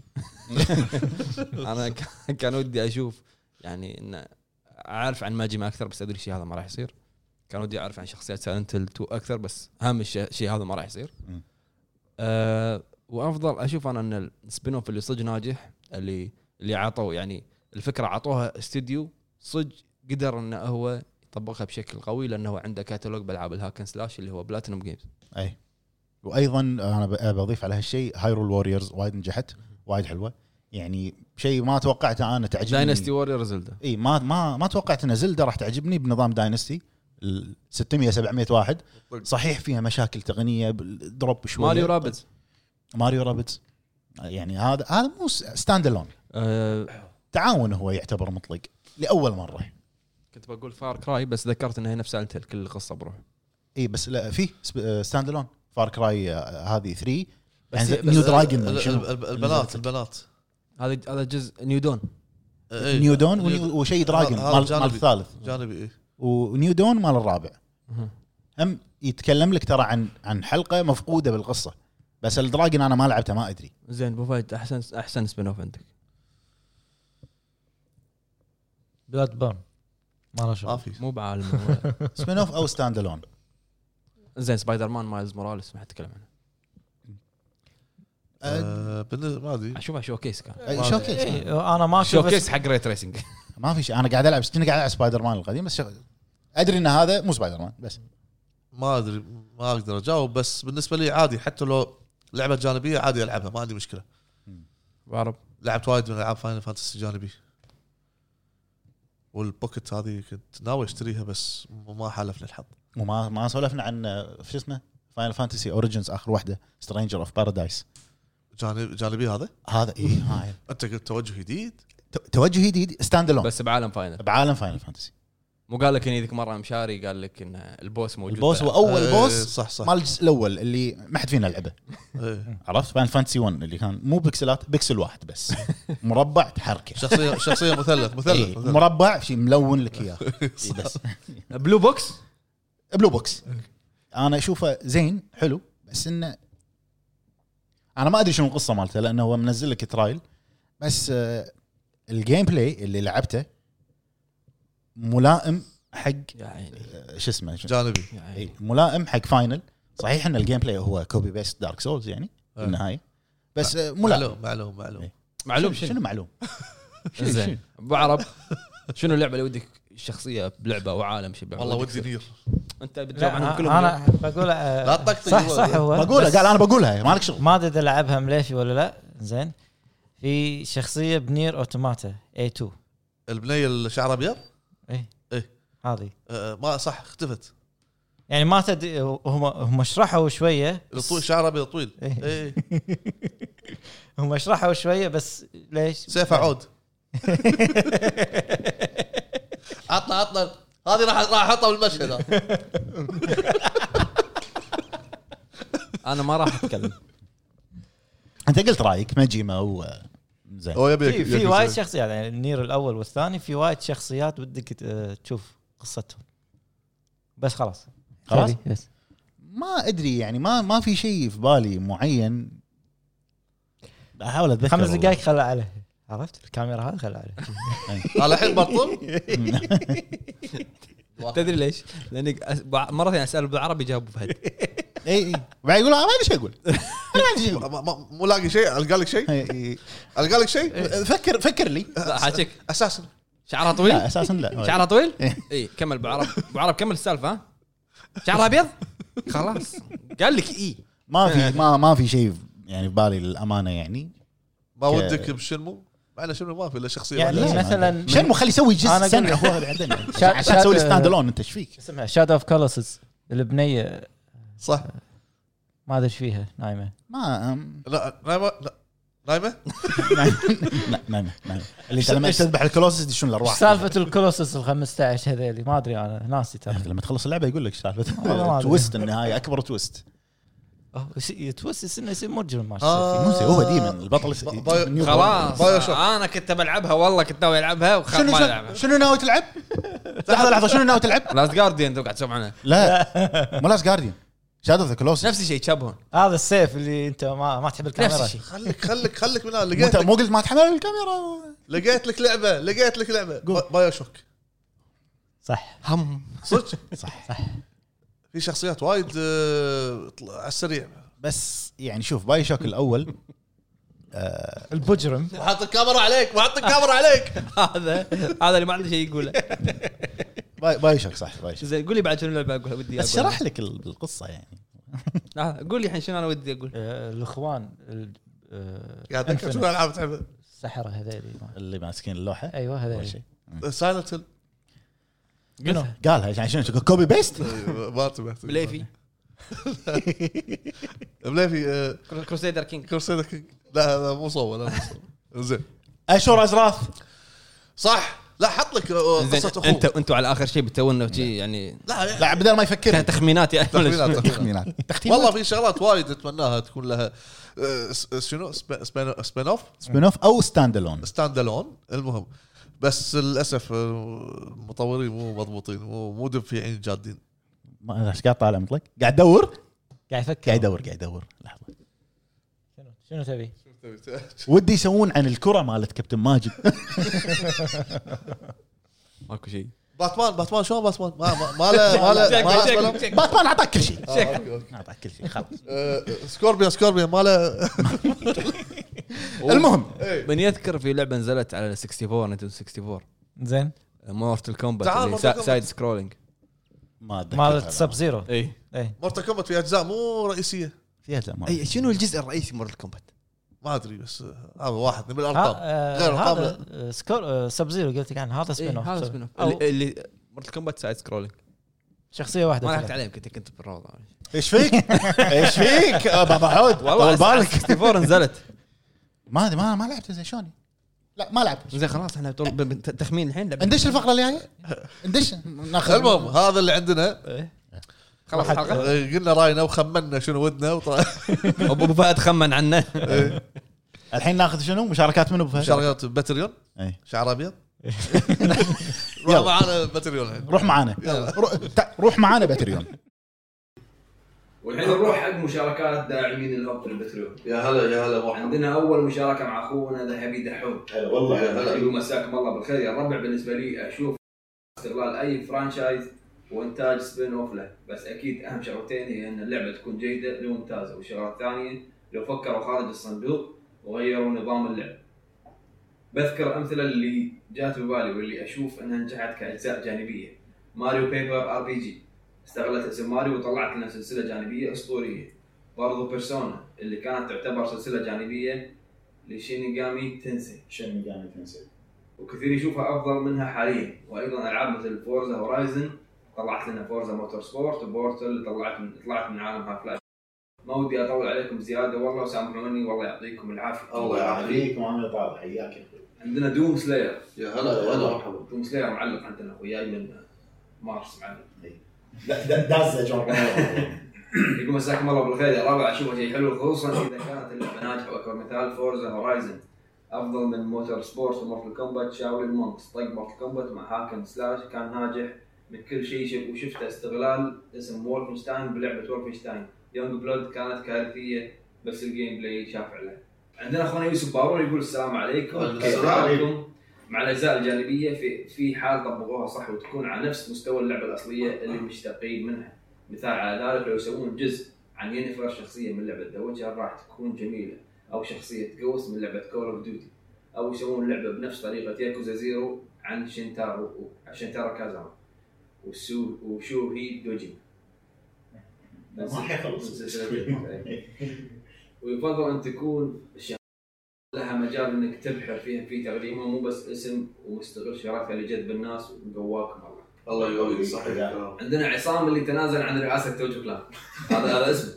[SPEAKER 1] انا ك- كان ودي اشوف يعني ان اعرف عن ماجما اكثر بس ادري الشيء هذا ما راح يصير كان ودي اعرف عن شخصيات سايلنت 2 اكثر بس هم الشيء الشيء هذا ما راح يصير
[SPEAKER 3] مم.
[SPEAKER 1] أه وافضل اشوف انا ان السبين اوف اللي صدق ناجح اللي اللي عطوا يعني الفكره عطوها استوديو صدق قدر انه هو يطبقها بشكل قوي لانه عنده كاتالوج بالعاب الهاكن سلاش اللي هو بلاتينوم جيمز
[SPEAKER 3] اي وايضا انا ب- بضيف على هالشيء هايرول ووريرز وايد نجحت وايد حلوه يعني شيء ما توقعته انا تعجبني
[SPEAKER 1] داينستي وورير زلدا
[SPEAKER 3] اي ما ما ما توقعت ان زلدا راح تعجبني بنظام داينستي ال 600 700 واحد
[SPEAKER 4] طيب.
[SPEAKER 3] صحيح فيها مشاكل تقنيه بال- دروب شويه
[SPEAKER 1] ماريو رابدز
[SPEAKER 3] ماريو رابتس يعني هذا هذا مو ستاند الون
[SPEAKER 1] أه
[SPEAKER 3] تعاون هو يعتبر مطلق لاول مره
[SPEAKER 1] كنت بقول فار كراي بس ذكرت انها نفس سالنت كل القصه بروح
[SPEAKER 3] اي بس لا في ستاند الون فار كراي آه، هذه 3
[SPEAKER 1] بس
[SPEAKER 3] يعني
[SPEAKER 1] هي-
[SPEAKER 3] نيو
[SPEAKER 4] إيه. ال-
[SPEAKER 3] دراجون
[SPEAKER 4] ال-
[SPEAKER 3] شنو؟
[SPEAKER 4] ال- ال- البنات البنات
[SPEAKER 1] هذا هذا جزء نيو دون
[SPEAKER 4] إيه.
[SPEAKER 3] نيو دون
[SPEAKER 4] نيو-
[SPEAKER 3] ونيو- وشيء دراجون
[SPEAKER 4] هذا- هذا
[SPEAKER 3] مال مال
[SPEAKER 4] جانبي.
[SPEAKER 3] الثالث
[SPEAKER 4] جانبي ايه
[SPEAKER 3] ونيو دون مال الرابع هم يتكلم لك ترى عن عن حلقه مفقوده بالقصه بس الدراجون انا ما لعبته ما ادري
[SPEAKER 1] زين ابو فهد احسن احسن سبين اوف عندك
[SPEAKER 2] بلاد بورن ما له
[SPEAKER 4] ما
[SPEAKER 2] شغل
[SPEAKER 4] في
[SPEAKER 1] مو بعالم هو.
[SPEAKER 3] سبين اوف او ستاند الون
[SPEAKER 1] *laughs* زين سبايدر مان مايلز موراليس ما حد تكلم عنه
[SPEAKER 4] *laughs* آه، بالن- ما ادري
[SPEAKER 1] اشوفها شو كيس كان
[SPEAKER 3] أه، شوكيس
[SPEAKER 2] إيه، انا ما
[SPEAKER 1] شو
[SPEAKER 2] اشوف
[SPEAKER 1] كيس حق ريت ريسنج
[SPEAKER 3] ما في شيء انا قاعد العب كنا قاعد العب سبايدر مان القديم بس شغ... ادري ان هذا مو سبايدر مان بس
[SPEAKER 4] ما ادري ما اقدر اجاوب بس بالنسبه لي عادي حتى لو لعبه جانبيه عادي العبها ما عندي مشكله
[SPEAKER 1] بعرف
[SPEAKER 4] لعبت وايد من العاب فاينل فانتسي جانبي والبوكت هذه كنت ناوي اشتريها بس ما حالفني الحظ
[SPEAKER 3] وما ما سولفنا عن آه، شو اسمه فاينل فانتسي اوريجنز اخر واحده سترينجر اوف بارادايس
[SPEAKER 4] جانب جانبي هذا
[SPEAKER 3] هذا اي هاي
[SPEAKER 4] انت قلت توجه جديد
[SPEAKER 3] تو- توجه جديد ستاند الون
[SPEAKER 1] *laughs* بس بعالم فاينل
[SPEAKER 3] بعالم فاينل فانتسي
[SPEAKER 1] مو قال لك اني ذيك مره مشاري قال لك ان البوس موجود
[SPEAKER 3] البوس هو
[SPEAKER 1] بالعالم.
[SPEAKER 3] اول
[SPEAKER 4] آه،
[SPEAKER 3] بوس
[SPEAKER 4] صح صح
[SPEAKER 3] مال الجزء الاول اللي ما حد فينا لعبه
[SPEAKER 4] إيه.
[SPEAKER 3] عرفت فاينل فانتسي 1 اللي كان مو بكسلات بكسل واحد بس مربع تحركه
[SPEAKER 4] شخصيه شخصيه مثلث
[SPEAKER 3] إيه،
[SPEAKER 4] مثلث مثلث.
[SPEAKER 3] مربع شيء ملون لك
[SPEAKER 4] *laughs*
[SPEAKER 3] اياه إيه، بس
[SPEAKER 1] بلو بوكس
[SPEAKER 3] بلو بوكس انا اشوفه زين حلو بس انه انا ما ادري شنو القصه مالته لانه هو منزل لك ترايل بس آه، الجيم بلاي اللي لعبته ملائم حق
[SPEAKER 1] يا عيني
[SPEAKER 3] آه، شو اسمه شو-
[SPEAKER 4] جانبي
[SPEAKER 1] يا
[SPEAKER 3] إي،
[SPEAKER 1] عيني
[SPEAKER 3] ملائم حق فاينل صحيح ان الجيم بلاي هو كوبي بيست دارك سولز يعني
[SPEAKER 4] إيه.
[SPEAKER 3] بالنهايه بس آه، ملائم
[SPEAKER 4] معلوم معلوم معلوم
[SPEAKER 3] إيه.
[SPEAKER 1] معلوم
[SPEAKER 3] شنو
[SPEAKER 1] شنو
[SPEAKER 3] معلوم؟ شنو- شنو؟
[SPEAKER 1] زين ابو عرب شنو اللعبه اللي ودك شخصيه بلعبه وعالم شيء بلعبة
[SPEAKER 4] والله
[SPEAKER 1] ودك
[SPEAKER 4] ودي
[SPEAKER 1] تصير؟
[SPEAKER 4] نير
[SPEAKER 1] انت بتجاوب
[SPEAKER 2] لا،
[SPEAKER 1] عنهم
[SPEAKER 2] أنا-
[SPEAKER 1] كلهم
[SPEAKER 2] انا بقول آه،
[SPEAKER 4] لا تطقطق
[SPEAKER 2] صح
[SPEAKER 4] هو.
[SPEAKER 2] صح هو
[SPEAKER 3] بقولها
[SPEAKER 2] بس
[SPEAKER 3] قال انا بقولها يعني مالك شغل
[SPEAKER 2] ما ادري إذا لعبها مليفي ولا لا زين في شخصيه بنير اوتوماتا اي 2
[SPEAKER 4] البنيه اللي شعرها ابيض
[SPEAKER 2] اي
[SPEAKER 4] إيه.
[SPEAKER 2] هذه
[SPEAKER 4] آه، ما صح اختفت
[SPEAKER 2] يعني ما تدري هم هم شرحوا شويه بس-
[SPEAKER 4] الطويل شعرها ابيض طويل
[SPEAKER 2] إيه.
[SPEAKER 4] إيه.
[SPEAKER 2] *laughs* هم شرحوا شويه بس ليش؟
[SPEAKER 4] *laughs* سيف عود عطنا عطنا هذه راح راح احطها بالمشهد
[SPEAKER 1] انا ما راح اتكلم
[SPEAKER 3] انت قلت رايك ماجيما و زين
[SPEAKER 4] هو يبي
[SPEAKER 2] في في وايد شخصيات يعني النير الاول والثاني في وايد شخصيات ودك ت- تشوف قصتهم بس خلاص
[SPEAKER 3] خلاص؟
[SPEAKER 2] هذه بس
[SPEAKER 3] ما ادري يعني ما ما في شيء في بالي معين احاول اتذكر
[SPEAKER 2] خمس
[SPEAKER 3] والله.
[SPEAKER 2] دقائق خلى عليه عرفت الكاميرا هذا خلى عليه
[SPEAKER 4] على الحين بطل
[SPEAKER 1] تدري ليش؟ لاني أس- بع- مره ثانيه اسال بالعربي جاوب
[SPEAKER 3] *laughs*
[SPEAKER 1] فهد
[SPEAKER 3] اي اي وبعدين يقول *laughs* أنا ما ادري شو اقول ما ادري شو
[SPEAKER 4] ما-
[SPEAKER 3] أقول.
[SPEAKER 4] ما- مو لاقي شيء القى لك شيء
[SPEAKER 3] إي،
[SPEAKER 4] القى لك شيء
[SPEAKER 3] إي. إيه. فكر فكر لي
[SPEAKER 1] لا، حاجيك
[SPEAKER 4] اساسا
[SPEAKER 1] آه، شعرها
[SPEAKER 3] لا
[SPEAKER 1] طويل؟
[SPEAKER 3] اساسا لا
[SPEAKER 1] شعرها طويل؟
[SPEAKER 3] إيه.
[SPEAKER 1] اي كمل بعرب بعرب كمل السالفه ها شعرها ابيض؟ خلاص قال لك إيه. اي
[SPEAKER 3] ما في ما ما في شيء يعني في بالي للامانه يعني
[SPEAKER 4] ما
[SPEAKER 3] ك-
[SPEAKER 4] ودك بشنمو مع انه شنمو ما في الا شخصيه
[SPEAKER 2] يعني
[SPEAKER 4] واحدة.
[SPEAKER 3] لازم.
[SPEAKER 2] مثلا-
[SPEAKER 3] شنمو خلي يسوي جزء
[SPEAKER 2] أنا أقول-
[SPEAKER 3] سنه هو *laughs* بعدين عشان-
[SPEAKER 2] شا-
[SPEAKER 3] عشان
[SPEAKER 2] شا-
[SPEAKER 3] تسوي ستاند الون انت ايش فيك؟
[SPEAKER 2] اسمها شاد اوف كولوسز البنيه
[SPEAKER 4] صح
[SPEAKER 2] ما ادري ايش فيها نايمه
[SPEAKER 3] ما أم-
[SPEAKER 4] لا نايمه لا نايمه
[SPEAKER 3] لا نعم نعم اللي لما تذبح الكلوسس شنو
[SPEAKER 2] ايش
[SPEAKER 3] الارواح
[SPEAKER 2] سالفه الكولوسس ال 15 هذيلي ما ادري انا ناسي ترى
[SPEAKER 3] لما تخلص اللعبه يقول لك ايش
[SPEAKER 2] والله ما
[SPEAKER 3] سالفه
[SPEAKER 2] أدري.
[SPEAKER 3] تويست النهايه اكبر تويست
[SPEAKER 2] يتوسس انه يصير مجرم ما
[SPEAKER 4] آه.
[SPEAKER 3] مو زي هو ديما البطل س-
[SPEAKER 4] با- بايو-
[SPEAKER 3] نيو
[SPEAKER 1] خلاص
[SPEAKER 4] بايو شوك.
[SPEAKER 1] انا كنت بلعبها والله كنت ناوي العبها وخ-
[SPEAKER 3] شنو
[SPEAKER 1] ما
[SPEAKER 3] شنو-
[SPEAKER 1] العبها
[SPEAKER 3] شنو ناوي تلعب؟ لحظه لحظه شنو ناوي تلعب؟
[SPEAKER 1] لاست جارديان قاعد تسولف عنها
[SPEAKER 3] لا مو لاست جارديان شادو ذا كلوسس
[SPEAKER 1] نفس الشيء تشابهون
[SPEAKER 2] هذا السيف اللي انت ما ما تحب
[SPEAKER 1] نفس
[SPEAKER 2] الكاميرا
[SPEAKER 1] الشيء
[SPEAKER 4] خليك خليك خليك من هنا. لقيت لك
[SPEAKER 3] مو قلت ما تحمل الكاميرا
[SPEAKER 4] لقيت لك لعبه لقيت لك لعبه با- بايو شوك
[SPEAKER 2] صح
[SPEAKER 1] هم
[SPEAKER 4] صدق
[SPEAKER 3] صح
[SPEAKER 4] في شخصيات وايد آه، طل- على السريع
[SPEAKER 3] بس يعني شوف آه، باي شوك الاول
[SPEAKER 2] المجرم
[SPEAKER 4] وحاط الكاميرا عليك وحاط الكاميرا عليك
[SPEAKER 1] *laughs* هذا هذا اللي ما عنده شيء يقوله
[SPEAKER 3] باي, باي شوك صح باي شوك
[SPEAKER 1] زين قول لي بعد شنو اللعبه اقولها ودي
[SPEAKER 3] بس
[SPEAKER 1] أقولها.
[SPEAKER 3] شرح لك ال- القصه يعني
[SPEAKER 1] لحظة، قول لي الحين شنو انا ودي اقول
[SPEAKER 2] آه، الاخوان ال- آه،
[SPEAKER 4] قاعد اتذكر شنو العاب تحبها
[SPEAKER 2] السحره هذيلي ما-
[SPEAKER 3] اللي ماسكين اللوحه
[SPEAKER 2] ايوه
[SPEAKER 3] أول
[SPEAKER 2] هذيلي
[SPEAKER 3] شيء.
[SPEAKER 4] سايلنت هيل
[SPEAKER 1] قلها
[SPEAKER 3] قالها يعني شنو شنو- كوبي بيست
[SPEAKER 4] طيب، ما انتبهت
[SPEAKER 1] بليفي
[SPEAKER 4] بليفي آه،
[SPEAKER 1] كروسيدر كينج
[SPEAKER 4] كرسيدر كينج لا هذا مو صوب لا مو صوب زين
[SPEAKER 3] اشهر ازراث
[SPEAKER 4] صح لا حط لك آه، قصه اخوه
[SPEAKER 1] انت انتوا على اخر شيء بتسوون شيء يعني
[SPEAKER 4] لا
[SPEAKER 3] لا بدل ما يفكر
[SPEAKER 1] تخمينات يعني
[SPEAKER 4] تخمينات تخمينات
[SPEAKER 3] إيه. *laughs* تخمينات تختيم
[SPEAKER 4] والله في شغلات وايد اتمناها تكون لها آه، س- شنو سبين- سبين سبين اوف
[SPEAKER 3] سبين اوف او ستاند الون
[SPEAKER 4] ستاند الون المهم بس للاسف آه، المطورين مو مضبوطين مو مو دفيعين جادين
[SPEAKER 3] ما أدري ايش قاعد طالع مطلق قاعد ادور
[SPEAKER 2] قاعد يفكر
[SPEAKER 3] قاعد ادور قاعد ادور لحظه
[SPEAKER 2] شنو شنو تبي؟
[SPEAKER 3] ودي يسوون عن الكره مالت كابتن *laughs* ماجد
[SPEAKER 1] ماكو شيء
[SPEAKER 4] باتمان باتمان شو باتمان ما ما ما له ما له ما له سبين
[SPEAKER 3] باتمان اعطاك كل شيء
[SPEAKER 4] أوف. آه، أوكي، أوكي.
[SPEAKER 3] اعطاك كل شيء خلاص
[SPEAKER 4] آه، سكوربيون سكوربيون ما له
[SPEAKER 3] المهم
[SPEAKER 1] من يذكر في لعبه نزلت على 64 نتندو 64
[SPEAKER 2] زين
[SPEAKER 1] مورتل كومبات
[SPEAKER 4] تعال
[SPEAKER 1] اللي
[SPEAKER 4] Mortal
[SPEAKER 1] سا-
[SPEAKER 4] Kombat.
[SPEAKER 1] سايد سكرولينج
[SPEAKER 3] ما اتذكر
[SPEAKER 2] مالت إيه. سب زيرو
[SPEAKER 1] اي
[SPEAKER 2] اي
[SPEAKER 4] مورتا كومبات في اجزاء مو رئيسيه
[SPEAKER 3] فيها لا ما
[SPEAKER 1] اي شنو الجزء الرئيسي مورتل كومبات؟
[SPEAKER 4] ما ادري بس آه، هذا واحد من
[SPEAKER 2] ها-
[SPEAKER 4] الارقام
[SPEAKER 2] آه،
[SPEAKER 4] غير الأرقام
[SPEAKER 2] هذا آه، سكور آه، سب زيرو قلت لك عنه هذا سبين اوف
[SPEAKER 1] إيه، هذا سبين اوف
[SPEAKER 2] أو
[SPEAKER 1] اللي- اللي مورتل كومبات سايد سكرولينج
[SPEAKER 2] شخصيه واحده
[SPEAKER 1] ما
[SPEAKER 2] تلعب.
[SPEAKER 1] لحقت عليهم كنت كنت بالروضه
[SPEAKER 3] ايش *laughs* فيك؟ ايش فيك؟ آه، بابا حود
[SPEAKER 1] والله
[SPEAKER 3] طول بالك
[SPEAKER 1] 64 نزلت
[SPEAKER 3] ما أدري، ما ما لعبت زي شوني لا ما لعبت
[SPEAKER 1] زين خلاص احنا طول- بن- بن- تخمين الحين لعبة.
[SPEAKER 3] ندش الفقره اللي جايه ندش ناخذ
[SPEAKER 4] المهم هذا اللي عندنا
[SPEAKER 1] إيه. خلاص
[SPEAKER 2] واحد-
[SPEAKER 1] الحلقه
[SPEAKER 4] آه، قلنا راينا وخمنا شنو ودنا وطلع
[SPEAKER 1] ابو أبو فهد خمن عنا إيه.
[SPEAKER 3] الحين ناخذ شنو؟ مشاركات منو بفهد؟
[SPEAKER 4] شغلات باتريون
[SPEAKER 3] إيه.
[SPEAKER 4] شعر ابيض
[SPEAKER 3] يلا.
[SPEAKER 4] روح معانا باتريون الحين
[SPEAKER 3] روح معانا روح- تع- روح معانا باتريون
[SPEAKER 5] والحين نروح حق مشاركات داعمين الهب البتريون
[SPEAKER 4] يا هلا يا هلا مرحبا
[SPEAKER 5] عندنا اول مشاركه مع اخونا ذهبي دحوم
[SPEAKER 4] والله يا هلا
[SPEAKER 5] يقول مساكم الله بالخير يا ربع بالنسبه لي اشوف استغلال اي فرانشايز وانتاج سبين اوف له بس اكيد اهم شغلتين هي ان اللعبه تكون جيده لو ممتازه والشغله الثانيه لو فكروا خارج الصندوق وغيروا نظام اللعب بذكر امثله اللي جات ببالي واللي اشوف انها نجحت كاجزاء جانبيه ماريو بيبر ار بي جي استغلت اسم ماريو وطلعت لنا سلسله جانبيه اسطوريه برضو بيرسونا اللي كانت تعتبر سلسله جانبيه لشينيغامي تنسي
[SPEAKER 6] شينيغامي تنسي
[SPEAKER 5] وكثير يشوفها افضل منها حاليا وايضا العاب مثل فورزا هورايزن طلعت لنا فورزا موتور سبورت وبورتل طلعت من طلعت من عالم هاي فلاش ما ودي اطول عليكم زياده والله وسامحوني والله يعطيكم العافيه
[SPEAKER 6] الله يعافيك وانا طالع حياك يا اخوي
[SPEAKER 5] عندنا دوم سلاير
[SPEAKER 4] يا هلا يا هلا
[SPEAKER 6] مرحبا
[SPEAKER 5] دوم سلاير معلق عندنا وياي من مارس معنا
[SPEAKER 6] دا- دا- دازه جون
[SPEAKER 5] يقول مساكم الله بالخير يا ربع اشوفه شيء حلو خصوصا اذا كانت اللعبه ناجحه واكبر مثال فورزا هورايزن افضل من موتور سبورت ومورتل كومبات شاول المونكس طق مورتل كومبات مع هاكن سلاش كان ناجح من كل شيء شف- وشفته استغلال اسم وولفنشتاين بلعبه وولفنشتاين يونج بلود كانت كارثيه بس الجيم بلاي شافع لها عندنا اخونا يوسف بارون يقول السلام عليكم
[SPEAKER 6] أوكي.
[SPEAKER 5] استطاعتكم مع الاجزاء الجانبيه في في حال طبقوها صح وتكون على نفس مستوى اللعبه الاصليه اللي مشتاقين منها مثال على ذلك لو يسوون جزء عن ينفر شخصيه من لعبه ذا ويتشر راح تكون جميله او شخصيه جوست من لعبه كول اوف ديوتي او يسوون لعبه بنفس طريقه ياكوزا زيرو عن شينتارو شينتارو كازاما وسو وشو هي دوجي
[SPEAKER 6] ما حيخلص
[SPEAKER 5] ويفضل ان تكون الشهادة لها مجال انك تبحر فيها في تقديمها مو بس اسم ومستغل شرفها لجذب الناس وقواكم الله.
[SPEAKER 7] الله يقويك صحيح الكلام.
[SPEAKER 5] عندنا عصام اللي تنازل عن رئاسه توجو كلان هذا هذا اسمه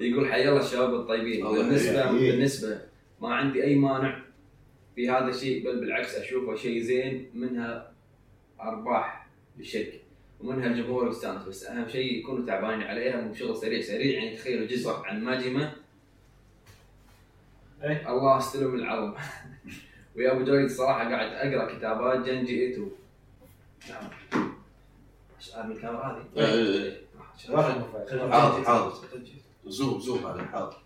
[SPEAKER 5] يقول حيا الله الشباب الطيبين
[SPEAKER 7] الله
[SPEAKER 5] بالنسبه
[SPEAKER 6] يحييك.
[SPEAKER 5] بالنسبه ما عندي اي مانع في هذا الشيء بل بالعكس اشوفه شيء زين منها ارباح للشركه ومنها الجمهور مستانس بس اهم شيء يكونوا تعبانين عليها مو بشغل سريع سريع يعني تخيلوا جزء عن ماجمه
[SPEAKER 6] إيه.
[SPEAKER 5] الله استلم العظم *laughs* ويا ابو جريد صراحه قاعد اقرا كتابات جنجي ايتو نعم اشعار من الكاميرا هذه
[SPEAKER 7] إيه، إيه، إيه. حاضر حاضر زوم زوم على حاضر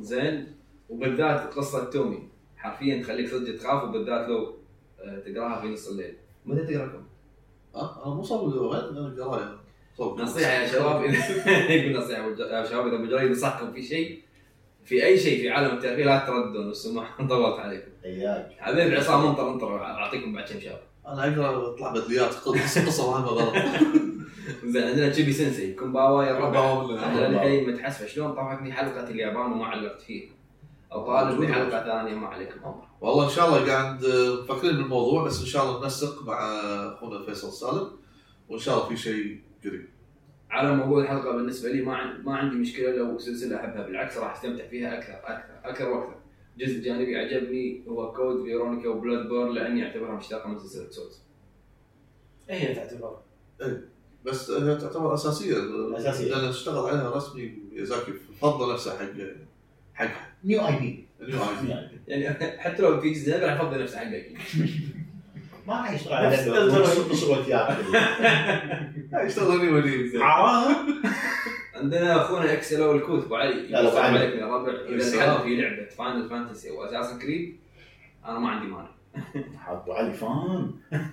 [SPEAKER 5] زين وبالذات قصه تومي حرفيا تخليك صدق تخاف وبالذات لو آه، تقراها في نص الليل متى تقراكم؟
[SPEAKER 7] اه انا مو صوب وين انا قرايه صوب
[SPEAKER 5] نصيحه يا شباب *laughs* إذا- يقول نصيحه أبو ج- يا شباب اذا ابو جريد نصحكم في شيء في اي شيء في عالم الترفيه لا تردون *laughs* والسماح طولت عليكم
[SPEAKER 6] حياك
[SPEAKER 5] حبيب عصام انطر انطر اعطيكم بعد كم شهر
[SPEAKER 7] انا اقرا طلع بدليات قصص قصه ما غلط
[SPEAKER 5] زين عندنا تشيبي سنسي كومباوا يا
[SPEAKER 7] كومباوا
[SPEAKER 5] الربع
[SPEAKER 7] ولا-
[SPEAKER 5] انا للحين متحسفه شلون طافكني حلقه اليابان وما علقت فيها او طالبني حلقه ثانيه ما عليكم امر
[SPEAKER 7] والله ان شاء الله قاعد آه، مفكرين بالموضوع بس ان شاء الله ننسق مع اخونا فيصل سالم وان شاء الله في شيء قريب
[SPEAKER 5] على موضوع الحلقه بالنسبه لي ما عن- ما عندي مشكله لو سلسله احبها بالعكس راح استمتع فيها اكثر اكثر اكثر واكثر جزء جانبي عجبني هو كود فيرونيكا وبلاد بور لاني اعتبرها مشتاقه من سلسله سولز
[SPEAKER 8] هي تعتبر
[SPEAKER 7] بس هي تعتبر اساسيه آه،
[SPEAKER 6] أساسية.
[SPEAKER 7] لان اشتغل عليها رسمي ميازاكي في الفضه نفسها حق حق
[SPEAKER 6] نيو اي بي
[SPEAKER 7] النيو آي *laughs* بي.
[SPEAKER 5] يعني *laughs* حتى لو في جزء زيادة راح افضل نفس حقك
[SPEAKER 6] ما راح يشتغل على نفس شغل ثياب
[SPEAKER 7] لا، يشتغل لي ولي
[SPEAKER 6] حرام
[SPEAKER 5] عندنا اخونا اكس ال الكوث ابو علي
[SPEAKER 6] لا، لا،
[SPEAKER 5] السلام
[SPEAKER 6] فعلا.
[SPEAKER 5] عليكم يا ربع اذا
[SPEAKER 7] السلام.
[SPEAKER 5] الحد في لعبه فاينل فانتسي او اساسا كريد انا ما عندي مانع
[SPEAKER 6] ابو علي فان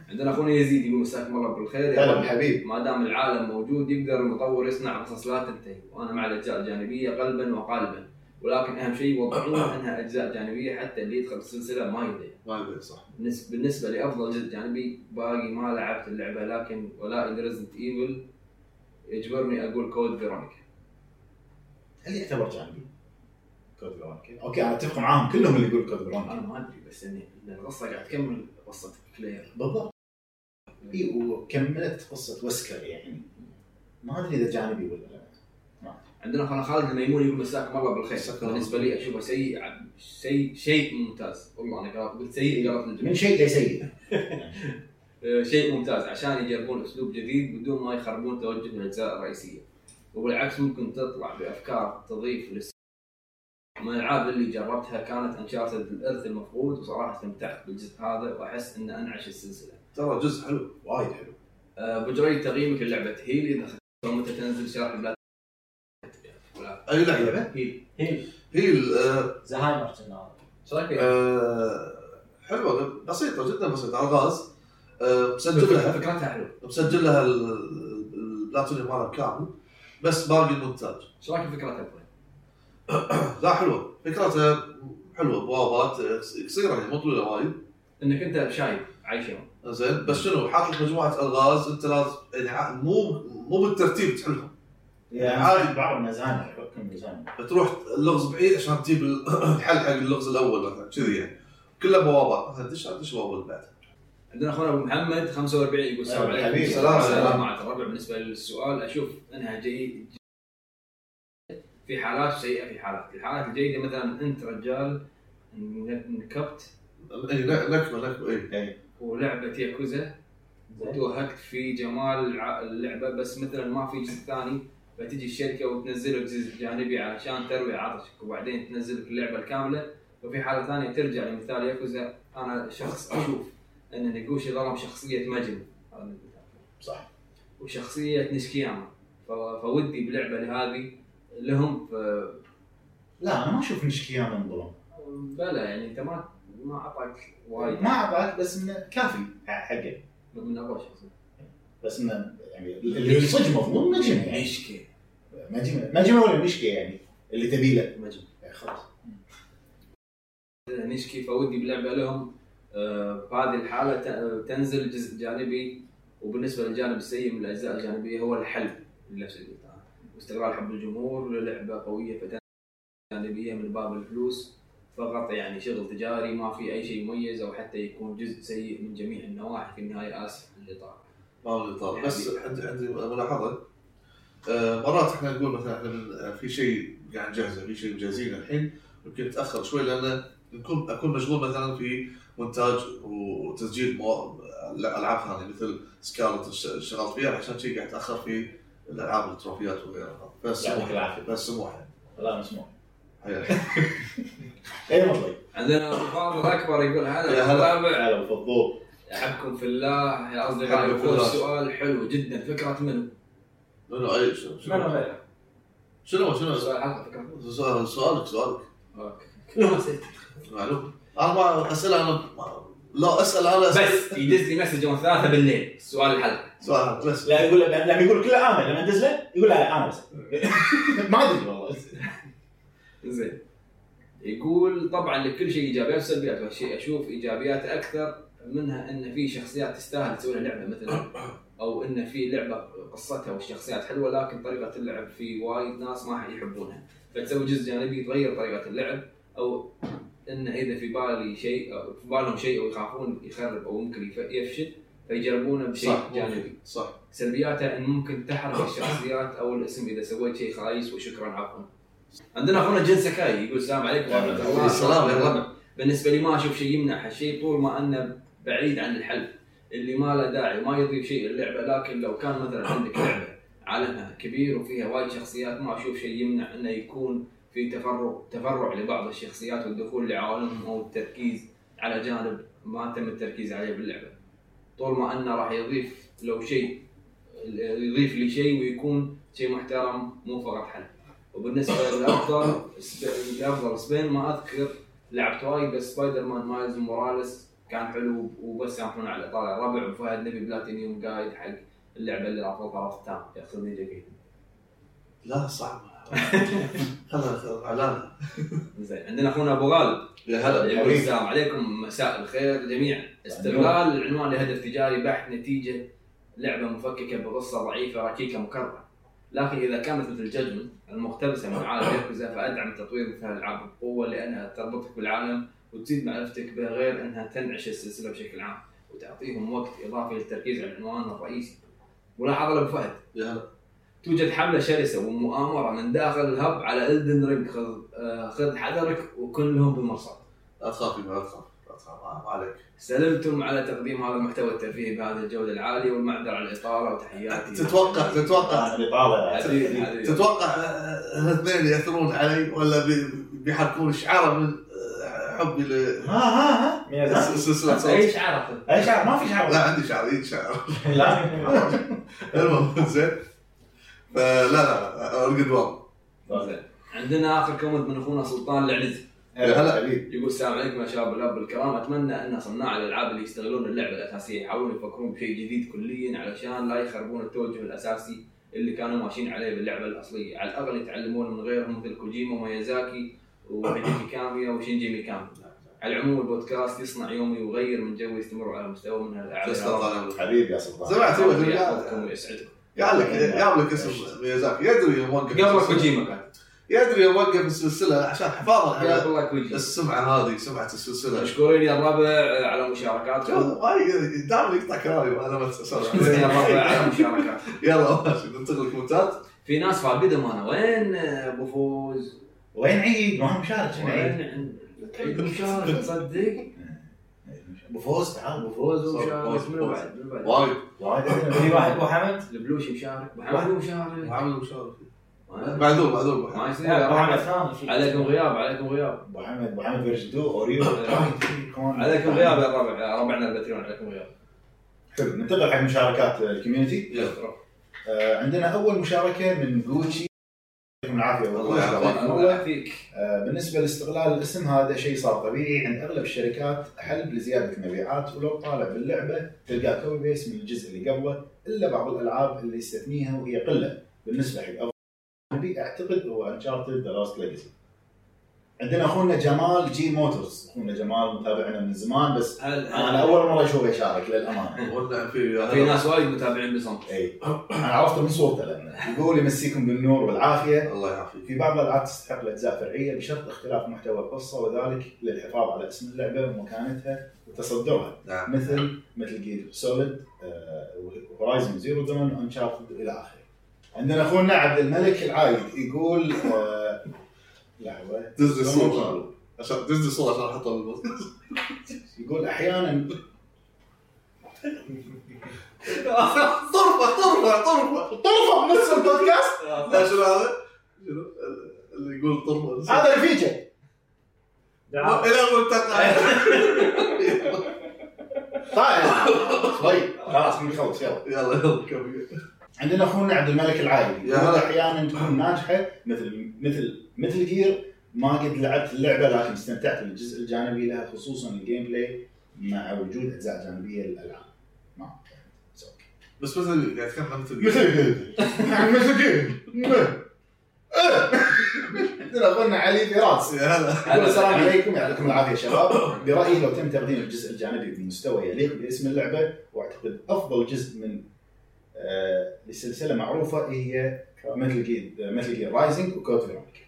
[SPEAKER 5] عندنا اخونا يزيد يقول مساكم الله بالخير يا
[SPEAKER 6] هلا
[SPEAKER 5] ربع
[SPEAKER 6] بالحبيب
[SPEAKER 5] ما دام العالم موجود يقدر المطور يصنع قصص لا تنتهي وانا مع الاجزاء الجانبيه قلبا وقالبا ولكن اهم شيء يوضحون انها اجزاء جانبيه حتى اللي يدخل السلسله ما يضيع
[SPEAKER 7] ما ادري صح
[SPEAKER 5] بالنسبه بالنسبه لافضل جزء جانبي باقي ما لعبت اللعبه لكن ولا ريزنت ايفل يجبرني اقول كود فيرونيكا
[SPEAKER 6] هل يعتبر جانبي؟ كود فيرونيكا اوكي انا اتفق معاهم كلهم اللي يقول كود
[SPEAKER 5] انا
[SPEAKER 6] فيرونيكا
[SPEAKER 5] ما ادري بس اني إن القصه قاعد تكمل قصه كلير
[SPEAKER 6] بالضبط اي وكملت قصه وسكر يعني ما ادري اذا جانبي ولا لا
[SPEAKER 5] عندنا اخونا خالد الميمون يقول مساكم الله بالخير
[SPEAKER 7] مساكم الله.
[SPEAKER 5] بالنسبه لي اشوفه سيء شيء شيء ممتاز والله انا قرأت- قلت سيء قرأت الجمله
[SPEAKER 6] من
[SPEAKER 5] *laughs*
[SPEAKER 6] شيء لسيء
[SPEAKER 5] شيء ممتاز عشان يجربون اسلوب جديد بدون ما يخربون توجه الاجزاء الرئيسيه وبالعكس ممكن تطلع بافكار تضيف للس... من الالعاب اللي جربتها كانت انشارتد الارث المفقود وصراحه استمتعت بالجزء هذا واحس ان انعش السلسله
[SPEAKER 7] ترى جزء حلو وايد حلو
[SPEAKER 5] أه، ابو جريد تقييمك للعبه هيل اذا خ- متى تنزل شرح البلاد ولا-
[SPEAKER 7] اي لعبه
[SPEAKER 5] هيل
[SPEAKER 7] نعم. هي ال- آه،
[SPEAKER 8] زهايمر كنا
[SPEAKER 5] ايش رايك فيها؟
[SPEAKER 7] آه، حلوه بسيطه جدا بسيطه الغاز آه، مسجل لها
[SPEAKER 5] فكرتها حلوه
[SPEAKER 7] مسجل لها ال- ال- البلاتونيوم مالها كامل بس باقي المونتاج
[SPEAKER 5] ايش رايك فكرتها أبو جريد؟
[SPEAKER 7] لا حلوه فكرتها حلوه بوابات آه، قصيره يعني مو طويله وايد
[SPEAKER 5] انك انت شايب عايش يوم
[SPEAKER 7] زين بس شنو حاط لك مجموعه الغاز انت لازم يعني ع- مو مو بالترتيب تحلهم
[SPEAKER 6] يعني
[SPEAKER 7] Ah.
[SPEAKER 6] عادي بعض المزانه يحكم المزانه
[SPEAKER 7] تروح اللغز بعيد عشان تجيب ال- *clears throat* الحل حق اللغز الاول مثلا كذي يعني كلها بوابات مثلا دش دش بوابه اللي بعدها
[SPEAKER 5] عندنا اخونا ابو محمد 45 يقول السلام
[SPEAKER 6] أهلا
[SPEAKER 5] عليكم
[SPEAKER 6] حبيبي.
[SPEAKER 5] السلام
[SPEAKER 7] السلام.
[SPEAKER 5] عليكم معك الربع بالنسبه للسؤال اشوف انها جيد في حالات سيئه في حالات الحالات الجيده مثلا انت رجال انكبت
[SPEAKER 7] اي ن- نكبه نكبه اي
[SPEAKER 6] Eh,
[SPEAKER 5] ولعبه ياكوزا وتوهقت في جمال الع- اللعبه بس مثلا ما في جزء ثاني فتجي الشركه وتنزلك جزء جانبي علشان تروي عطشك وبعدين تنزلك اللعبه الكامله وفي حاله ثانيه ترجع لمثال ياكوزا انا شخص اشوف ان نيجوشي ظلم شخصيه مجن هذا المثال.
[SPEAKER 6] صح
[SPEAKER 5] وشخصيه نشكياما ف- فودي بلعبه لهذه لهم ف-
[SPEAKER 6] لا انا ما اشوف نشكياما انظلم
[SPEAKER 5] بلى يعني انت ما ما اعطاك وايد
[SPEAKER 6] ما عبالك بس انه كافي حقه
[SPEAKER 5] من ابوه شخصيا
[SPEAKER 6] بس انه يعني اللي صدق مظلوم مجنه يعني
[SPEAKER 5] مشكي
[SPEAKER 6] مجنه مجنه ولا مشكله يعني اللي تبي له
[SPEAKER 5] مجد
[SPEAKER 6] يعني خلاص
[SPEAKER 5] نشكي فودي بلعبه لهم آه، بهذه الحاله ت- آه، تنزل جزء جانبي وبالنسبه للجانب السيء من الاجزاء الجانبيه هو الحل لنفس القطاع واستغلال حب الجمهور للعبه قويه فتنزل جانبيه من باب الفلوس فقط يعني شغل تجاري ما في اي شيء مميز او حتى يكون جزء سيء من جميع النواحي في النهايه اسف للاطار
[SPEAKER 7] ما هو الاطار بس عندي عندي ملاحظه آه، مرات احنا نقول مثلا احنا من- في شيء قاعد نجهزه في شيء مجهزينه الحين يمكن نتاخر شوي لان نكون اكون مشغول مثلا في مونتاج وتسجيل مو... العاب ثانيه مثل سكارلت ش- شغال فيها عشان شيء قاعد اتاخر في الالعاب التروفيات وغيرها بس
[SPEAKER 6] يعطيك العافيه
[SPEAKER 7] بس سموحه
[SPEAKER 6] لا مسموح
[SPEAKER 7] هيا. *laughs*
[SPEAKER 6] اي والله
[SPEAKER 5] عندنا ابو فاضل اكبر يقول
[SPEAKER 7] يا
[SPEAKER 5] هلا
[SPEAKER 7] هلا.
[SPEAKER 5] متابع
[SPEAKER 6] هلا بالضبط
[SPEAKER 5] احبكم في الله يا
[SPEAKER 7] أحبكم
[SPEAKER 5] اصدقائي
[SPEAKER 7] في الله.
[SPEAKER 5] سؤال حلو جدا فكره منه
[SPEAKER 7] منو اي شنو
[SPEAKER 8] منو
[SPEAKER 7] شنو
[SPEAKER 8] غيره؟
[SPEAKER 7] شنو شنو
[SPEAKER 5] سؤال حلقه فكره
[SPEAKER 7] سؤال- سؤالك سؤالك
[SPEAKER 5] اوكي
[SPEAKER 8] كله نسيت
[SPEAKER 7] معلوم انا ما اسئله انا ما- لا اسال انا
[SPEAKER 5] بس يدز لي مسج يوم الثلاثاء بالليل سؤال الحلقه
[SPEAKER 7] سؤال بس
[SPEAKER 6] لا يقول لما يقول كله امن لما ادز له يقول لا انا بس ما ادري والله
[SPEAKER 5] زين يقول طبعا لكل شيء ايجابيات وسلبيات وهالشيء اشوف ايجابياته اكثر منها ان في شخصيات تستاهل تسوي لها لعبه
[SPEAKER 7] *coughs*
[SPEAKER 5] مثلا او ان في لعبه قصتها والشخصيات حلوه لكن طريقه اللعب في وايد ناس ما يحبونها فتسوي جزء جانبي يتغير طريقه اللعب او ان اذا في بالي شيء أو في بالهم شيء او يخافون يخرب او ممكن يف- يفشل فيجربونه بشيء
[SPEAKER 7] صح
[SPEAKER 5] جانبي
[SPEAKER 7] ممكن. صح
[SPEAKER 5] سلبياته ان ممكن تحرق الشخصيات او الاسم اذا سويت شيء خايس وشكرا عفوا. عندنا اخونا جن سكاي يقول السلام عليكم ورحمه الله
[SPEAKER 7] السلام.
[SPEAKER 5] وبركاته. بالنسبه لي ما اشوف شيء يمنع هالشيء طول ما انه بعيد عن الحل اللي ما له داعي ما يضيف شيء للعبه لكن لو كان مثلا عندك لعبه عالمها كبير وفيها وايد شخصيات ما اشوف شيء يمنع انه يكون في تفرع تفرع لبعض الشخصيات والدخول لعوالمهم او التركيز على جانب ما تم التركيز عليه باللعبه. طول ما انه راح يضيف لو شيء يضيف لي شيء ويكون شيء محترم مو فقط حل وبالنسبه للافضل سب- الافضل سبين ما اذكر لعبت وايد بس سبايدر مان مايلز موراليس كان حلو وبس يعرفون على طالع ربع وفهد نبي بلاتينيوم قايد حق اللعبه اللي رافض طرف تام ياخذني جديد
[SPEAKER 7] لا
[SPEAKER 5] *laughs*
[SPEAKER 7] صعبه خلاص اعلان
[SPEAKER 5] زين عندنا اخونا ابو غالب
[SPEAKER 7] يا هلا
[SPEAKER 5] يقول السلام عليكم مساء الخير جميعا استغلال العنوان لهدف تجاري بحت نتيجه لعبه مفككه بقصه ضعيفه ركيكه مكرره لكن اذا كانت مثل جاجمنت المقتبسه من عالم ياكوزا فادعم تطوير مثل العاب بقوه لانها تربطك بالعالم وتزيد معرفتك به غير انها تنعش السلسله بشكل عام وتعطيهم وقت اضافي للتركيز على العنوان الرئيسي. ملاحظه لابو فهد
[SPEAKER 7] يا هلا
[SPEAKER 5] توجد حملة شرسة ومؤامرة من داخل الهب على الدن رينج خذ آه، خذ حذرك وكن لهم بالمرصاد.
[SPEAKER 7] لا تخافي ما تخاف لا تخاف ما ما عليك
[SPEAKER 5] سلمتم على تقديم هذا المحتوى الترفيهي بهذه الجودة العالية والمعذرة على الإطالة وتحياتي
[SPEAKER 7] *laughs* تتوقع تتوقع
[SPEAKER 6] انا اللي طالع
[SPEAKER 5] حبيبي حبيبي
[SPEAKER 7] تتوقع آه، هالاثنين ياثرون علي ولا بي- بيحركون شعره من آه، حبي
[SPEAKER 6] ها ها ها مين هذا؟
[SPEAKER 7] لسلسله صوت
[SPEAKER 5] ايش عرفت؟
[SPEAKER 6] اي شعر ما في
[SPEAKER 7] لا
[SPEAKER 6] شعر
[SPEAKER 7] عندي شعر عندي شعر
[SPEAKER 6] *laughs* لا
[SPEAKER 7] المهم زين فلا لا ارقد والله
[SPEAKER 5] زين. عندنا اخر كومنت من اخونا سلطان العنزي
[SPEAKER 7] يا هلا
[SPEAKER 5] يقول السلام عليكم يا شباب الاب الكرام اتمنى ان صناع الالعاب اللي يستغلون اللعبه الاساسيه يحاولون يفكرون بشيء جديد كليا علشان لا يخربون التوجه الاساسي اللي كانوا ماشيين عليه باللعبه الاصليه على الاقل يتعلمون من غيرهم مثل كوجيما وميازاكي وهيديكي كاميا وشينجي ميكامي على العموم البودكاست يصنع يومي ويغير من جوي يستمروا على مستوى من الاعلى
[SPEAKER 7] تسلط على
[SPEAKER 6] حبيبي يا سلطان
[SPEAKER 7] سمعت هو
[SPEAKER 5] يحفظكم ويسعدكم
[SPEAKER 7] يعلق يعلق اسم ميازاكي يدري يوم وقف
[SPEAKER 5] إيه، قبل كوجيما كان إيه،
[SPEAKER 7] يدري يوم وقف السلسله عشان حفاظا على
[SPEAKER 5] قبل كوجيما
[SPEAKER 7] السمعه هذه سمعه السلسله
[SPEAKER 5] مشكورين يا الربع على مشاركاتكم
[SPEAKER 7] شوف، ما يقدر- دائما يقطع كلامي انا ما
[SPEAKER 5] مشكورين يا الربع على
[SPEAKER 7] أتسرع.
[SPEAKER 5] مشاركاتكم
[SPEAKER 7] *laughs* يلا ماشي ننتقل للكومنتات
[SPEAKER 5] في ناس فاقدهم انا وين ابو فوز؟
[SPEAKER 6] وين عيد؟ ما هو مشارك شنو عيد؟
[SPEAKER 5] وين عيد *laughs* مشارك تصدق؟
[SPEAKER 6] ابو فوز تعال
[SPEAKER 5] ابو فوز
[SPEAKER 7] صار
[SPEAKER 5] مشارك
[SPEAKER 7] فوز،
[SPEAKER 5] منو
[SPEAKER 7] فوز.
[SPEAKER 5] بعد؟ منو بعد؟
[SPEAKER 7] وايد
[SPEAKER 6] وايد
[SPEAKER 8] في واحد ابو حمد
[SPEAKER 5] البلوشي مشارك محمد مشارك
[SPEAKER 7] وعامل مشاركه
[SPEAKER 5] ما-
[SPEAKER 7] معذور معذور أبو حمد.
[SPEAKER 5] ما يصير يا
[SPEAKER 8] ابو حمد
[SPEAKER 5] ربع.
[SPEAKER 8] ثاني في
[SPEAKER 5] عليكم غياب عليكم غياب
[SPEAKER 6] ابو حمد ابو حمد فيرجن 2 اوريو كمان.
[SPEAKER 5] عليكم غياب يا الربع يا ربعنا البتريون عليكم غياب
[SPEAKER 6] حلو ننتقل حق مشاركات الكوميونتي
[SPEAKER 7] يلا
[SPEAKER 6] آه، عندنا اول مشاركه من جوتشي يعطيكم العافيه
[SPEAKER 7] الله
[SPEAKER 6] والله
[SPEAKER 7] يعافيك.
[SPEAKER 6] شكراً.
[SPEAKER 5] الله يعافيك
[SPEAKER 6] آه، بالنسبه لاستغلال الاسم هذا شيء صار طبيعي عند اغلب الشركات حل لزياده المبيعات ولو طالع باللعبه تلقاه كوبي بيس من الجزء اللي قبله الا بعض الالعاب اللي يستثنيها وهي قله بالنسبه حق افضل أجنبي اعتقد هو انشارتد ذا لاست ليجسي عندنا اخونا جمال جي موتورز اخونا جمال متابعنا من زمان بس
[SPEAKER 5] هل
[SPEAKER 6] انا اول مره اشوفه يشارك للامانه
[SPEAKER 7] قلنا في
[SPEAKER 5] في ناس وايد متابعين بصمت
[SPEAKER 6] اي انا إيه. عرفته من صورته لانه يقول يمسيكم بالنور والعافيه
[SPEAKER 7] الله يعافيك
[SPEAKER 6] في بعض الالعاب تستحق الاجزاء فرعيه بشرط اختلاف محتوى القصه وذلك للحفاظ على اسم اللعبه ومكانتها وتصدرها
[SPEAKER 7] نعم
[SPEAKER 6] مثل مثل جير سوليد ورايزن زيرو دون انشارتد الى اخره. عندنا اخونا عبد الملك العايد يقول آه، لحظه
[SPEAKER 7] دز الصوره عشان دز الصوره عشان احطها *laughs* بالبوست
[SPEAKER 6] يقول احيانا
[SPEAKER 7] طرفه طرفه طرفه
[SPEAKER 6] طرفه بنفس البودكاست
[SPEAKER 7] *laughs* لا شنو هذا؟ شنو؟ اللي يقول طرفه
[SPEAKER 6] هذا رفيجه
[SPEAKER 7] الى المنتقى
[SPEAKER 6] طيب شوي خلاص بنخلص يلا
[SPEAKER 7] *laughs* يلا يلا كمل
[SPEAKER 6] عندنا اخونا عبد الملك العايد
[SPEAKER 7] يا
[SPEAKER 6] يقول
[SPEAKER 7] هلا.
[SPEAKER 6] احيانا تكون ناجحه مثل مثل مثل جير ما قد لعبت اللعبه لكن استمتعت بالجزء الجانبي لها خصوصا الجيم بلاي مع وجود اجزاء جانبيه للالعاب. ما It's okay.
[SPEAKER 7] بس مثل قاعد اتكلم عن مثل
[SPEAKER 6] مثل جير مثل جير عندنا اخونا علي فراس
[SPEAKER 7] يا هلا
[SPEAKER 6] يقول السلام عليكم يعطيكم العافيه شباب برايي لو تم تقديم الجزء الجانبي بمستوى يليق باسم اللعبه واعتقد افضل جزء من آه لسلسله معروفه هي مثل جير مثل جير رايزنج وكود فيرونيكا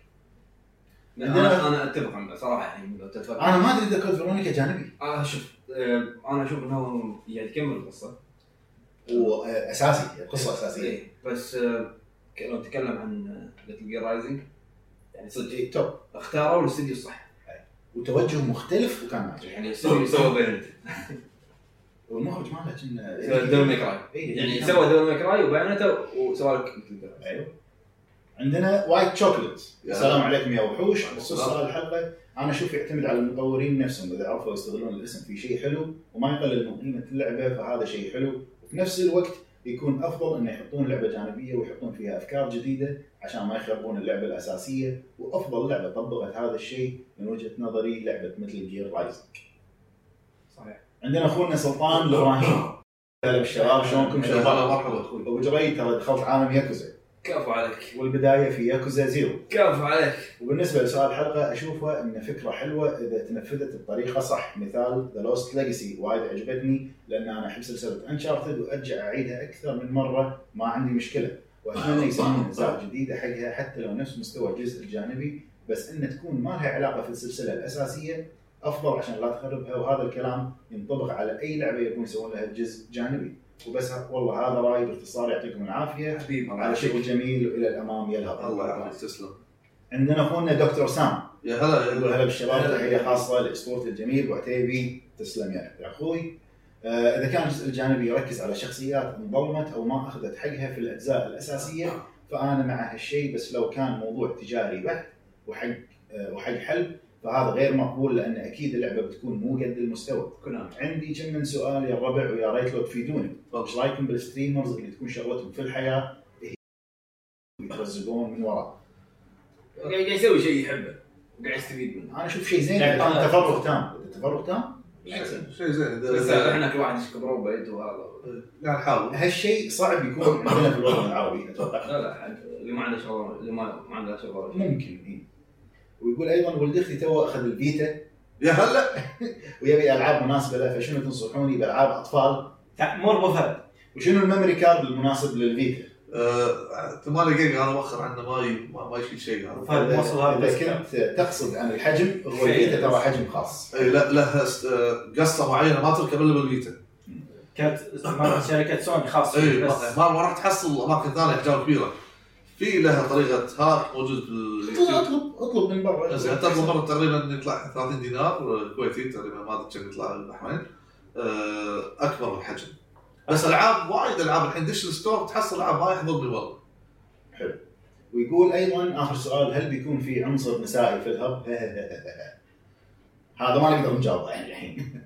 [SPEAKER 5] انا انا اتفق معك صراحه يعني لو تتفق
[SPEAKER 6] انا ما ادري اذا كود فيرونيكا جانبي
[SPEAKER 5] آه شوف آه، انا اشوف انه يعني تكمل القصه
[SPEAKER 6] واساسي قصه اساسيه
[SPEAKER 5] إيه، بس آه، ك- لو نتكلم عن آه، ليتل جير رايزنج يعني صدق
[SPEAKER 6] إيه، توب
[SPEAKER 5] اختاروا الاستديو الصح
[SPEAKER 6] وتوجه مختلف وكان ناجح
[SPEAKER 5] يعني الاستديو سوى بيانت
[SPEAKER 6] والمخرج ماله كنا
[SPEAKER 5] سوى دول ميكراي
[SPEAKER 6] إيه،
[SPEAKER 5] يعني
[SPEAKER 6] كان-
[SPEAKER 5] سوى دول ميكراي وبيانته وسوى لك ليتل جير رايزنج.
[SPEAKER 6] ايوه عندنا وايت شوكلت
[SPEAKER 7] يا
[SPEAKER 6] السلام
[SPEAKER 7] هلا.
[SPEAKER 6] عليكم يا وحوش
[SPEAKER 7] وعليكم
[SPEAKER 6] بخصوص
[SPEAKER 7] السلام.
[SPEAKER 6] سؤال الحلقه انا اشوف يعتمد على المطورين نفسهم اذا عرفوا يستغلون الاسم في شيء حلو وما يقلل من قيمه اللعبه فهذا شيء حلو وفي نفس الوقت يكون افضل انه يحطون لعبه جانبيه ويحطون فيها افكار جديده عشان ما يخربون اللعبه الاساسيه وافضل لعبه طبقت هذا الشيء من وجهه نظري لعبه مثل جير رايزنج.
[SPEAKER 5] صحيح
[SPEAKER 6] عندنا اخونا سلطان الابراهيم هلا بالشباب شلونكم
[SPEAKER 7] يا هلا
[SPEAKER 6] شباب؟
[SPEAKER 7] مرحبا اخوي
[SPEAKER 6] ابو جري ترى دخلت عالم ياكوزا
[SPEAKER 5] كفو عليك
[SPEAKER 6] والبدايه في ياكوزا زيرو
[SPEAKER 5] كفو عليك
[SPEAKER 6] وبالنسبه لسؤال الحلقه اشوفه ان فكره حلوه اذا تنفذت بطريقه صح مثال ذا لوست ليجسي وايد عجبتني لان انا احب سلسله انشارتد وارجع اعيدها اكثر من مره ما عندي مشكله واتمنى يسوون اجزاء جديده حقها حتى لو نفس مستوى الجزء الجانبي بس ان تكون ما لها علاقه في السلسله الاساسيه افضل عشان لا تخربها وهذا الكلام ينطبق على اي لعبه يبون يسوون لها جزء جانبي وبس والله هذا رايي باختصار يعطيكم العافيه
[SPEAKER 5] حبيبي الله
[SPEAKER 6] على شغل
[SPEAKER 5] يعافيك
[SPEAKER 6] جميل والى الامام يلهب
[SPEAKER 7] الله يعافيك تسلم
[SPEAKER 6] عندنا اخونا دكتور سام
[SPEAKER 7] يا هلا يا
[SPEAKER 6] يقول
[SPEAKER 7] هلا
[SPEAKER 6] هلا بالشباب تحيه خاصه لاسطورتي الجميل وعتيبي تسلم يا يا اخوي آه، اذا كان الجزء الجانبي يركز على شخصيات انظلمت او ما اخذت حقها في الاجزاء الاساسيه فانا مع هالشيء بس لو كان موضوع تجاري بحت وحق آه، وحق حل فهذا غير مقبول لان اكيد اللعبه بتكون مو قد المستوى.
[SPEAKER 5] كونامي
[SPEAKER 6] عندي كم من سؤال يا الربع ويا ريت لو تفيدوني. ايش رايكم بالستريمرز اللي تكون شغلتهم في الحياه هي يترزقون من وراء.
[SPEAKER 5] قاعد قاعد يسوي شيء يحبه وقاعد يستفيد منه
[SPEAKER 6] انا اشوف شيء زين
[SPEAKER 2] يعني
[SPEAKER 6] إذا كان
[SPEAKER 2] أنا-
[SPEAKER 6] تفرغ تام إذا تفرغ تام
[SPEAKER 7] شيء زين
[SPEAKER 5] بس
[SPEAKER 7] إذا-
[SPEAKER 5] احنا كل واحد يشكب بيت وهذا
[SPEAKER 7] قاعد نحاول
[SPEAKER 6] هالشيء صعب
[SPEAKER 2] *laughs*
[SPEAKER 6] يكون عندنا في الوطن العربي اتوقع
[SPEAKER 5] لا لا حد- اللي ما عنده شغل اللي ما ما عنده شغل
[SPEAKER 6] ممكن إيه. ويقول ايضا ولد اختي تو اخذ الفيتا
[SPEAKER 7] يا هلا
[SPEAKER 6] ويبي العاب مناسبه له فشنو تنصحوني بالعاب اطفال
[SPEAKER 2] مربوطه
[SPEAKER 6] وشنو الميموري كارد المناسب للفيتا؟
[SPEAKER 7] آه، 8 جيجا انا مؤخر عنه ما ي- ما ما يشيل شيء هذا
[SPEAKER 2] فهد موصل هذا
[SPEAKER 6] اذا
[SPEAKER 2] بس كم.
[SPEAKER 6] كنت تقصد عن الحجم هو
[SPEAKER 2] شيء.
[SPEAKER 6] الفيتا ترى حجم خاص
[SPEAKER 7] اي لا له است- آه، قصه معينه ما تركب الا بالفيتا
[SPEAKER 2] كانت
[SPEAKER 7] *coughs*
[SPEAKER 2] استثمار شركه سوني خاص
[SPEAKER 7] اي
[SPEAKER 2] فيه
[SPEAKER 7] ما
[SPEAKER 2] بس
[SPEAKER 7] ما راح تحصل اماكن ثانيه احجام كبيره في لها طريقه هاك موجود
[SPEAKER 6] اطلب
[SPEAKER 7] باليوتيوب
[SPEAKER 6] اطلب اطلب من برا
[SPEAKER 7] زين انت المبلغ تقريبا يطلع 30 دينار آه، كويتي تقريبا ما ادري كم يطلع الحين آه، اكبر الحجم بس العاب وايد العاب الحين دش الستور تحصل العاب ما يحضرني والله
[SPEAKER 6] ويقول ايضا اخر سؤال هل بيكون في *laughs* عنصر نسائي في الهب؟ هذا ما نقدر نجاوبه يعني *laughs* الحين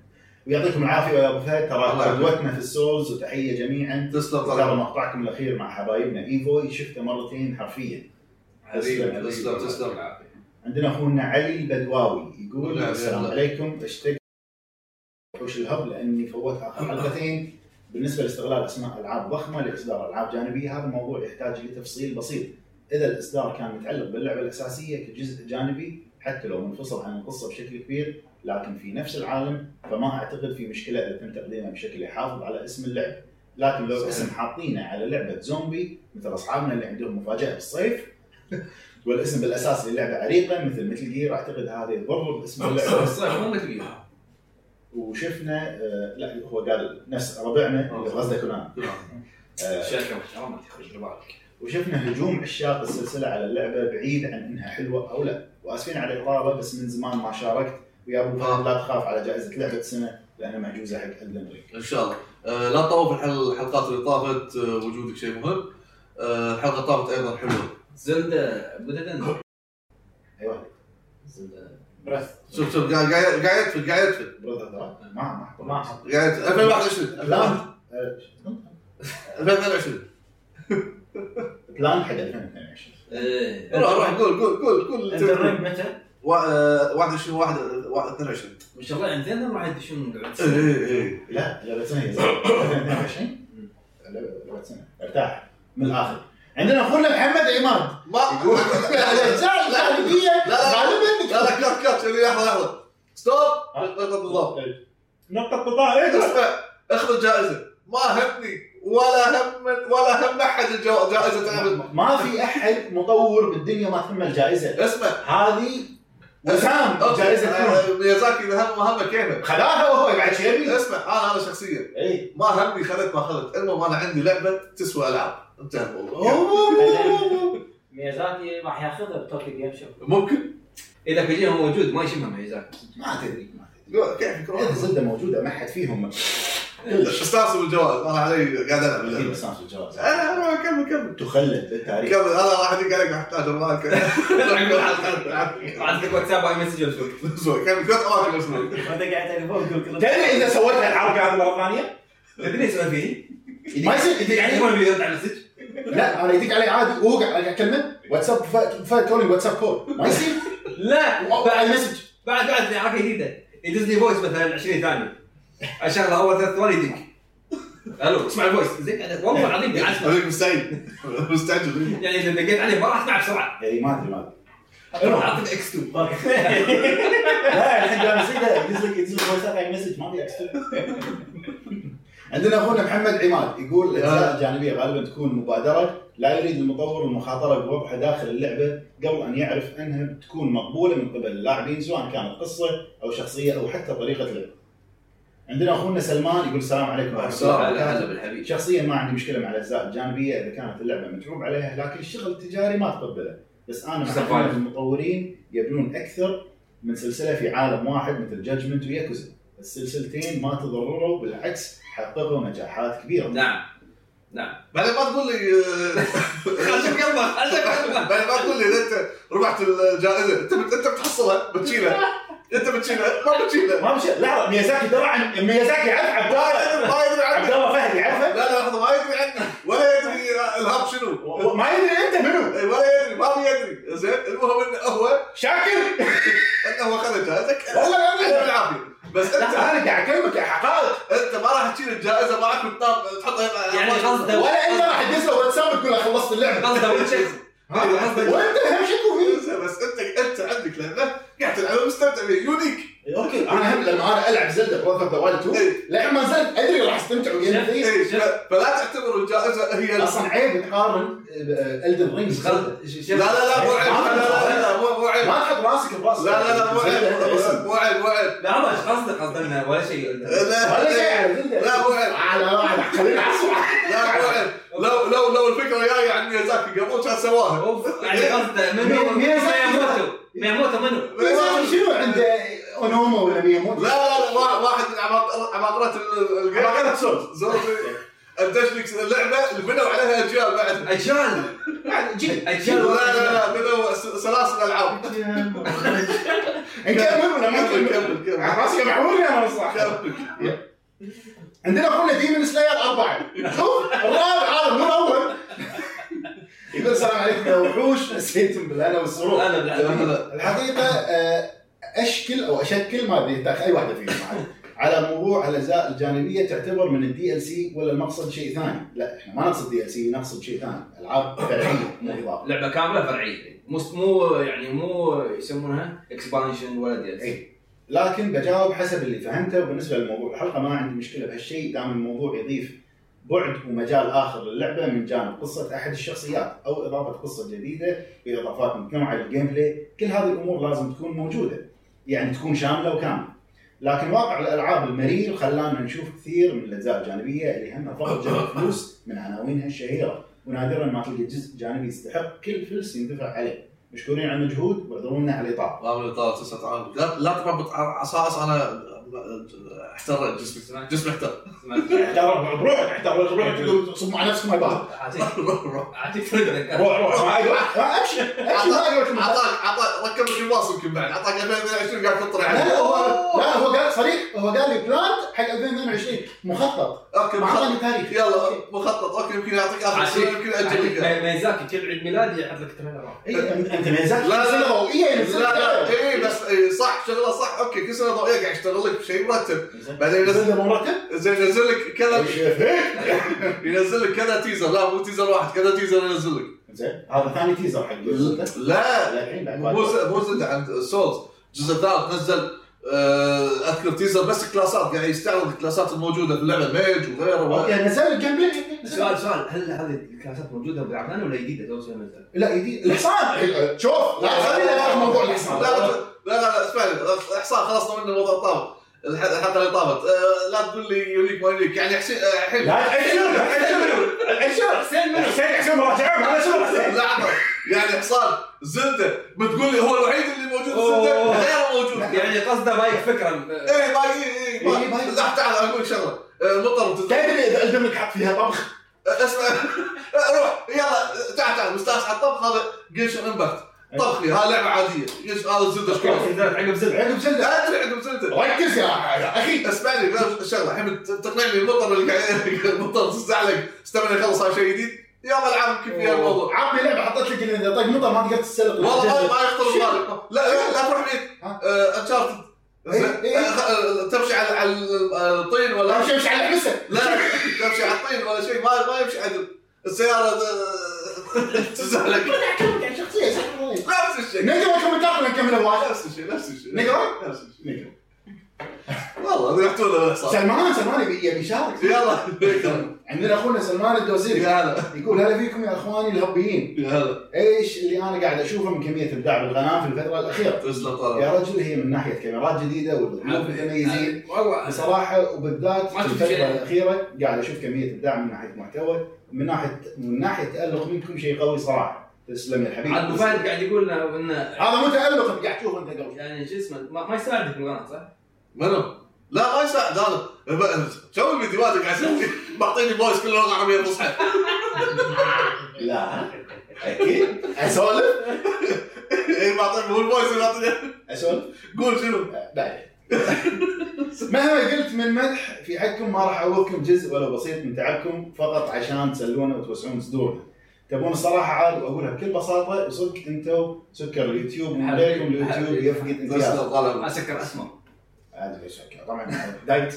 [SPEAKER 6] ويعطيكم العافيه يا ابو فهد
[SPEAKER 7] الله
[SPEAKER 6] ترى
[SPEAKER 7] يعافيك.
[SPEAKER 6] قدوتنا في السولز وتحيه جميعا
[SPEAKER 7] تسلم
[SPEAKER 6] ترى
[SPEAKER 7] طال
[SPEAKER 6] مقطعكم الاخير مع حبايبنا ايفو شفته مرتين حرفيا
[SPEAKER 5] حبيبي
[SPEAKER 6] تسلم،
[SPEAKER 7] تسلم،
[SPEAKER 5] تسلم
[SPEAKER 7] تسلم.
[SPEAKER 5] تسلم
[SPEAKER 6] عندنا اخونا علي البدواوي يقول
[SPEAKER 7] نعم،
[SPEAKER 6] السلام
[SPEAKER 7] يلا.
[SPEAKER 6] عليكم اشتكي وحوش الهب لاني فوت اخر
[SPEAKER 7] *coughs*
[SPEAKER 6] حلقتين بالنسبه لاستغلال اسماء العاب ضخمه لاصدار العاب جانبيه هذا الموضوع يحتاج لتفصيل بسيط اذا الاصدار كان متعلق باللعبه الاساسيه كجزء جانبي حتى لو منفصل عن القصه بشكل كبير لكن في نفس العالم فما اعتقد في مشكله اذا تم تقديمه بشكل يحافظ على اسم اللعبه لكن لو
[SPEAKER 7] صحيح.
[SPEAKER 6] اسم حاطينه على لعبه زومبي مثل اصحابنا اللي عندهم مفاجاه بالصيف *laughs* والاسم بالاساس للعبه عريقه مثل مثل جير اعتقد هذا يضر باسم اللعبه
[SPEAKER 5] بس مو مثل بيها.
[SPEAKER 6] وشفنا آه لا هو قال نفس ربعنا اللي قصده كونان آه
[SPEAKER 5] شركه محترمه تخرج لبالك
[SPEAKER 6] وشفنا هجوم عشاق السلسله على اللعبه بعيد عن انها حلوه او لا واسفين على الاطاله بس من زمان ما شاركت ويا ابو فهد لا تخاف على جائزه لعبه سنه لانها محجوزه حق الدن رينج
[SPEAKER 7] ان شاء الله آه، لا تطوف الحل- الحلقات اللي طافت آه، وجودك شيء مهم آه، الحلقه طافت ايضا حلوه
[SPEAKER 5] زلده متى تنزل؟
[SPEAKER 6] ايوه
[SPEAKER 5] زلده
[SPEAKER 8] برس
[SPEAKER 7] شوف شوف قاعد قاعد قاعد يدفن قاعد يدفن
[SPEAKER 6] براذر ما ما حط
[SPEAKER 8] ما حط
[SPEAKER 7] قاعد يدفن. 2021
[SPEAKER 6] بلان آه، شنو؟
[SPEAKER 7] 2021
[SPEAKER 6] بلان حق 2022
[SPEAKER 5] ايه
[SPEAKER 7] روح روح قول قول قول قول
[SPEAKER 8] الدرينج متى؟
[SPEAKER 7] و- آه، 21 واحد- واحد- 22
[SPEAKER 5] ان شاء الله عندنا راح يدشون قاعد
[SPEAKER 7] اي اي اي
[SPEAKER 6] لا لعبه سنه هي 2022 لعبة- لعبه سنه ارتاح من الاخر عندنا اخونا محمد عماد
[SPEAKER 7] ما *laughs*
[SPEAKER 6] يقول
[SPEAKER 7] لا،
[SPEAKER 6] لا
[SPEAKER 7] لا،
[SPEAKER 6] رجال
[SPEAKER 7] لا، لا.
[SPEAKER 6] غالبا
[SPEAKER 7] لا لا كات يعني كات خليني لحظه لحظه ستوب نقطه بالضبط
[SPEAKER 6] نقطة قطاع ايه
[SPEAKER 7] اسمع اخذ جائزه ما همني ولا هم من- ولا هم احد الجو- جائزه تعمل
[SPEAKER 6] ما في احد مطور بالدنيا ما ثم الجائزة
[SPEAKER 7] اسمع
[SPEAKER 6] هذه وسام
[SPEAKER 7] أوكي،
[SPEAKER 6] جائزة كنون.
[SPEAKER 7] آه، ميازاكي هم مهمه كيفه
[SPEAKER 6] خذاها وهو إيه. بعد شيبي
[SPEAKER 7] اسمع انا انا شخصيا
[SPEAKER 6] اي
[SPEAKER 7] ما همني خذت ما اخذت المهم انا عندي لعبه تسوى العاب انتهى الموضوع
[SPEAKER 6] أوه.
[SPEAKER 8] ميازاكي راح ياخذها بتوكيو جيم شو
[SPEAKER 7] ممكن
[SPEAKER 5] اذا كوجيما موجود ما يشمها ميزاك
[SPEAKER 6] ما تدري ما تدري
[SPEAKER 7] لا، كيف
[SPEAKER 6] إذا
[SPEAKER 7] يكرهون؟
[SPEAKER 6] زلدة موجودة ما حد فيهم
[SPEAKER 7] استانسوا بالجواز انا علي قاعد العب
[SPEAKER 6] كثير
[SPEAKER 7] اللعبة.
[SPEAKER 6] سانس الجواز
[SPEAKER 7] آه، آه، كمل كمل
[SPEAKER 6] تخلد بالتاريخ
[SPEAKER 7] كمل انا راح ادق عليك احتاج معك
[SPEAKER 5] عندك واتساب هاي مسج ولا
[SPEAKER 7] كمل ثلاث اماكن اسمه
[SPEAKER 8] وانت قاعد تليفون تقول كذا.
[SPEAKER 6] تدري اذا سويت العاب قاعد مرة ثانية
[SPEAKER 5] تدري ايش اسوي فيه؟
[SPEAKER 6] ما يصير
[SPEAKER 5] يعني يبغون يرد على المسج
[SPEAKER 6] لا انا يدق علي عادي وهو قاعد قاعد اكلمه واتساب فا- فا كولينج واتساب كول ما يصير
[SPEAKER 5] لا
[SPEAKER 6] بعد مسج
[SPEAKER 5] بعد بعد يعني في حركه جديده يدز لي فويس مثلا 20 ثانيه اشغله اول ثلاث ثواني يدق الو اسمع الفويس زين أنا والله *laughs* العظيم قاعد أسمع.
[SPEAKER 7] هذيك مستعجل مستعجل
[SPEAKER 5] يعني اذا دقيت عليه ما راح اسمع بسرعه
[SPEAKER 6] اي يعني ما ادري ما ادري
[SPEAKER 5] اروح اعطيك اكس 2
[SPEAKER 6] لا الحين انا نسيته ينزل ينزل فويس على مسج ما ادري عندنا اخونا محمد عماد يقول الاجزاء الجانبيه غالبا تكون مبادره لا يريد المطور المخاطره بوضعها داخل اللعبه قبل ان يعرف انها بتكون مقبوله من قبل اللاعبين سواء كانت قصه او شخصيه او حتى طريقه لعب. عندنا اخونا سلمان يقول السلام عليكم ورحمه الله
[SPEAKER 5] السلام على
[SPEAKER 6] وبركاته.
[SPEAKER 5] هلا بالحبيب
[SPEAKER 6] شخصيا ما عندي مشكله مع الاجزاء الجانبيه اذا كانت اللعبه متعوب عليها لكن الشغل التجاري ما تقبله بس انا مع
[SPEAKER 5] Survival.
[SPEAKER 6] أن المطورين يبنون اكثر من سلسله في عالم واحد مثل جادجمنت وياكوزا السلسلتين ما تضرروا بالعكس حققوا نجاحات كبيره
[SPEAKER 5] نعم
[SPEAKER 7] بعدين ما تقول لي
[SPEAKER 5] خلصك يلا خلصك يلا
[SPEAKER 7] بعدين ما تقول لي إذا انت ربحت الجائزه انت بت- انت بتحصلها بتشيلها انت بتشيلها ما بتشيلها
[SPEAKER 6] ما مش لحظه ميازاكي درى عن ميازاكي يعرف عبد الله
[SPEAKER 7] ما يدري
[SPEAKER 6] عبد
[SPEAKER 7] عنها
[SPEAKER 6] الله فهد
[SPEAKER 7] لا
[SPEAKER 6] يعرفه
[SPEAKER 7] لا لحظه ما يدري عنها ولا يدري الهاب شنو
[SPEAKER 6] و- ما يدري انت منو
[SPEAKER 7] ولا يدري ما بيدري زين المهم انه هو
[SPEAKER 6] شاكر
[SPEAKER 7] انه هو اخذ الجائزه
[SPEAKER 6] والله ما أدري.
[SPEAKER 7] يعطيك العافيه بس انت
[SPEAKER 6] لحظه انا قاعد اكلمك يا حقائق
[SPEAKER 7] انت ما راح تشيل الجائزه معك وتطلع تحطها
[SPEAKER 5] يعني قصده
[SPEAKER 6] ولا انت راح تدز له واتساب تقول له خلصت اللعبه
[SPEAKER 5] قصده ويتشر قصده
[SPEAKER 6] وانت اهم شيء تكون فيه.
[SPEAKER 7] بس انت انت عندك لعبه قاعد تلعبها مستمتع فيها يونيك
[SPEAKER 6] اوكي انا هم لما انا العب زلدا بروث اوف ذا وايلد 2
[SPEAKER 7] إيه.
[SPEAKER 6] لما زلت ادري راح استمتع ويا
[SPEAKER 8] شفت؟
[SPEAKER 6] نفسي.
[SPEAKER 7] إيه، ف- فلا تعتبر الجائزه هي ال-
[SPEAKER 6] اصلا عيب إيه، تقارن الدن
[SPEAKER 7] إيه.
[SPEAKER 6] رينجز لا
[SPEAKER 7] لا لا لا مو عيب لا لا لا لا، مو مو عيب
[SPEAKER 6] ما تحط راسك براس
[SPEAKER 7] لا لا لا مو عيب
[SPEAKER 6] زلدة هذا اسم.
[SPEAKER 7] مو عيب مو عيب
[SPEAKER 5] لا ما ايش قصدك قصدك انه ولا شيء
[SPEAKER 7] لا
[SPEAKER 6] ولا شيء
[SPEAKER 7] لا
[SPEAKER 6] على زلدة.
[SPEAKER 7] لا، مو عيب.
[SPEAKER 6] على واحد خلينا على
[SPEAKER 7] لا، مو عيب لو لو لو الفكره جايه عن ميازاكي قبل كان سواها
[SPEAKER 5] اوف يعني قصده
[SPEAKER 6] مين-
[SPEAKER 5] منو
[SPEAKER 6] مين
[SPEAKER 5] مياموتو مياموتو منو؟
[SPEAKER 6] زلدة. شنو عنده اونوما ولا مياموتو؟
[SPEAKER 7] لا لا لا وا- واحد من عباقرة الجيم
[SPEAKER 6] عباقرة سولز.
[SPEAKER 7] زوز ادش لك لعبه اللي بنوا عليها اجيال بعد
[SPEAKER 5] اجيال
[SPEAKER 7] بعد جيل
[SPEAKER 5] يعني أجيال.
[SPEAKER 7] لا لا لا بنوا س- سلاسل العاب
[SPEAKER 3] نكمل ولا ما
[SPEAKER 7] كمل
[SPEAKER 3] نكمل؟
[SPEAKER 7] كمل كمل
[SPEAKER 3] على راسي محمول يا من صح
[SPEAKER 7] كمل
[SPEAKER 3] عندنا اخونا ديمن سلاير اربعه شوف الرابع هذا مو الاول
[SPEAKER 6] يقول السلام عليكم يا وحوش نسيتم بالهلا والسرور
[SPEAKER 5] لا، لا، لا،
[SPEAKER 7] لا.
[SPEAKER 6] الحقيقه آه، اشكل او اشكل ما ادري تاخ اي واحده فيهم عاد، على موضوع الاجزاء الجانبيه تعتبر من الدي ال سي ولا المقصد شيء ثاني؟ لا احنا ما نقصد دي ال سي نقصد شيء ثاني العاب فرعيه مو اضافه.
[SPEAKER 5] لعبه كامله فرعيه مو مو يعني مو يسمونها اكسبانشن ولا *laughs* ديل
[SPEAKER 6] اي إيه. لكن بجاوب حسب اللي فهمته وبالنسبه لموضوع الحلقه ما عندي مشكله بهالشيء دام الموضوع يضيف بعد ومجال اخر للعبه من جانب قصه احد الشخصيات او اضافه قصه جديده باضافات متنوعه للجيم بلاي، كل هذه الامور لازم تكون موجوده. يعني تكون شامله وكامله. لكن واقع الالعاب المرير خلانا نشوف كثير من الاجزاء الجانبيه اللي همها فقط جلب فلوس من عناوينها الشهيره، ونادرا ما تلقى جزء جانبي يستحق كل فلس يندفع عليه. مشكورين على المجهود واعذرونا على الاطاله.
[SPEAKER 7] ما طال تسعة عام لا لا تربط عصاص انا احترق جسمي جسمي احترق
[SPEAKER 6] احترم بروحك احترم بروحك تقول صب مع نفسك ما يبالك
[SPEAKER 5] *laughs* اعطيك فكره
[SPEAKER 6] روح روح ما يبالك. ما امشي امشي ما اقول لك ما-
[SPEAKER 7] اعطاك اعطاك ركب لك الباص يمكن بعد اعطاك 2022 قاعد تطري
[SPEAKER 6] لا
[SPEAKER 7] عليه
[SPEAKER 6] لا، هو لا هو قال صريح هو قال لي بلان حق 2022 مخطط
[SPEAKER 7] اوكي
[SPEAKER 6] ما اعطاني
[SPEAKER 7] مخطط
[SPEAKER 6] تاريخ
[SPEAKER 7] يلا مخطط اوكي يمكن يعطيك اخر سنه يمكن ياجلك لا
[SPEAKER 5] ميزاكي كل عيد ميلادي يحط لك تريلر
[SPEAKER 6] إي، أنت- انت ميزات
[SPEAKER 7] لا، لا.
[SPEAKER 6] سنه ضوئيه ينزل
[SPEAKER 7] لا
[SPEAKER 6] إيه،
[SPEAKER 7] اي بس إي، صح شغله صح اوكي كل سنه ضوئيه قاعد يشتغل لك شيء مرتب بعدين ينزل
[SPEAKER 6] نزل مرتب
[SPEAKER 7] زين ينزل لك كذا ينزل لك كذا تيزر لا مو تيزر واحد كذا تيزر ينزل لك
[SPEAKER 6] زين هذا ثاني تيزر حق الستة.
[SPEAKER 7] لا
[SPEAKER 6] للحين بعد
[SPEAKER 7] مو مو زد عند سولز الجزء الثالث نزل آه، اذكر تيزر بس كلاسات قاعد يستعرض الكلاسات الموجوده في اللعبه ميج وغيره
[SPEAKER 6] اوكي نزل الجيم بلاي نزل.
[SPEAKER 5] سؤال سؤال هل هذه الكلاسات موجوده بلعب ثاني ولا جديده تو سوينا مثلا؟
[SPEAKER 6] لا جديد الحصان شوف لا خلينا ناخذ موضوع الحصان
[SPEAKER 7] لا لا لا لا اسمعني احصاء خلصنا منه موضوع الطاوله الح- الحلقه اللي طافت آه، لا تقول لي يونيك ما يونيك يعني حسين آه، حلو
[SPEAKER 6] لا تعشر تعشر
[SPEAKER 5] حسين منو؟
[SPEAKER 6] حسين حسين مراجعه ما شنو حسين
[SPEAKER 7] لحظه يعني حصان زلده بتقول لي هو الوحيد اللي موجود زلده
[SPEAKER 5] أوه.
[SPEAKER 7] غير موجود
[SPEAKER 5] يعني قصده بايك فكره
[SPEAKER 7] ايه باقي ايه
[SPEAKER 6] إيه، باقي.
[SPEAKER 7] باقي لا تعال اقول لك شغله آه، مطر وتت-
[SPEAKER 6] تدري اذا الجملة حط فيها طبخ
[SPEAKER 7] أه، اسمع *laughs* أه، روح يلا تعال تعال مستانس على الطبخ هذا جيشن امباكت
[SPEAKER 6] إيه.
[SPEAKER 7] طبخي هاي لعبه عاديه جيش هذا زلده شكرا
[SPEAKER 5] عقب سبعه
[SPEAKER 6] عقب زلده
[SPEAKER 7] لا ادري عندهم زلده
[SPEAKER 6] ركز يا اخي
[SPEAKER 7] اسمعني لا شغله طيب، الحين تقنعني المطر اللي قاعد *laughs* المطر تزعلك استنى يخلص هذا شيء جديد يلا العب يمكن فيها الموضوع
[SPEAKER 6] عمي لعبه حطيت لك اذا طق مطر طيب، ما تقدر تسلق
[SPEAKER 7] والله ما- ما يخطر ببالك لا لا لا تروح بعيد
[SPEAKER 6] ها؟
[SPEAKER 7] آه، انشارتد
[SPEAKER 6] إيه، إيه.
[SPEAKER 7] آه، آه، تمشي على على الطين ولا *laughs*
[SPEAKER 6] ما مش على حمسه
[SPEAKER 7] لا تمشي على الطين ولا شيء ما ما يمشي عدل السياره آه، تزعلك
[SPEAKER 6] شخصيه
[SPEAKER 7] نفس الشيء
[SPEAKER 6] نقرا كومنتات ولا نكمل الواجب
[SPEAKER 7] نفس الشيء نفس الشيء
[SPEAKER 6] نقرأ؟
[SPEAKER 7] نفس الشيء والله ذبحتونا بالاحصاء
[SPEAKER 6] سلمان سلمان يبي يبي يشارك
[SPEAKER 7] يلا نقرأ.
[SPEAKER 6] عندنا اخونا سلمان الدوسري
[SPEAKER 7] يا هلا
[SPEAKER 6] يقول هلا فيكم يا اخواني الهبيين
[SPEAKER 7] يا هلا
[SPEAKER 6] ايش اللي انا قاعد اشوفه من كميه ابداع بالقناه في الفتره الاخيره
[SPEAKER 7] تسلم
[SPEAKER 6] يا
[SPEAKER 7] طلع
[SPEAKER 6] رجل هي من ناحيه كاميرات جديده والضيوف
[SPEAKER 5] يعني
[SPEAKER 6] متميزين
[SPEAKER 5] والله
[SPEAKER 6] بصراحه وبالذات يعني
[SPEAKER 5] ما
[SPEAKER 6] في
[SPEAKER 5] شفت
[SPEAKER 6] الفتره
[SPEAKER 5] شيء.
[SPEAKER 6] الاخيره قاعد اشوف كميه ابداع من ناحيه محتوى من ناحيه من ناحيه تالق منكم شيء قوي صراحه تسلم يا حبيبي
[SPEAKER 5] عاد أبو فهد قاعد يقول لنا انه
[SPEAKER 6] هذا مو تالق أنت قاعد تشوفه انت قبل
[SPEAKER 5] يعني شو اسمه ما, ما يساعدك بالقناه صح؟
[SPEAKER 7] منو؟ لا ما يساعد هذا ب- شو الفيديوهات اللي قاعد يسوي معطيني فويس كل لغه عربيه فصحى
[SPEAKER 6] لا اكيد اسولف
[SPEAKER 7] إيه، معطيني هو الفويس اللي معطيني
[SPEAKER 6] اسولف
[SPEAKER 7] قول شنو
[SPEAKER 6] بعد مهما قلت من مدح في حقكم ما راح اعوضكم جزء ولو بسيط من تعبكم فقط عشان تسلونا وتوسعون صدورنا تبون الصراحه عاد واقولها بكل بساطه وصدق انتم سكر اليوتيوب ومن غيركم اليوتيوب يفقد انتباهه
[SPEAKER 7] تسلم طلع
[SPEAKER 5] ما سكر اسمر
[SPEAKER 6] عادي ليش أوكي. طبعا دايت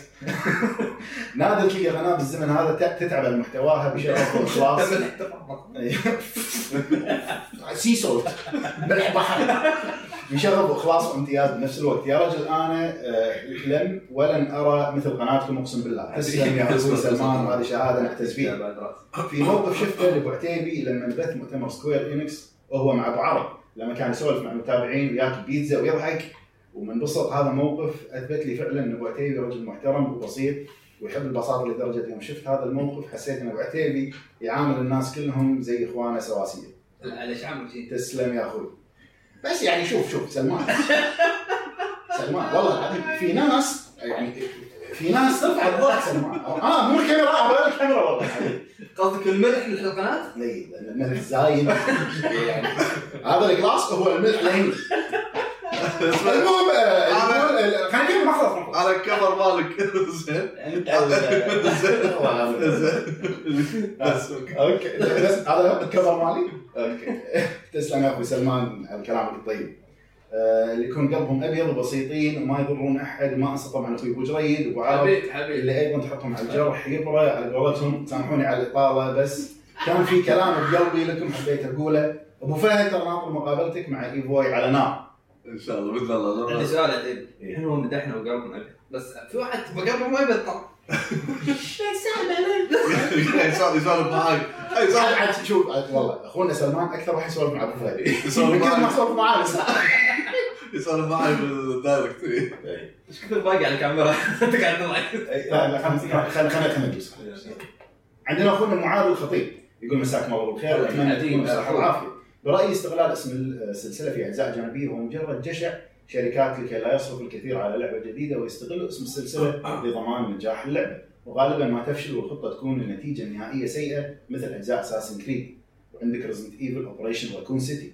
[SPEAKER 6] *laughs* نادر تلقى قناه بالزمن هذا ت- تتعب على محتواها بشغف واخلاص أيوه. سي سولت ملح بحر بشغف واخلاص وامتياز بنفس الوقت يا رجل انا آه، لم ولن ارى مثل قناتكم اقسم بالله تسلم يا اخوي سلمان وهذه شهاده نعتز فيها في موقف شفته لابو عتيبي لما بث مؤتمر سكوير انكس وهو مع ابو عرب لما كان يسولف مع المتابعين وياكل بيتزا ويضحك ومنبسط هذا موقف اثبت لي فعلا ان ابو عتيبي رجل محترم وبسيط ويحب البساطه لدرجه يوم شفت هذا الموقف حسيت ان ابو عتيبي يعامل الناس كلهم زي اخوانه سواسيه
[SPEAKER 5] ليش عامل شيء؟
[SPEAKER 6] تسلم يا اخوي بس يعني *laughs* شوف شوف سلمان سلمان والله العظيم في ناس يعني في ناس ترفع الضوء احسن معها. اه مو الكاميرا ابغى الكاميرا والله حبيبي
[SPEAKER 5] قصدك الملح للقناه؟
[SPEAKER 6] لا، لأن الملح زايد يعني هذا الجلاس هو الملح لين المهم آه، المهم، آه، خلينا نجيب محفظه
[SPEAKER 7] على الكفر مالك زين
[SPEAKER 6] *laughs*
[SPEAKER 7] بس
[SPEAKER 6] اوكي بس هذا الكفر مالي اوكي *laughs* تسلم يا اخوي سلمان على كلامك الطيب آه، اللي يكون قلبهم ابيض وبسيطين وما يضرون احد ما انصفوا مع اخوي ابو جريد وابو عرب
[SPEAKER 5] حبيب حبيب
[SPEAKER 6] اللي ايضا تحطهم على الجرح يبرى على قولتهم سامحوني على الاطاله بس كان في كلام بقلبي لكم حبيت اقوله ابو فهد ترى ناطر مقابلتك مع ايفوي على نار
[SPEAKER 7] ان شاء الله باذن الله
[SPEAKER 5] عندي
[SPEAKER 7] الله.
[SPEAKER 5] سؤال الحين احنا مدحنا وقلبنا ابيض بس في واحد قلبه ما يبيض طبعا
[SPEAKER 7] يسولف يسولف معاك أي
[SPEAKER 6] عاد
[SPEAKER 7] يسولف-
[SPEAKER 6] عاد شوف عاد والله اخونا سلمان اكثر واحد يسولف مع ابو فهد *laughs*
[SPEAKER 7] يسولف
[SPEAKER 6] من كثر ما سولف
[SPEAKER 7] معاك
[SPEAKER 6] معاه بس
[SPEAKER 7] يسولف معاك بالدايركت إيه.
[SPEAKER 5] ايش كثر باقي على الكاميرا *laughs* انت قاعد تضحك
[SPEAKER 6] لا لا خلنا خلنا خلنا ندوس عندنا اخونا معاذ الخطيب يقول مساكم الله بالخير واتمنى تكونوا بالصحه والعافيه برايي استغلال اسم السلسله في اجزاء جانبيه هو مجرد جشع شركات لكي لا يصرف الكثير على لعبه جديده ويستغلوا اسم السلسله لضمان نجاح اللعبه وغالبا ما تفشل والخطه تكون النتيجه النهائيه سيئه مثل اجزاء اساسن كريد وعندك ريزنت ايفل اوبريشن راكون سيتي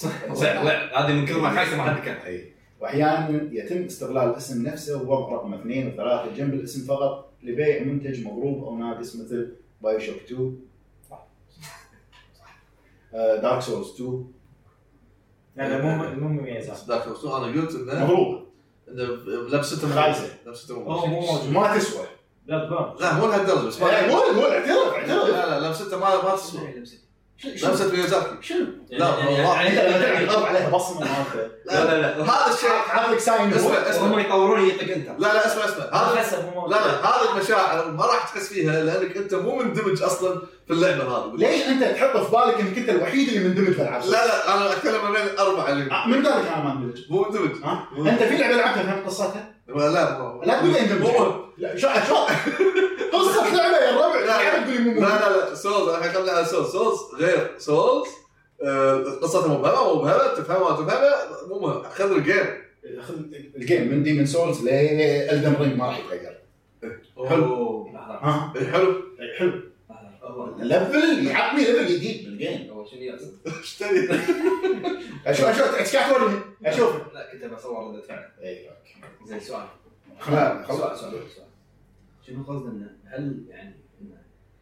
[SPEAKER 6] صح
[SPEAKER 5] لا لا هذه من كثر ما خايسه ما حد كان
[SPEAKER 6] أي. واحيانا يتم استغلال الاسم نفسه ووضع رقم اثنين وثلاثه جنب الاسم فقط لبيع منتج مضروب او ناقص مثل باي شوك 2 دارك سولز 2
[SPEAKER 2] لا لا مو مو مميزات
[SPEAKER 7] داخل بس انا قلت انه
[SPEAKER 6] مضروبه
[SPEAKER 7] انه لبسته
[SPEAKER 6] خايسة.
[SPEAKER 7] لبسته
[SPEAKER 2] هو مو موجود
[SPEAKER 6] ما تسوى
[SPEAKER 2] بلاد بورن
[SPEAKER 7] لا مو لهالدرجه بس ما-
[SPEAKER 6] إيه، قول قول اعترف اعترف
[SPEAKER 7] لا لا لبسته ما ما تصير لبسه ميازاكي
[SPEAKER 6] شنو؟ يعني-
[SPEAKER 7] لا والله
[SPEAKER 6] انت لما تلعب الارض عليها بصمه مالته
[SPEAKER 7] لا لا
[SPEAKER 5] لا
[SPEAKER 7] هذا الشيء
[SPEAKER 6] حاط لك ساين
[SPEAKER 7] اسمع
[SPEAKER 6] هو.
[SPEAKER 7] اسمع
[SPEAKER 5] هم يطورون يعطيك انت
[SPEAKER 7] لا لا اسمع اسمع هذا
[SPEAKER 2] هذا مو موجود
[SPEAKER 7] لا لا هذه المشاعر ما راح تحس فيها لانك انت مو مندمج اصلا في اللعبه هذه
[SPEAKER 6] ليش انت تحط في بالك انك انت الوحيد اللي مندمج في العاب؟
[SPEAKER 7] لا لا انا اتكلم ما بين الاربعه اللي
[SPEAKER 6] آه، من قال لك انا ما اندمج؟
[SPEAKER 7] مو مندمج
[SPEAKER 6] ها؟ انت في لعبه لعبتها فهمت قصتها؟
[SPEAKER 7] لا مو
[SPEAKER 6] لا تقول لي انت
[SPEAKER 7] مو-
[SPEAKER 6] مجنون. لا شو *laughs* شو قصه لعبه يا الربع
[SPEAKER 7] لا.
[SPEAKER 6] لا تقول لي مو
[SPEAKER 7] لا
[SPEAKER 6] مجنون.
[SPEAKER 7] لا لا سولز احنا خلينا على سولز سولز غير سولز آه، قصتها مبهمه مبهمه تفهمها تفهمها مو مهم خذ الجيم
[SPEAKER 6] خذ الجيم من ديمن سولز لالدن رينج ما راح يتغير
[SPEAKER 5] حلو لحظه
[SPEAKER 6] ها
[SPEAKER 7] حلو *laughs*
[SPEAKER 6] حلو
[SPEAKER 5] لحظه
[SPEAKER 6] ليفل يعطني ليفل جديد بالجيم
[SPEAKER 5] اول شنو يقصد؟
[SPEAKER 7] اشتري
[SPEAKER 6] اشوف اشوف ايش قاعد توريني اشوف
[SPEAKER 5] لا كنت بصور رده فعل
[SPEAKER 6] إيه، أوكي.
[SPEAKER 5] زين سؤال
[SPEAKER 6] خلاص
[SPEAKER 5] سؤال
[SPEAKER 6] خلاص
[SPEAKER 5] سؤال سؤال شنو قصد انه هل يعني انه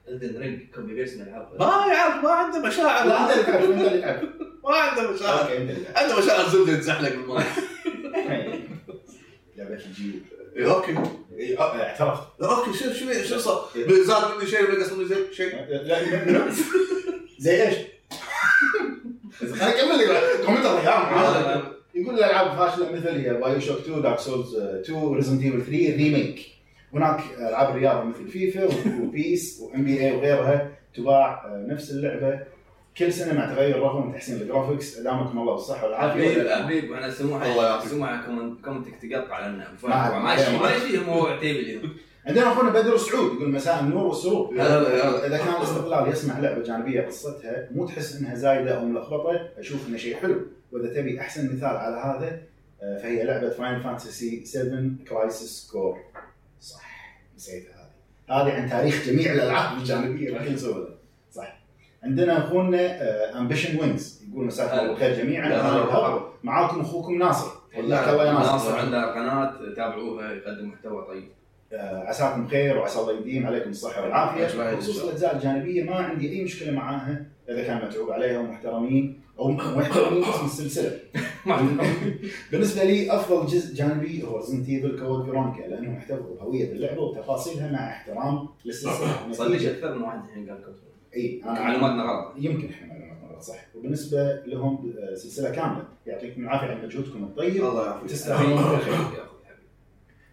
[SPEAKER 5] الدن رينج كوبي بيس من العاب
[SPEAKER 7] ما يعرف ما عنده مشاعر
[SPEAKER 6] لا انت اللي تعرف انت اللي تعرف
[SPEAKER 7] *laughs* ما عنده مشاعر
[SPEAKER 6] اوكي انت اللي تعرف
[SPEAKER 7] عنده مشاعر زبده يتزحلق بالماء
[SPEAKER 6] *laughs* إيه. لعبه الجيو
[SPEAKER 7] إيه، اوكي
[SPEAKER 6] إيه، أه، اعترفت
[SPEAKER 7] لا، اوكي شوف شوف شو صار زاد مني شيء نقص مني شيء شيء
[SPEAKER 6] لا منو؟ زي ايش؟ خليني اكمل لك كومنتر يا عم. يقول الالعاب فاشله مثل هي بايو شوك 2 دارك سولز 2 ريزنت ايفل 3 ريميك هناك العاب الرياضه مثل فيفا وبيس وام بي اي وغيرها تباع آه، نفس اللعبه كل سنه مع تغير الرقم وتحسين الجرافكس دامكم الله بالصحه
[SPEAKER 5] حبيب
[SPEAKER 6] والعافيه
[SPEAKER 5] حبيب انا
[SPEAKER 7] الله
[SPEAKER 5] سموحه
[SPEAKER 7] يعافيك.
[SPEAKER 5] سموحه كومن- كومنتك تقطع لنا
[SPEAKER 6] ما-
[SPEAKER 5] ما
[SPEAKER 6] ما-
[SPEAKER 5] شيء ما شيء مو عتيبي اليوم
[SPEAKER 6] عندنا اخونا بدر سعود يقول مساء النور والسرور
[SPEAKER 7] هلا هلا.
[SPEAKER 6] اذا كان الاستقلال يسمع لعبه جانبيه قصتها مو تحس انها زايده او ملخبطه اشوف انه شيء حلو واذا تبي احسن مثال على هذا آه، فهي لعبه فاين فانتسي 7 كرايسيس كور صح نسيتها هذه هذه عن تاريخ جميع الالعاب الجانبيه راح نسولها صح عندنا آه، اخونا امبيشن وينز يقول مساكم الله بالخير جميعا
[SPEAKER 5] هلا.
[SPEAKER 6] أنا الهضبة. معاكم اخوكم ناصر حياك الله يا
[SPEAKER 5] ناصر عندها قناه تابعوها يقدم محتوى طيب
[SPEAKER 6] آه، عساكم خير وعسى الله يديم عليكم الصحه
[SPEAKER 7] الله
[SPEAKER 6] والعافيه
[SPEAKER 7] يعينك.
[SPEAKER 6] بخصوص الاجزاء الجانبيه ما عندي اي مشكله معاها اذا كان متعوب عليها ومحترمين او محترمين اسم السلسله بالنسبه لي افضل جزء جانبي هو ريزنت ايفل كود فيرونيكا لانهم احتفظوا بهويه اللعبه وتفاصيلها مع احترام للسلسله
[SPEAKER 5] صدق
[SPEAKER 6] نتيجة-
[SPEAKER 5] اكثر من واحد الحين قال كوكب
[SPEAKER 6] اي أنا-
[SPEAKER 5] معلوماتنا غلط
[SPEAKER 6] يمكن احنا معلوماتنا غلط صح وبالنسبه لهم آه، سلسله كامله يعطيكم العافيه على مجهودكم الطيب
[SPEAKER 7] الله يعافيك
[SPEAKER 6] وتستاهلون كل خير
[SPEAKER 5] يا اخوي حبيبي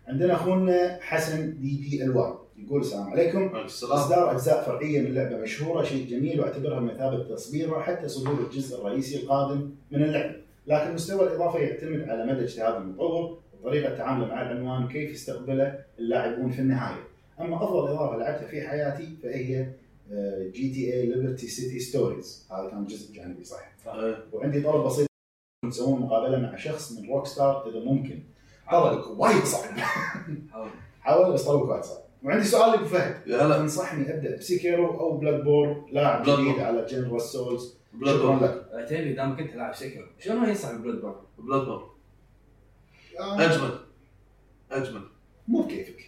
[SPEAKER 6] عندنا اخونا حسن دي بي الوان يقول السلام عليكم
[SPEAKER 7] عليك السلام
[SPEAKER 6] اصدار اجزاء فرعيه من لعبه مشهوره شيء جميل واعتبرها بمثابه تصبيره حتى صدور الجزء الرئيسي القادم من اللعبه، لكن مستوى الاضافه يعتمد على مدى اجتهاد المطور وطريقه تعامله مع العنوان وكيف يستقبله اللاعبون في النهايه. اما افضل اضافه لعبتها في حياتي فهي آه، جي تي إيه اي ليبرتي سيتي ستوريز، هذا كان جزء جانبي صح.
[SPEAKER 7] آه،
[SPEAKER 6] وعندي طلب بسيط تسوون مقابله مع شخص من روك ستار اذا ممكن. طلبك وايد صعب.
[SPEAKER 5] حاول
[SPEAKER 6] حاول بس طلبك واحد صعب وعندي سؤال لابو فهد
[SPEAKER 7] يا هلا
[SPEAKER 6] تنصحني ابدا بسيكيرو او بلاد بور لاعب
[SPEAKER 7] بلاد
[SPEAKER 6] جديد
[SPEAKER 7] بور.
[SPEAKER 6] على جنرال سولز
[SPEAKER 7] بلاد
[SPEAKER 6] شكرا
[SPEAKER 7] بورن
[SPEAKER 6] لك
[SPEAKER 5] تبي دامك انت لاعب سكر شلون ينصح بلود بورن؟
[SPEAKER 7] بلاد بورن
[SPEAKER 6] آه،
[SPEAKER 7] اجمل اجمل
[SPEAKER 6] مو بكيفك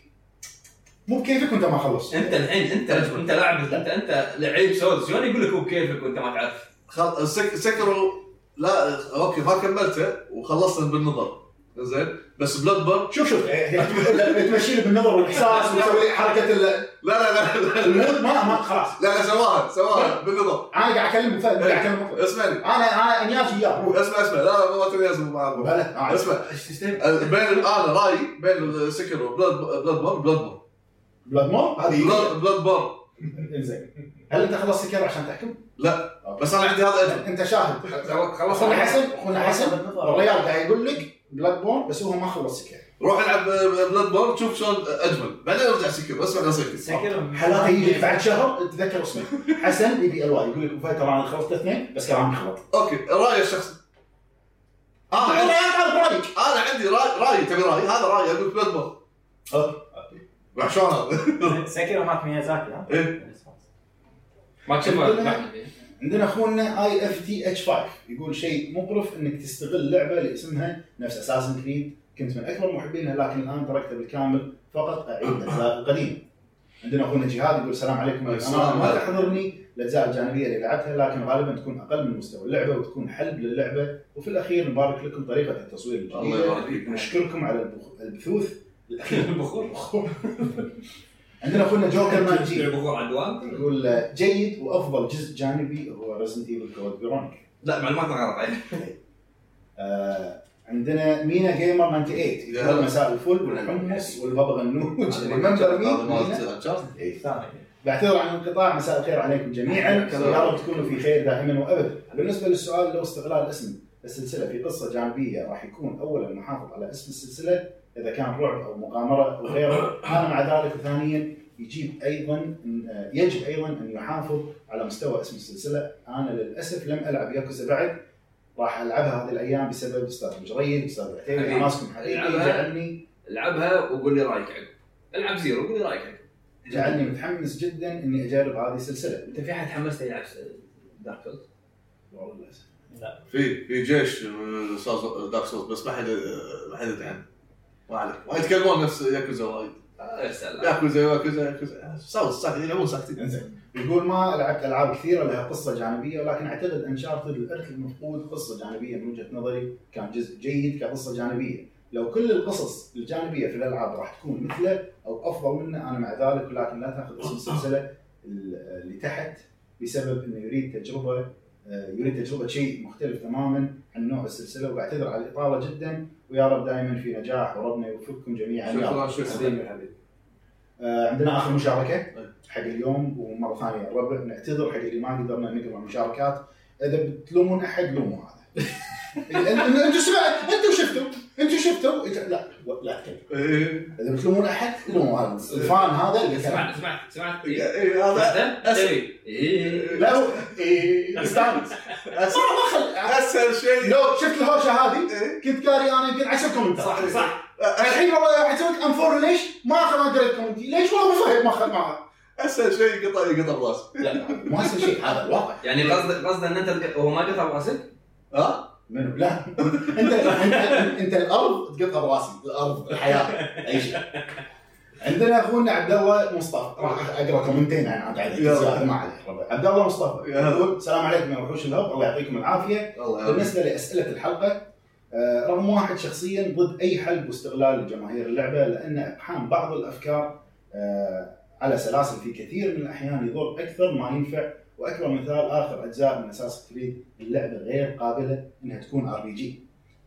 [SPEAKER 6] مو بكيفك وانت ما خلصت
[SPEAKER 5] انت الحين انت انت لاعب انت انت لعيب سولز شلون يقول لك هو بكيفك وانت ما تعرف؟
[SPEAKER 7] خل... سك... سكروا لا اوكي uh, ما كملته وخلصنا بالنظر زين بس بلاد بورن
[SPEAKER 6] شوف شوف إيه، *laughs* تمشي بالنظر والاحساس وتسوي حركه ال-
[SPEAKER 7] لا لا لا لا
[SPEAKER 6] المود ما ما خلاص
[SPEAKER 7] لا لا سواها سواها بالنظر
[SPEAKER 6] انا قاعد اكلم ابو فهد قاعد اكلم أبو فهد.
[SPEAKER 7] اسمعني
[SPEAKER 6] انا انا انياش وياه روح
[SPEAKER 7] اسمع اسمع لا لا ما تميز مع
[SPEAKER 6] بلا آه،
[SPEAKER 7] اسمع
[SPEAKER 5] ايش تستفيد؟
[SPEAKER 7] بين انا رايي بين سكر وبلاد بلاد بورن بلاد بورن
[SPEAKER 6] بلاد مور هذه
[SPEAKER 7] بلاد بلاد بورن
[SPEAKER 6] انزين هل انت خلصت سكر عشان تحكم؟
[SPEAKER 7] بس انا عندي هذا اجمل
[SPEAKER 6] انت شاهد
[SPEAKER 5] خلاص
[SPEAKER 6] اخونا حسن اخونا حسن
[SPEAKER 8] بالنظر
[SPEAKER 6] الريال قاعد يقول لك بلاد بور بس هو ما خلص سكر
[SPEAKER 7] روح العب بلاد بورن شوف شلون اجمل بعدين ارجع سكر اسمع لسكر
[SPEAKER 8] سكر
[SPEAKER 6] حالاته يجيك بعد شهر تتذكر اسمه حسن يبي الواي يقول لك أبو فهد ترى انا خلصت اثنين بس كلامي غلط
[SPEAKER 7] اوكي رايي الشخصي انا
[SPEAKER 6] انا
[SPEAKER 7] عندي
[SPEAKER 6] أنا برايك
[SPEAKER 7] انا عندي راي رايي تبي رايي هذا رايي اقول بلاد بورن
[SPEAKER 6] أوكي.
[SPEAKER 7] مع شلون هذا
[SPEAKER 8] سكر مات ميازاكي ها؟
[SPEAKER 7] إيه.
[SPEAKER 5] ما تشوفه
[SPEAKER 6] عندنا اخونا اي اف تي اتش 5 يقول شيء مقرف انك تستغل لعبه اللي اسمها نفس اساسن كريد كنت من اكبر محبينها لكن الان تركتها بالكامل فقط اعيد الاجزاء القديمه. عندنا اخونا جهاد يقول السلام عليكم أهل
[SPEAKER 7] السلام
[SPEAKER 6] الأمان. ما
[SPEAKER 7] عليكم.
[SPEAKER 6] تحضرني الاجزاء الجانبيه اللي لعبتها لكن غالبا تكون اقل من مستوى اللعبه وتكون حلب للعبه وفي الاخير نبارك لكم طريقه التصوير
[SPEAKER 7] الله
[SPEAKER 6] الجديده
[SPEAKER 7] يبارك فيك
[SPEAKER 6] ونشكركم على البخ-
[SPEAKER 7] *laughs*
[SPEAKER 6] البثوث الاخير
[SPEAKER 5] البخور
[SPEAKER 6] *laughs* عندنا اخونا جوكر
[SPEAKER 7] *laughs*
[SPEAKER 6] ماجي
[SPEAKER 5] البخور على الدوام
[SPEAKER 6] يقول جيد وافضل جزء جانبي هو ريزنت ايفل كود فيرونيكا
[SPEAKER 5] لا معلوماتنا غلط عليك
[SPEAKER 6] آه، عندنا مينا جيمر 98
[SPEAKER 7] يا هلا.
[SPEAKER 6] يقول مساء الفل والحمص والبابا *laughs* غنوج
[SPEAKER 7] هذا
[SPEAKER 6] ريمبر مي
[SPEAKER 7] مال Uncharted.
[SPEAKER 6] إيه، بعتذر عن الانقطاع مساء الخير عليكم جميعا يا رب تكونوا في خير دائما وابدا بالنسبه للسؤال لو استغلال اسم السلسله في قصه جانبيه راح يكون اولا محافظ على اسم السلسله اذا كان رعب او مغامره او غيره انا مع ذلك وثانيا يجيب ايضا إن- آه، يجب ايضا ان يحافظ على مستوى اسم السلسله انا للاسف لم العب ياكوزا بعد راح العبها هذه الايام بسبب استاذ مجريد استاذ عتيبي
[SPEAKER 5] حبيبي.
[SPEAKER 6] حماسكم حبيبي
[SPEAKER 5] العبها.
[SPEAKER 6] جعلني
[SPEAKER 5] العبها وقول لي رايك عقب العب زيرو وقول لي يعني. رايك عقب
[SPEAKER 6] جعلني متحمس جدا اني اجرب هذه السلسله
[SPEAKER 5] انت في احد حمسته يلعب دارك سولز؟
[SPEAKER 6] والله للاسف
[SPEAKER 7] في في جيش آه، دارك سولز بس ما حد آه، ما حد يدري عنه ما عليك ما يتكلمون نفس ياكوزا وايد
[SPEAKER 5] آه، يا سلام
[SPEAKER 7] ياكوزا ياكوزا ياكوزا صوت ساكت يلعبون ساكتين
[SPEAKER 6] انزين يقول ما لعبت العاب كثيره لها قصه جانبيه ولكن اعتقد انشارتد الارث المفقود قصه جانبيه من وجهه نظري كان جزء جيد كقصه جانبيه لو كل القصص الجانبيه في الالعاب راح تكون مثله او افضل منه انا مع ذلك ولكن لا تاخذ اسم السلسله اللي تحت بسبب انه يريد تجربه آه، يريد تجربه شيء مختلف تماما عن نوع السلسله وبعتذر على الاطاله جدا ويا رب دائما في نجاح وربنا يوفقكم جميعا يا
[SPEAKER 7] شكراً،
[SPEAKER 6] رب.
[SPEAKER 7] شكراً.
[SPEAKER 6] حبيبي، حبيبي. آه، عندنا اخر
[SPEAKER 5] طيب.
[SPEAKER 6] مشاركه حق اليوم ومره ثانيه الربع نعتذر حق اللي ما قدرنا نقرا المشاركات اذا بتلومون احد لوموا هذا
[SPEAKER 5] *laughs*
[SPEAKER 6] انتوا سمعت انتوا شفتوا انتوا شفتوا إنتوا- لا لا تكلم
[SPEAKER 7] ايه
[SPEAKER 6] اذا بتلومون احد لوموا هذا الفان هذا اللي كلام.
[SPEAKER 5] سمعت سمعت سمعت إيه.
[SPEAKER 7] إيه، هذا
[SPEAKER 5] واحدة؟
[SPEAKER 7] أسف.
[SPEAKER 5] إيه. إيه.
[SPEAKER 6] لا هو- إيه،
[SPEAKER 5] *laughs*
[SPEAKER 6] استانس
[SPEAKER 7] أسهل-
[SPEAKER 6] مرة ما خل-
[SPEAKER 7] اسهل شيء
[SPEAKER 6] لو شفت الهوشه هذه
[SPEAKER 7] إيه.
[SPEAKER 6] كنت قاري انا يمكن 10 كومنتات
[SPEAKER 5] صح صح
[SPEAKER 6] الحين والله راح اسوي لك انفور ليش ما اخذ ما قريت كومنتي ليش والله مو فاهم ما اخذ معها
[SPEAKER 7] اسهل شيء يقطع يقطع براسه
[SPEAKER 5] لا
[SPEAKER 6] ما اسوي شيء هذا الواقع
[SPEAKER 5] يعني قصد قصد ان انت تق- هو ما قطع راسك؟
[SPEAKER 7] ها
[SPEAKER 6] منو لا *laughs* انت انت انت الارض تقطها براسي الارض الحياه اي شيء عندنا اخونا عبد الله مصطفى راح اقرا كومنتين عن عن- عن-
[SPEAKER 7] يلا.
[SPEAKER 6] زيادة، ما عليه ربع. عبد الله مصطفى
[SPEAKER 7] يلا.
[SPEAKER 6] يقول السلام عليكم يا وحوش الهب الله يعطيكم العافيه
[SPEAKER 7] الله يعافيك.
[SPEAKER 6] بالنسبه لاسئله الحلقه آه، رقم واحد شخصيا ضد اي حل واستغلال لجماهير اللعبه لان اقحام بعض الافكار آه، على سلاسل في كثير من الاحيان يضر اكثر ما ينفع واكبر مثال اخر اجزاء من اساس كريد اللعبه غير قابله انها تكون ار بي جي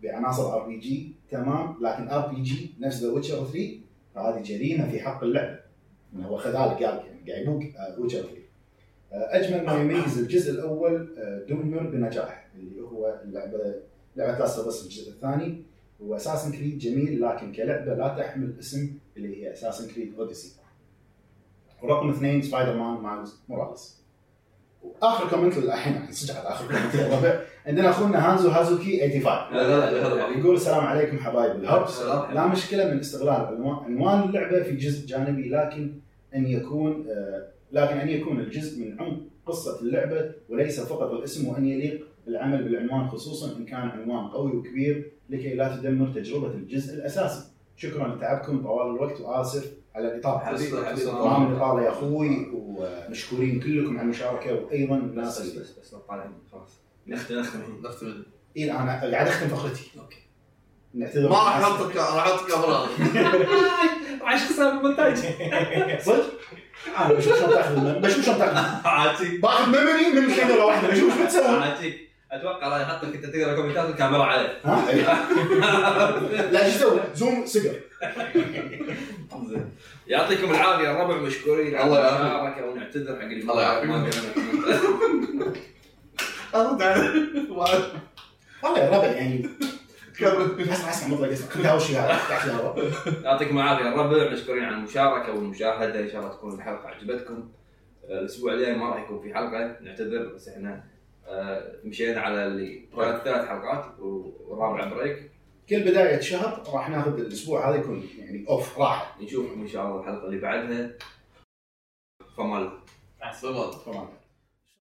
[SPEAKER 6] بعناصر ار بي جي تمام لكن ار بي جي نفس ذا ويتشر 3 فهذه جريمه في حق اللعبه من هو خذلك قال يعني قاعد يبوق ويتشر 3 آه، اجمل ما يميز الجزء الاول آه، دمر بنجاح اللي هو اللعبه لعبه لاست بس الجزء الثاني واساسن كريد جميل لكن كلعبه لا تحمل اسم اللي هي اساسن كريد اوديسي ورقم اثنين سبايدر مان مايلز موراليس اخر كومنت الحين الحين صدق على اخر كومنت يا ربع. عندنا اخونا هانزو هازوكي 85
[SPEAKER 5] لا لا لا، لا
[SPEAKER 6] يقول السلام عليكم حبايب الهبس
[SPEAKER 5] سلام.
[SPEAKER 6] لا مشكله من استغلال عنوان- عنوان اللعبه في جزء جانبي لكن ان يكون آه، لكن ان يكون الجزء من عمق قصه اللعبه وليس فقط الاسم وان يليق العمل بالعنوان خصوصا ان كان عنوان قوي وكبير لكي لا تدمر تجربه الجزء الاساسي شكرا لتعبكم طوال الوقت واسف على الاطاله
[SPEAKER 5] حبيبي حبيبي
[SPEAKER 6] تمام الاطاله يا اخوي ومشكورين كلكم على المشاركه وايضا
[SPEAKER 5] بس
[SPEAKER 6] الناس
[SPEAKER 5] بس
[SPEAKER 6] اللي
[SPEAKER 5] بس بس لا تطالعني خلاص نختم نختم هنا.
[SPEAKER 7] نختم
[SPEAKER 6] إيه انا قاعد اختم فقرتي
[SPEAKER 5] اوكي
[SPEAKER 6] نعتذر
[SPEAKER 7] ما راح احطك راح احطك امران
[SPEAKER 5] عشان خساره بالمونتاج
[SPEAKER 6] *laughs* صدق؟ انا بشوف شلون تاخذ المم- بشوف شلون
[SPEAKER 5] *laughs*
[SPEAKER 6] تاخذ
[SPEAKER 5] عاتيك
[SPEAKER 6] باخذ ميموري من كاميرا واحده بشوف شو بتسوي
[SPEAKER 5] عاتيك اتوقع راح يحطك انت تقرا كومنتات الكاميرا عليك
[SPEAKER 6] ها؟ لا شو اسوي؟ زوم سجر
[SPEAKER 5] زين. يعطيكم العافيه الربع مشكورين على
[SPEAKER 7] الله يعافيك.
[SPEAKER 5] المشاركه ونعتذر حق اللي ما-
[SPEAKER 7] الله يعافيك.
[SPEAKER 5] ما قدرنا.
[SPEAKER 7] ارد عليه
[SPEAKER 6] والله يا ربع يعني
[SPEAKER 7] كمل
[SPEAKER 6] اسمع اسمع مطلق اسمع كنت هاوشي هذا قاعد يا ربع.
[SPEAKER 5] يعطيكم العافيه الربع مشكورين على المشاركه والمشاهده ان شاء الله تكون الحلقه عجبتكم آه، الاسبوع الجاي ما راح يكون في حلقه نعتذر بس احنا آه، مشينا على اللي ثلاث ثلاث حلقات والرابع بريك
[SPEAKER 6] كل بدايه شهر راح ناخذ الاسبوع هذا يكون يعني اوف راحه
[SPEAKER 5] نشوفكم ان شاء الله الحلقه اللي بعدها فمال
[SPEAKER 7] تمام
[SPEAKER 6] طبعا